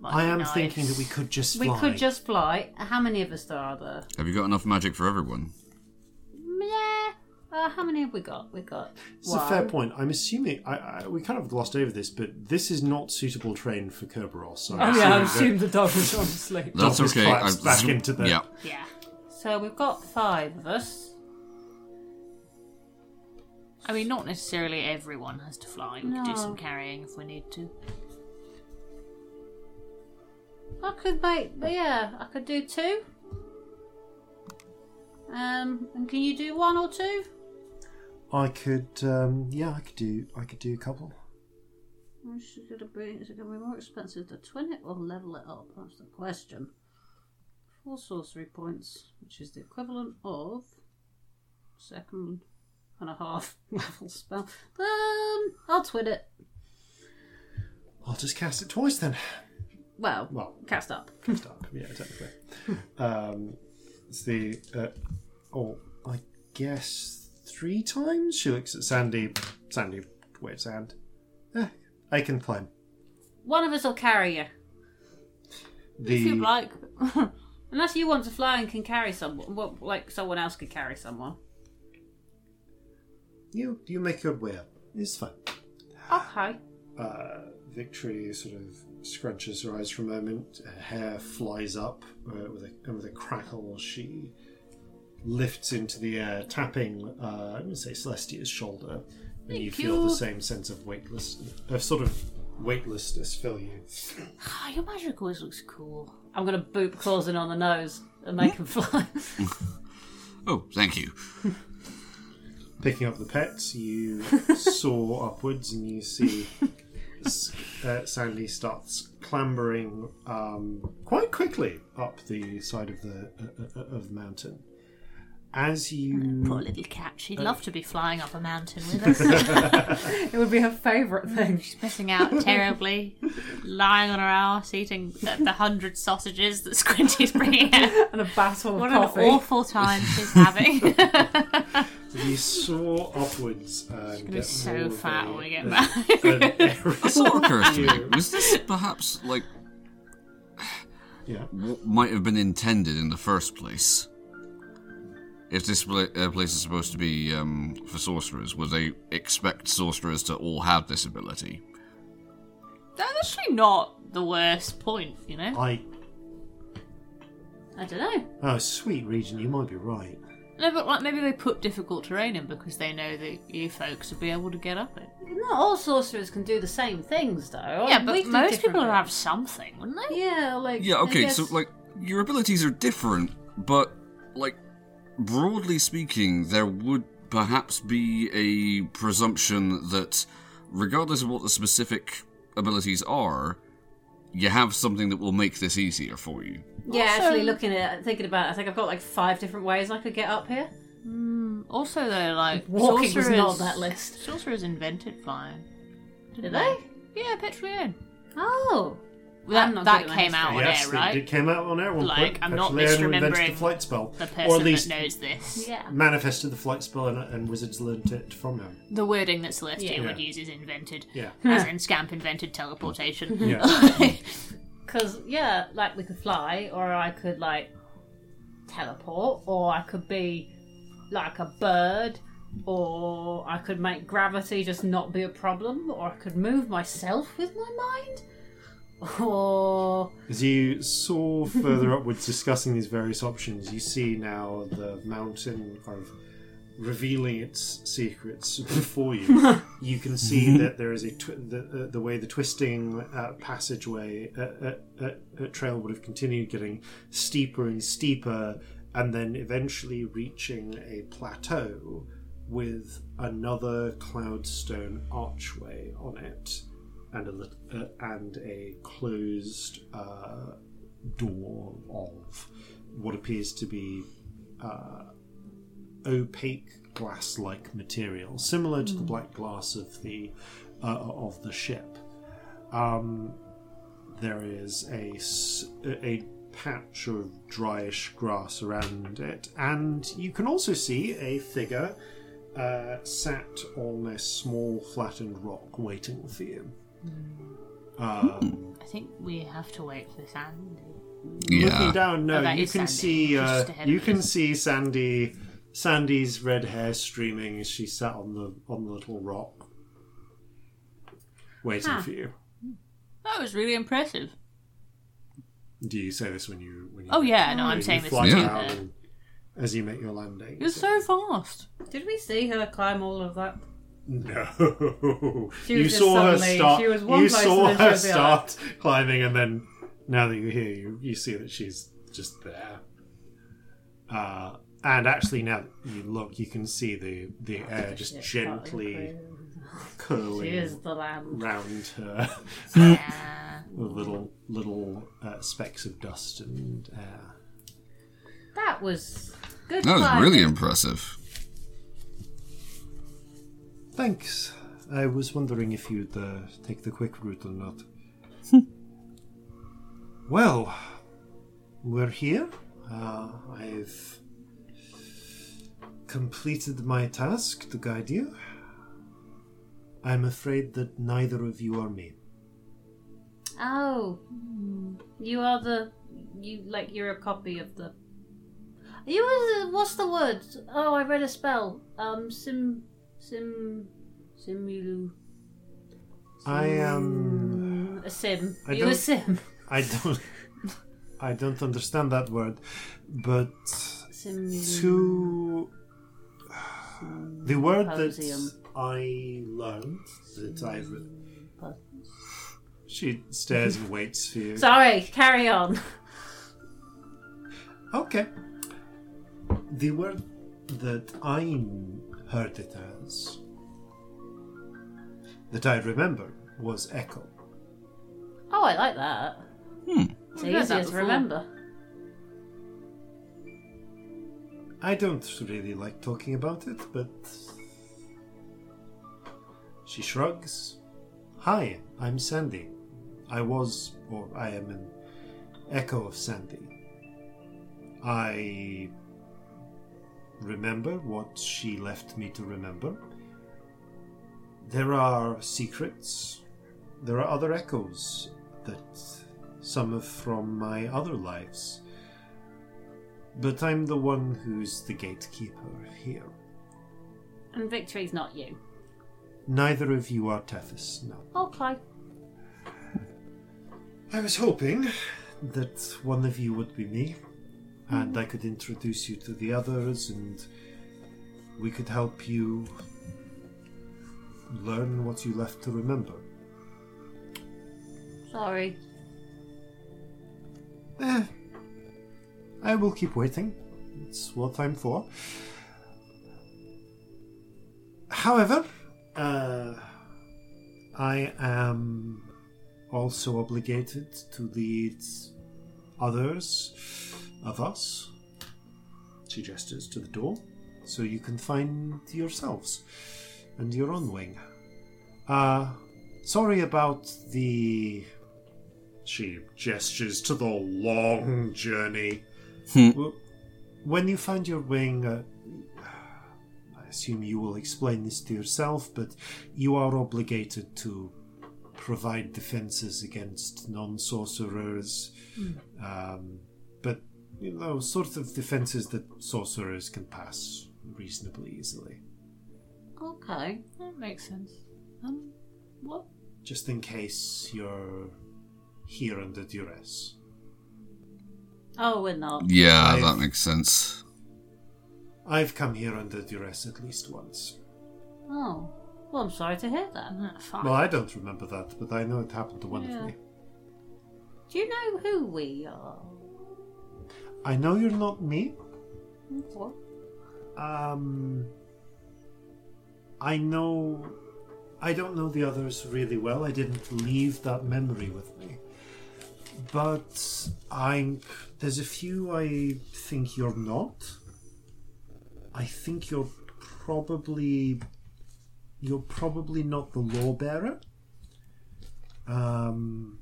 [SPEAKER 2] Might
[SPEAKER 1] I
[SPEAKER 2] be
[SPEAKER 1] am
[SPEAKER 2] nice.
[SPEAKER 1] thinking that we could just fly.
[SPEAKER 6] We could just fly. How many of us there are there? Mm,
[SPEAKER 4] Have you got enough magic for everyone?
[SPEAKER 6] Yeah. Uh, how many have we got? We got.
[SPEAKER 1] It's a fair
[SPEAKER 6] one.
[SPEAKER 1] point. I'm assuming I, I we kind of glossed over this, but this is not suitable terrain for Kerberos. So
[SPEAKER 3] Oh yeah, I
[SPEAKER 1] assuming
[SPEAKER 3] assumed the dog was on sleep.
[SPEAKER 4] That's
[SPEAKER 1] Dolphins
[SPEAKER 4] okay.
[SPEAKER 1] collapse back into the-
[SPEAKER 4] Yeah.
[SPEAKER 2] Yeah.
[SPEAKER 6] So we've got five of us.
[SPEAKER 2] I mean, not necessarily everyone has to fly. We could
[SPEAKER 6] No.
[SPEAKER 2] do some carrying if we need to.
[SPEAKER 6] I could make. Yeah, I could do two. Um, and can you do one or two?
[SPEAKER 1] that I could, um, yeah, I could do, I could do a couple.
[SPEAKER 6] Is it gonna be? Is it gonna be more expensive to twin it or level it up? Oh, That's the question. Four sorcery points, which is the equivalent of second and a half level spell. Um, I'll twin it.
[SPEAKER 1] I'll just cast it twice then.
[SPEAKER 6] Well,
[SPEAKER 1] Well,
[SPEAKER 6] cast up.
[SPEAKER 1] cast up, yeah, technically.
[SPEAKER 3] Hmm.
[SPEAKER 1] um, it's the, uh, oh, I guess three times. She looks at Sandy. Sandy waves her hand. Eh, I can climb.
[SPEAKER 6] One of us will carry you,
[SPEAKER 1] The
[SPEAKER 6] if you'd like. Unless you want to fly and can carry someone, well, like someone else could carry someone.
[SPEAKER 1] you you make your way up. It's fine.
[SPEAKER 6] Okay.
[SPEAKER 1] uh, Victory sort of scrunches her eyes for a moment. Her hair flies up uh, with, a, and with a crackle. She lifts into the air, tapping, uh, I'm going to say Celestia's shoulder. And you feel the same sense of weightless, of sort of weightlessness fill you.
[SPEAKER 2] Ah, your magic always looks cool.
[SPEAKER 6] I'm gonna boop Clausen on the nose and make him fly.
[SPEAKER 4] Oh, thank you.
[SPEAKER 1] Picking up the pets, you soar upwards and you see S- uh, Sandy starts clambering um, quite quickly up the side of the uh, uh, uh, of the mountain. As
[SPEAKER 2] Poor
[SPEAKER 1] you,
[SPEAKER 2] little cat. She'd love to be flying up a mountain with us.
[SPEAKER 3] It would be her favourite thing.
[SPEAKER 2] She's missing out terribly, lying on her ass, eating the, the hundred sausages that Squinty's bringing out.
[SPEAKER 3] And a battle
[SPEAKER 2] What
[SPEAKER 3] of
[SPEAKER 2] an
[SPEAKER 3] coffee.
[SPEAKER 2] awful time she's having.
[SPEAKER 1] you soar upwards, and
[SPEAKER 2] be so fat when we
[SPEAKER 1] uh,
[SPEAKER 2] get
[SPEAKER 1] back.
[SPEAKER 4] That sort of occurs to me. Was this perhaps like
[SPEAKER 1] yeah,
[SPEAKER 4] what might have been intended in the first place? If this pla- uh, place is supposed to be um, for sorcerers, would they expect sorcerers to all have this ability?
[SPEAKER 2] That's actually not the worst point, you know?
[SPEAKER 1] I
[SPEAKER 6] I don't know.
[SPEAKER 1] oh sweet region, you might be right.
[SPEAKER 2] No, but like maybe they put difficult terrain in because they know that you folks would be able to get up it.
[SPEAKER 6] Not all sorcerers can do the same things, though.
[SPEAKER 2] Yeah, but
[SPEAKER 6] We do
[SPEAKER 2] most
[SPEAKER 6] different
[SPEAKER 2] people would have
[SPEAKER 6] things.
[SPEAKER 2] something, wouldn't they?
[SPEAKER 6] Yeah, like
[SPEAKER 4] Yeah,
[SPEAKER 6] I
[SPEAKER 4] okay, so
[SPEAKER 6] guess-
[SPEAKER 4] like your abilities are different, but like broadly speaking, there would perhaps be a presumption that regardless of what the specific abilities are, you have something that will make this easier for you.
[SPEAKER 6] Yeah,
[SPEAKER 2] Also-
[SPEAKER 6] actually looking at thinking about it, I think I've got like five different ways I could get up here.
[SPEAKER 2] Also, though, like
[SPEAKER 6] Walking was
[SPEAKER 2] sorcerers,
[SPEAKER 6] not on that list.
[SPEAKER 2] Sorcerers invented flying.
[SPEAKER 6] Did they?
[SPEAKER 2] Yeah, Petrione.
[SPEAKER 6] Oh. I'm
[SPEAKER 2] That,
[SPEAKER 6] not
[SPEAKER 2] that
[SPEAKER 6] good at
[SPEAKER 2] came
[SPEAKER 6] my
[SPEAKER 2] out on
[SPEAKER 1] yes,
[SPEAKER 2] air,
[SPEAKER 1] they-
[SPEAKER 2] right?
[SPEAKER 1] it came out on air at one
[SPEAKER 2] Like,
[SPEAKER 1] point.
[SPEAKER 2] I'm not
[SPEAKER 1] Perhaps Leon invented
[SPEAKER 2] misremembering
[SPEAKER 1] the flight spell,
[SPEAKER 2] The person
[SPEAKER 1] or at least
[SPEAKER 2] that knows this.
[SPEAKER 6] Yeah.
[SPEAKER 1] manifested the flight spell, and, and wizards learned it from him.
[SPEAKER 2] The wording that Celestia
[SPEAKER 1] Yeah.
[SPEAKER 2] would
[SPEAKER 1] Yeah.
[SPEAKER 2] use is invented.
[SPEAKER 1] Yeah.
[SPEAKER 2] As in, Scamp invented teleportation.
[SPEAKER 1] Yeah.
[SPEAKER 6] Because, yeah, like we could fly, or I could, like, teleport, or I could be, like, a bird, or I could make gravity just not be a problem, or I could move myself with my mind, or.
[SPEAKER 1] As you soar further upwards, discussing these various options, you see now the mountain kind of revealing its secrets before you. you can see that there is a twi- the, uh, the way the twisting uh, passageway uh, uh, uh, uh, trail would have continued getting steeper and steeper, and then eventually reaching a plateau with another cloudstone archway on it and a lit- uh, and a closed uh, door of what appears to be uh, opaque glass-like material, similar to the black glass of the uh, of the ship. Um, there is a s- a patch of dryish grass around it, and you can also see a figure. Uh, sat on a small flattened rock waiting for you. Um,
[SPEAKER 2] I think we have to wait for Sandy.
[SPEAKER 1] Looking down, no,
[SPEAKER 2] Oh, that
[SPEAKER 1] you
[SPEAKER 2] is
[SPEAKER 1] can
[SPEAKER 2] Sandy.
[SPEAKER 1] see
[SPEAKER 2] She's
[SPEAKER 1] uh,
[SPEAKER 2] just ahead
[SPEAKER 1] you
[SPEAKER 2] of
[SPEAKER 1] can
[SPEAKER 2] us.
[SPEAKER 1] see Sandy, Sandy's red hair streaming as she sat on the on the little rock, waiting for you.
[SPEAKER 2] That was really impressive.
[SPEAKER 1] Do you say this when you when you?
[SPEAKER 2] Oh, yeah, no, I'm
[SPEAKER 1] you
[SPEAKER 2] saying this
[SPEAKER 1] fly
[SPEAKER 2] to
[SPEAKER 1] down
[SPEAKER 2] her.
[SPEAKER 1] and- as you make your landing.
[SPEAKER 2] You're so fast.
[SPEAKER 3] Did we see her climb all of that?
[SPEAKER 1] No,
[SPEAKER 3] She was
[SPEAKER 1] you
[SPEAKER 3] just
[SPEAKER 1] saw her
[SPEAKER 3] suddenly-
[SPEAKER 1] start.
[SPEAKER 3] she was one
[SPEAKER 1] you
[SPEAKER 3] place
[SPEAKER 1] saw
[SPEAKER 3] and then
[SPEAKER 1] her
[SPEAKER 3] she was the other.
[SPEAKER 1] start climbing, and then now that you're here, you you see that she's just there. Uh, and actually, now that you look, you can see the the
[SPEAKER 3] Oh,
[SPEAKER 1] air just gently
[SPEAKER 6] She is
[SPEAKER 1] curling
[SPEAKER 6] the land.
[SPEAKER 1] round her
[SPEAKER 2] Yeah.
[SPEAKER 1] with little little uh, specks of dust and air.
[SPEAKER 6] That was good.
[SPEAKER 4] That was
[SPEAKER 6] climbing.
[SPEAKER 4] really impressive.
[SPEAKER 1] Thanks. I was wondering if you'd uh, take the quick route or not. well, we're here. Uh, I've completed my task to guide you. I'm afraid that neither of you are me.
[SPEAKER 6] Oh,
[SPEAKER 2] Hmm.
[SPEAKER 6] you are the you like you're a copy of the. You are the, what's the word? Oh, I read a spell. Um, sim, sim, simulu.
[SPEAKER 1] I am.
[SPEAKER 6] Mm, a sim.
[SPEAKER 1] I
[SPEAKER 6] you a
[SPEAKER 1] don't-
[SPEAKER 6] sim.
[SPEAKER 1] I don't. I don't understand that word, but
[SPEAKER 6] Simulu.
[SPEAKER 1] to the word that
[SPEAKER 6] Symposium.
[SPEAKER 1] I learned that I re-
[SPEAKER 6] Pos-
[SPEAKER 1] she stares and waits for you.
[SPEAKER 6] Sorry, carry on.
[SPEAKER 1] Okay. The word that I heard it as that I remember was echo.
[SPEAKER 6] Oh, I like that.
[SPEAKER 4] Hmm.
[SPEAKER 6] It's
[SPEAKER 2] We've heard
[SPEAKER 6] easier
[SPEAKER 2] that
[SPEAKER 6] to
[SPEAKER 2] before.
[SPEAKER 6] remember.
[SPEAKER 1] I don't really like talking about it, but she shrugs. Hi, I'm Sandy. I was, or I am, an echo of Sandy. I remember what she left me to remember. There are secrets. There are other echoes that some are from my other lives. But I'm the one who's the gatekeeper here.
[SPEAKER 6] And victory's not you.
[SPEAKER 1] Neither of you are Tethys, no.
[SPEAKER 6] Okay.
[SPEAKER 1] I was hoping that one of you would be me, and I could introduce you to the others, and we could help you learn what you left to remember.
[SPEAKER 6] Sorry.
[SPEAKER 1] Eh, I will keep waiting. It's what I'm for. However, uh, I am, also obligated to the others of us. She gestures to the door, so you can find yourselves and your own wing. Uh, sorry about the. She gestures to the long journey.
[SPEAKER 4] Hmm.
[SPEAKER 1] W- When you find your wing, uh, I assume you will explain this to yourself, but you are obligated to provide defenses against non sorcerers. Um, but, you know, sort of defenses that sorcerers can pass reasonably easily.
[SPEAKER 6] Okay.
[SPEAKER 2] That makes sense. Um, what?
[SPEAKER 1] Just in case you're here under duress.
[SPEAKER 6] Oh, we're not.
[SPEAKER 4] Yeah,
[SPEAKER 1] I've-
[SPEAKER 4] that makes sense.
[SPEAKER 1] I've come here under duress at least once.
[SPEAKER 6] Oh. Well, I'm sorry to hear that.
[SPEAKER 2] Uh, fine.
[SPEAKER 1] Well, I don't remember that, but I know it happened to one
[SPEAKER 2] Yeah.
[SPEAKER 1] of me.
[SPEAKER 6] Do you know who we are?
[SPEAKER 1] I know you're not me.
[SPEAKER 6] What?
[SPEAKER 1] Um, I know. I don't know the others really well. I didn't leave that memory with me. But I'm. There's a few I think you're not. I think you're probably. You're probably not the law bearer. Um,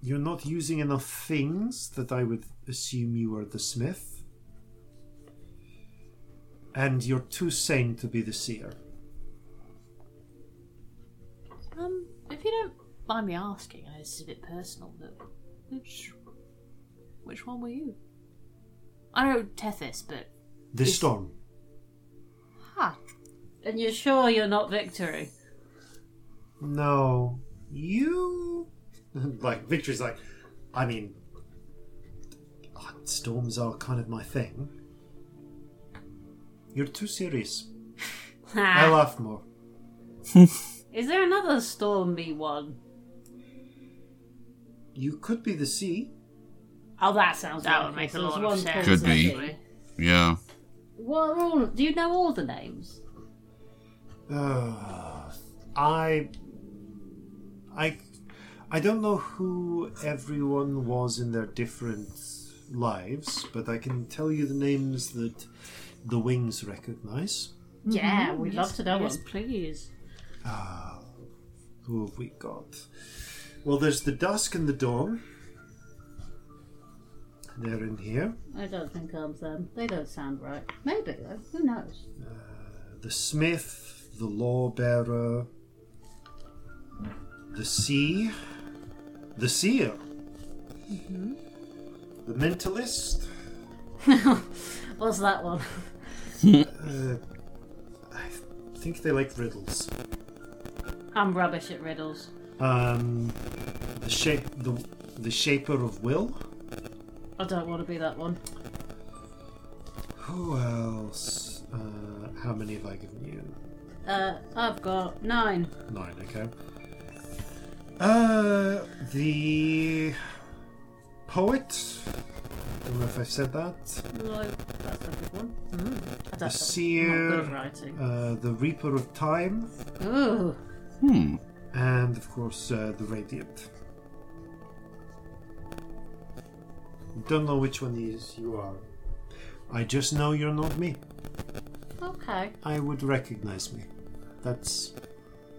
[SPEAKER 1] you're not using enough things that I would assume you are the smith and you're too sane to be the seer.
[SPEAKER 2] Um, if you don't mind me asking, I know this is a bit personal, but which which one were you? I know Tethys, but
[SPEAKER 1] The storm.
[SPEAKER 2] ha,
[SPEAKER 6] And you're sure you're not Victory?
[SPEAKER 1] No, you. like victory's like, I mean, ah, storms are kind of my thing. You're too serious. I laugh more.
[SPEAKER 6] Is there another stormy one?
[SPEAKER 1] You could be the sea.
[SPEAKER 6] Oh, that sounds
[SPEAKER 2] That
[SPEAKER 6] like
[SPEAKER 2] would make a
[SPEAKER 6] it. So
[SPEAKER 2] lot
[SPEAKER 6] there's
[SPEAKER 2] of
[SPEAKER 6] one
[SPEAKER 2] sense,
[SPEAKER 6] called
[SPEAKER 4] Could be.
[SPEAKER 6] Zeki.
[SPEAKER 4] Yeah.
[SPEAKER 6] What are all? Do you know all the names?
[SPEAKER 1] Uh, I. I. I don't know who everyone was in their different lives, but I can tell you the names that the wings recognize.
[SPEAKER 6] Yeah,
[SPEAKER 2] Mhm,
[SPEAKER 6] we'd
[SPEAKER 2] yes,
[SPEAKER 6] love to know
[SPEAKER 2] yes,
[SPEAKER 6] them.
[SPEAKER 2] please.
[SPEAKER 1] Ah, who have we got? Well, there's the dusk and the dawn. They're in here.
[SPEAKER 6] I don't think I'm them. They don't sound right. Maybe though. Who knows?
[SPEAKER 1] The smith, the law bearer, the sea, the seer, the mentalist.
[SPEAKER 6] What's that one?
[SPEAKER 1] Uh, I think they like riddles.
[SPEAKER 6] I'm rubbish at riddles.
[SPEAKER 1] Um, the shape, the the shaper of will.
[SPEAKER 6] I don't want to be that one.
[SPEAKER 1] Who else? Uh, how many have I given you?
[SPEAKER 6] Uh, I've got nine.
[SPEAKER 1] Nine, okay. Uh, the poet. I don't know if I said that.
[SPEAKER 6] No, that's a good one.
[SPEAKER 1] The
[SPEAKER 6] I don't know. Not good
[SPEAKER 1] seer,
[SPEAKER 6] writing.
[SPEAKER 1] uh, the reaper of time,
[SPEAKER 6] Ooh,
[SPEAKER 4] Hmm.
[SPEAKER 1] and of course uh, the radiant. Don't know which one is you are. I just know you're not me.
[SPEAKER 6] okay.
[SPEAKER 1] I would recognize me. That's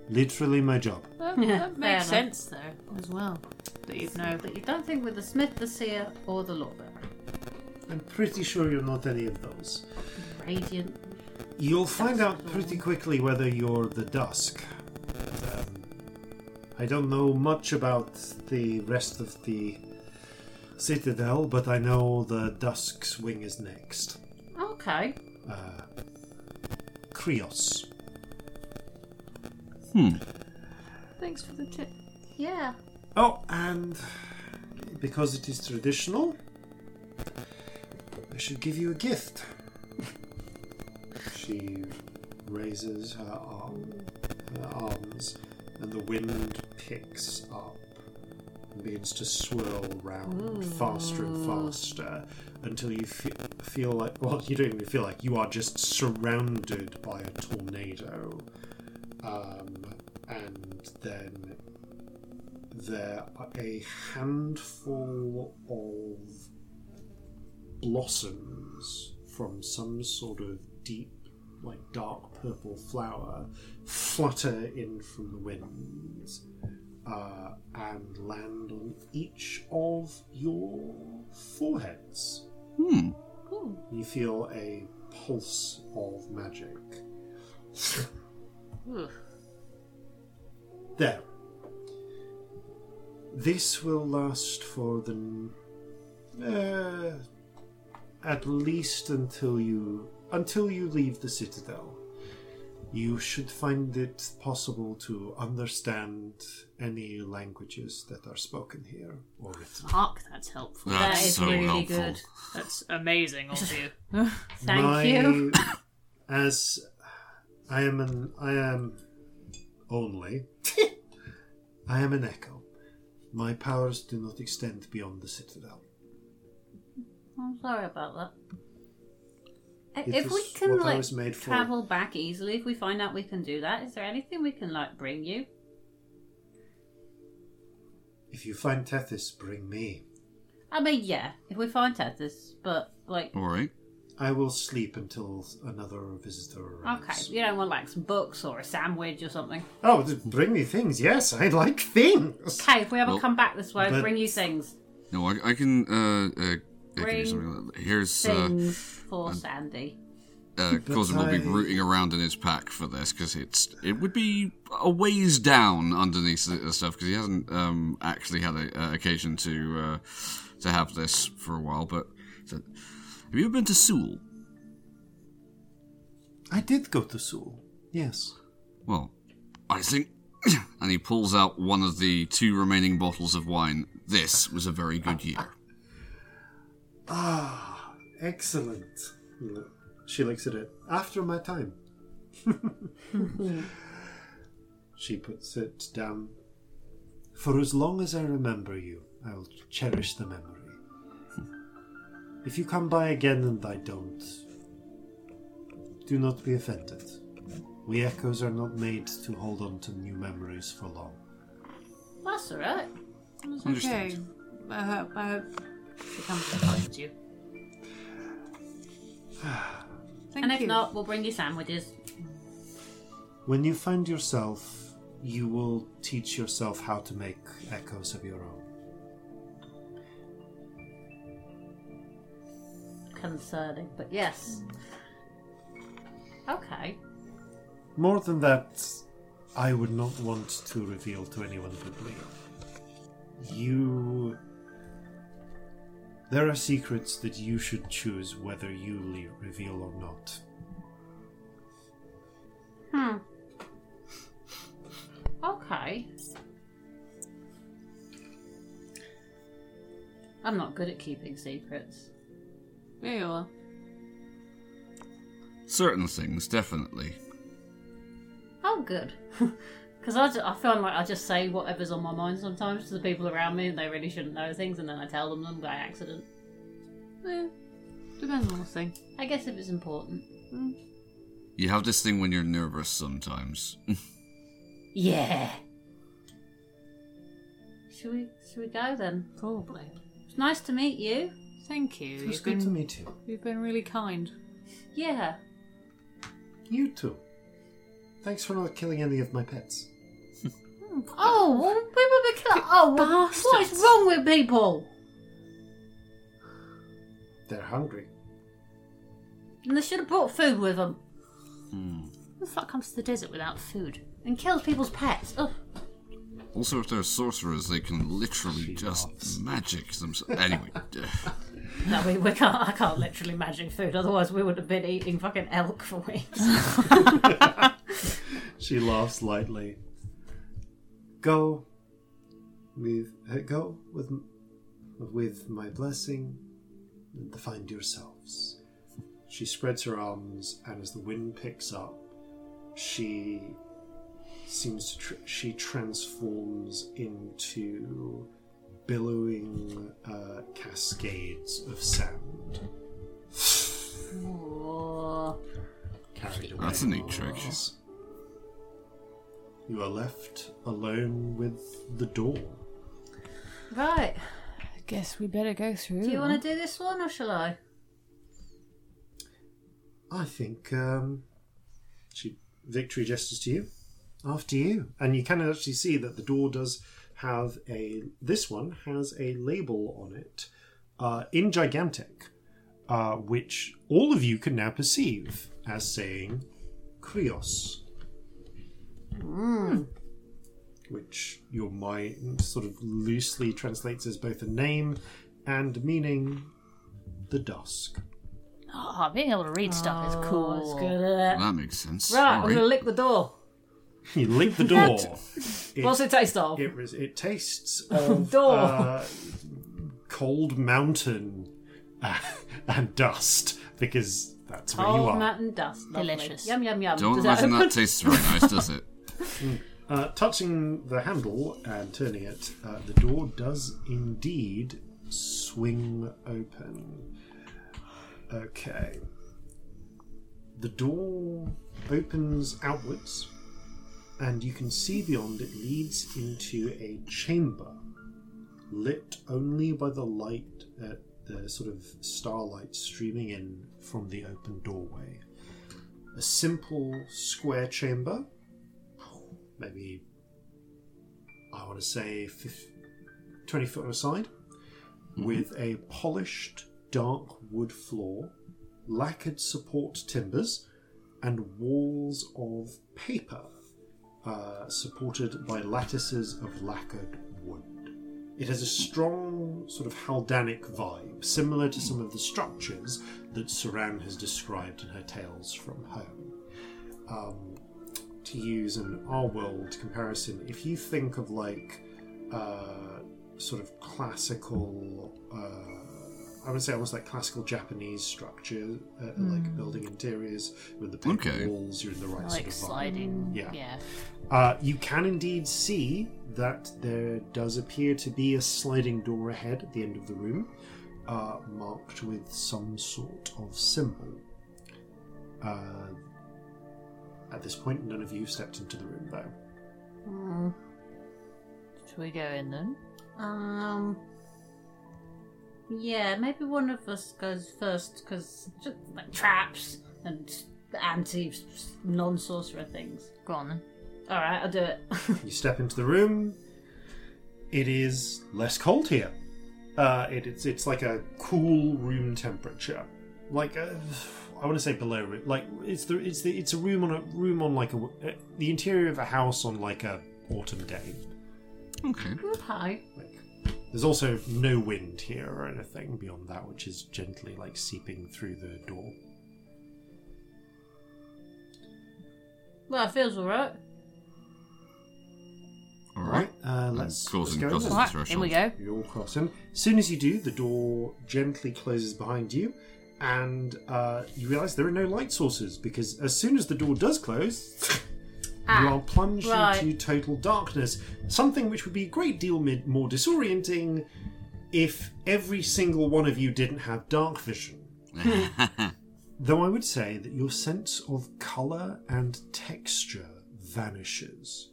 [SPEAKER 1] literally my job.
[SPEAKER 2] That,
[SPEAKER 6] Yeah,
[SPEAKER 2] that
[SPEAKER 6] fair
[SPEAKER 2] makes
[SPEAKER 6] enough.
[SPEAKER 2] sense though, as well. That you'd know.
[SPEAKER 6] But you don't think we're the smith, the seer, or the lawbearer.
[SPEAKER 1] I'm pretty sure you're not any of those.
[SPEAKER 6] Radiant.
[SPEAKER 1] You'll find out pretty quickly whether you're the Dusk. Um, I don't know much about the rest of the Citadel, but I know the Dusk's wing is next.
[SPEAKER 6] Okay.
[SPEAKER 1] Uh, Krios.
[SPEAKER 4] Hmm.
[SPEAKER 2] Thanks for the tip.
[SPEAKER 6] Yeah.
[SPEAKER 1] Oh, and because it is traditional, I should give you a gift. she raises her arm, her arms, and the wind picks up and begins to swirl round faster and faster until you fe- feel like well, you don't even feel like you are just surrounded by a tornado. Um, and then there are a handful of blossoms from some sort of deep, like dark purple flower flutter in from the winds uh, and land on each of your foreheads.
[SPEAKER 4] Hmm.
[SPEAKER 2] Ooh.
[SPEAKER 1] You feel a pulse of magic.
[SPEAKER 2] Ooh.
[SPEAKER 1] There. This will last for the. n- Uh, at least until you until you leave the citadel. You should find it possible to understand any languages that are spoken here or written.
[SPEAKER 2] Hark, that's helpful.
[SPEAKER 4] That's
[SPEAKER 6] is
[SPEAKER 4] so
[SPEAKER 6] really
[SPEAKER 4] helpful.
[SPEAKER 6] good.
[SPEAKER 2] That's amazing of you.
[SPEAKER 6] Thank you.
[SPEAKER 1] As I am an I am only I am an echo. My powers do not extend beyond the citadel.
[SPEAKER 6] I'm sorry about that.
[SPEAKER 1] It
[SPEAKER 6] if we
[SPEAKER 1] is
[SPEAKER 6] can
[SPEAKER 1] what I
[SPEAKER 6] like
[SPEAKER 1] was made for.
[SPEAKER 6] travel back easily, if we find out we can do that, is there anything we can like bring you?
[SPEAKER 1] If you find Tethys, bring me.
[SPEAKER 6] I mean, yeah, if we find Tethys, but like,
[SPEAKER 4] All right.
[SPEAKER 1] I will sleep until another visitor arrives.
[SPEAKER 6] okay, you don't want like some books or a sandwich or something.
[SPEAKER 1] Oh, th- bring me things. Yes, I like things.
[SPEAKER 6] Okay, if we ever
[SPEAKER 4] Well,
[SPEAKER 6] come back this way,
[SPEAKER 1] but-
[SPEAKER 6] bring you things,
[SPEAKER 4] No, I, I can. Uh, uh, I can do
[SPEAKER 6] Bring
[SPEAKER 4] something like that. Here's. Uh,
[SPEAKER 6] things for Sandy.
[SPEAKER 4] uh,
[SPEAKER 1] But
[SPEAKER 4] Cosm will be
[SPEAKER 1] I-
[SPEAKER 4] rooting around in his pack for this because it's it would be a ways down underneath the, the stuff because he hasn't um, actually had a, uh, occasion to uh, to have this for a while. But so, have you ever been to Sewell?
[SPEAKER 1] I did go to Seoul. Yes.
[SPEAKER 4] Well, I think. and he pulls out one of the two remaining bottles of wine. This was a very good year.
[SPEAKER 1] Ah, excellent. She looks at it. After my time. she puts it down. For as long as I remember you, I'll cherish the memory. If you come by again and I don't, do not be offended. We echoes are not made to hold on to new memories for long.
[SPEAKER 6] That's alright.
[SPEAKER 2] It's okay.
[SPEAKER 4] Understand.
[SPEAKER 2] I hope, I hope it comes to find you.
[SPEAKER 3] Thank
[SPEAKER 6] and if
[SPEAKER 3] you.
[SPEAKER 6] not, we'll bring you sandwiches.
[SPEAKER 1] When you find yourself, you will teach yourself how to make echoes of your own.
[SPEAKER 6] Concerning, but yes. Okay.
[SPEAKER 1] More than that, I would not want to reveal to anyone but me. You. There are secrets that you should choose whether you le- reveal or not.
[SPEAKER 6] Hmm. Okay. I'm not good at keeping secrets.
[SPEAKER 2] There you are.
[SPEAKER 4] Certain things, definitely.
[SPEAKER 6] Oh, good. Because I, ju- I feel like I just say whatever's on my mind sometimes to the people around me and they really shouldn't know things and then I tell them them by accident.
[SPEAKER 2] Yeah. Depends on the thing.
[SPEAKER 6] I guess if it's important.
[SPEAKER 4] You have this thing when you're nervous sometimes.
[SPEAKER 6] Yeah. Should we, should we go then?
[SPEAKER 2] Probably.
[SPEAKER 6] It's nice to meet you.
[SPEAKER 2] Thank you.
[SPEAKER 1] It's
[SPEAKER 2] You've
[SPEAKER 1] good
[SPEAKER 2] been,
[SPEAKER 1] to meet you.
[SPEAKER 2] you've been really kind.
[SPEAKER 6] Yeah.
[SPEAKER 1] You too. Thanks for not killing any of my pets.
[SPEAKER 2] Hmm.
[SPEAKER 6] Oh, well, we were kill- Oh, well, what is
[SPEAKER 2] bastards.
[SPEAKER 6] wrong with people?
[SPEAKER 1] They're hungry.
[SPEAKER 6] And they should have brought food with them
[SPEAKER 1] Hmm.
[SPEAKER 2] Who the fuck comes to the desert without food?
[SPEAKER 6] and killed people's pets. Ugh.
[SPEAKER 4] Also, if they're sorcerers, they can literally
[SPEAKER 1] She
[SPEAKER 4] just
[SPEAKER 1] laughs.
[SPEAKER 4] magic themselves. Anyway, uh,
[SPEAKER 6] No, we, we can't. I can't literally magic food. Otherwise, we would have been eating fucking elk for weeks.
[SPEAKER 1] She laughs lightly. Go with uh, go with with my blessing and find yourselves. She spreads her arms, and as the wind picks up, she seems to tr- she transforms into billowing uh, cascades of sound.
[SPEAKER 6] Ooh.
[SPEAKER 1] Carried away.
[SPEAKER 4] That's a neat trick.
[SPEAKER 1] You are left alone with the door.
[SPEAKER 6] Right.
[SPEAKER 7] I guess we better go through.
[SPEAKER 6] Do you want to do this one or shall I?
[SPEAKER 1] I think um, she victory gestures to you. After you, and you can actually see that the door does have a. This one has a label on it uh, in gigantic, uh, which all of you can now perceive as saying "Krios," Hmm. which your mind sort of loosely translates as both a name and meaning the dusk.
[SPEAKER 2] Ah, being able to read stuff
[SPEAKER 6] Oh,
[SPEAKER 2] is cool.
[SPEAKER 6] Let's go to that.
[SPEAKER 4] That makes sense.
[SPEAKER 6] Right, I'm
[SPEAKER 4] Sorry.
[SPEAKER 6] gonna lick the door.
[SPEAKER 1] You lick the door.
[SPEAKER 6] What's it taste of?
[SPEAKER 1] It res- it tastes of
[SPEAKER 6] Door.
[SPEAKER 1] uh, cold mountain uh, and dust because that's where you
[SPEAKER 6] Old
[SPEAKER 1] are.
[SPEAKER 6] mountain dust. Lovely.
[SPEAKER 2] Delicious.
[SPEAKER 6] Yum yum yum.
[SPEAKER 4] Don't
[SPEAKER 6] Does
[SPEAKER 4] imagine
[SPEAKER 6] open?
[SPEAKER 4] that tastes very nice, does it?
[SPEAKER 1] uh, touching the handle and turning it, uh, the door does indeed swing open. Okay. The door opens outwards, and you can see beyond it leads into a chamber lit only by the light at the sort of starlight streaming in from the open doorway. A simple square chamber maybe I want to say fif- 20 foot on a side, with a polished dark wood floor, lacquered support timbers, and walls of paper uh, supported by lattices of lacquered wood. It has a strong sort of Haldanic vibe, similar to some of the structures that Saran has described in her Tales from Home. Um, to use an our world comparison, if you think of like uh, sort of classical, uh, I would say almost like classical Japanese structure, uh, like building interiors with the paper
[SPEAKER 4] Okay.
[SPEAKER 1] walls, you're in the right
[SPEAKER 2] Hmm.
[SPEAKER 1] sort
[SPEAKER 2] Like
[SPEAKER 1] of vibe.
[SPEAKER 2] sliding.
[SPEAKER 1] Yeah.
[SPEAKER 2] yeah.
[SPEAKER 1] Uh, you can indeed see that there does appear to be a sliding door ahead at the end of the room, uh, marked with some sort of symbol. Uh, at this point, none of you stepped into the room, though.
[SPEAKER 2] Should we go in then?
[SPEAKER 6] Um. Yeah, maybe one of us goes first because just like traps and anti non sorcerer things.
[SPEAKER 2] Go on then.
[SPEAKER 6] All right, I'll do it.
[SPEAKER 1] You step into the room. It is less cold here. Uh, it, it's it's like a cool room temperature, like uh, I want to say below. Like it's the it's the it's a room on a room on like a uh, the interior of a house on like a autumn day.
[SPEAKER 4] Okay.
[SPEAKER 6] Hi.
[SPEAKER 1] Like there's also no wind here or anything beyond that, which is gently like seeping through the door.
[SPEAKER 6] Well, it feels alright.
[SPEAKER 4] All
[SPEAKER 1] All
[SPEAKER 4] right.
[SPEAKER 1] uh, let's,
[SPEAKER 4] Crossing-
[SPEAKER 1] let's go. in then.
[SPEAKER 4] crossing the
[SPEAKER 2] Alright,
[SPEAKER 4] threshold.
[SPEAKER 2] in we go.
[SPEAKER 1] You'll cross in. As soon as you do, the door gently closes behind you, and uh, you realise there are no light sources because as soon as the door does close, you are plunged
[SPEAKER 6] right.
[SPEAKER 1] into total darkness. Something which would be a great deal mi- more disorienting if every single one of you didn't have dark vision. Though I would say that your sense of colour and texture vanishes.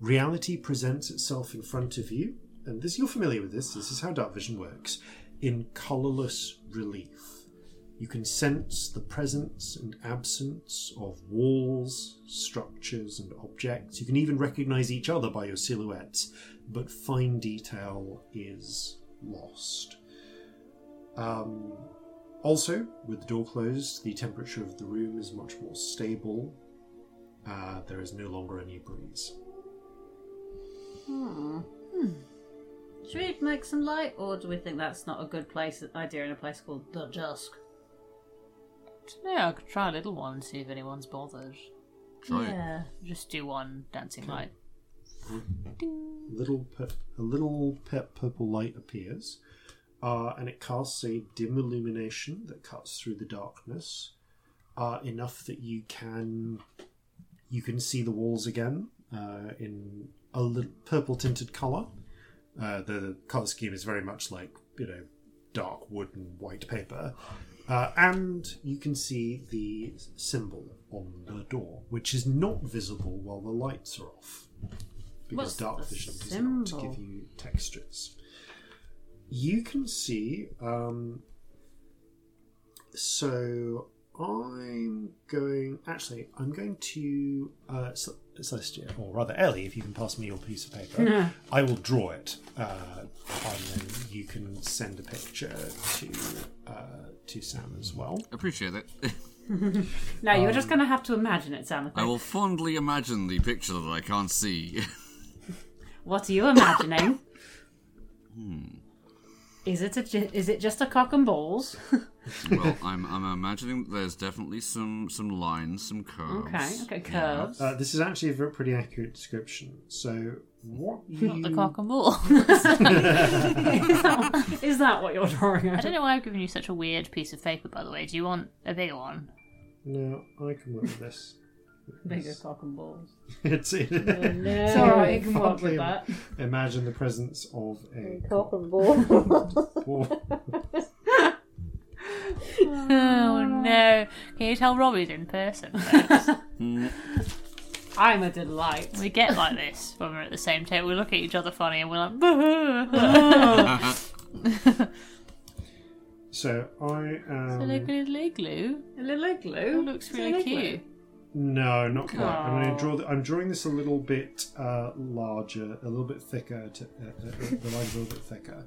[SPEAKER 1] Reality presents itself in front of you, and this you're familiar with this, this is how dark vision works, in colourless relief. You can sense the presence and absence of walls, structures, and objects. You can even recognise each other by your silhouettes, but fine detail is lost. Um, also, with the door closed, the temperature of the room is much more stable. Uh, there is no longer any breeze.
[SPEAKER 6] Should we make some light, or do we think that's not a good place idea in a place called the dusk?
[SPEAKER 2] Yeah, I could try a little one and see if anyone's bothered.
[SPEAKER 4] Try it.
[SPEAKER 6] Yeah.
[SPEAKER 2] Just do one dancing light.
[SPEAKER 1] Little pur- a little pur- purple light appears, uh, and it casts a dim illumination that cuts through the darkness, uh, enough that you can you can see the walls again uh, in a little purple tinted color. Uh, the color scheme is very much like you know dark wood and white paper. Uh, and you can see the symbol on the door, which is not visible while the lights are off. Because
[SPEAKER 6] What's
[SPEAKER 1] dark
[SPEAKER 6] the
[SPEAKER 1] vision does not
[SPEAKER 6] symbol?
[SPEAKER 1] give you textures. you can see. Um, so I'm going. Actually, I'm going to uh, Ce- Celestia, or rather Ellie, if you can pass me your piece of paper. I will draw it, uh, and then you can send a picture to uh, to Sam as well.
[SPEAKER 4] Appreciate it.
[SPEAKER 8] No, you're just going to have to imagine it, Sam.
[SPEAKER 4] I will fondly imagine the picture that I can't see.
[SPEAKER 8] What are you imagining? Hmm. Is it a, ju- is it just a cock and balls?
[SPEAKER 4] well, I'm, I'm imagining that there's definitely some some lines, some curves.
[SPEAKER 8] Okay, okay, curves.
[SPEAKER 1] Uh, this is actually a ver- pretty accurate description. So what you
[SPEAKER 2] Not the cock and ball.
[SPEAKER 8] Is that what you're drawing?
[SPEAKER 2] I
[SPEAKER 8] Out?
[SPEAKER 2] don't know why I've given you such a weird piece of paper, by the way. Do you want a bigger one?
[SPEAKER 1] No, I can work with this.
[SPEAKER 3] Bigger cock and balls.
[SPEAKER 1] it's it.
[SPEAKER 3] It's
[SPEAKER 1] you
[SPEAKER 3] alright,
[SPEAKER 1] can
[SPEAKER 3] you can
[SPEAKER 1] fuck
[SPEAKER 3] work with
[SPEAKER 1] him.
[SPEAKER 3] that.
[SPEAKER 1] Imagine the presence of a
[SPEAKER 6] Cock and ball.
[SPEAKER 1] ball.
[SPEAKER 2] Oh no! Can you tell Robbie's in person?
[SPEAKER 3] I'm a delight.
[SPEAKER 2] we get like this when we're at the same table. We look at each other funny, and we're like, "Boo-hoo."
[SPEAKER 1] So I
[SPEAKER 2] "So look at
[SPEAKER 1] am.
[SPEAKER 2] his leg glue.
[SPEAKER 8] A little glue.
[SPEAKER 2] It looks really cute."
[SPEAKER 1] No, not quite. I'm going
[SPEAKER 8] Aw.
[SPEAKER 1] to draw. The, I'm drawing this a little bit uh, larger, a little bit thicker. To, uh, uh, uh, the line's a little bit thicker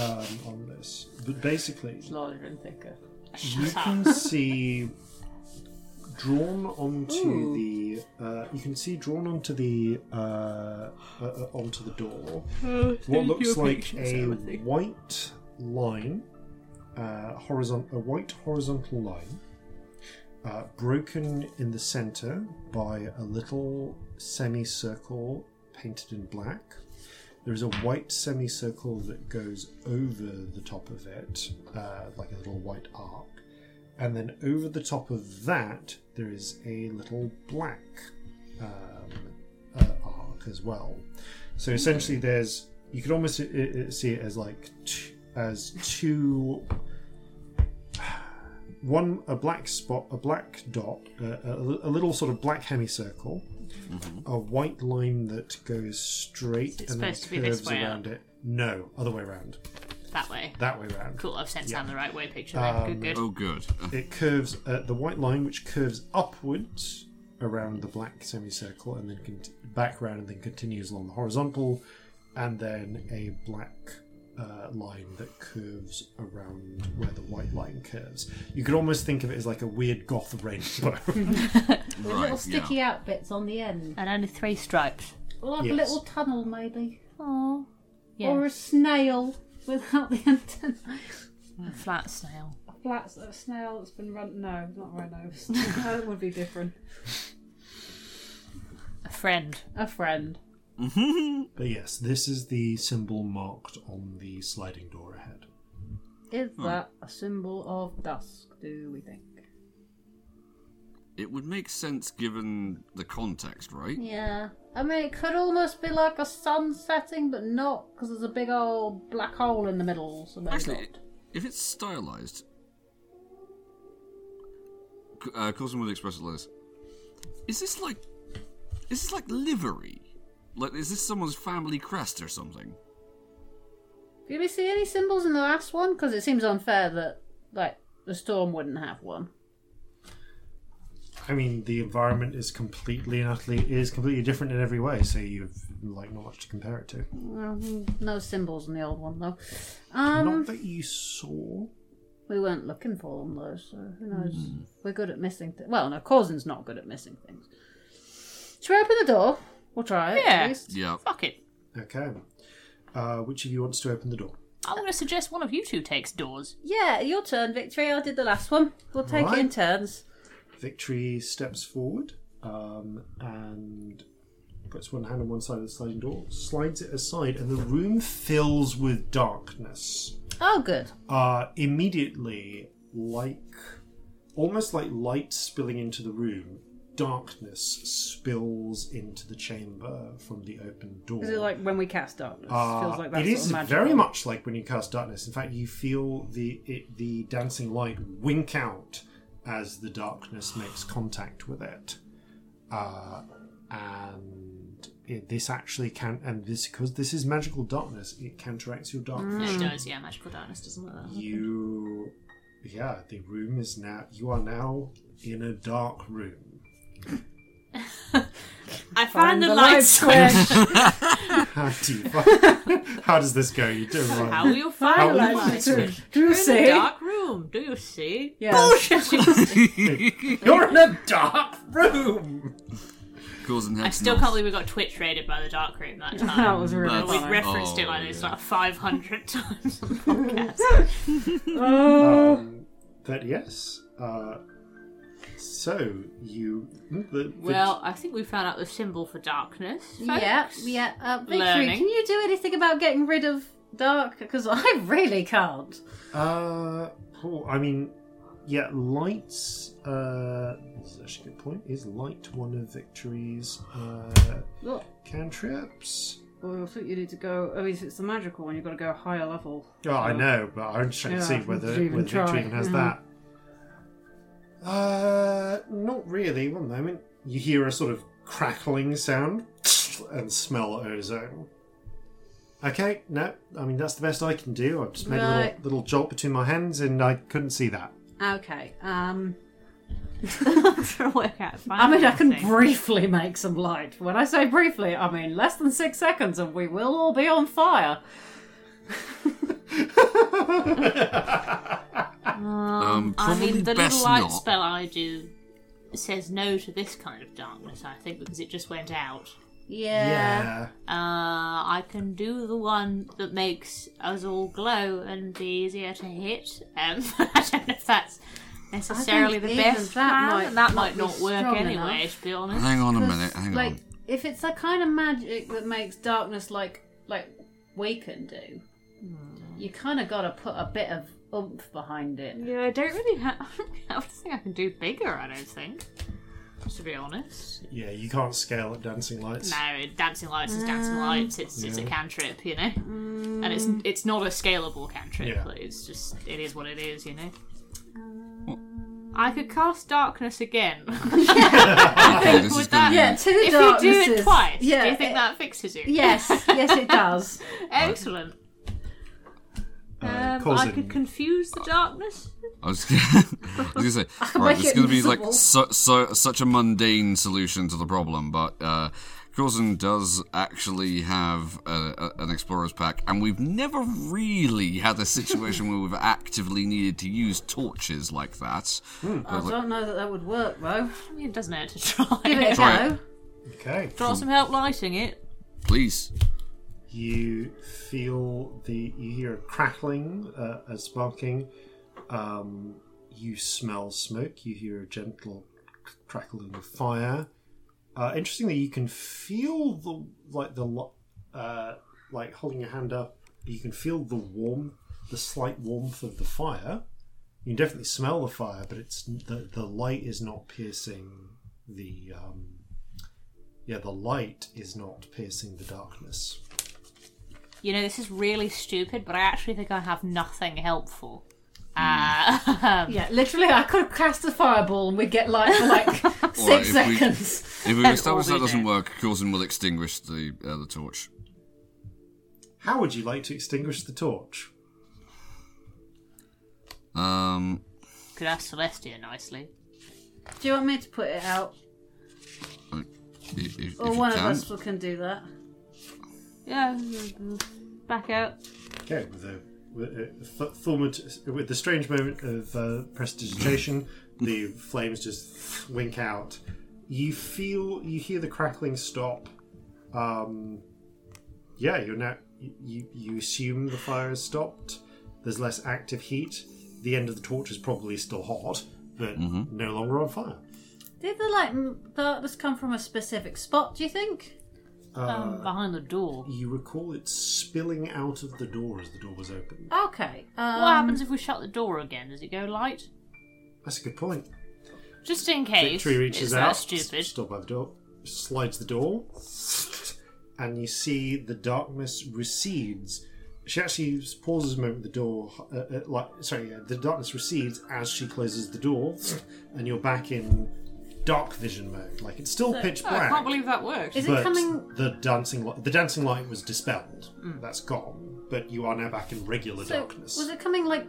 [SPEAKER 1] um, on this. But basically,
[SPEAKER 8] Larger and thicker.
[SPEAKER 1] you can see drawn onto the uh, you can see drawn onto the uh, uh, uh, onto the door what looks like a white line uh, horizon a white horizontal line uh, broken in the center by a little semicircle painted in black there is a white semicircle that goes over the top of it, uh, like a little white arc. And then over the top of that, there is a little black um, uh, arc as well. So essentially, there's you could almost uh, uh, see it as like t- as two one a black spot, a black dot, uh, a, li- a little sort of black hemicircle, a white line that goes straight
[SPEAKER 2] It's
[SPEAKER 1] and then
[SPEAKER 2] supposed to be this
[SPEAKER 1] curves
[SPEAKER 2] way
[SPEAKER 1] around it. No, other way around.
[SPEAKER 2] That way.
[SPEAKER 1] That way around.
[SPEAKER 2] Cool. I've sent Sam the right way picture.
[SPEAKER 1] Um,
[SPEAKER 2] then. good, good.
[SPEAKER 4] Oh, good.
[SPEAKER 1] It curves uh, the white line, which curves upwards around the black semicircle, and then cont- back round, and then continues along the horizontal, and then a black uh, line that curves around where the white line curves. You could almost think of it as like a weird goth rainbow.
[SPEAKER 6] With little
[SPEAKER 4] Right, yeah.
[SPEAKER 6] sticky out bits on the end.
[SPEAKER 2] And only three stripes.
[SPEAKER 6] Like a
[SPEAKER 1] Yes.
[SPEAKER 6] little tunnel, maybe.
[SPEAKER 2] Oh, yeah.
[SPEAKER 6] Or a snail without the antenna.
[SPEAKER 2] a Mm, flat snail.
[SPEAKER 3] A flat a snail that's been run. No, not rhino. that would be different.
[SPEAKER 2] A friend.
[SPEAKER 3] A friend.
[SPEAKER 1] but yes, this is the symbol marked on the sliding door ahead.
[SPEAKER 3] Is that a symbol of dusk? Do we think?
[SPEAKER 4] It would make sense given the context, right?
[SPEAKER 6] Yeah. I mean, it could almost be like a sun setting, but not, because there's a big old black hole in the middle. So maybe
[SPEAKER 4] Actually,
[SPEAKER 6] not.
[SPEAKER 4] if it's stylized, C- uh, Coulson would express it like this: Is this like, is this like livery? Like, is this someone's family crest or something?
[SPEAKER 6] Did we see any symbols in the last one? Because it seems unfair that, like, the storm wouldn't have one.
[SPEAKER 1] I mean, the environment is completely and utterly is completely different in every way, so you've like not much to compare it to.
[SPEAKER 3] Hmm.
[SPEAKER 6] Um, no symbols in the old one, though. Um,
[SPEAKER 1] not that you saw.
[SPEAKER 6] we weren't looking for them, though, so who knows?
[SPEAKER 1] Hmm.
[SPEAKER 6] We're good at missing things. Well, no, Corzin's not good at missing things. Should we open the door? We'll try it,
[SPEAKER 2] Yeah.
[SPEAKER 6] at least.
[SPEAKER 4] Yeah.
[SPEAKER 2] Fuck it.
[SPEAKER 1] Okay. Uh, which of you wants to open the door?
[SPEAKER 2] I'm going to suggest one of you two takes doors.
[SPEAKER 6] Yeah, your turn, Victory. I did the last one. We'll take it in
[SPEAKER 1] Right.
[SPEAKER 6] turns.
[SPEAKER 1] Victory steps forward um, and puts one hand on one side of the sliding door, slides it aside, and the room fills with darkness.
[SPEAKER 6] Oh, good.
[SPEAKER 1] Uh, immediately, like almost like light spilling into the room, darkness spills into the chamber from the open door.
[SPEAKER 3] Is it like when we cast darkness?
[SPEAKER 1] Uh,
[SPEAKER 3] Feels like
[SPEAKER 1] it
[SPEAKER 3] that sort
[SPEAKER 1] is
[SPEAKER 3] of magic
[SPEAKER 1] very
[SPEAKER 3] one.
[SPEAKER 1] much like when you cast darkness. In fact, you feel the it, the dancing light wink out as the darkness makes contact with it, uh, and that it, this actually can, and this because this is magical darkness, it counteracts your darkness.
[SPEAKER 2] Mm. It does, yeah. Magical darkness doesn't work.
[SPEAKER 1] You, yeah, the room is now. You are now in a dark room.
[SPEAKER 2] I find the,
[SPEAKER 3] the light
[SPEAKER 2] light switch.
[SPEAKER 1] How do you? how does this go? You do it right.
[SPEAKER 2] How will you find the
[SPEAKER 1] will you
[SPEAKER 2] light switch?
[SPEAKER 3] Do you
[SPEAKER 2] You're in
[SPEAKER 3] see?
[SPEAKER 2] a dark room. Do you see?
[SPEAKER 3] Yeah.
[SPEAKER 2] Bullshit.
[SPEAKER 1] You're in a dark room.
[SPEAKER 4] Causing
[SPEAKER 2] I still can't believe we got Twitch raided by the dark room that time.
[SPEAKER 3] That was really
[SPEAKER 4] That's-
[SPEAKER 2] We
[SPEAKER 3] funny.
[SPEAKER 2] referenced it
[SPEAKER 4] Oh,
[SPEAKER 2] like this
[SPEAKER 4] yeah.
[SPEAKER 2] like 500 times on the podcast.
[SPEAKER 1] Um, but yes. Uh, so you. the- the-
[SPEAKER 2] Well, I think we found out the symbol for darkness. folks.
[SPEAKER 6] Yeah, yeah. Uh, Victory,
[SPEAKER 2] Learning.
[SPEAKER 6] can you do anything about getting rid of dark? Because I really can't.
[SPEAKER 1] Uh, oh, I mean, yeah, lights. Uh, that's actually a good point. Is light one of Victory's uh,
[SPEAKER 3] Look,
[SPEAKER 1] cantrips?
[SPEAKER 3] well, I think you need to go. I mean, if it's the magical one, you've got to go higher level.
[SPEAKER 1] Oh, I know, but I'm just trying to see
[SPEAKER 3] Yeah,
[SPEAKER 1] whether,
[SPEAKER 3] did you even
[SPEAKER 1] whether Victory
[SPEAKER 3] try?
[SPEAKER 1] even has
[SPEAKER 3] Mhm.
[SPEAKER 1] that. Uh, not really. One moment, you hear a sort of crackling sound and smell ozone. Okay, no, I mean that's the best I can do. I just made a little,
[SPEAKER 3] Right.
[SPEAKER 1] little jolt between my hands, and I couldn't see that.
[SPEAKER 3] Okay. Um.
[SPEAKER 2] I'm trying to work out. if
[SPEAKER 3] I mean, I
[SPEAKER 2] can
[SPEAKER 3] can briefly make some light. When I say briefly, I mean less than six seconds, and we will all be on fire.
[SPEAKER 4] Um,
[SPEAKER 2] I
[SPEAKER 4] probably
[SPEAKER 2] mean, the
[SPEAKER 4] best
[SPEAKER 2] little light
[SPEAKER 4] not.
[SPEAKER 2] spell I do says no to this kind of darkness, I think, because it just went out.
[SPEAKER 6] Yeah.
[SPEAKER 2] Uh, I can do the one that makes us all glow and be easier to hit. Um, I don't know if that's necessarily the
[SPEAKER 6] even
[SPEAKER 2] best
[SPEAKER 6] that
[SPEAKER 2] plan,
[SPEAKER 6] might
[SPEAKER 2] and that
[SPEAKER 6] not
[SPEAKER 2] might
[SPEAKER 6] be
[SPEAKER 2] not work
[SPEAKER 6] strong
[SPEAKER 2] anyway,
[SPEAKER 6] enough.
[SPEAKER 2] to be honest.
[SPEAKER 4] Hang on a
[SPEAKER 6] 'Cause,
[SPEAKER 4] minute, hang
[SPEAKER 6] like,
[SPEAKER 4] on.
[SPEAKER 6] if it's the kind of magic that makes darkness like like we can do, you kind of got to put a bit of oomph behind it.
[SPEAKER 2] Yeah, I don't really have. I don't think I can do bigger, I don't think. To be honest.
[SPEAKER 1] Yeah, you can't scale at dancing lights.
[SPEAKER 2] No, dancing lights is dancing
[SPEAKER 6] Ah.
[SPEAKER 2] lights. It's it's a cantrip, you know, and it's
[SPEAKER 6] Mm.
[SPEAKER 2] it's not a scalable cantrip.
[SPEAKER 1] Yeah.
[SPEAKER 2] like, It's just it is what it is, you know.
[SPEAKER 6] Ah.
[SPEAKER 2] I could cast darkness again.
[SPEAKER 4] Okay, this is
[SPEAKER 2] with
[SPEAKER 4] gonna
[SPEAKER 2] that-
[SPEAKER 4] be
[SPEAKER 2] Yeah,
[SPEAKER 6] two
[SPEAKER 2] if you do it twice, do you
[SPEAKER 6] Yeah,
[SPEAKER 2] think
[SPEAKER 6] it-
[SPEAKER 2] that fixes it?
[SPEAKER 6] Yes, yes, it does.
[SPEAKER 2] Excellent.
[SPEAKER 1] Uh,
[SPEAKER 2] Um, I
[SPEAKER 1] causing-
[SPEAKER 2] could confuse the darkness.
[SPEAKER 4] I was, I was gonna say, right,
[SPEAKER 6] make
[SPEAKER 4] this is
[SPEAKER 6] it
[SPEAKER 4] gonna be like
[SPEAKER 6] invisible.
[SPEAKER 4] so, so, such a mundane solution to the problem, but uh, Coulson does actually have a, a, an explorer's pack, and we've never really had a situation where we've actively needed to use torches like that.
[SPEAKER 3] I don't know that that would work though.
[SPEAKER 2] I mean, it doesn't hurt to try.
[SPEAKER 6] Give it a
[SPEAKER 4] Try it.
[SPEAKER 6] go.
[SPEAKER 1] Okay.
[SPEAKER 2] Draw some help lighting it.
[SPEAKER 4] Please,
[SPEAKER 1] You feel the you hear a crackling, uh, a sparking. Um, you smell smoke. You hear a gentle crackling of fire. Uh, interestingly, you can feel the like the lo- uh, like holding your hand up. You can feel the warm, the slight warmth of the fire. You can definitely smell the fire, but it's the the light is not piercing the um, yeah the light is not piercing the darkness.
[SPEAKER 2] You know, this is really stupid, but I actually think I have nothing helpful.
[SPEAKER 1] Hmm.
[SPEAKER 2] Uh,
[SPEAKER 3] Yeah, literally, I could cast a fireball and we'd get light for like
[SPEAKER 4] Or if
[SPEAKER 3] six
[SPEAKER 4] we-
[SPEAKER 3] seconds.
[SPEAKER 4] if we
[SPEAKER 2] all
[SPEAKER 4] establish that
[SPEAKER 2] be
[SPEAKER 4] doesn't
[SPEAKER 2] dead.
[SPEAKER 4] work, Coulson will extinguish the uh, the torch.
[SPEAKER 1] How would you like to extinguish the torch?
[SPEAKER 4] Um,
[SPEAKER 2] could ask Celestia nicely.
[SPEAKER 6] Do you want me to put it out,
[SPEAKER 4] i- if, if
[SPEAKER 6] or
[SPEAKER 4] you
[SPEAKER 6] one
[SPEAKER 4] can.
[SPEAKER 6] of us can do that?
[SPEAKER 2] Yeah, back out.
[SPEAKER 1] Okay, with the with, uh, th- thaumat- with the strange moment of uh, prestidigitation, the flames just wink out. You feel you hear the crackling stop. Um, yeah, you're now you you assume the fire has stopped. There's less active heat. The end of the torch is probably still hot, but no longer on fire.
[SPEAKER 6] Did the like m- darkness come from a specific spot? Do you think?
[SPEAKER 2] um,
[SPEAKER 1] Uh,
[SPEAKER 2] behind the door.
[SPEAKER 1] You recall it spilling out of the door as the door was opened.
[SPEAKER 6] Okay. Um,
[SPEAKER 2] what happens if we shut the door again? Does it go light?
[SPEAKER 1] That's a good point.
[SPEAKER 2] Just in case.
[SPEAKER 1] Victory reaches
[SPEAKER 2] it's
[SPEAKER 1] out,
[SPEAKER 2] That stupid.
[SPEAKER 1] still by the door, slides the door, and you see the darkness recedes. She actually pauses a moment at the door, uh, uh, like sorry, uh, the darkness recedes as she closes the door, and you're back in dark vision mode. Like it's still pitch
[SPEAKER 2] Oh, I
[SPEAKER 1] black.
[SPEAKER 2] can't believe that worked.
[SPEAKER 8] Is it
[SPEAKER 1] but
[SPEAKER 8] coming?
[SPEAKER 1] the dancing light, the dancing light was dispelled.
[SPEAKER 2] Hmm.
[SPEAKER 1] That's gone. But you are now back in regular
[SPEAKER 8] So
[SPEAKER 1] darkness.
[SPEAKER 8] was it coming like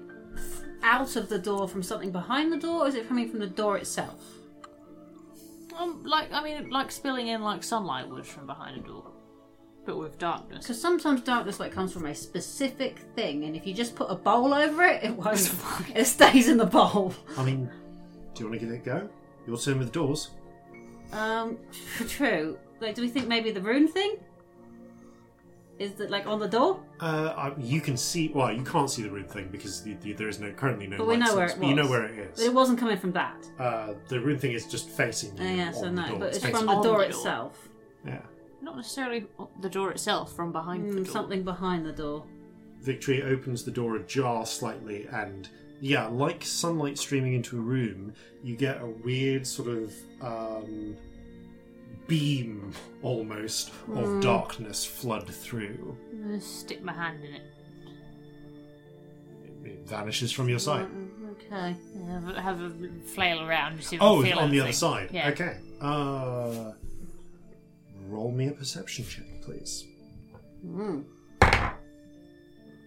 [SPEAKER 8] out of the door from something behind the door, or is it coming from the door itself?
[SPEAKER 2] Um, like I mean, like spilling in like sunlight would from behind a door, but with darkness.
[SPEAKER 8] Because sometimes darkness light comes from a specific thing, and if you just put a bowl over it, it won't. it stays in the bowl.
[SPEAKER 1] I mean, do you want to give it a go? Your turn with the doors.
[SPEAKER 8] Um, true. Like, do we think maybe the rune thing is that like on the door?
[SPEAKER 1] Uh, I- you can see. Well, you can't see the room thing because the, the, there is no currently no.
[SPEAKER 8] But we
[SPEAKER 1] light
[SPEAKER 8] know where
[SPEAKER 1] source,
[SPEAKER 8] it
[SPEAKER 1] but You know
[SPEAKER 8] was.
[SPEAKER 1] where it
[SPEAKER 8] But it
[SPEAKER 1] is.
[SPEAKER 8] wasn't coming from that.
[SPEAKER 1] Uh, the room thing is just facing you.
[SPEAKER 8] Uh, yeah, so
[SPEAKER 1] on the
[SPEAKER 8] no,
[SPEAKER 1] door.
[SPEAKER 8] but it's
[SPEAKER 1] facing-
[SPEAKER 8] from the
[SPEAKER 2] on
[SPEAKER 8] door
[SPEAKER 2] the door.
[SPEAKER 8] itself.
[SPEAKER 1] Yeah.
[SPEAKER 2] Not necessarily the door itself, from behind the
[SPEAKER 1] Hmm,
[SPEAKER 8] Mm,
[SPEAKER 2] door.
[SPEAKER 8] something behind the door.
[SPEAKER 1] Victory opens the door ajar slightly, and yeah, like sunlight streaming into a room, you get a weird sort of um, beam almost
[SPEAKER 8] Mm.
[SPEAKER 1] of darkness flood through.
[SPEAKER 2] I'm gonna stick my hand in it.
[SPEAKER 1] It vanishes from your sight.
[SPEAKER 8] Mm, Okay.
[SPEAKER 2] Have a, have a flail around. Just see if I
[SPEAKER 1] Oh,
[SPEAKER 2] can feel
[SPEAKER 1] on the other
[SPEAKER 2] anything.
[SPEAKER 1] side.
[SPEAKER 2] Yeah.
[SPEAKER 1] Okay. Uh, roll me a perception check, please.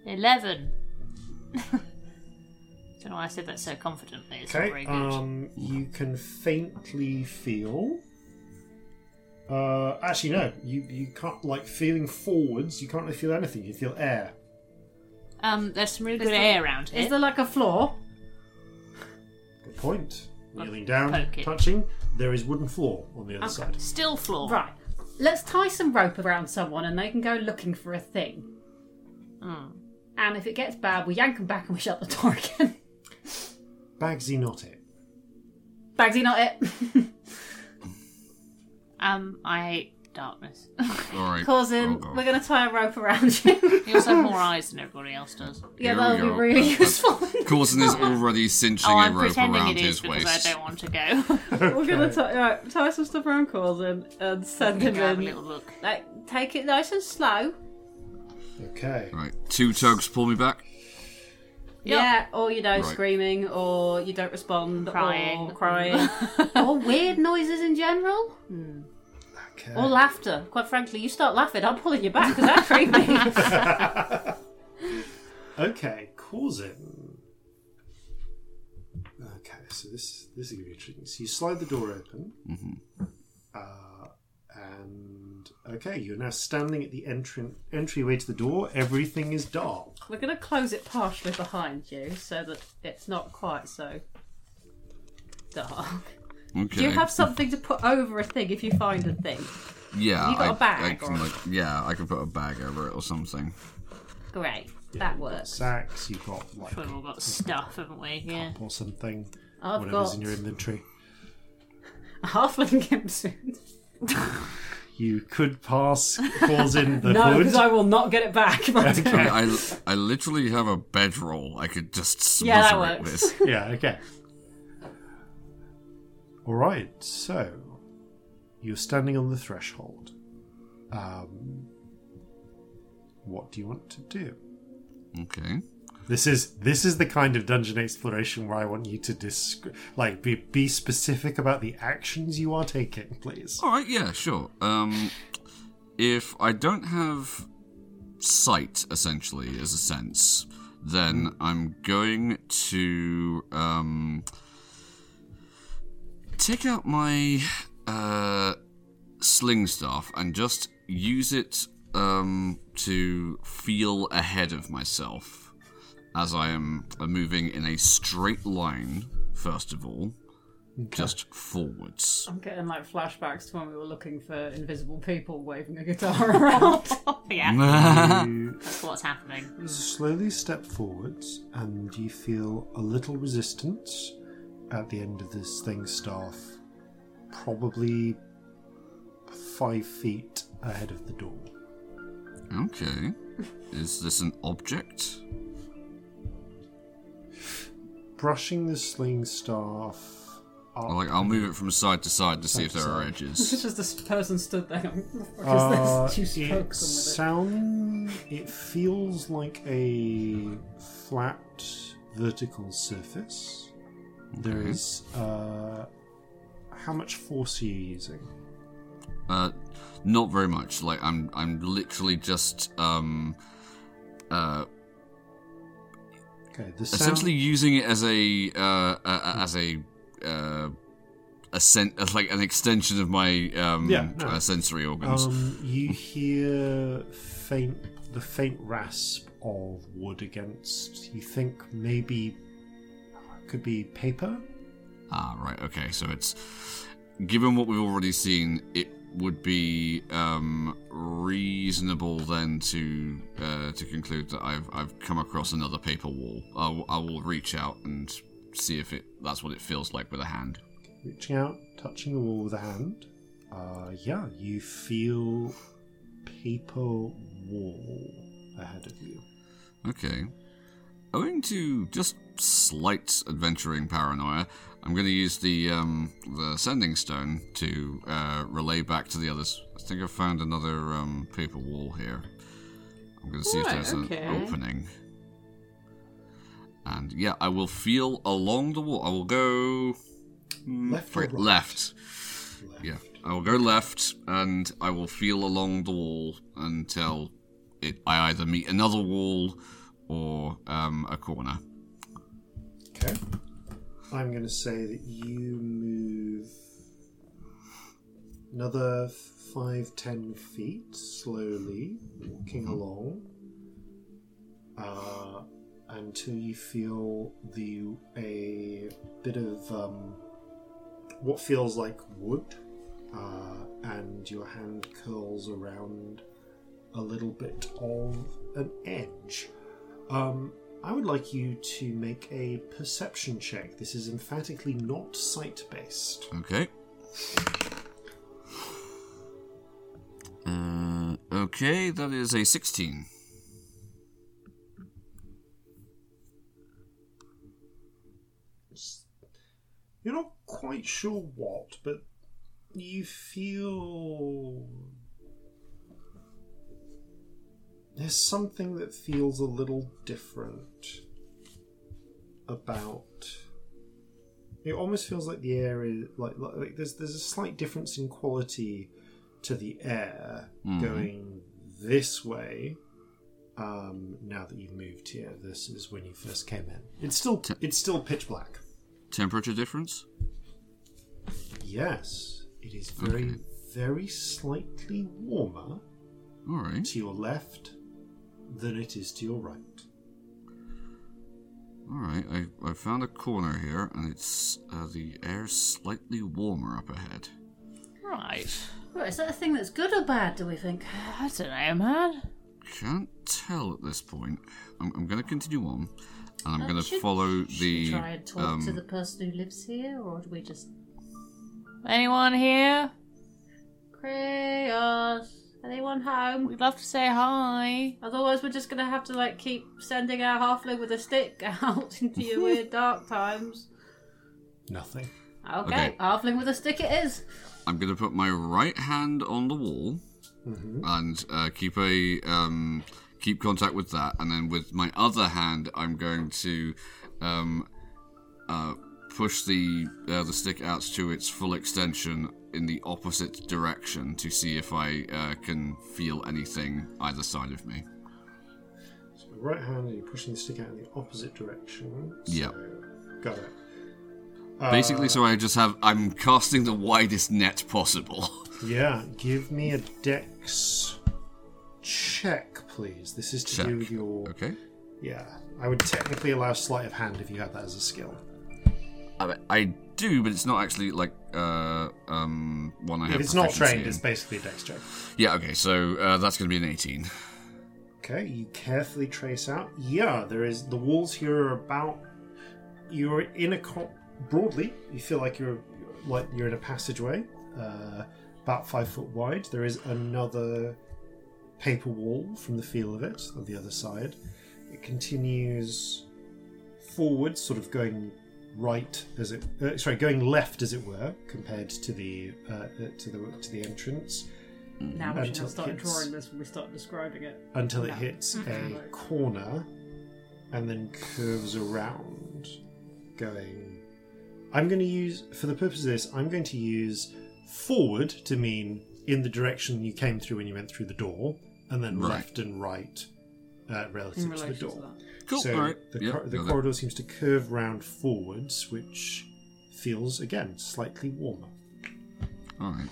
[SPEAKER 2] Eleven. Don't know why I said that so confidently. It's not
[SPEAKER 1] Okay.
[SPEAKER 2] very good.
[SPEAKER 1] Um, you can faintly feel. Uh, actually, no. You you can't like feeling forwards. You can't really feel anything. You feel air.
[SPEAKER 2] Um, there's some really
[SPEAKER 8] Is
[SPEAKER 2] good
[SPEAKER 8] there-
[SPEAKER 2] air around here.
[SPEAKER 8] Is there like a floor?
[SPEAKER 1] Good point. Kneeling down,
[SPEAKER 2] Poke it. Oh,
[SPEAKER 1] touching. There is wooden floor on the other side.
[SPEAKER 2] Still floor.
[SPEAKER 8] Right. Let's tie some rope around someone, and they can go looking for a thing.
[SPEAKER 2] Hmm.
[SPEAKER 8] And if it gets bad, we yank them back and we shut the door again.
[SPEAKER 1] Bagsy not it.
[SPEAKER 8] Bagsy, not it.
[SPEAKER 2] Um, I hate darkness.
[SPEAKER 4] All right.
[SPEAKER 8] Cousin,
[SPEAKER 4] Oh, God.
[SPEAKER 8] we're going to tie a rope around you.
[SPEAKER 2] you also have more eyes than everybody else does.
[SPEAKER 4] Here
[SPEAKER 8] yeah, that
[SPEAKER 4] we
[SPEAKER 8] would be
[SPEAKER 4] go.
[SPEAKER 8] really
[SPEAKER 4] That's-
[SPEAKER 8] useful.
[SPEAKER 4] Coulson is already cinching
[SPEAKER 2] Oh,
[SPEAKER 4] a
[SPEAKER 2] I'm
[SPEAKER 4] rope
[SPEAKER 2] pretending
[SPEAKER 4] around
[SPEAKER 2] it is
[SPEAKER 4] his
[SPEAKER 2] because
[SPEAKER 4] waist.
[SPEAKER 2] I don't want to go.
[SPEAKER 3] We're gonna tie, right, tie some stuff around Coulson and send him
[SPEAKER 2] Go have a
[SPEAKER 3] in.
[SPEAKER 2] little look.
[SPEAKER 8] like, take it nice and slow.
[SPEAKER 1] Okay.
[SPEAKER 4] Right, two tugs pull me back.
[SPEAKER 8] Yeah, or you know,
[SPEAKER 4] Right.
[SPEAKER 8] screaming, or you don't respond,
[SPEAKER 2] Crying.
[SPEAKER 8] or crying, or weird noises in general,
[SPEAKER 1] Okay.
[SPEAKER 8] or laughter. Quite frankly, you start laughing, I'm pulling you back because that creeped me.
[SPEAKER 1] Okay, cause it. Okay, so this this is gonna be interesting. So you slide the door open, uh, and okay, you're now standing at the entry entryway to the door. Everything is dark.
[SPEAKER 3] We're gonna close it partially behind you so that it's not quite so dark.
[SPEAKER 4] Okay.
[SPEAKER 3] Do you have something to put over a thing if you find a thing?
[SPEAKER 4] yeah,
[SPEAKER 3] you got
[SPEAKER 4] I-
[SPEAKER 3] a bag
[SPEAKER 4] I can,
[SPEAKER 3] or-
[SPEAKER 4] like, yeah, I can put a bag over it or something.
[SPEAKER 8] Great,
[SPEAKER 1] Yeah,
[SPEAKER 8] that
[SPEAKER 1] you've got
[SPEAKER 8] works.
[SPEAKER 1] Sacks. You've got like
[SPEAKER 2] We've all got stuff, haven't we? Yeah.
[SPEAKER 1] or something.
[SPEAKER 8] I've
[SPEAKER 1] whatever's
[SPEAKER 8] got-
[SPEAKER 1] in your inventory.
[SPEAKER 3] A halfling gimsuit.
[SPEAKER 1] You could pass cause in the
[SPEAKER 3] No,
[SPEAKER 1] hood.
[SPEAKER 3] because I will not get it back.
[SPEAKER 4] I, mean, I, I literally have a bedroll I could just smother
[SPEAKER 3] Yeah, that
[SPEAKER 4] it
[SPEAKER 3] works.
[SPEAKER 4] with.
[SPEAKER 1] yeah, okay. All right, so you're standing on the threshold. Um, what do you want to do?
[SPEAKER 4] Okay.
[SPEAKER 1] This is this is the kind of dungeon exploration where I want you to disc- like be, be specific about the actions you are taking, please.
[SPEAKER 4] All right, yeah, sure. Um, if I don't have sight, essentially, as a sense, then I'm going to um, take out my uh, sling staff and just use it um, to feel ahead of myself as I am uh, moving in a straight line, first of all, just forwards.
[SPEAKER 3] I'm getting like flashbacks to when we were looking for invisible people waving a guitar around.
[SPEAKER 2] yeah,
[SPEAKER 1] You
[SPEAKER 2] that's what's happening.
[SPEAKER 1] slowly step forwards and you feel a little resistance at the end of this thing's staff, probably five feet ahead of the door.
[SPEAKER 4] Okay. Is this an object?
[SPEAKER 1] Brushing the sling staff up.
[SPEAKER 4] Or, like, I'll move it from side to side to see if there are
[SPEAKER 1] Side
[SPEAKER 3] it's
[SPEAKER 4] edges.
[SPEAKER 3] just this person stood there. Going, what the fuck
[SPEAKER 1] Uh,
[SPEAKER 3] is this? Two
[SPEAKER 1] it
[SPEAKER 3] strokes on with it.
[SPEAKER 1] sound. It feels like a flat vertical surface. There
[SPEAKER 4] Okay.
[SPEAKER 1] is uh, how much force are you using?
[SPEAKER 4] Uh, not very much. Like I'm, I'm literally just um, uh,
[SPEAKER 1] Okay, the sound.
[SPEAKER 4] essentially using it as a uh, uh, uh, as a uh, a sen- as like an extension of my um,
[SPEAKER 1] Yeah, no.
[SPEAKER 4] uh, sensory organs.
[SPEAKER 1] Um, you hear faint the faint rasp of wood against. You think maybe could be paper.
[SPEAKER 4] Ah, right. Okay. So it's given what we've already seen, it would be um, reasonable then to uh, to conclude that I've I've come across another paper wall. I will- I will reach out and see if it that's what it feels like with a hand.
[SPEAKER 1] Reaching out, touching the wall with a hand. Uh, yeah, you feel paper wall ahead of you.
[SPEAKER 4] Okay. Owing to just slight adventuring paranoia, I'm going to use the um, the sending stone to uh, relay back to the others. I think I've found another um, paper wall here. I'm going to see if
[SPEAKER 3] Right,
[SPEAKER 4] there's
[SPEAKER 3] okay.
[SPEAKER 4] an opening. And yeah, I will feel along the wall. I will go mm,
[SPEAKER 1] Left or
[SPEAKER 4] forget-
[SPEAKER 1] right?
[SPEAKER 4] left. Yeah, I will go left, and I will feel along the wall until it, I either meet another wall or um, a corner.
[SPEAKER 1] Okay. I'm going to say that you move another five, ten feet slowly, walking along, uh, until you feel the a bit of um, what feels like wood, uh, and your hand curls around a little bit of an edge. Um, I would like you to make a perception check. This is emphatically not sight based.
[SPEAKER 4] Okay. Uh, okay, that is a 16.
[SPEAKER 1] You're not quite sure what, but you feel. There's something that feels a little different about. It almost feels like the air is like, like, like there's there's a slight difference in quality to the air going this way. Um, now that you've moved here, this is when you first came in. It's still it's still pitch black.
[SPEAKER 4] Temperature difference?
[SPEAKER 1] Yes, it is very,
[SPEAKER 4] Okay.
[SPEAKER 1] very slightly warmer
[SPEAKER 4] Alright,
[SPEAKER 1] to your left than it is to your right.
[SPEAKER 4] alright. I, I found a corner here, and it's uh, the air's slightly warmer up ahead.
[SPEAKER 8] Right.
[SPEAKER 6] Well, is that a thing that's good or bad, do we think?
[SPEAKER 8] I don't know, man.
[SPEAKER 4] Can't tell at this point. I'm, I'm going to continue on, and I'm
[SPEAKER 6] Uh,
[SPEAKER 4] going to
[SPEAKER 6] should-
[SPEAKER 4] follow
[SPEAKER 6] should
[SPEAKER 4] the.
[SPEAKER 6] we try and talk
[SPEAKER 4] um,
[SPEAKER 6] to the person who lives here, or do we just
[SPEAKER 8] Anyone here?
[SPEAKER 6] chaos? Anyone home?
[SPEAKER 8] We'd love to say hi.
[SPEAKER 6] Otherwise, we're just gonna have to like keep sending our halfling with a stick out into your weird dark times.
[SPEAKER 1] Nothing.
[SPEAKER 6] Okay,
[SPEAKER 4] Okay.
[SPEAKER 6] halfling with a stick it is.
[SPEAKER 4] I'm going to put my right hand on the wall
[SPEAKER 1] Mm-hmm.
[SPEAKER 4] and uh, keep a um, keep contact with that, and then with my other hand, I'm going to um, uh, push the uh, the stick out to its full extension in the opposite direction to see if I uh, can feel anything either side of me.
[SPEAKER 1] So your right hand, you're pushing the stick out in the opposite direction. So
[SPEAKER 4] Yep.
[SPEAKER 1] Got it.
[SPEAKER 4] Basically,
[SPEAKER 1] Uh,
[SPEAKER 4] so I just have I'm casting the widest net possible.
[SPEAKER 1] Uh, Yeah, give me a dex check, please. This is to
[SPEAKER 4] Check.
[SPEAKER 1] do with your.
[SPEAKER 4] Okay.
[SPEAKER 1] Yeah, I would technically allow sleight of hand if you had that as a skill.
[SPEAKER 4] I, I do, but it's not actually like uh, um, one I have.
[SPEAKER 1] if it's not
[SPEAKER 4] proficiency
[SPEAKER 1] trained,
[SPEAKER 4] in.
[SPEAKER 1] it's basically a dex check.
[SPEAKER 4] Yeah, okay, so uh, that's going to be an 18.
[SPEAKER 1] Okay, you carefully trace out. Yeah, there is the walls here are about. You're in a co- broadly. You feel like you're like you're in a passageway, uh, about five foot wide. There is another paper wall from the feel of it on the other side. It continues forward, sort of going right as it uh, sorry going left as it were compared to the uh, uh, to the to the entrance
[SPEAKER 3] Now we should
[SPEAKER 1] Until
[SPEAKER 3] have started
[SPEAKER 1] kids-
[SPEAKER 3] drawing this when we start describing it.
[SPEAKER 1] until it
[SPEAKER 3] No.
[SPEAKER 1] hits a
[SPEAKER 3] Mhm.
[SPEAKER 1] corner and then curves around, going I'm going to use, for the purpose of this, I'm going to use forward to mean in the direction you came through when you went through the door, and then
[SPEAKER 4] Right.
[SPEAKER 1] left and right uh, relative to the door.
[SPEAKER 4] Cool.
[SPEAKER 1] So
[SPEAKER 4] all right.
[SPEAKER 1] the,
[SPEAKER 4] Yeah,
[SPEAKER 1] cor- the
[SPEAKER 4] got that.
[SPEAKER 1] corridor seems to curve round forwards, which feels again slightly warmer.
[SPEAKER 4] All right.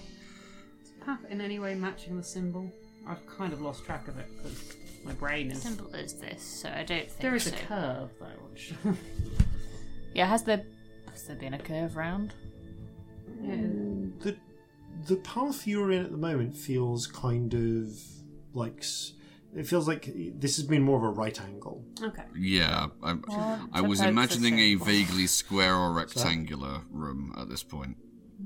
[SPEAKER 3] Path in any way matching the symbol? I've kind of lost track of it because my brain is.
[SPEAKER 2] Simple as this, so I don't think
[SPEAKER 3] There is a
[SPEAKER 2] so.
[SPEAKER 3] curve though. Which... yeah,
[SPEAKER 8] Yeah, has there has there been a curve round?
[SPEAKER 3] it-
[SPEAKER 1] The the path you're in at the moment feels kind of like s- it feels like this has been more of a right angle.
[SPEAKER 3] okay.
[SPEAKER 4] Yeah, I, I was
[SPEAKER 8] Suppose
[SPEAKER 4] imagining a
[SPEAKER 8] it's simple.
[SPEAKER 4] vaguely square or rectangular room at this point,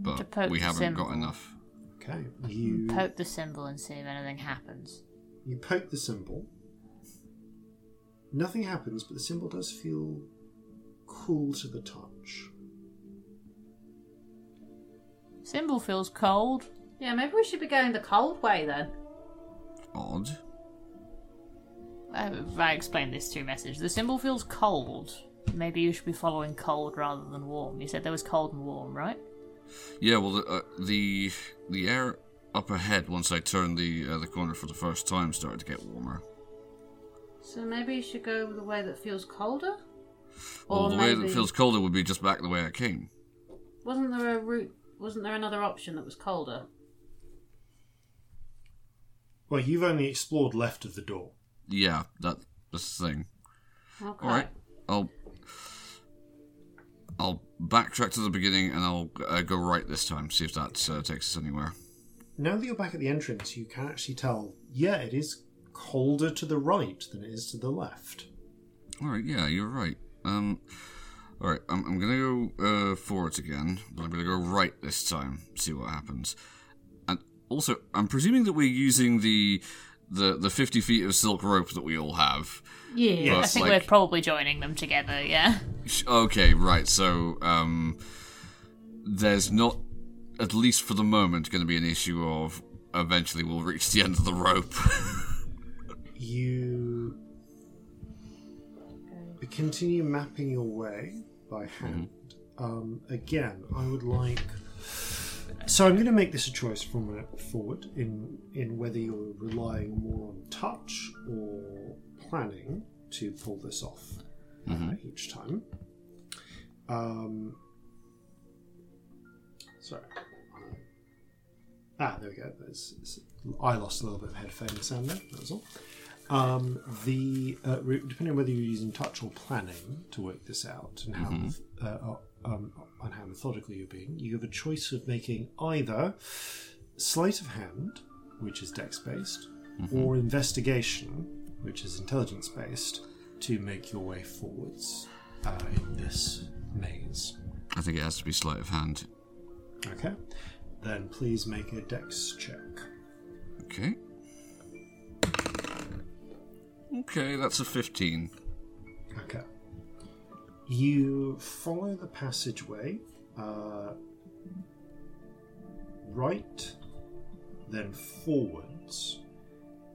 [SPEAKER 2] To
[SPEAKER 4] but
[SPEAKER 2] poke
[SPEAKER 4] we
[SPEAKER 2] the
[SPEAKER 4] haven't got
[SPEAKER 2] symbol.
[SPEAKER 4] enough.
[SPEAKER 1] Okay, you
[SPEAKER 2] Mm-hmm. Poke the symbol and see if anything happens.
[SPEAKER 1] you poke the symbol. Nothing happens, but the symbol does feel cool to the touch.
[SPEAKER 2] Symbol feels cold.
[SPEAKER 6] Yeah, maybe we should be going the cold way then.
[SPEAKER 4] Odd.
[SPEAKER 2] Uh, I explained this through message. The symbol feels cold. Maybe you should be following cold rather than warm. You said there was cold and warm, right?
[SPEAKER 4] Yeah, well, the uh, the, the air up ahead once I turned the uh, the corner for the first time started to get warmer.
[SPEAKER 3] So maybe you should go the way that feels colder.
[SPEAKER 4] Well,
[SPEAKER 3] Or
[SPEAKER 4] the way
[SPEAKER 3] maybe-
[SPEAKER 4] that feels colder would be just back the way I came.
[SPEAKER 3] Wasn't there a route? Wasn't there another option that was colder?
[SPEAKER 1] Well, you've only explored left of the door.
[SPEAKER 4] Yeah, that that's the thing.
[SPEAKER 3] Okay.
[SPEAKER 4] All right, I'll I'll backtrack to the beginning and I'll uh, go right this time. See if that uh, takes us anywhere.
[SPEAKER 1] Now that you're back at the entrance, you can actually tell. Yeah, it is colder to the right than it is to the left.
[SPEAKER 4] All right, yeah, you're right. Um, all right, I'm, I'm gonna go uh, forwards again, but I'm gonna go right this time. See what happens. And also, I'm presuming that we're using the the the 50 feet of silk rope that we all have.
[SPEAKER 3] Yeah.
[SPEAKER 1] Yes.
[SPEAKER 2] I think
[SPEAKER 4] like-
[SPEAKER 2] we're probably joining them together, yeah.
[SPEAKER 4] Sh- Okay, right. So, um, there's not, at least for the moment, going to be an issue of eventually we'll reach the end of the rope.
[SPEAKER 1] You continue mapping your way by hand. Um, again, I would like. So I'm going to make this a choice from it forward in in whether you're relying more on touch or planning to pull this off uh,
[SPEAKER 4] Mm-hmm.
[SPEAKER 1] each time. Um, sorry. Ah, there we go. There's, it's- I lost a little bit of headphone sound there. That was all. Um, the uh, re- depending on whether you're using touch or planning to work this out, and how uh, um, and how methodical you're being, you have a choice of making either sleight of hand, which is dex based, or investigation, which is intelligence based, to make your way forwards uh, in this maze.
[SPEAKER 4] I think it has to be sleight of hand.
[SPEAKER 1] Okay, then please make a dex check.
[SPEAKER 4] Okay. Okay, that's a 15.
[SPEAKER 1] Okay. You follow the passageway, uh, right, then forwards,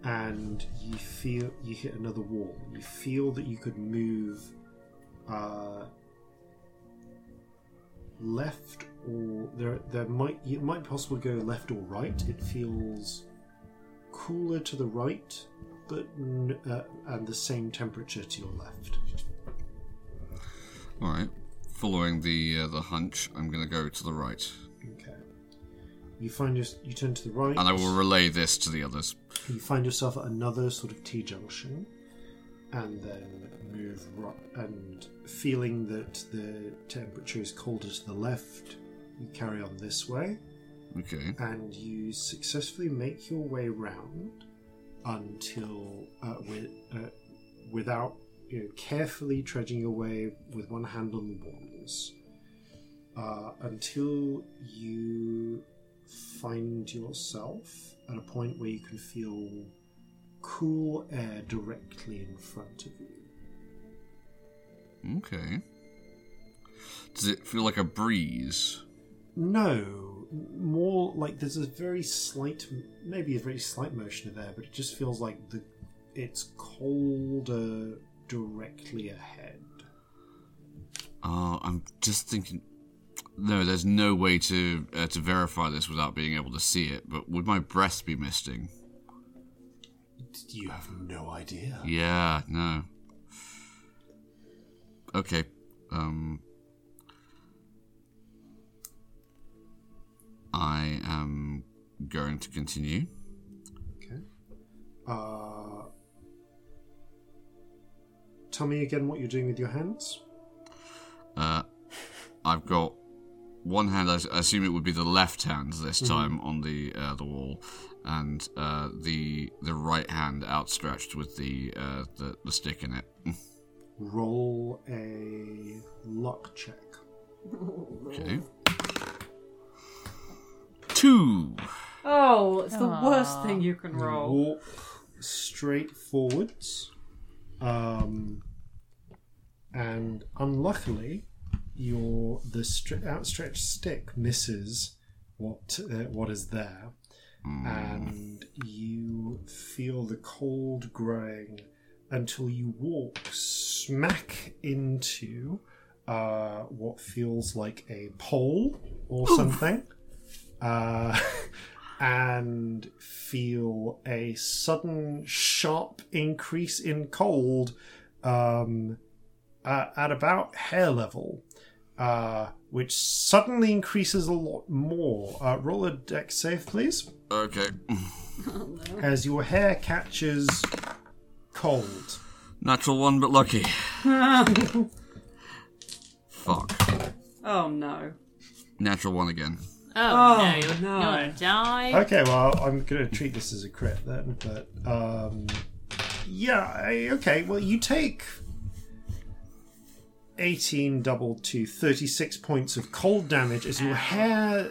[SPEAKER 1] and you feel you hit another wall. You feel that you could move uh, left or there. There might it might be possible to go left or right. It feels cooler to the right, but n- uh, and the same temperature to your left.
[SPEAKER 4] All right. Following the uh, the hunch, I'm going to go to the right,
[SPEAKER 1] Okay. You find your, you turn to the right,
[SPEAKER 4] and I will relay this to the others.
[SPEAKER 1] you find yourself at another sort of T junction, and then move right. And feeling that the temperature is colder to the left, you carry on this way,
[SPEAKER 4] Okay.
[SPEAKER 1] and you successfully make your way round until uh, with, uh, without you know, carefully trudging your way with one hand on the walls uh, until you find yourself at a point where you can feel cool air directly in front of you.
[SPEAKER 4] Okay. Does it feel like a breeze?
[SPEAKER 1] No, more like there's a very slight, maybe a very slight motion of air, but it just feels like the it's colder directly ahead.
[SPEAKER 4] Oh, I'm just thinking. No, there's no way to uh, to verify this without being able to see it. But would my breast be misting?
[SPEAKER 1] You have no idea.
[SPEAKER 4] Yeah, no. Okay. Um I am going to continue.
[SPEAKER 1] Okay. Uh, tell me again what you're doing with your hands.
[SPEAKER 4] Uh I've got one hand I s- I assume it would be the left hand this
[SPEAKER 1] Mm-hmm.
[SPEAKER 4] time on the uh, the wall and uh, the the right hand outstretched with the uh, the, the stick in it.
[SPEAKER 1] Roll a luck check.
[SPEAKER 4] Okay. Two.
[SPEAKER 3] Oh, it's the worst thing you can roll.
[SPEAKER 1] Walk straight forwards. Um, and unluckily, your the stre- outstretched stick misses what uh, what is there, and you feel the cold growing until you walk smack into uh, what feels like a pole or something, uh, and feel a sudden sharp increase in cold. Um, uh, at about hair level, uh, which suddenly increases a lot more. Uh, roll a deck save, please,
[SPEAKER 4] Okay.
[SPEAKER 1] as your hair catches cold.
[SPEAKER 4] Natural one, but lucky. Fuck.
[SPEAKER 3] Oh no.
[SPEAKER 4] Natural one again.
[SPEAKER 3] Oh,
[SPEAKER 2] Oh, no, you're,
[SPEAKER 3] no.
[SPEAKER 2] you're gonna die.
[SPEAKER 1] Okay, well, I'm going to treat this as a crit then, but um, yeah, I- okay. Well, you take 18 doubled to 36 points of cold damage as your hair,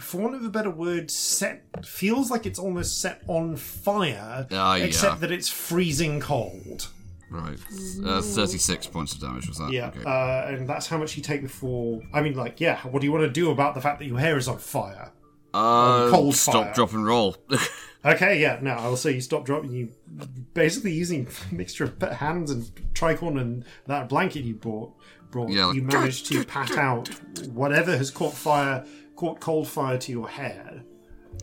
[SPEAKER 1] for want of a better word, set feels like it's almost set on fire,
[SPEAKER 4] Ah, yeah.
[SPEAKER 1] except that it's freezing cold.
[SPEAKER 4] Right. Uh, Thirty-six points of damage was that?
[SPEAKER 1] Yeah,
[SPEAKER 4] Okay.
[SPEAKER 1] uh, and that's how much you take before. I mean, like, yeah, what do you want to do about the fact that your hair is on fire?
[SPEAKER 4] Uh,
[SPEAKER 1] cold
[SPEAKER 4] stop,
[SPEAKER 1] fire.
[SPEAKER 4] drop, and roll.
[SPEAKER 1] Okay, yeah, no, I'll say you stop dropping. You basically using a mixture of pet hands and tricorn and that blanket you bought. Brought,
[SPEAKER 4] Yeah, like-
[SPEAKER 1] you managed to pat out whatever has caught fire, caught cold fire to your hair.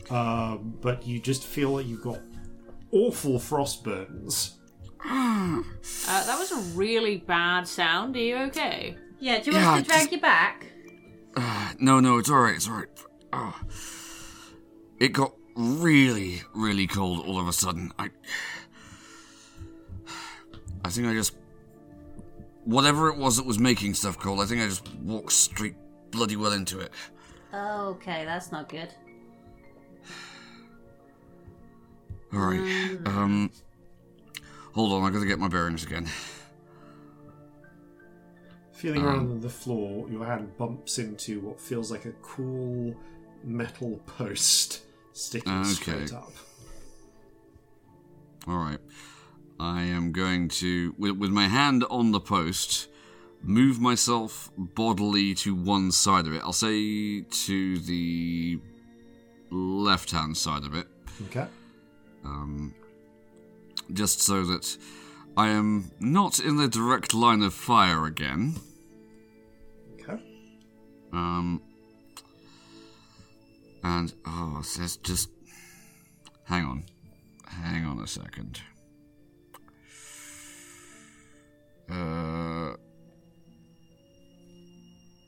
[SPEAKER 1] Um, but you just feel like you've got awful frost burns.
[SPEAKER 2] Uh, that was a really bad sound. Are you okay?
[SPEAKER 6] Yeah, do you want
[SPEAKER 4] Yeah,
[SPEAKER 6] us to drag
[SPEAKER 4] just-
[SPEAKER 6] you back?
[SPEAKER 4] no, no, it's all right. It's all right. Ah. It got really, really cold all of a sudden. I, I think I just, whatever it was that was making stuff cold, I think I just walked straight bloody well into it.
[SPEAKER 6] Okay, that's not good.
[SPEAKER 4] All right.
[SPEAKER 6] Mm.
[SPEAKER 4] Um, hold on. I gotta get my bearings again.
[SPEAKER 1] Feeling
[SPEAKER 4] Uh-huh.
[SPEAKER 1] around on the floor, your hand bumps into what feels like a cool metal post sticking
[SPEAKER 4] Okay.
[SPEAKER 1] straight up.
[SPEAKER 4] All right. I am going to, with, with my hand on the post, move myself bodily to one side of it. I'll say to the left hand side of it,
[SPEAKER 1] Okay.
[SPEAKER 4] um, just so that I am not in the direct line of fire again.
[SPEAKER 1] Okay.
[SPEAKER 4] Um, and oh, it says just hang on, hang on a second. Uh,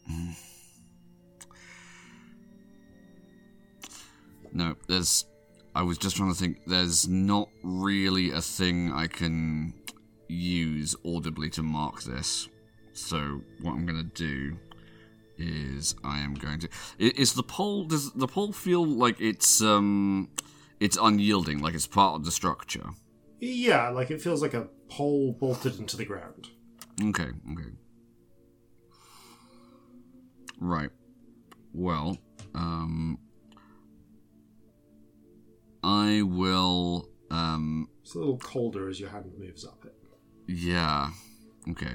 [SPEAKER 4] mm. no, there's. I was just trying to think. There's not really a thing I can use audibly to mark this. So what I'm gonna do is I am going to. i- Is the pole? Does the pole feel like it's um, it's unyielding, like it's part of the structure?
[SPEAKER 1] Yeah, like it feels like a pole bolted into the ground.
[SPEAKER 4] Okay, okay. Right. Well, um, I will. Um,
[SPEAKER 1] It's a little colder as your hand moves up it.
[SPEAKER 4] yeah. Okay.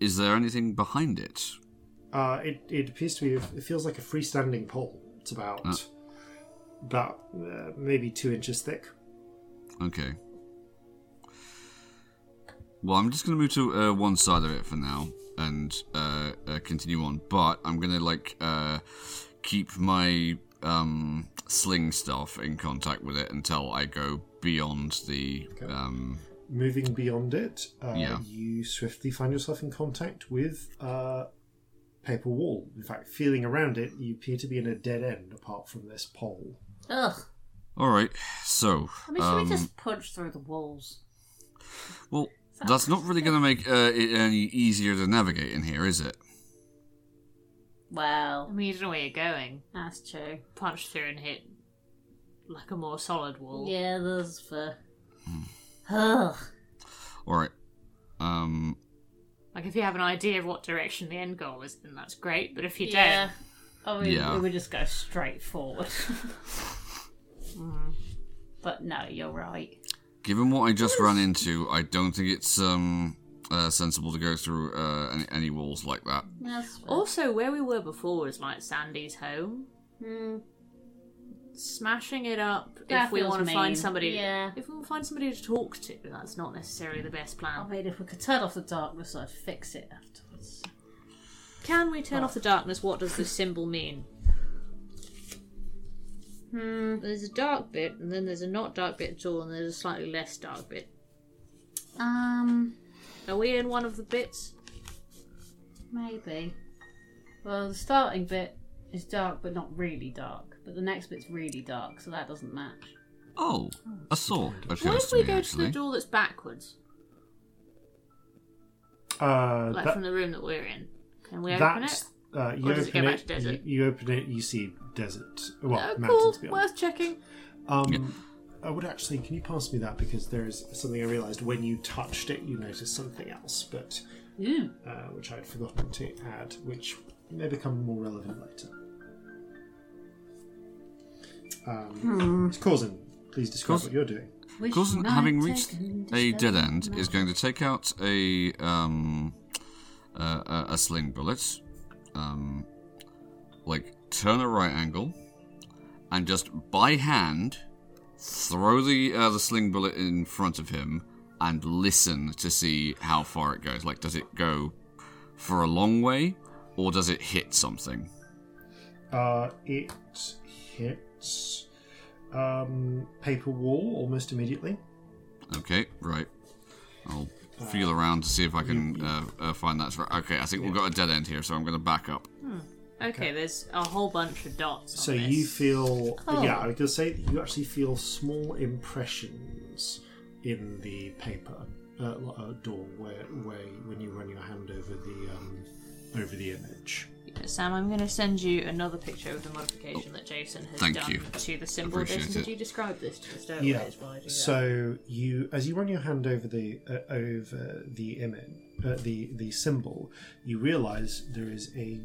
[SPEAKER 4] Is there anything behind it?
[SPEAKER 1] Uh, it, it appears to be, it feels like a freestanding pole. It's about,
[SPEAKER 4] Uh.
[SPEAKER 1] about uh, maybe two inches thick.
[SPEAKER 4] Okay. Well, I'm just going to move to uh, one side of it for now. and uh, uh, continue on. But I'm gonna like uh, keep my um, sling stuff in contact with it until I go beyond the. Um,
[SPEAKER 1] Moving beyond it, uh,
[SPEAKER 4] Yeah.
[SPEAKER 1] you swiftly find yourself in contact with uh, paper wall. In fact, feeling around it, you appear to be in a dead end apart from this pole.
[SPEAKER 6] Ugh.
[SPEAKER 4] all right, so
[SPEAKER 6] I mean, should
[SPEAKER 4] um,
[SPEAKER 6] we just punch through the walls?
[SPEAKER 4] well, that's not really gonna make uh, it any easier to navigate in here, is it?
[SPEAKER 2] I
[SPEAKER 6] Well,
[SPEAKER 2] mean, you don't know where you're going.
[SPEAKER 6] that's true.
[SPEAKER 2] Punch through and hit like a more solid wall.
[SPEAKER 6] Mm. Yeah, there's for. Ugh.
[SPEAKER 4] All right. Um,
[SPEAKER 2] Like if you have an idea of what direction the end goal is, then that's great. But if you
[SPEAKER 6] Yeah. I mean,
[SPEAKER 4] Yeah.
[SPEAKER 6] we would just go straight forward. Mm. But no, you're right.
[SPEAKER 4] Given what I just ran into, I don't think it's um uh, sensible to go through uh, any, any walls like that.
[SPEAKER 6] That's
[SPEAKER 2] don't, also where we were before was like Sandy's home.
[SPEAKER 6] Mm,
[SPEAKER 2] Smashing it up
[SPEAKER 6] That
[SPEAKER 2] if we
[SPEAKER 6] feels
[SPEAKER 2] want to
[SPEAKER 6] mean.
[SPEAKER 2] find somebody.
[SPEAKER 6] Yeah.
[SPEAKER 2] If we want to find somebody to talk to, that's not necessarily the best plan.
[SPEAKER 6] I mean, if we could turn off the darkness, I'd fix it afterwards.
[SPEAKER 2] Can we
[SPEAKER 3] Ah.
[SPEAKER 2] turn off the darkness? What does this symbol mean? Hmm, there's a dark bit, and then there's a not dark bit at all, and there's a slightly less dark bit.
[SPEAKER 6] Um,
[SPEAKER 2] Are we in one of the bits?
[SPEAKER 6] maybe. Well, the starting bit is dark, but not really dark. But the next bit's really dark, so that doesn't match.
[SPEAKER 4] Oh, a sword
[SPEAKER 2] What
[SPEAKER 4] occurs
[SPEAKER 2] if
[SPEAKER 4] to
[SPEAKER 2] we
[SPEAKER 4] me
[SPEAKER 2] go to
[SPEAKER 4] actually.
[SPEAKER 2] the door that's backwards,
[SPEAKER 1] Uh,
[SPEAKER 2] like
[SPEAKER 1] that-
[SPEAKER 2] from the room that we're in? Can we open it?
[SPEAKER 1] that's uh, you
[SPEAKER 2] Or does it go
[SPEAKER 1] open
[SPEAKER 2] back
[SPEAKER 1] it,
[SPEAKER 2] to desert?
[SPEAKER 1] You, you open it, you see desert. Well,
[SPEAKER 2] Oh,
[SPEAKER 1] mountains.
[SPEAKER 2] cool.
[SPEAKER 1] beyond.
[SPEAKER 2] Worth checking.
[SPEAKER 1] Um,
[SPEAKER 4] Yeah.
[SPEAKER 1] I would actually. Can you pass me that because there is something I realised when you touched it, you noticed something else, but uh, which I had forgotten to add, which may become more relevant later. Um, It's causing. Please describe
[SPEAKER 4] Cause-
[SPEAKER 1] what you're doing.
[SPEAKER 6] Wish
[SPEAKER 4] Cousin,
[SPEAKER 6] night
[SPEAKER 4] having reached
[SPEAKER 6] taken
[SPEAKER 4] a
[SPEAKER 6] just
[SPEAKER 4] dead
[SPEAKER 6] doesn't
[SPEAKER 4] end, is
[SPEAKER 6] match.
[SPEAKER 4] going to take out a um uh, a, a sling bullet, um, like turn a right angle, and just by hand throw the uh, the sling bullet in front of him and listen to see how far it goes. Like, does it go for a long way, or does it hit something?
[SPEAKER 1] Uh, it hits um, paper wall almost immediately.
[SPEAKER 4] Okay, right. I'll feel around to see if I can uh, uh, find that. Okay, I think we've got a dead end here, so I'm going to back up.
[SPEAKER 2] Okay, there's a whole bunch of dots.
[SPEAKER 1] So
[SPEAKER 2] on
[SPEAKER 1] you
[SPEAKER 2] this.
[SPEAKER 1] feel, yeah, I was going to say that you actually feel small impressions in the paper uh, l- uh, door where, where when you run your hand over the um, over the image.
[SPEAKER 2] Sam, I'm going to send you another picture of the modification that Jason has
[SPEAKER 4] Oh, thank
[SPEAKER 2] done
[SPEAKER 4] you.
[SPEAKER 2] to the symbol.
[SPEAKER 4] Appreciate
[SPEAKER 2] Jason, did
[SPEAKER 4] it.
[SPEAKER 2] you describe this to us? Don't
[SPEAKER 1] Yeah.
[SPEAKER 2] worry, it's why I do that.
[SPEAKER 1] So you, as you run your hand over the uh, over the image, uh, the the symbol, you realise there is a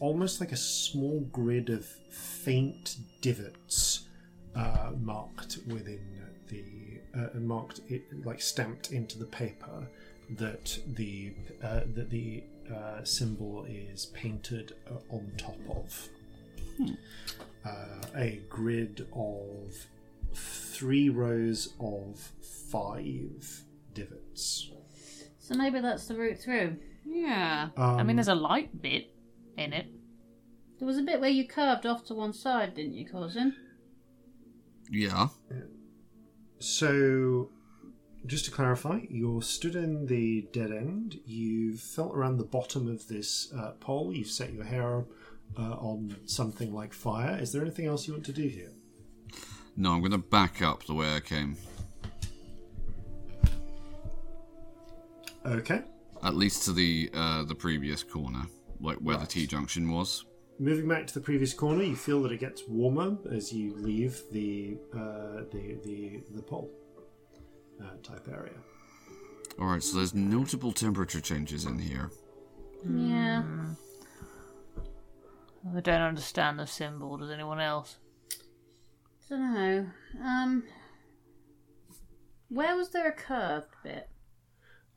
[SPEAKER 1] almost like a small grid of faint divots uh, marked within the uh, marked it, like stamped into the paper that the uh, that the uh, symbol is painted uh, on top of uh, a grid of three rows of five divots.
[SPEAKER 6] So maybe that's the route through.
[SPEAKER 2] Yeah. I
[SPEAKER 1] Um,
[SPEAKER 2] mean, there's a light bit in it.
[SPEAKER 6] There was a bit where you curved off to one side, didn't you, cousin?
[SPEAKER 4] Yeah.
[SPEAKER 1] So, just to clarify, you're stood in the dead end. You've felt around the bottom of this uh, pole. You've set your hair uh, on something like fire. Is there anything else you want to do here?
[SPEAKER 4] No, I'm going to back up the way I came.
[SPEAKER 1] Okay.
[SPEAKER 4] At least to the uh, the previous corner, like where the T junction was.
[SPEAKER 1] Moving back to the previous corner, you feel that it gets warmer as you leave the uh, the, the the pole uh, type area.
[SPEAKER 4] All right, so there's notable temperature changes in here.
[SPEAKER 6] Yeah.
[SPEAKER 8] I don't understand the symbol. Does anyone else?
[SPEAKER 6] Don't know. Um, where was there a curved bit?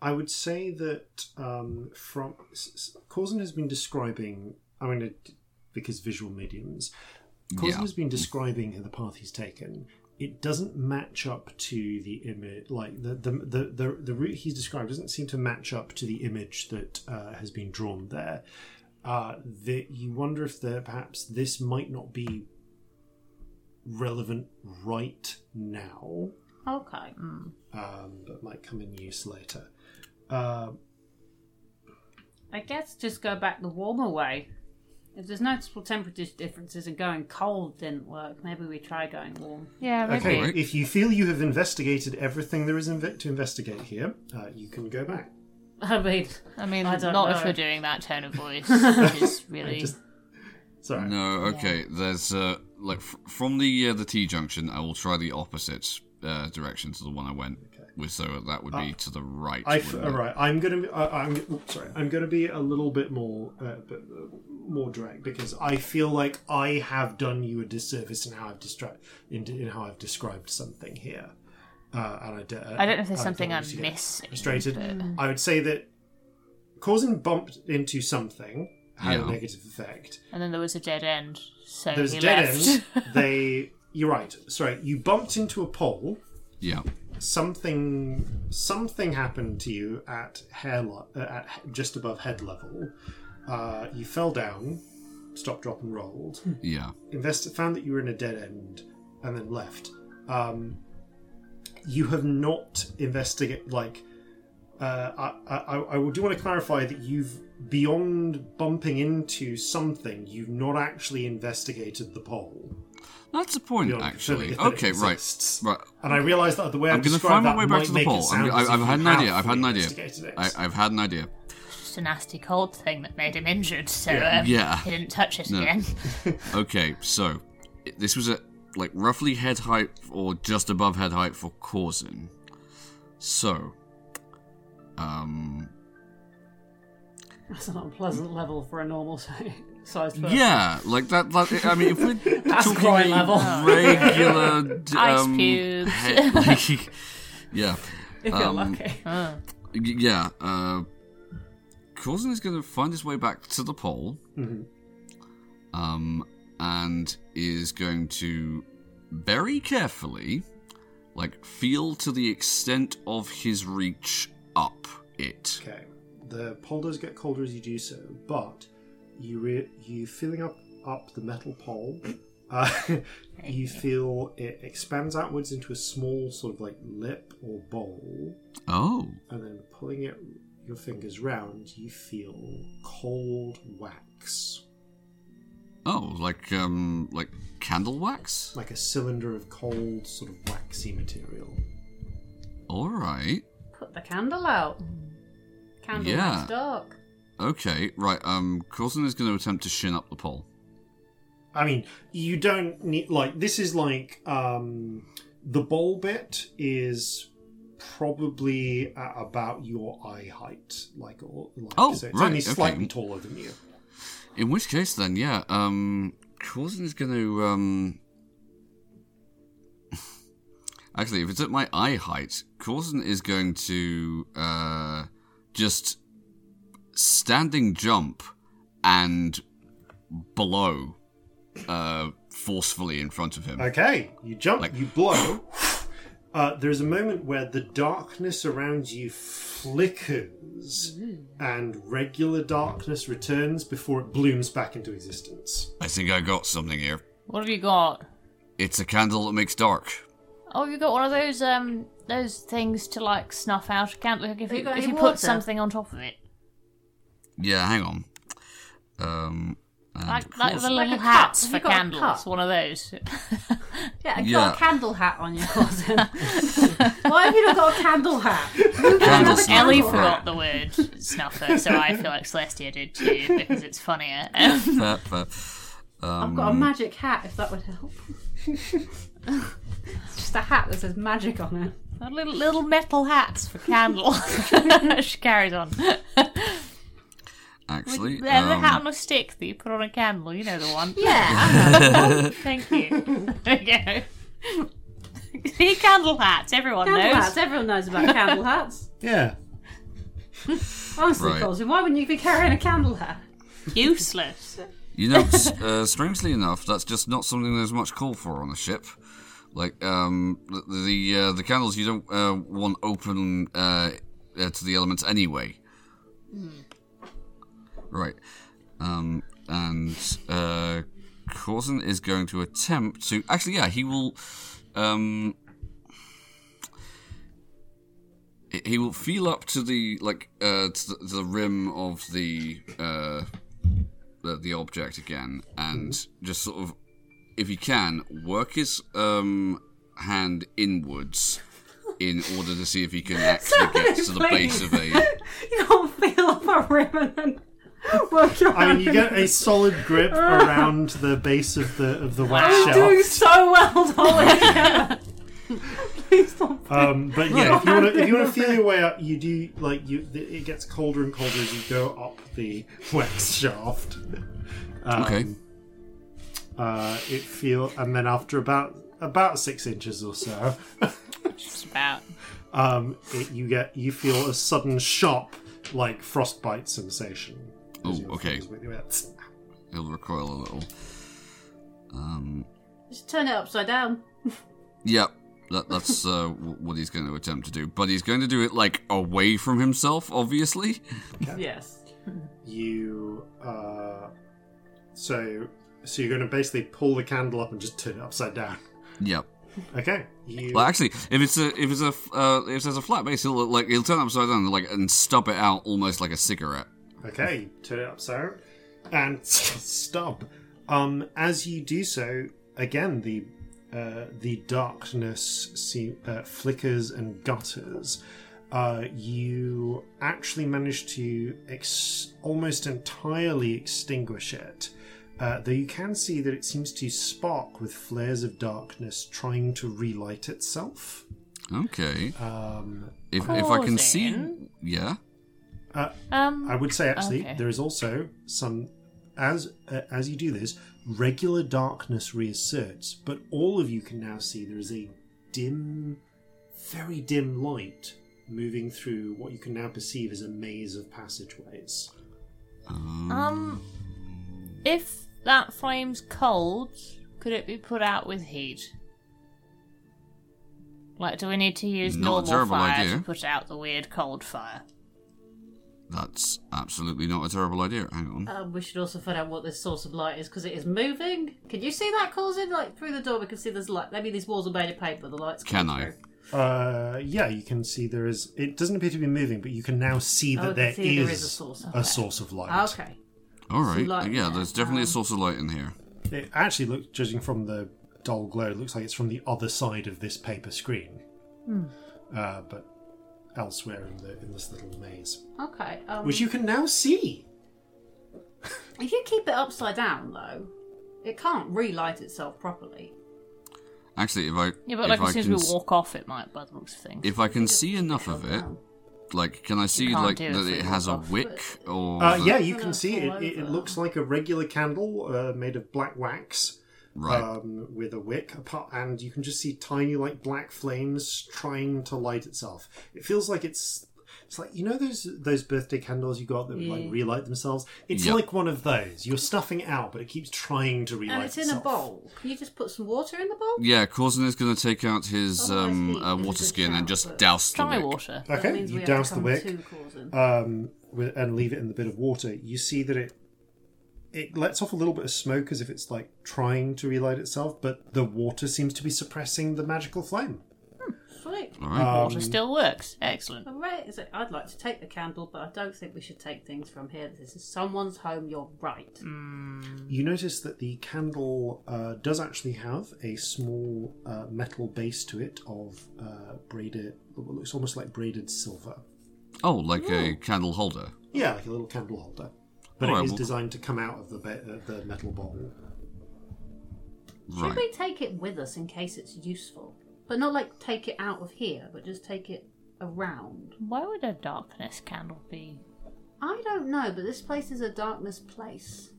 [SPEAKER 1] I would say that um, from S- S- Corzin has been describing. I mean, it, because visual mediums, Corzin
[SPEAKER 4] Yeah.
[SPEAKER 1] has been describing the path he's taken, it doesn't match up to the image like the the, the the the route he's described doesn't seem to match up to the image that uh, has been drawn there uh, that you wonder if there perhaps this might not be relevant right now
[SPEAKER 2] Okay.
[SPEAKER 3] hmm.
[SPEAKER 2] Mm.
[SPEAKER 1] um, but might come in use later uh,
[SPEAKER 8] I guess just go back the warmer way. If there's noticeable temperature differences and going cold didn't work, maybe we try going warm.
[SPEAKER 2] Yeah, maybe.
[SPEAKER 1] okay
[SPEAKER 4] Right.
[SPEAKER 1] if you feel you have investigated everything there is inve- to investigate here uh, you can go back
[SPEAKER 8] I mean,
[SPEAKER 2] I mean,
[SPEAKER 8] I
[SPEAKER 2] not
[SPEAKER 8] don't know.
[SPEAKER 2] if we're doing that tone of voice, which is really.
[SPEAKER 1] just- sorry
[SPEAKER 4] No, okay. There's uh, like fr- from the uh, the T junction, I will try the opposite uh, direction to the one I went with. So that would be to the right.
[SPEAKER 1] Uh, I f-
[SPEAKER 4] wouldn't it?
[SPEAKER 1] all right. I'm gonna. Be, I, I'm oops, sorry. I'm gonna be a little bit more, uh, b- b- more direct because I feel like I have done you a disservice in how I've destra- in, in how I've described something here. Uh, and I, d-
[SPEAKER 2] I don't know if there's
[SPEAKER 1] I
[SPEAKER 2] something
[SPEAKER 1] want
[SPEAKER 2] I'm
[SPEAKER 1] you to get
[SPEAKER 2] missing,
[SPEAKER 1] Frustrated. I would say that causing bumped into something had a
[SPEAKER 4] Yeah.
[SPEAKER 1] negative effect.
[SPEAKER 2] And then there was a dead end, so
[SPEAKER 1] There's
[SPEAKER 2] he
[SPEAKER 1] dead
[SPEAKER 2] left.
[SPEAKER 1] end. They. You're right. Sorry. You bumped into a pole.
[SPEAKER 4] Yeah.
[SPEAKER 1] something something happened to you at hair lo- uh, at he- just above head level. Uh, you fell down, stopped, drop, and rolled.
[SPEAKER 2] Hmm.
[SPEAKER 4] Yeah.
[SPEAKER 1] Invest found that you were in a dead end, and then left. Um, you have not investigate like. Uh, I, I, I will do want to clarify that you've beyond bumping into something, you've not actually investigated the pole.
[SPEAKER 4] That's the point,
[SPEAKER 1] Beyond
[SPEAKER 4] actually.
[SPEAKER 1] that it
[SPEAKER 4] Okay, right,
[SPEAKER 1] exists.
[SPEAKER 4] right.
[SPEAKER 1] And I realise that the way
[SPEAKER 4] I'm
[SPEAKER 1] I've
[SPEAKER 4] going to
[SPEAKER 1] described
[SPEAKER 4] find my
[SPEAKER 1] that
[SPEAKER 4] way
[SPEAKER 1] might
[SPEAKER 4] back to the
[SPEAKER 1] make
[SPEAKER 4] poll.
[SPEAKER 1] it sound
[SPEAKER 4] I'm,
[SPEAKER 1] as
[SPEAKER 4] I've,
[SPEAKER 1] if
[SPEAKER 4] I've
[SPEAKER 1] you
[SPEAKER 4] had an idea.
[SPEAKER 1] have
[SPEAKER 4] I've had an idea.
[SPEAKER 1] investigated it.
[SPEAKER 4] I, I've had an idea.
[SPEAKER 2] Just a nasty cold thing that made him injured, so
[SPEAKER 1] Yeah.
[SPEAKER 2] um,
[SPEAKER 4] Yeah.
[SPEAKER 2] he didn't touch it
[SPEAKER 4] No.
[SPEAKER 2] again.
[SPEAKER 4] Okay, so i- this was at like roughly head height or just above head height for causing. So, um,
[SPEAKER 3] That's an unpleasant level for a normal sized person.
[SPEAKER 4] yeah, like that. that I mean, if we're talking
[SPEAKER 3] quite
[SPEAKER 4] a
[SPEAKER 3] level.
[SPEAKER 4] regular d-
[SPEAKER 2] Ice
[SPEAKER 4] um,
[SPEAKER 2] cubes.
[SPEAKER 4] he- like, yeah, um,
[SPEAKER 3] If you're lucky.
[SPEAKER 2] Mm.
[SPEAKER 4] Y- yeah. Uh, Corzin is going to find his way back to the pole, um, and is going to very carefully, like, feel to the extent of his reach up it.
[SPEAKER 1] Okay. The pole does get colder as you do so, but you re- you feeling up up the metal pole. Uh, you feel it expands outwards into a small sort of like lip or bowl,
[SPEAKER 4] Oh,
[SPEAKER 1] and then pulling it your fingers round, you feel cold wax,
[SPEAKER 4] oh, like um, like candle wax.
[SPEAKER 1] like a cylinder of cold sort of waxy material.
[SPEAKER 4] All right.
[SPEAKER 6] Put the candle out. Candle
[SPEAKER 4] Yeah.
[SPEAKER 6] yeah. dark.
[SPEAKER 4] Okay, right. Um, Corzin is going to attempt to shin up the pole.
[SPEAKER 1] I mean, you don't need like this is like um the bowl bit is probably at about your eye height, like or like
[SPEAKER 4] Oh,
[SPEAKER 1] so it's
[SPEAKER 4] right,
[SPEAKER 1] only
[SPEAKER 4] okay.
[SPEAKER 1] slightly taller than you.
[SPEAKER 4] In which case, then, yeah, um, Corzin is going to, um, actually, if it's at my eye height, Corzin is going to, uh, just standing jump and blow, uh, forcefully in front of him.
[SPEAKER 1] Okay, you jump,
[SPEAKER 4] Like-
[SPEAKER 1] you blow. Uh, there's a moment where the darkness around you flickers and regular darkness returns before it blooms back into existence.
[SPEAKER 4] I think I got something here.
[SPEAKER 2] What have you got?
[SPEAKER 4] It's a candle that makes dark.
[SPEAKER 2] Oh, you got one of those um those things to like snuff out a candle. Like if
[SPEAKER 6] Have
[SPEAKER 2] you,
[SPEAKER 6] you got
[SPEAKER 2] if
[SPEAKER 6] any
[SPEAKER 2] you
[SPEAKER 6] water?
[SPEAKER 2] put something on top of it,
[SPEAKER 4] Yeah, hang on. Um, and
[SPEAKER 2] like like the
[SPEAKER 4] Corzin-
[SPEAKER 2] little
[SPEAKER 6] Like a cup.
[SPEAKER 2] hats
[SPEAKER 6] Have
[SPEAKER 2] for
[SPEAKER 6] you got a
[SPEAKER 2] candles.
[SPEAKER 6] cup?
[SPEAKER 2] One of those.
[SPEAKER 6] Yeah, and
[SPEAKER 4] Yeah.
[SPEAKER 6] got a candle hat on your cousin.
[SPEAKER 3] Why have you not got a candle hat?
[SPEAKER 4] candle snuffer.
[SPEAKER 2] Ellie forgot the word snuffer, so I feel like Celestia did too because it's funnier. Um,
[SPEAKER 4] Fair, fair.
[SPEAKER 3] I've got a magic hat if that would help. it's just a hat that says magic on it.
[SPEAKER 2] little little metal hats for candles. she carries on.
[SPEAKER 4] Actually,
[SPEAKER 2] They're the
[SPEAKER 4] um,
[SPEAKER 2] hat on a stick that you put on a candle. You know the one.
[SPEAKER 6] yeah.
[SPEAKER 2] Thank you. there you go. See, candle hats. Everyone
[SPEAKER 3] Candle
[SPEAKER 2] knows.
[SPEAKER 3] hats. Everyone knows about candle hats.
[SPEAKER 1] Yeah.
[SPEAKER 3] Honestly,
[SPEAKER 4] Right.
[SPEAKER 3] Colson, why wouldn't you be carrying a candle hat?
[SPEAKER 2] Useless.
[SPEAKER 4] You know, s- uh, strangely enough, that's just not something there's much call for on a ship. Like um, the the, uh, the candles you don't uh, want open uh, uh, to the elements anyway. Right. Um, and uh, Corson is going to attempt to. Actually, yeah, he will. Um, he- he will feel up to the like uh, to the, to the rim of the uh, the, the object again, and just sort of, if he can, work his um, hand inwards in order to see if he can actually get to the base of a.
[SPEAKER 3] You don't feel up a rim and then work your
[SPEAKER 1] I mean, you
[SPEAKER 3] hand
[SPEAKER 1] get a solid grip around the base of the of the wax
[SPEAKER 3] in. You do
[SPEAKER 1] shelf.
[SPEAKER 3] so well, Dolly. Please don't.
[SPEAKER 1] Um, but yeah, if you want to if you want to feel your way up, you do like you. th- It gets colder and colder as you go up the wax shaft. Um,
[SPEAKER 4] Okay.
[SPEAKER 1] Uh, it feel and then after about about six inches or so,
[SPEAKER 2] Just about.
[SPEAKER 1] um, it, you get you feel a sudden sharp like frostbite sensation. as
[SPEAKER 4] Ooh,
[SPEAKER 1] your
[SPEAKER 4] okay.
[SPEAKER 1] fingers went- went-
[SPEAKER 4] He'll recoil a little. Um,
[SPEAKER 8] Just turn it upside down.
[SPEAKER 4] yeah, that, that's uh, w- what he's going to attempt to do. But he's going to do it like away from himself, obviously.
[SPEAKER 8] Yes.
[SPEAKER 1] you uh so so you're going to basically pull the candle up and just turn it upside down
[SPEAKER 4] Yep.
[SPEAKER 1] okay you
[SPEAKER 4] Well, actually, if it's a if it's a f- uh, if there's a flat base, he'll like he'll turn it upside down like and stub it out almost like a cigarette.
[SPEAKER 1] okay you turn it upside down and stub um as you do so again the uh, the darkness se- uh, flickers and gutters uh, you actually manage to ex- almost entirely extinguish it Uh, though you can see that it seems to spark with flares of darkness trying to relight itself.
[SPEAKER 4] Okay.
[SPEAKER 1] Um,
[SPEAKER 4] If if I can see,
[SPEAKER 2] Pausing.
[SPEAKER 4] yeah.
[SPEAKER 2] Um,
[SPEAKER 1] I would say actually
[SPEAKER 2] Okay.
[SPEAKER 1] there is also some as uh, as you do this regular darkness reasserts, but all of you can now see there is a dim, very dim light moving through what you can now perceive as a maze of passageways.
[SPEAKER 2] um, if that flame's cold, could it be put out with heat? Like, do we need to use
[SPEAKER 4] Not a
[SPEAKER 2] normal
[SPEAKER 4] terrible
[SPEAKER 2] fire
[SPEAKER 4] idea.
[SPEAKER 2] to put out the weird cold fire?
[SPEAKER 4] That's absolutely not a terrible idea. Hang on.
[SPEAKER 2] uh,
[SPEAKER 8] Um, we should also find out what this source of light is because it is moving. Can you see that causing like through the door? We can see there's light. Maybe these walls are made of paper. The lights.
[SPEAKER 4] Can
[SPEAKER 8] coming
[SPEAKER 4] I?
[SPEAKER 8] through.
[SPEAKER 1] Uh, yeah, you can see there is. It doesn't appear to be moving, but you can now see
[SPEAKER 8] Oh,
[SPEAKER 1] that
[SPEAKER 8] we can
[SPEAKER 1] there, is
[SPEAKER 8] see there is a source of
[SPEAKER 1] a
[SPEAKER 8] light.
[SPEAKER 1] source of light.
[SPEAKER 8] Okay.
[SPEAKER 4] All right.
[SPEAKER 8] light
[SPEAKER 4] yeah,
[SPEAKER 8] there.
[SPEAKER 4] there's
[SPEAKER 2] uh,
[SPEAKER 4] definitely
[SPEAKER 2] um,
[SPEAKER 4] a source of light in here.
[SPEAKER 1] It actually looks, judging from the dull glow, it looks like it's from the other side of this paper screen, uh, but elsewhere in the in this little maze,
[SPEAKER 8] Okay. Um,
[SPEAKER 1] which you can now see.
[SPEAKER 8] If you keep it upside down though, it can't relight itself properly.
[SPEAKER 4] Actually, if I
[SPEAKER 2] Yeah, but
[SPEAKER 4] if
[SPEAKER 2] like
[SPEAKER 4] I
[SPEAKER 2] as soon as
[SPEAKER 4] can
[SPEAKER 2] we
[SPEAKER 4] s-
[SPEAKER 2] walk off, it might by the looks of things.
[SPEAKER 4] if I can see enough of it, like can I see
[SPEAKER 2] can't
[SPEAKER 4] like
[SPEAKER 2] do it
[SPEAKER 4] that
[SPEAKER 2] if
[SPEAKER 4] it
[SPEAKER 2] it
[SPEAKER 4] has a
[SPEAKER 2] goes off.
[SPEAKER 4] wick or
[SPEAKER 1] Uh,
[SPEAKER 4] the-
[SPEAKER 1] yeah, you
[SPEAKER 8] Oh,
[SPEAKER 1] can
[SPEAKER 8] that's
[SPEAKER 1] see
[SPEAKER 8] all
[SPEAKER 1] it. It, it
[SPEAKER 8] over.
[SPEAKER 1] looks like a regular candle uh, made of black wax
[SPEAKER 4] right?
[SPEAKER 1] um, with a wick, apart, and you can just see tiny, like black flames trying to light itself. It feels like it's. It's like you know those those birthday candles you got that would
[SPEAKER 8] Mm.
[SPEAKER 1] like relight themselves. It's
[SPEAKER 4] Yeah.
[SPEAKER 1] like one of those. You're stuffing it out, but it keeps trying to relight
[SPEAKER 8] and it's in
[SPEAKER 1] itself.
[SPEAKER 8] a bowl. Can you just put some water in the bowl?
[SPEAKER 4] yeah, Corson is going to take out his
[SPEAKER 2] Oh,
[SPEAKER 8] Otherwise
[SPEAKER 4] um,
[SPEAKER 8] he
[SPEAKER 4] uh,
[SPEAKER 8] is
[SPEAKER 4] water
[SPEAKER 8] a
[SPEAKER 4] skin and
[SPEAKER 8] child,
[SPEAKER 4] just
[SPEAKER 8] but-
[SPEAKER 4] douse the
[SPEAKER 2] Dry
[SPEAKER 4] wick.
[SPEAKER 2] water.
[SPEAKER 8] That
[SPEAKER 1] Okay,
[SPEAKER 8] means we
[SPEAKER 1] you
[SPEAKER 8] have to
[SPEAKER 1] douse the
[SPEAKER 8] come
[SPEAKER 1] wick
[SPEAKER 8] to Corson.
[SPEAKER 1] um, with, and leave it in the bit of water. You see that it it lets off a little bit of smoke as if it's like trying to relight itself, but the water seems to be suppressing the magical flame. Um,
[SPEAKER 8] Sweet.
[SPEAKER 4] All
[SPEAKER 1] Uh,
[SPEAKER 4] right.
[SPEAKER 1] Mm.
[SPEAKER 2] Water still works. Excellent.
[SPEAKER 8] All right, is it? I'd like to take the candle, but I don't think we should take things from here. This is someone's home. You're right.
[SPEAKER 1] You notice that the candle uh, does actually have a small uh, metal base to it of uh, braided. It looks almost like braided silver.
[SPEAKER 4] oh, like
[SPEAKER 2] Mm.
[SPEAKER 4] a candle holder.
[SPEAKER 1] Yeah, like a little candle holder, but
[SPEAKER 4] Alright,
[SPEAKER 1] it is
[SPEAKER 4] well-
[SPEAKER 1] designed to come out of the ba- uh, the metal bowl.
[SPEAKER 4] Right.
[SPEAKER 8] Should we take it with us in case it's useful? But not like take it out of here, but just take it around.
[SPEAKER 2] Why would a darkness candle be?
[SPEAKER 8] I don't know, but this place is a darkness place.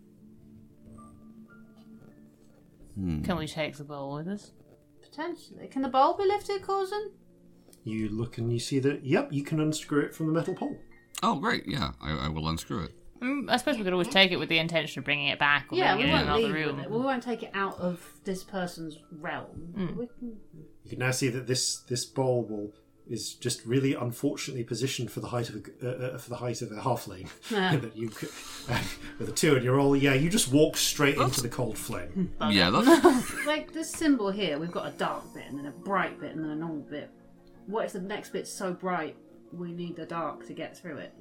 [SPEAKER 4] Hmm.
[SPEAKER 2] Can we take the bowl with us?
[SPEAKER 8] Potentially. Can the bowl be lifted, Corson?
[SPEAKER 1] You look and you see that. Yep, you can unscrew it from the metal pole.
[SPEAKER 4] Oh, great. Yeah, I, I will unscrew it.
[SPEAKER 2] Mm, I suppose we could always take it with the intention of bringing it back or
[SPEAKER 8] Yeah, we
[SPEAKER 2] bringing it in
[SPEAKER 8] won't
[SPEAKER 2] another
[SPEAKER 8] leave
[SPEAKER 2] room.
[SPEAKER 8] with it. We won't take it out of this person's realm. We can...
[SPEAKER 1] You can now see that this this bowl will, is just really unfortunately positioned for the height of a, uh, uh, for the height of a halfling. that you could, uh, with a two, and you're all yeah. You just walk straight into the cold flame.
[SPEAKER 4] Yeah, that's
[SPEAKER 8] Like this symbol here, we've got a dark bit and then a bright bit and then a normal bit. What if the next bit's so bright we need the dark to get through it?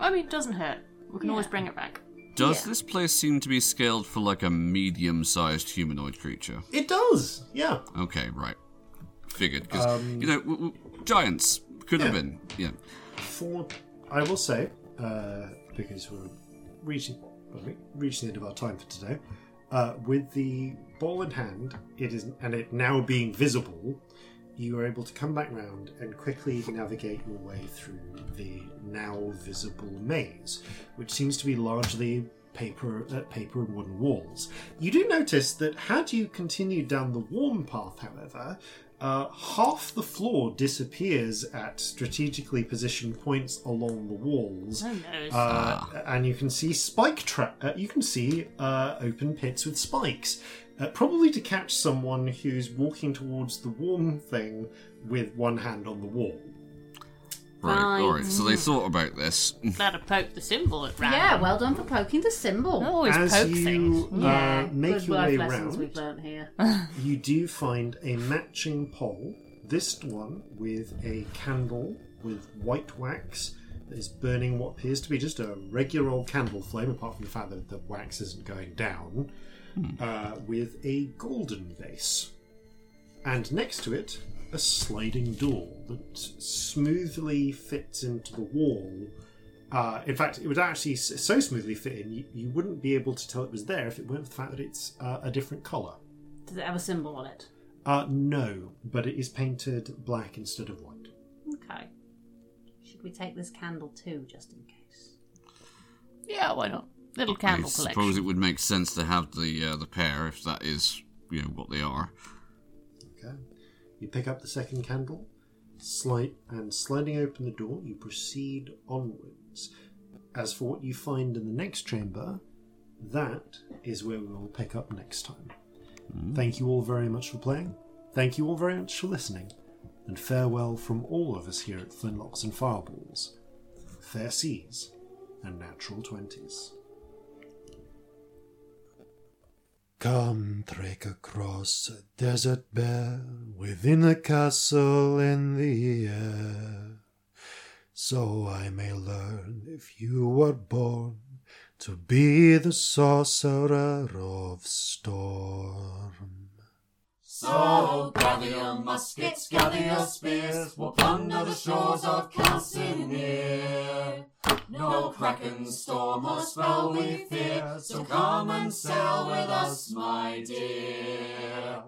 [SPEAKER 2] I mean, it doesn't hurt. We can always bring it back.
[SPEAKER 4] Does
[SPEAKER 8] Yeah.
[SPEAKER 4] this place seem to be scaled for like a medium sized humanoid creature?
[SPEAKER 1] It does, yeah.
[SPEAKER 4] Okay, right. Figured. Because, you know, w- w- giants could have
[SPEAKER 1] Yeah.
[SPEAKER 4] been. Yeah.
[SPEAKER 1] For I will say, uh, because we're reaching pardon me, reaching the end of our time for today, uh, with the ball in hand, it is and it now being visible, you are able to come back round and quickly navigate your way through the now visible maze, which seems to be largely paper uh, paper and wooden walls. You do notice that had you continued down the warm path, however, uh, half the floor disappears at strategically positioned points along the walls.
[SPEAKER 2] Who knows?
[SPEAKER 1] Uh, and you can see spike trap. Uh, you can see uh, open pits with spikes, uh, probably to catch someone who's walking towards the warm thing with one hand on the wall.
[SPEAKER 4] Right,
[SPEAKER 8] Fine. Mm-hmm.
[SPEAKER 4] alright. So they thought about this.
[SPEAKER 2] Glad I poked the symbol at random.
[SPEAKER 8] Yeah, well done for poking the symbol.
[SPEAKER 2] I always
[SPEAKER 1] As
[SPEAKER 2] poke
[SPEAKER 1] you
[SPEAKER 2] things.
[SPEAKER 1] uh,
[SPEAKER 8] yeah,
[SPEAKER 1] make
[SPEAKER 8] good
[SPEAKER 1] your
[SPEAKER 8] life
[SPEAKER 1] way
[SPEAKER 8] lessons
[SPEAKER 1] round,
[SPEAKER 8] we've learnt here.
[SPEAKER 1] you do find a matching pole. This one with a candle with white wax that is burning what appears to be just a regular old candle flame, apart from the fact that the wax isn't going down,
[SPEAKER 2] Hmm.
[SPEAKER 1] uh, with a golden vase. And next to it, a sliding door that smoothly fits into the wall. Uh, in fact, it would actually s- so smoothly fit in, you, you wouldn't be able to tell it was there if it weren't for the fact that it's uh, a different colour.
[SPEAKER 8] Does it have a symbol on it?
[SPEAKER 1] Uh, no, but it is painted black instead of white.
[SPEAKER 8] Okay. Should we take this candle too, just in case?
[SPEAKER 2] Yeah, why not? Little
[SPEAKER 4] I
[SPEAKER 2] candle
[SPEAKER 4] suppose
[SPEAKER 2] collection.
[SPEAKER 4] it would make sense to have the uh, the pair if that is you know what they are.
[SPEAKER 1] Okay. You pick up the second candle, slight, and sliding open the door, you proceed onwards. As for what you find in the next chamber, that is where we will pick up next time. Thank you all very much for playing. Thank you all very much for listening. And farewell from all of us here at Flinlocks and Fireballs. Fair seas and natural twenties. Come, trek across a desert bare within a castle in the air, so I may learn if you were born to be the sorcerer of storm.
[SPEAKER 5] So gather your muskets, gather your spears, we'll plunder the shores of Calcinear. No kraken, storm, or spell we fear, so come and sail with us, my dear.